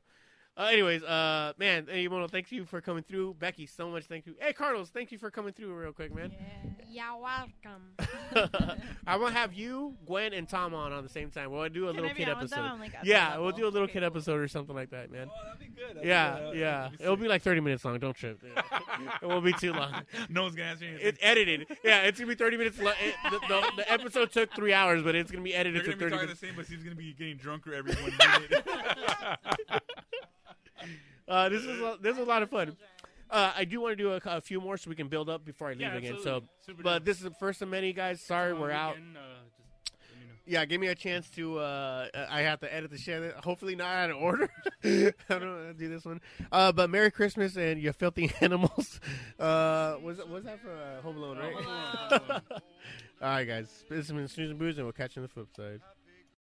[SPEAKER 1] uh, anyways, uh, man, hey, Mono, thank you for coming through. Becky, so much thank you. Hey, Carlos, thank you for coming through real quick, man.
[SPEAKER 4] Yeah, welcome.
[SPEAKER 1] I'm gonna have you, Gwen, and Tom on on the same time. We'll do a
[SPEAKER 5] Can
[SPEAKER 1] little
[SPEAKER 5] I be
[SPEAKER 1] kid
[SPEAKER 5] on with them?
[SPEAKER 1] episode.
[SPEAKER 5] I'm, like, at the
[SPEAKER 1] Yeah, we'll
[SPEAKER 5] level.
[SPEAKER 1] do a little
[SPEAKER 5] Okay,
[SPEAKER 1] kid
[SPEAKER 5] cool.
[SPEAKER 1] episode or something like that, man.
[SPEAKER 3] Oh,
[SPEAKER 9] that'd be good.
[SPEAKER 1] Yeah, yeah. It'll be like 30 minutes long. Don't trip. it won't be too long.
[SPEAKER 9] no one's gonna answer anything.
[SPEAKER 1] It's edited. Yeah, it's gonna be 30 minutes. Lo- it, the, the, the episode took three hours, but it's gonna be
[SPEAKER 9] They're
[SPEAKER 1] edited
[SPEAKER 9] gonna
[SPEAKER 1] to
[SPEAKER 9] be
[SPEAKER 1] 30
[SPEAKER 9] talking
[SPEAKER 1] minutes.
[SPEAKER 9] the same, but he's gonna be getting drunker every one minute.
[SPEAKER 1] Uh, this is a- this is a lot of fun. Uh, I do want to do a, a few more so we can build up before I leave
[SPEAKER 2] Yeah,
[SPEAKER 1] again. So,
[SPEAKER 2] absolutely. Super
[SPEAKER 1] but
[SPEAKER 2] dope.
[SPEAKER 1] this is the first of many, guys. Sorry,
[SPEAKER 2] Long
[SPEAKER 1] we're out.
[SPEAKER 2] weekend, uh, just let me know.
[SPEAKER 1] Yeah, give me a chance to. Uh, I have to edit the shit. Hopefully not out of order. I don't know how to do this one. Uh, but Merry Christmas and you filthy animals. Uh, was was that for uh, Home Alone, right? All right, guys. This has been Snooze and Booze, and we'll catch you on the flip side.